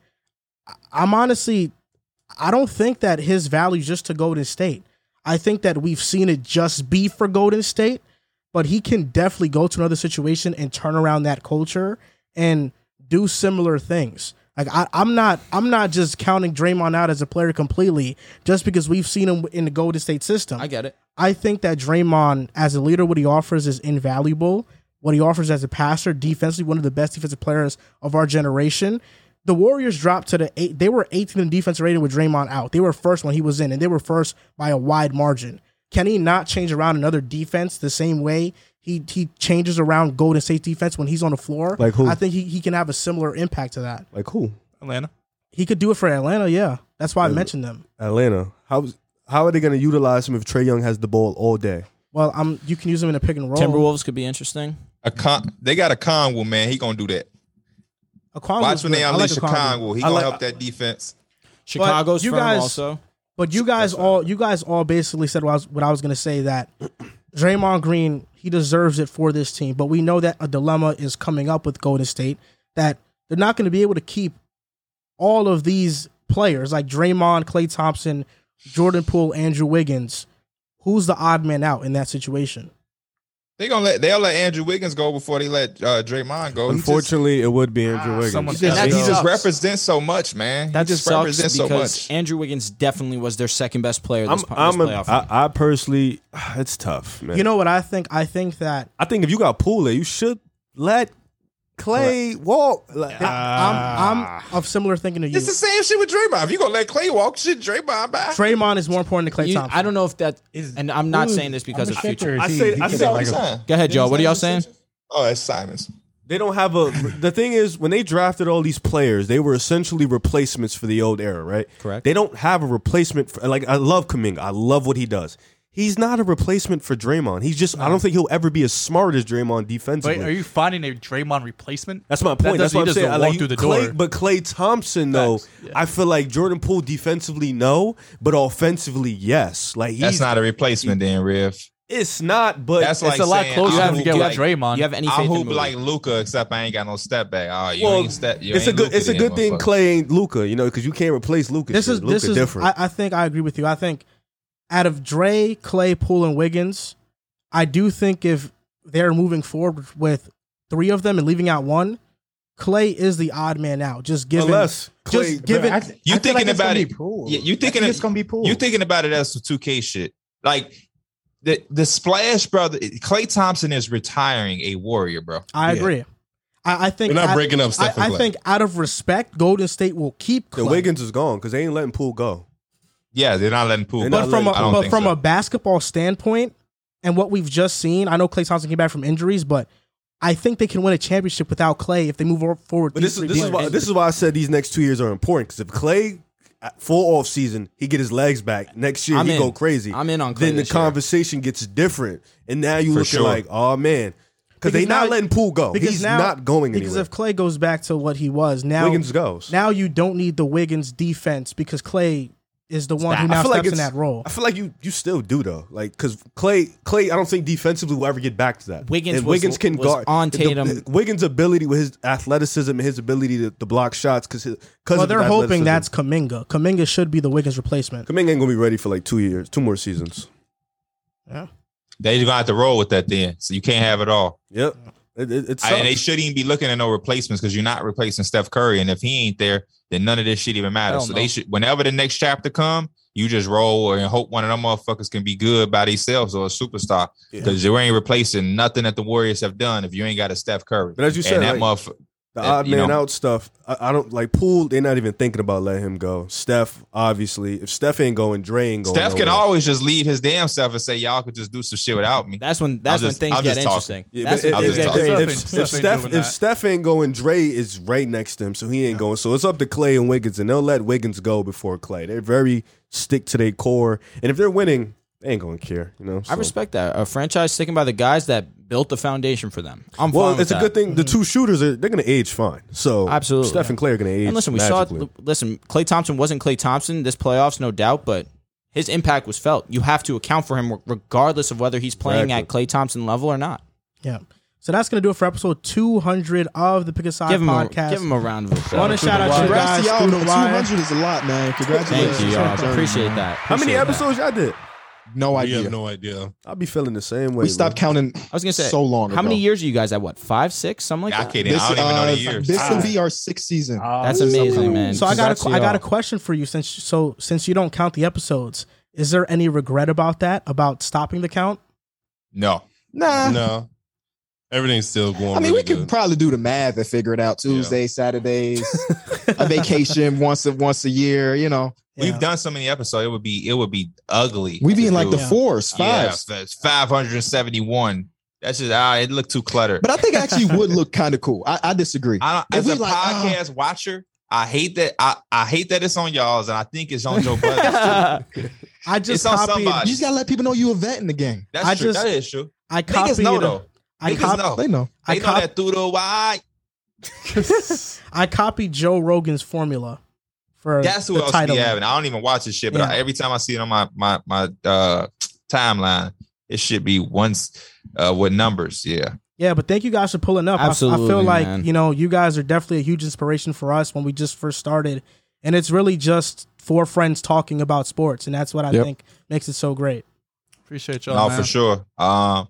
A: I- I'm honestly, I don't think that his value just to Golden State. I think that we've seen it just be for Golden State, but he can definitely go to another situation and turn around that culture and do similar things. Like I, I'm not, I'm not just counting Draymond out as a player completely just because we've seen him in the Golden State system.
C: I get it.
A: I think that Draymond, as a leader, what he offers is invaluable. What he offers as a passer, defensively, one of the best defensive players of our generation. The Warriors dropped to the eight. They were 18th in defense rating with Draymond out. They were first when he was in, and they were first by a wide margin. Can he not change around another defense the same way he he changes around Golden State defense when he's on the floor?
H: Like who?
A: I think he, he can have a similar impact to that.
H: Like who?
F: Atlanta.
A: He could do it for Atlanta, yeah. That's why I mentioned them.
H: Atlanta. How how are they going to utilize him if Trey Young has the ball all day?
A: Well, i you can use him in a pick
H: Oh.
A: and roll.
C: Timberwolves could be interesting.
B: A con, they got a Conwell man. He gonna do that.
A: Okongwu's
B: Watch when
A: good.
B: they
A: I like
B: unleash a
A: Okongwu.
B: Conwell. He
H: I
B: gonna
H: like-
B: help that defense.
C: Chicago's
A: you
C: firm
A: guys-
C: also.
A: But you guys all you guys all basically said what I was, what I was gonna say that Draymond Green he deserves it for this team, but we know that a dilemma is coming up with Golden State that they're not going to be able to keep all of these players like Draymond, Clay Thompson, Jordan Poole, Andrew Wiggins. Who's the odd man out in that situation?
B: They gonna let they'll let Andrew Wiggins go before they let uh, Draymond go. He just-
H: Unfortunately, it would be Andrew Wiggins.
F: someone-
B: he just,
C: That
B: he just
C: sucks.
B: represents so much, man.
C: That
B: he just
C: sucks
B: represents
C: because
B: so much.
C: Andrew Wiggins definitely was their second best player
H: I'm,
C: this, po-
H: I'm
C: this
H: a,
C: playoff. run.
H: I, I personally, it's tough, man.
A: You know what I think? I think that
H: I think if you got Poole, there, you should let Clay walk. Like,
A: I'm,
C: Ah.
A: I'm of similar thinking to you.
B: It's the same shit with Draymond. If you gonna let Clay walk, shit, Draymond back.
A: Draymond is more important than Clay
C: You-
A: Thompson.
C: I don't know if that,
E: Is-
C: and I'm not
E: Ooh,
C: saying this because
E: I'm
C: of future.
E: sure
H: I
E: he-
H: say-
E: he
H: I
E: could
H: say all
E: like
H: the
E: a-
C: Go ahead, y'all. What are y'all saying?
B: Oh, that's Simons.
H: they don't have a. The thing is, when they drafted all these players, they were essentially replacements for the old era, right?
C: Correct.
H: They don't have a replacement. For, like I love Kaminga. I love what he does. He's not a replacement for Draymond. He's just. I don't think he'll ever be as smart as Draymond defensively.
F: Wait, are you finding a Draymond replacement?
H: That's my point. That's
F: doesn't-
H: what
F: he
H: I'm
F: doesn't
H: saying. I
F: walk
H: like
F: through the
H: Clay,
F: door.
H: but Clay Thompson though,
F: Facts.
H: I feel like Jordan Poole defensively no, but offensively yes. Like he's
B: That's not a replacement, then, Riv.
H: It's not, but
B: That's like
F: It's a lot
B: saying,
F: closer
B: I
F: than you
B: hoop
F: get with
B: like,
F: Draymond.
C: You have any
B: I
C: faith
B: hoop
C: in
B: like Luca, except I ain't got no step back. Oh, you
H: well,
B: ain't step. You
H: it's a
B: ain't
H: good.
B: Luka
H: It's a
B: then,
H: good thing
B: motherfucker.
H: Clay ain't Luca, you know, because you can't replace Luca.
A: this is
H: Luka
A: this is
H: different.
A: I, I think I agree with you. I think out of Dre, Clay, Poole, and Wiggins, I do think if they're moving forward with three of them and leaving out one, Clay is the odd man out. Just given
H: Unless Clay,
A: just given
E: But I th-
B: You
E: I feel
B: thinking
E: it's gonna
B: about
E: be
B: it-
E: Poole.
B: Yeah, you
E: I
B: thinking
E: think
B: it-
E: it's gonna be pool?
B: You thinking about it as some 2K shit. Like the the splash brother Clay Thompson is retiring a warrior, bro.
A: I agree. I, I think
M: We're not
A: I-
M: breaking up
A: I,
M: Stephen
A: I
M: Clay.
A: think out of respect, Golden State will keep
H: the
A: Clay.
H: Wiggins is gone because they ain't letting Poole go.
B: Yeah, they're not letting Poole.
H: They're
B: go.
A: but
H: not
A: from a
H: letting-
B: I don't
A: but
B: think
A: from
B: so.
A: a basketball standpoint, and what we've just seen, I know Clay Thompson came back from injuries, but I think they can win a championship without Clay if they move forward.
H: But
A: these
H: this is
A: three
H: this is
A: players.
H: why this is why I said these next two years are important because if Clay at full off season he get his legs back next year
C: I'm
H: he
C: in.
H: go crazy.
C: I'm in on Clay
H: then the
C: this year.
H: conversation gets different, and now you
B: For
H: looking
B: sure.
H: like oh man because they
A: Because
H: not
A: now-
H: letting Poole go.
A: because
H: Oh, He's
A: now,
H: not going
A: because
H: anywhere.
A: if Clay goes back to what he was now,
H: Wiggins goes.
A: Now you don't need the Wiggins defense because Clay is the one who now
H: I
A: steps
H: feel like
A: in
H: it's-
A: that role.
H: I feel like you you still do though, like because Clay Clay I don't think defensively will ever get back to that.
C: Wiggins
H: and
C: was-
H: Wiggins can
C: was
H: guard
C: on
H: the-
C: Tatum.
H: the- Wiggins' ability with his athleticism and his ability to, to block shots because because
A: Well, they're hoping that's Kaminga. Kaminga should be the Wiggins replacement.
H: Kaminga ain't gonna be ready for like two years, two more seasons.
B: They're gonna have to roll with that then. So you can't have it all.
H: Yep, it, it, it
B: I- and they
H: sucks.
B: shouldn't even be looking at no replacements because you're not replacing Steph Curry. And if he ain't there, then none of this shit even matters.
F: Hell
B: So
F: no.
B: they should whenever the next chapter come, you just roll and hope one of them motherfuckers can be good by themselves or a superstar. Because you ain't replacing nothing that the Warriors have done if you ain't got a Steph Curry.
H: But as you said,
B: and that
H: like,
B: motherfucker
H: The
B: It-
H: odd
B: you
H: man
B: know.
H: out stuff. I, I don't like Poole. They're not even thinking about letting him go. Steph, obviously, if Steph ain't going, Dre ain't
D: Oh,
H: going.
B: Steph can
H: nowhere.
B: always just lead his damn self and say, "Y'all could just do some shit without me."
C: That's when that's
B: I'll
C: when
B: just-
C: things
B: I'll
C: get
B: just talk.
C: interesting.
H: Yeah,
C: that's
H: but
B: I'll
H: if,
B: just
H: if-
B: talk.
H: if-
B: Steph
H: if-
F: ain't-
H: if
F: Steph ain't
H: Steph,
F: doing
H: if
F: that.
H: Steph ain't going, Dre is right next to him, so he ain't going. So it's up to Clay and Wiggins, and they'll let Wiggins go before Clay. They're very stick to their core, and if they're winning, they ain't going to care. You know,
C: I
H: so.
C: respect that. A franchise sticking by the guys that built the foundation for them. I'm fine
H: Well,
C: with
H: it's a
C: that. Mm-hmm.
H: good thing. The two shooters are they're going to age fine. So
C: Absolutely.
H: Steph and Clay are going to age.
C: And listen, we saw
H: magically.
C: it. Listen, Clay Thompson wasn't Clay Thompson this playoffs, no doubt, but his impact was felt. You have to account for him regardless of whether he's playing
H: Exactly.
C: at Clay Thompson level or not.
A: Yeah. So that's gonna do it for episode 200 of the Pick a Side
C: Give him, a,
A: podcast.
C: give him a round of applause.
A: Want to shout out to you
G: Congrats
A: guys
G: to y'all.
A: through the
G: Number
A: wire.
G: 200 is a lot, man. Congratulations.
C: Thank you, y'all.
G: Journey,
C: Appreciate
G: man.
C: that.
H: How many
C: Appreciate that.
H: episodes y'all did?
G: No
D: We
G: idea.
D: have no idea.
H: I'll be feeling the same way.
G: we stopped counting
C: I was gonna say
G: so long
C: How many
G: ago. uh,
C: years are you guys at? What five, six, something like
B: I
C: that?
B: can't. even- I don't even know the years.
G: This will be our sixth season.
C: That's amazing, man.
A: So I got
C: Congrats
A: a,
C: to
A: I got a
C: y'all.
A: question for you since so since you don't count the episodes, is there any regret about that about stopping the count?
B: no,
H: Ah.
G: nah.
D: No, everything's still going.
G: I mean,
D: really
G: we could
D: good.
G: probably do the math and figure it out. Tuesday, Saturdays, a vacation once a once a year. You know,
A: Yeah.
B: we've done so many episodes. It would be it would be ugly.
G: we be
B: to
G: in like
B: do.
G: the
A: Yeah.
G: fours,
B: Yeah,
G: fives.
B: that's 571. That's just ah, it looked too cluttered.
G: But I think actually would look kind of cool. I, I disagree.
B: I don't,
G: if
B: as
G: we
B: a
G: like, ah.
B: podcast watcher, I hate that. I, I hate that it's on y'all's, and I think it's on Joe Budden.
A: I just
B: It's on
A: copied.
B: somebody.
G: you just gotta let people know you a vet in the game.
B: That's
A: I
B: true.
A: just-
B: that is true.
A: I copied.
B: Niggas know
A: a-
B: though.
A: I,
B: Niggas
A: cop-
B: know.
G: They know.
B: They
A: I,
B: know
A: cop-
B: that through the wide.
A: I copied Joe Rogan's formula for
B: That's
A: the
B: what else
A: title.
B: be having. I don't even watch this shit, but
A: Yeah.
B: I, every time I see it on my my my uh, timeline, it should be once uh, with numbers. Yeah,
A: Yeah, but thank you guys for pulling up. I- I, feel
C: Absolutely,
A: like
C: man.
A: you know you guys are definitely a huge inspiration for us when we just first started, and it's really just four friends talking about sports, and that's what I
G: Yep.
A: think makes it so great.
F: Appreciate
B: no,
F: y'all. man.
B: for sure. Um,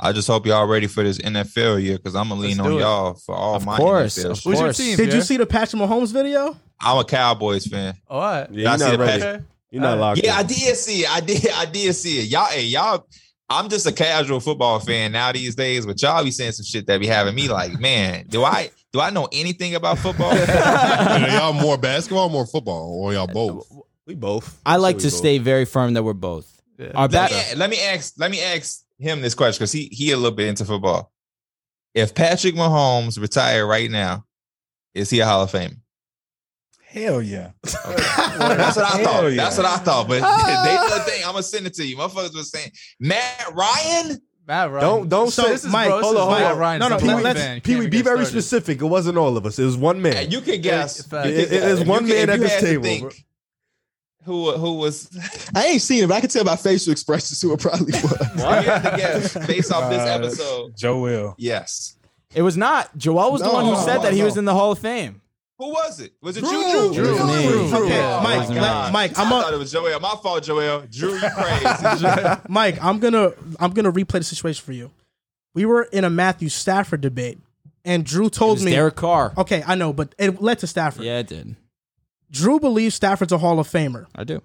B: I just hope y'all ready for this NFL year because I'm gonna lean
F: Let's do
B: on
F: it.
B: y'all for all
C: Of
B: my
C: course,
B: NFL.
C: of
B: shit.
F: Who's your
C: course.
F: team?
A: Did
F: yeah?
A: you see the Patrick Mahomes video?
B: I'm a Cowboys fan.
F: All right.
H: Yeah,
B: I
H: you're
B: see
H: not
B: the
H: ready.
F: Okay.
H: You're not locked.
B: Yeah, I
H: in.
B: did see it. I did. I did see it. Y'all, hey, y'all. I'm just a casual football fan now these days, but y'all be saying some shit that be having me like, man, do I do I know anything about football?
D: Are y'all more basketball, more football, or y'all both?
H: We both.
C: I like
H: We
C: to
H: both.
C: stay very firm that we're both.
F: Yeah.
C: Our
B: let,
C: back,
B: me, let me ask let me ask him this question because he he a little bit into football. If Patrick Mahomes retired right now, is he a Hall of Fame?
E: Hell yeah.
B: That's what I
E: Hell
B: thought.
E: yeah.
B: That's what I thought. But they know the thing. I'm gonna send it to you. Motherfuckers was saying Matt Ryan.
F: Matt Ryan.
H: Don't don't
A: So
H: say.
F: this is
A: Mike,
F: bro, this
A: hold
F: is
A: on, hold
F: Matt
A: on.
F: Ryan's
A: No, no,
F: a
A: Pee-
F: Boy
A: let's-
F: band.
H: Pee
F: Can't
H: Wee,
F: we
H: be
F: get
H: very
F: started?
H: specific. It wasn't all of us. It was one man.
B: You can guess.
F: fact.
B: You can
H: It- it- it's
B: guess.
H: one
B: You can- if
H: man at
B: you
H: this
B: had to
H: table,
B: think
H: bro.
B: Who who was?
G: I ain't seen it, but I can tell by facial expressions who it probably was.
B: I had to guess based off this
E: Uh,
B: episode.
E: Joe Will.
B: Yes.
C: it was not. Joel was the
G: No,
C: one who
G: no,
C: said that he
G: no.
C: was in the Hall of Fame.
B: Who was it? Was it
G: Drew.
B: you, Drew?
G: Drew. It was me.
B: Drew.
A: Okay,
B: Oh,
A: Mike, let-
B: my God.
A: Mike, I'm
B: I
A: a-
B: thought it was Joel. My fault, Joel. Drew, you crazy.
A: Mike, I'm gonna I'm gonna replay the situation for you. We were in a Matthew Stafford debate, and Drew
C: It
A: told
C: was
A: me.
C: Derek Carr.
A: Okay, I know, but it led to Stafford.
C: Yeah, it did.
A: Drew believes Stafford's a Hall of Famer.
C: I do.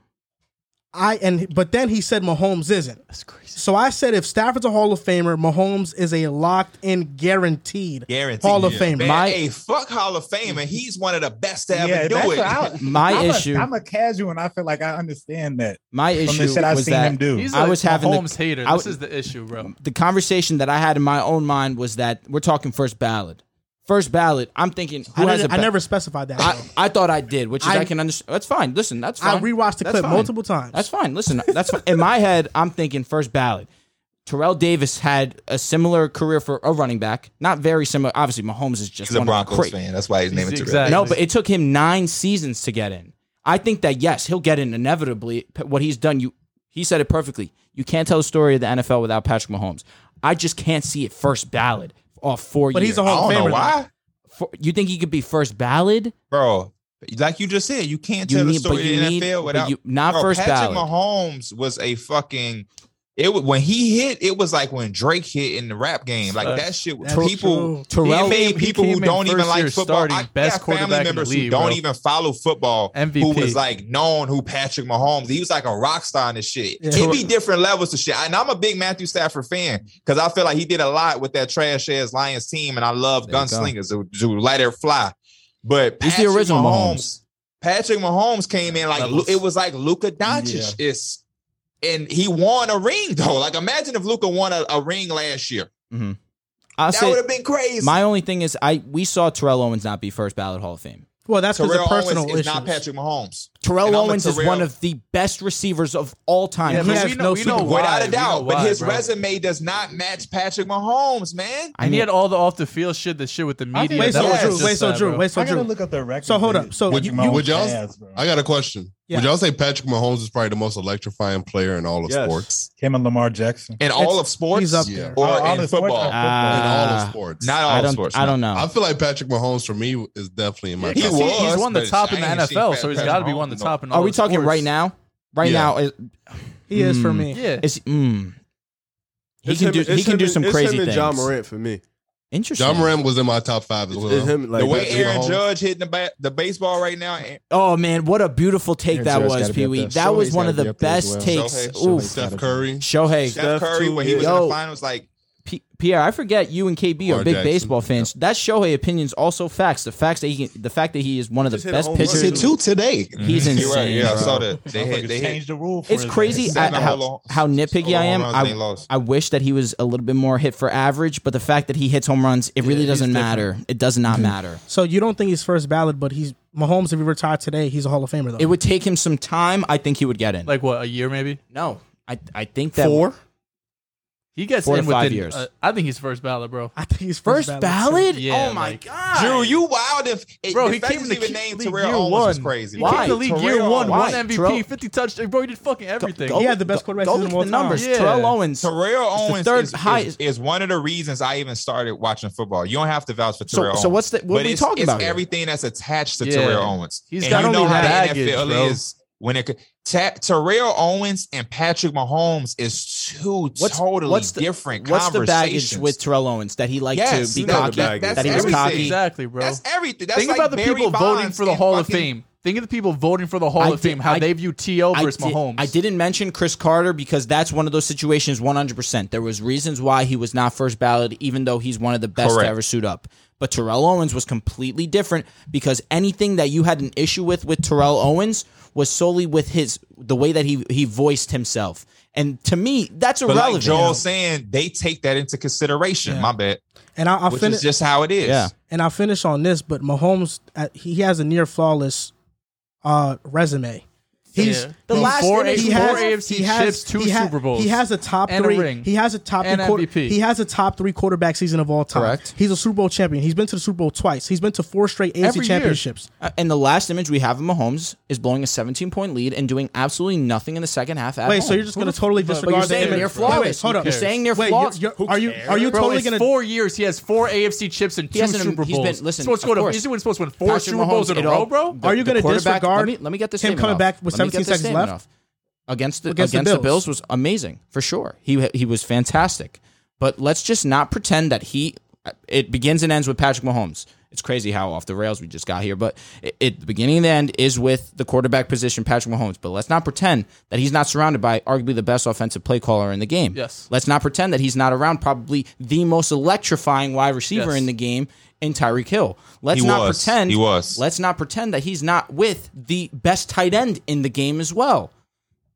A: I and but then he said Mahomes isn't. That's crazy. So I said if Stafford's a Hall of Famer, Mahomes is a locked in guaranteed
B: Guaranteed.
A: Hall of
B: Yeah.
A: Famer.
B: Man,
C: My-
B: hey, fuck Hall of Fame, and he's one of the best to ever do it.
C: My
E: I'm
C: issue-
E: A, I'm a casual, and I feel like I understand that
C: My
E: from
C: issue
E: the shit I've
C: was
E: seen
C: that
E: him do.
F: He's
C: I
F: a
C: was having the-
F: Mahomes hater.
C: I
F: This
C: w-
F: is the issue, bro.
C: the conversation that I had in my own mind was that we're talking first ballot. First ballot. I'm thinking who
A: I,
C: has a
A: didn't- I
C: ba-
A: never specified that.
C: I,
A: though.
C: I thought I did, which is I,
A: I-
C: can understand. That's fine. Listen, that's
A: I
C: fine.
A: rewatched the
C: That's
A: clip
C: fine.
A: multiple times.
C: That's fine. Listen, that's fine. in my head. I'm thinking first ballot. Terrell Davis had a similar career for a running back, not very similar. Obviously, Mahomes is just
B: He's a
C: one of the
B: Broncos
C: great-
B: fan. That's why he's naming
F: Exactly.
B: Terrell.
C: No, but it took him nine seasons to get in. I think that yes, he'll get in inevitably. P- What he's done, you he said it perfectly. You can't tell the story of the NFL without Patrick Mahomes. I just can't see it first ballot off four
A: but
C: years.
A: he's a
B: I
A: Hall
B: don't
A: of Famer.
B: know
A: though.
B: why,
C: For- you think he could be first ballot?
B: bro. Like you just said, you can't
C: You
B: tell the
C: need,
B: story
C: but
B: of
C: you
B: the
C: need,
B: NFL
C: but
B: without
C: you, not
B: Bro,
C: first
B: Patrick
C: ballot.
B: Mahomes was a fucking It wa- when he hit, it was like when Drake hit in the rap game. Like that shit. was
A: That's
B: people,
A: true.
C: Terrell
B: it made
F: He
B: people who
F: came in
B: don't even
F: first
B: like
F: year
B: football.
F: starting
B: I
F: best
B: got
F: quarterback
B: family
F: in the
B: members who
F: league,
B: don't
F: bro.
B: even follow football. Who
F: MVP.
B: was like known who Patrick Mahomes? He was like a rock star and shit.
A: Yeah.
B: It'd be different levels to shit. And I'm a big Matthew Stafford fan because I feel like he did a lot with that trash ass Lions team, and I love
C: There you go.
B: gunslingers who, who let it fly. But
C: He's
B: Patrick
C: the original
B: Mahomes,
C: Mahomes.
B: Patrick Mahomes came in like
C: Levels.
B: it was like Luka Doncic is, and he won a ring though. Like imagine if Luka won a, a ring last year,
C: I
B: that would
C: say
B: have been crazy.
C: my only thing is I we saw Terrell Owens not be first ballot Hall of Fame.
A: Well, that's because
B: Terrell
A: of personal
B: Owens
A: issues.
B: is not Patrick Mahomes
C: Terrell
B: And I'm a
C: Owens is
B: Terrell-
C: one of the best receivers of all time.
F: Yeah,
C: He
F: but
C: has
F: we know-
C: no
F: we know
C: Super Bowl.
F: why.
B: without a
F: we
B: doubt,
F: know
B: but
F: why,
B: his
F: bro.
B: resume does not match Patrick Mahomes, man.
C: I
F: and he
C: mean-
F: had all the off the field shit, the shit with the media.
A: Wait,
F: That
A: so
F: was
A: Drew,
F: just
A: wait, so
F: sad,
A: Drew,
F: bro.
A: wait, so
E: I gotta
A: Drew.
E: look up the record.
A: So hold up. So
D: Would
A: you,
D: you-
A: you-
D: would y'all-
E: Jazz, bro.
D: I got a question.
A: Yeah.
D: Would y'all say Patrick Mahomes is probably the most electrifying player in all of
I: Yes.
D: sports?
E: Him and Lamar Jackson.
B: In all of sports
A: he's up
D: Yeah.
A: there.
B: or
E: All- all
B: in
E: the sports
B: football,
E: are-
D: in all of
C: Uh,
D: sports.
B: not all
C: I
B: of
C: don't.
B: sports.
C: I don't
D: I
C: know.
D: feel like Patrick Mahomes for me is definitely in my
B: He
F: He's-
D: top.
B: was,
F: he's one of
B: but
F: the top in the
B: I ain't seen
F: NFL, so he's
B: Patrick
F: got to be
B: Mahomes
F: one of the
B: in no-
F: top in all
C: Are we
F: the
C: talking
F: sports.
C: right now? Right
D: Yeah.
C: now, is,
A: He is for
B: Hmm.
C: Mm.
A: me.
F: Yeah.
C: is mm, he
I: It's
C: can
I: him-
C: do.
I: it's
C: He can
I: him
C: do
I: and-
C: some
I: it's
C: crazy
I: him and
C: things.
I: John Morant for me.
C: Interesting.
D: John Moran was in my top five as
I: It's,
D: well.
I: it's him, like,
B: Uh-huh. the way
I: Patrick
B: Aaron
I: Mahomes.
B: Judge hitting the ba- the baseball right now, and
C: Oh man, what a beautiful take
G: Aaron
C: that
G: Judge's
C: was,
G: gotta be
C: Pee
G: up
C: Wee.
G: there.
C: That was
G: Shohei's
C: one of
G: gotta
C: the
G: be up there as
C: best
G: well.
C: takes.
B: Shohei-
C: Oof.
D: Steph Curry.
C: Shohei,
B: Steph
I: Steph
B: Curry
I: too,
B: when he was
C: yo.
B: in the finals, like
C: P- Pierre, I forget you and KB are
D: Lamar
C: big
D: Jackson.
C: baseball fans. That Shohei opinion's also facts. The facts that he, can, the fact that he is one of the
I: Just hit a
C: best
I: home run.
G: Just hit
C: pitchers.
G: two today.
C: He's
B: Mhm. You're
C: insane,
B: right. Yeah,
C: bro.
B: I saw that. They hit. They hit.
E: changed the rule. For
C: It's
E: his
C: crazy
E: ass.
C: at
B: Seven home
C: how,
B: runs-
C: how nitpicky I am.
B: home runs, they
C: I,
B: lost.
C: I wish that he was a little bit more hit for average, but the fact that he hits home runs, it really
E: he's
C: doesn't
E: different.
C: matter. It does
B: Mm-hmm.
C: not matter.
A: So you don't think he's first ballot, but he's Mahomes. If he retired today, he's a Hall of Famer though.
C: It would take him some time. I think he would get in.
F: Like what? A year maybe?
C: no, I I think that
F: He gets
C: Four to
F: in
C: five
F: within.
C: years.
F: uh, I think he's first ballot, bro.
A: I think he's
C: first
A: first,
C: ballot.
F: Yeah,
C: oh my
F: like-
C: god,
B: Drew, you wild if it,
F: Bro,
B: the
F: he
B: fact
F: came in
B: he's
F: the
B: even
F: ki-
B: named
F: league
B: Terrell
F: year
B: Owens
F: one.
B: was crazy.
F: He
C: Why?
F: came in the league year
B: Terrell
F: one,
C: Owens.
F: one MVP,
C: Terrell-
F: 50 touchdowns. Bro, he did fucking everything.
A: He had the best quarterback
C: Go
A: season
C: look
A: of
C: at
A: all
C: the
A: time.
C: numbers.
F: Yeah.
C: Terrell Owens.
B: Terrell
C: the
B: Owens
C: third
B: is, is-
C: highest-
B: is one of the reasons I even started watching football. You don't have to vouch for
C: So-
B: Terrell.
C: so
B: Owens.
C: what's the- what
B: But
C: we
B: it's,
C: talking
B: it's
C: about here?
B: Everything that's attached to
F: Yeah.
B: Terrell Owens.
F: He's
B: and
F: got
B: you
F: only
B: know how
F: baggage,
B: the NFL
F: bro.
B: is when it could- Ta- Terrell Owens and Patrick Mahomes is two
C: What's-
B: totally
C: what's the-
B: different
C: What's the
B: conversations.
C: baggage with Terrell Owens that he liked
B: Yes,
C: to be
B: you know,
C: cocky?
B: that- that's
C: That he was
B: everything.
C: cocky.
F: Exactly, bro.
B: That's everything. That's
F: Think
B: like
F: about the
B: Barry
F: people voting
B: Bonds
F: for the
B: and
F: Hall of
B: fucking-
F: Fame. Think of the people voting for the Hall
C: I
F: of
C: did-
F: Fame. How
C: I-
F: they view T.O. versus
C: I did,
F: Mahomes.
C: I didn't mention Chris Carter because that's one of those situations 100%. There was reasons why he was not first ballot even though he's one of the best
B: Correct.
C: to ever suit up. But Terrell Owens was completely different because anything that you had an issue with with Terrell Owens was solely with his the way that he he voiced himself. And to me, that's
B: But
C: irrelevant.
B: like Joel saying, they take that into consideration. My bad.
A: And I, I'll
B: Which
A: finish.
B: is just how it is.
C: Yeah.
A: and I'll finish on this. But Mahomes, uh, he he has a near flawless uh, resume. He's
F: Yeah.
C: the
F: From
C: last
F: four,
C: inning-
F: A-
A: he
F: four
A: has,
F: AFC
A: he has-
F: chips, two
A: he ha-
F: Super Bowls.
A: He has a top
F: and
A: three.
F: A ring.
A: He has a top
F: And
A: three quarter-
F: MVP.
A: He has a top three quarterback season of all time.
C: Correct.
A: He's a Super Bowl champion. He's been to the Super Bowl twice. He's been to four straight AFC
F: Every year.
A: championships.
C: Uh, And the last image we have of Mahomes is blowing a 17 point lead and doing absolutely nothing in the second half. At
A: Wait, so
C: home.
A: you're just going to totally
C: but you're
A: disregard the
C: saying
A: image?
C: they're
A: Wait, wait,
C: flawless.
A: hold up.
C: You're
F: cares?
C: saying they're
A: Wait,
C: flawless.
A: you're- you're- are you are you
F: Bro,
A: totally
F: it's
A: going
F: four years. He has four AFC chips and two
C: hasn't-
F: Super
C: he's been-
F: Bowls.
C: listen,
F: Supposed to go
C: of
F: to-
C: course.
F: he's doing supposed to win four
C: Patrick
F: Super Bowls
C: Mahomes,
F: in a
C: it all-
F: row, bro.
C: the-
A: Are you
C: the
A: gonna
C: quarterback-
A: disregard
C: Let me, let me get this
A: him
C: statement
A: coming
C: off.
A: back with
C: Let me get
A: 17
C: this
A: seconds
C: statement
A: left?
C: off. against the
A: Against
C: against,
A: the
C: the, Bills.
A: Bills.
C: was amazing for sure. He he was fantastic, but let's just not pretend that he. It begins and ends with Patrick Mahomes. It's crazy how off the rails we just got here, but it, it the beginning and the end is with the quarterback position, Patrick Mahomes. But let's not pretend that he's not surrounded by arguably the best offensive play caller in the game.
F: Yes.
C: Let's not pretend that he's not around probably the most electrifying wide receiver
F: Yes.
C: in the game in Tyreek Hill. Let's
B: He
C: not
B: was.
C: pretend
B: He was.
C: Let's not pretend that he's not with the best tight end in the game as well.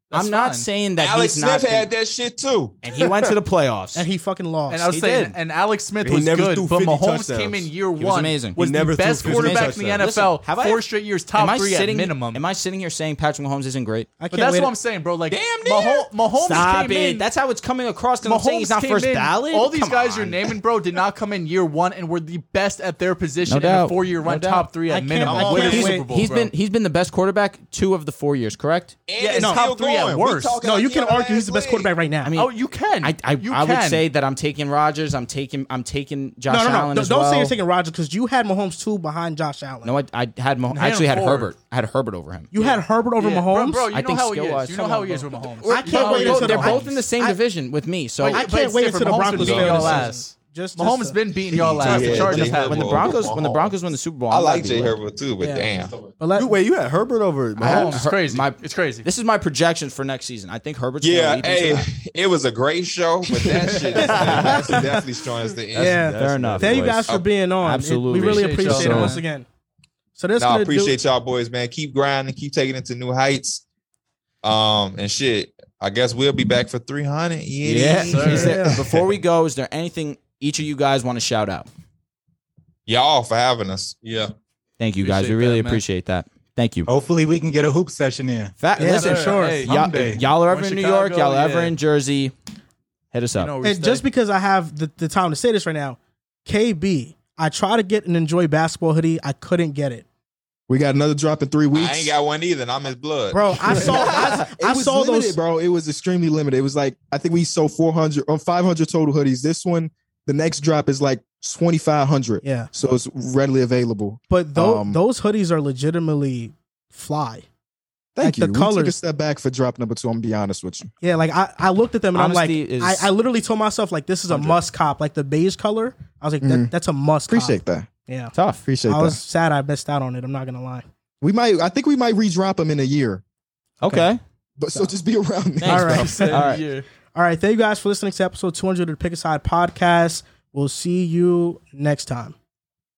F: That's
C: I'm not
F: fine.
C: saying that
B: Alex
C: he's not.
B: Smith had that shit too.
C: and he went to the playoffs.
A: and he fucking lost.
F: And I was
C: He
F: saying,
C: did.
F: and Alex Smith
I: He
F: was
I: never
F: good,
I: threw
F: but
I: 50
F: Mahomes
I: touchdowns.
F: came in year
C: was
F: one.
C: amazing.
F: Was
I: He
F: the
I: never threw
F: best
I: 50
F: quarterback in the
I: touchdowns.
C: Listen,
F: NFL.
C: have I-
F: four straight years, top
C: am I
F: three
C: sitting?
F: at minimum.
C: Am I sitting here saying Patrick Mahomes isn't great?
A: I can't
F: but that's
A: wait.
F: what I'm saying, bro. Like,
B: Damn near.
F: Mahomes, Mahomes
C: Stop
F: came
C: it.
F: in.
C: That's how it's coming across. Because I'm
F: Mahomes
C: saying he's not
F: came
C: first
F: in,
C: ballot.
F: All these
C: Come
F: guys
C: on.
F: you're naming, bro, did not come in year one and were the best at their position
C: No
F: in a
C: doubt.
F: four-year
C: No
F: run,
C: doubt.
F: top three
A: I
F: at
A: can't-
F: minimum.
A: I
F: with a
A: can't
F: Super
A: wait.
F: Bowl,
C: He's
F: bro.
C: been he's been the best quarterback two of the four years, correct?
B: And
F: Yeah,
B: it's
F: it's top
B: still
F: three
B: going.
F: at worst.
A: No, you can argue he's the best quarterback right now.
C: I mean,
F: Oh, you can.
C: I I,
F: you
C: I
F: can.
C: would say that I'm taking Rodgers. I'm taking I'm taking Josh
A: no, no, no.
C: Allen
A: Don't,
C: as
A: don't
C: well.
A: say you're taking Rodgers because you had Mahomes two behind Josh Allen.
C: no, I, I had Mah- I
F: him
C: actually had
F: forward.
C: Herbert. I had Herbert over him.
A: you had Herbert over
F: Yeah,
A: Mahomes.
F: Bro, bro you
C: I
F: know
C: think
F: how he
C: skill-wise-
F: is. You know
C: come
F: how
C: on,
F: he is with Mahomes.
A: I can't wait
C: They're both-
A: until the
C: they're both in the
A: Vikings.
C: same
A: I-
C: division with me. So
A: I
F: But
A: can't
F: it's
A: wait
F: different.
A: until the
F: Mahomes been
A: Broncos
F: beating
A: fail
F: y'all
A: this
F: ass.
A: Just, just
F: Mahomes
A: to-
F: has been beating y'all
B: Yeah,
F: ass. The
B: yeah,
F: Chargers
B: yeah.
F: have.
C: when the
B: Mahomes.
C: Broncos when the Broncos win the Super Bowl,
B: I
C: I'm
B: like
C: not
B: Jay
C: being-
B: Herbert too, but damn.
A: But let,
I: You, wait, you had Herbert over
C: I had
I: Mahomes?
F: It's
C: Her-
F: crazy.
C: My,
F: It's crazy.
C: this is my projections for next season. I think Herbert's. gonna lead
B: Yeah,
C: me to
B: hey,
C: that.
B: it was a great show, but that shit is that's definitely strong as the end.
A: yeah.
C: fair enough.
A: Thank you
C: boys.
A: guys for being on. It-
C: Absolutely.
A: we really
F: Appreciate y'all.
A: appreciate it
C: So-
A: once again. So this
B: No, I
A: gonna do-
B: appreciate y'all boys, man. Keep grinding, keep taking it to new heights. Um, and shit. I guess we'll be back for 300.
C: Yeah.
B: Yeah.
C: Is there-
A: Yeah.
C: before we go, is there anything each of you guys want to shout out?
B: Y'all for having us.
D: Yeah.
C: Thank you guys.
F: Appreciate
C: We really
F: that, man.
C: appreciate that. Thank
B: Oh.
C: you.
E: Hopefully, we can get a hoop session in.
C: Fa-
A: Yeah,
C: listen,
A: for sure.
F: Hey,
C: y'all,
E: Someday.
C: if y'all are ever
F: Or
C: in New
F: Chicago,
C: York, y'all ever
F: yeah.
C: in Jersey, hit us up.
F: You know,
A: and just because I have the, the time to say this right now, KB, I tried to get an enjoy basketball hoodie. I couldn't get it,
G: We got another drop in three weeks.
B: I ain't got one either, and I'm his blood.
A: bro. I saw I,
G: It
A: I
G: was
A: saw
G: limited,
A: those.
G: bro. It was extremely limited. It was like I think we sold 400 or 500 total hoodies. This one, the next drop is like 2,500.
A: Yeah,
G: So it's readily available.
A: but those
G: Um,
A: those hoodies are legitimately fly. Like
G: Thank
A: the
G: you. We took a
A: colors. Ah.
G: step back for drop number two. I'm gonna be honest with you.
A: Yeah, like I, I looked at them and
C: Honesty
A: I'm
C: is
A: like, I, I literally told myself like this is a
C: 100.
A: must cop. Like the beige color, I was like, that,
G: Mhm.
A: that's a must. cop.
G: Appreciate that.
A: Yeah,
C: Tough.
G: Appreciate
A: I was
G: that.
A: sad I missed out on it. I'm not gonna lie.
G: We might. I think we might redrop them in a year.
C: Okay.
G: But so just be around.
C: Thanks,
A: All right.
C: bro. All right.
A: All right, thank you guys for listening to episode 200 of the Pick Aside Podcast. We'll see you next time.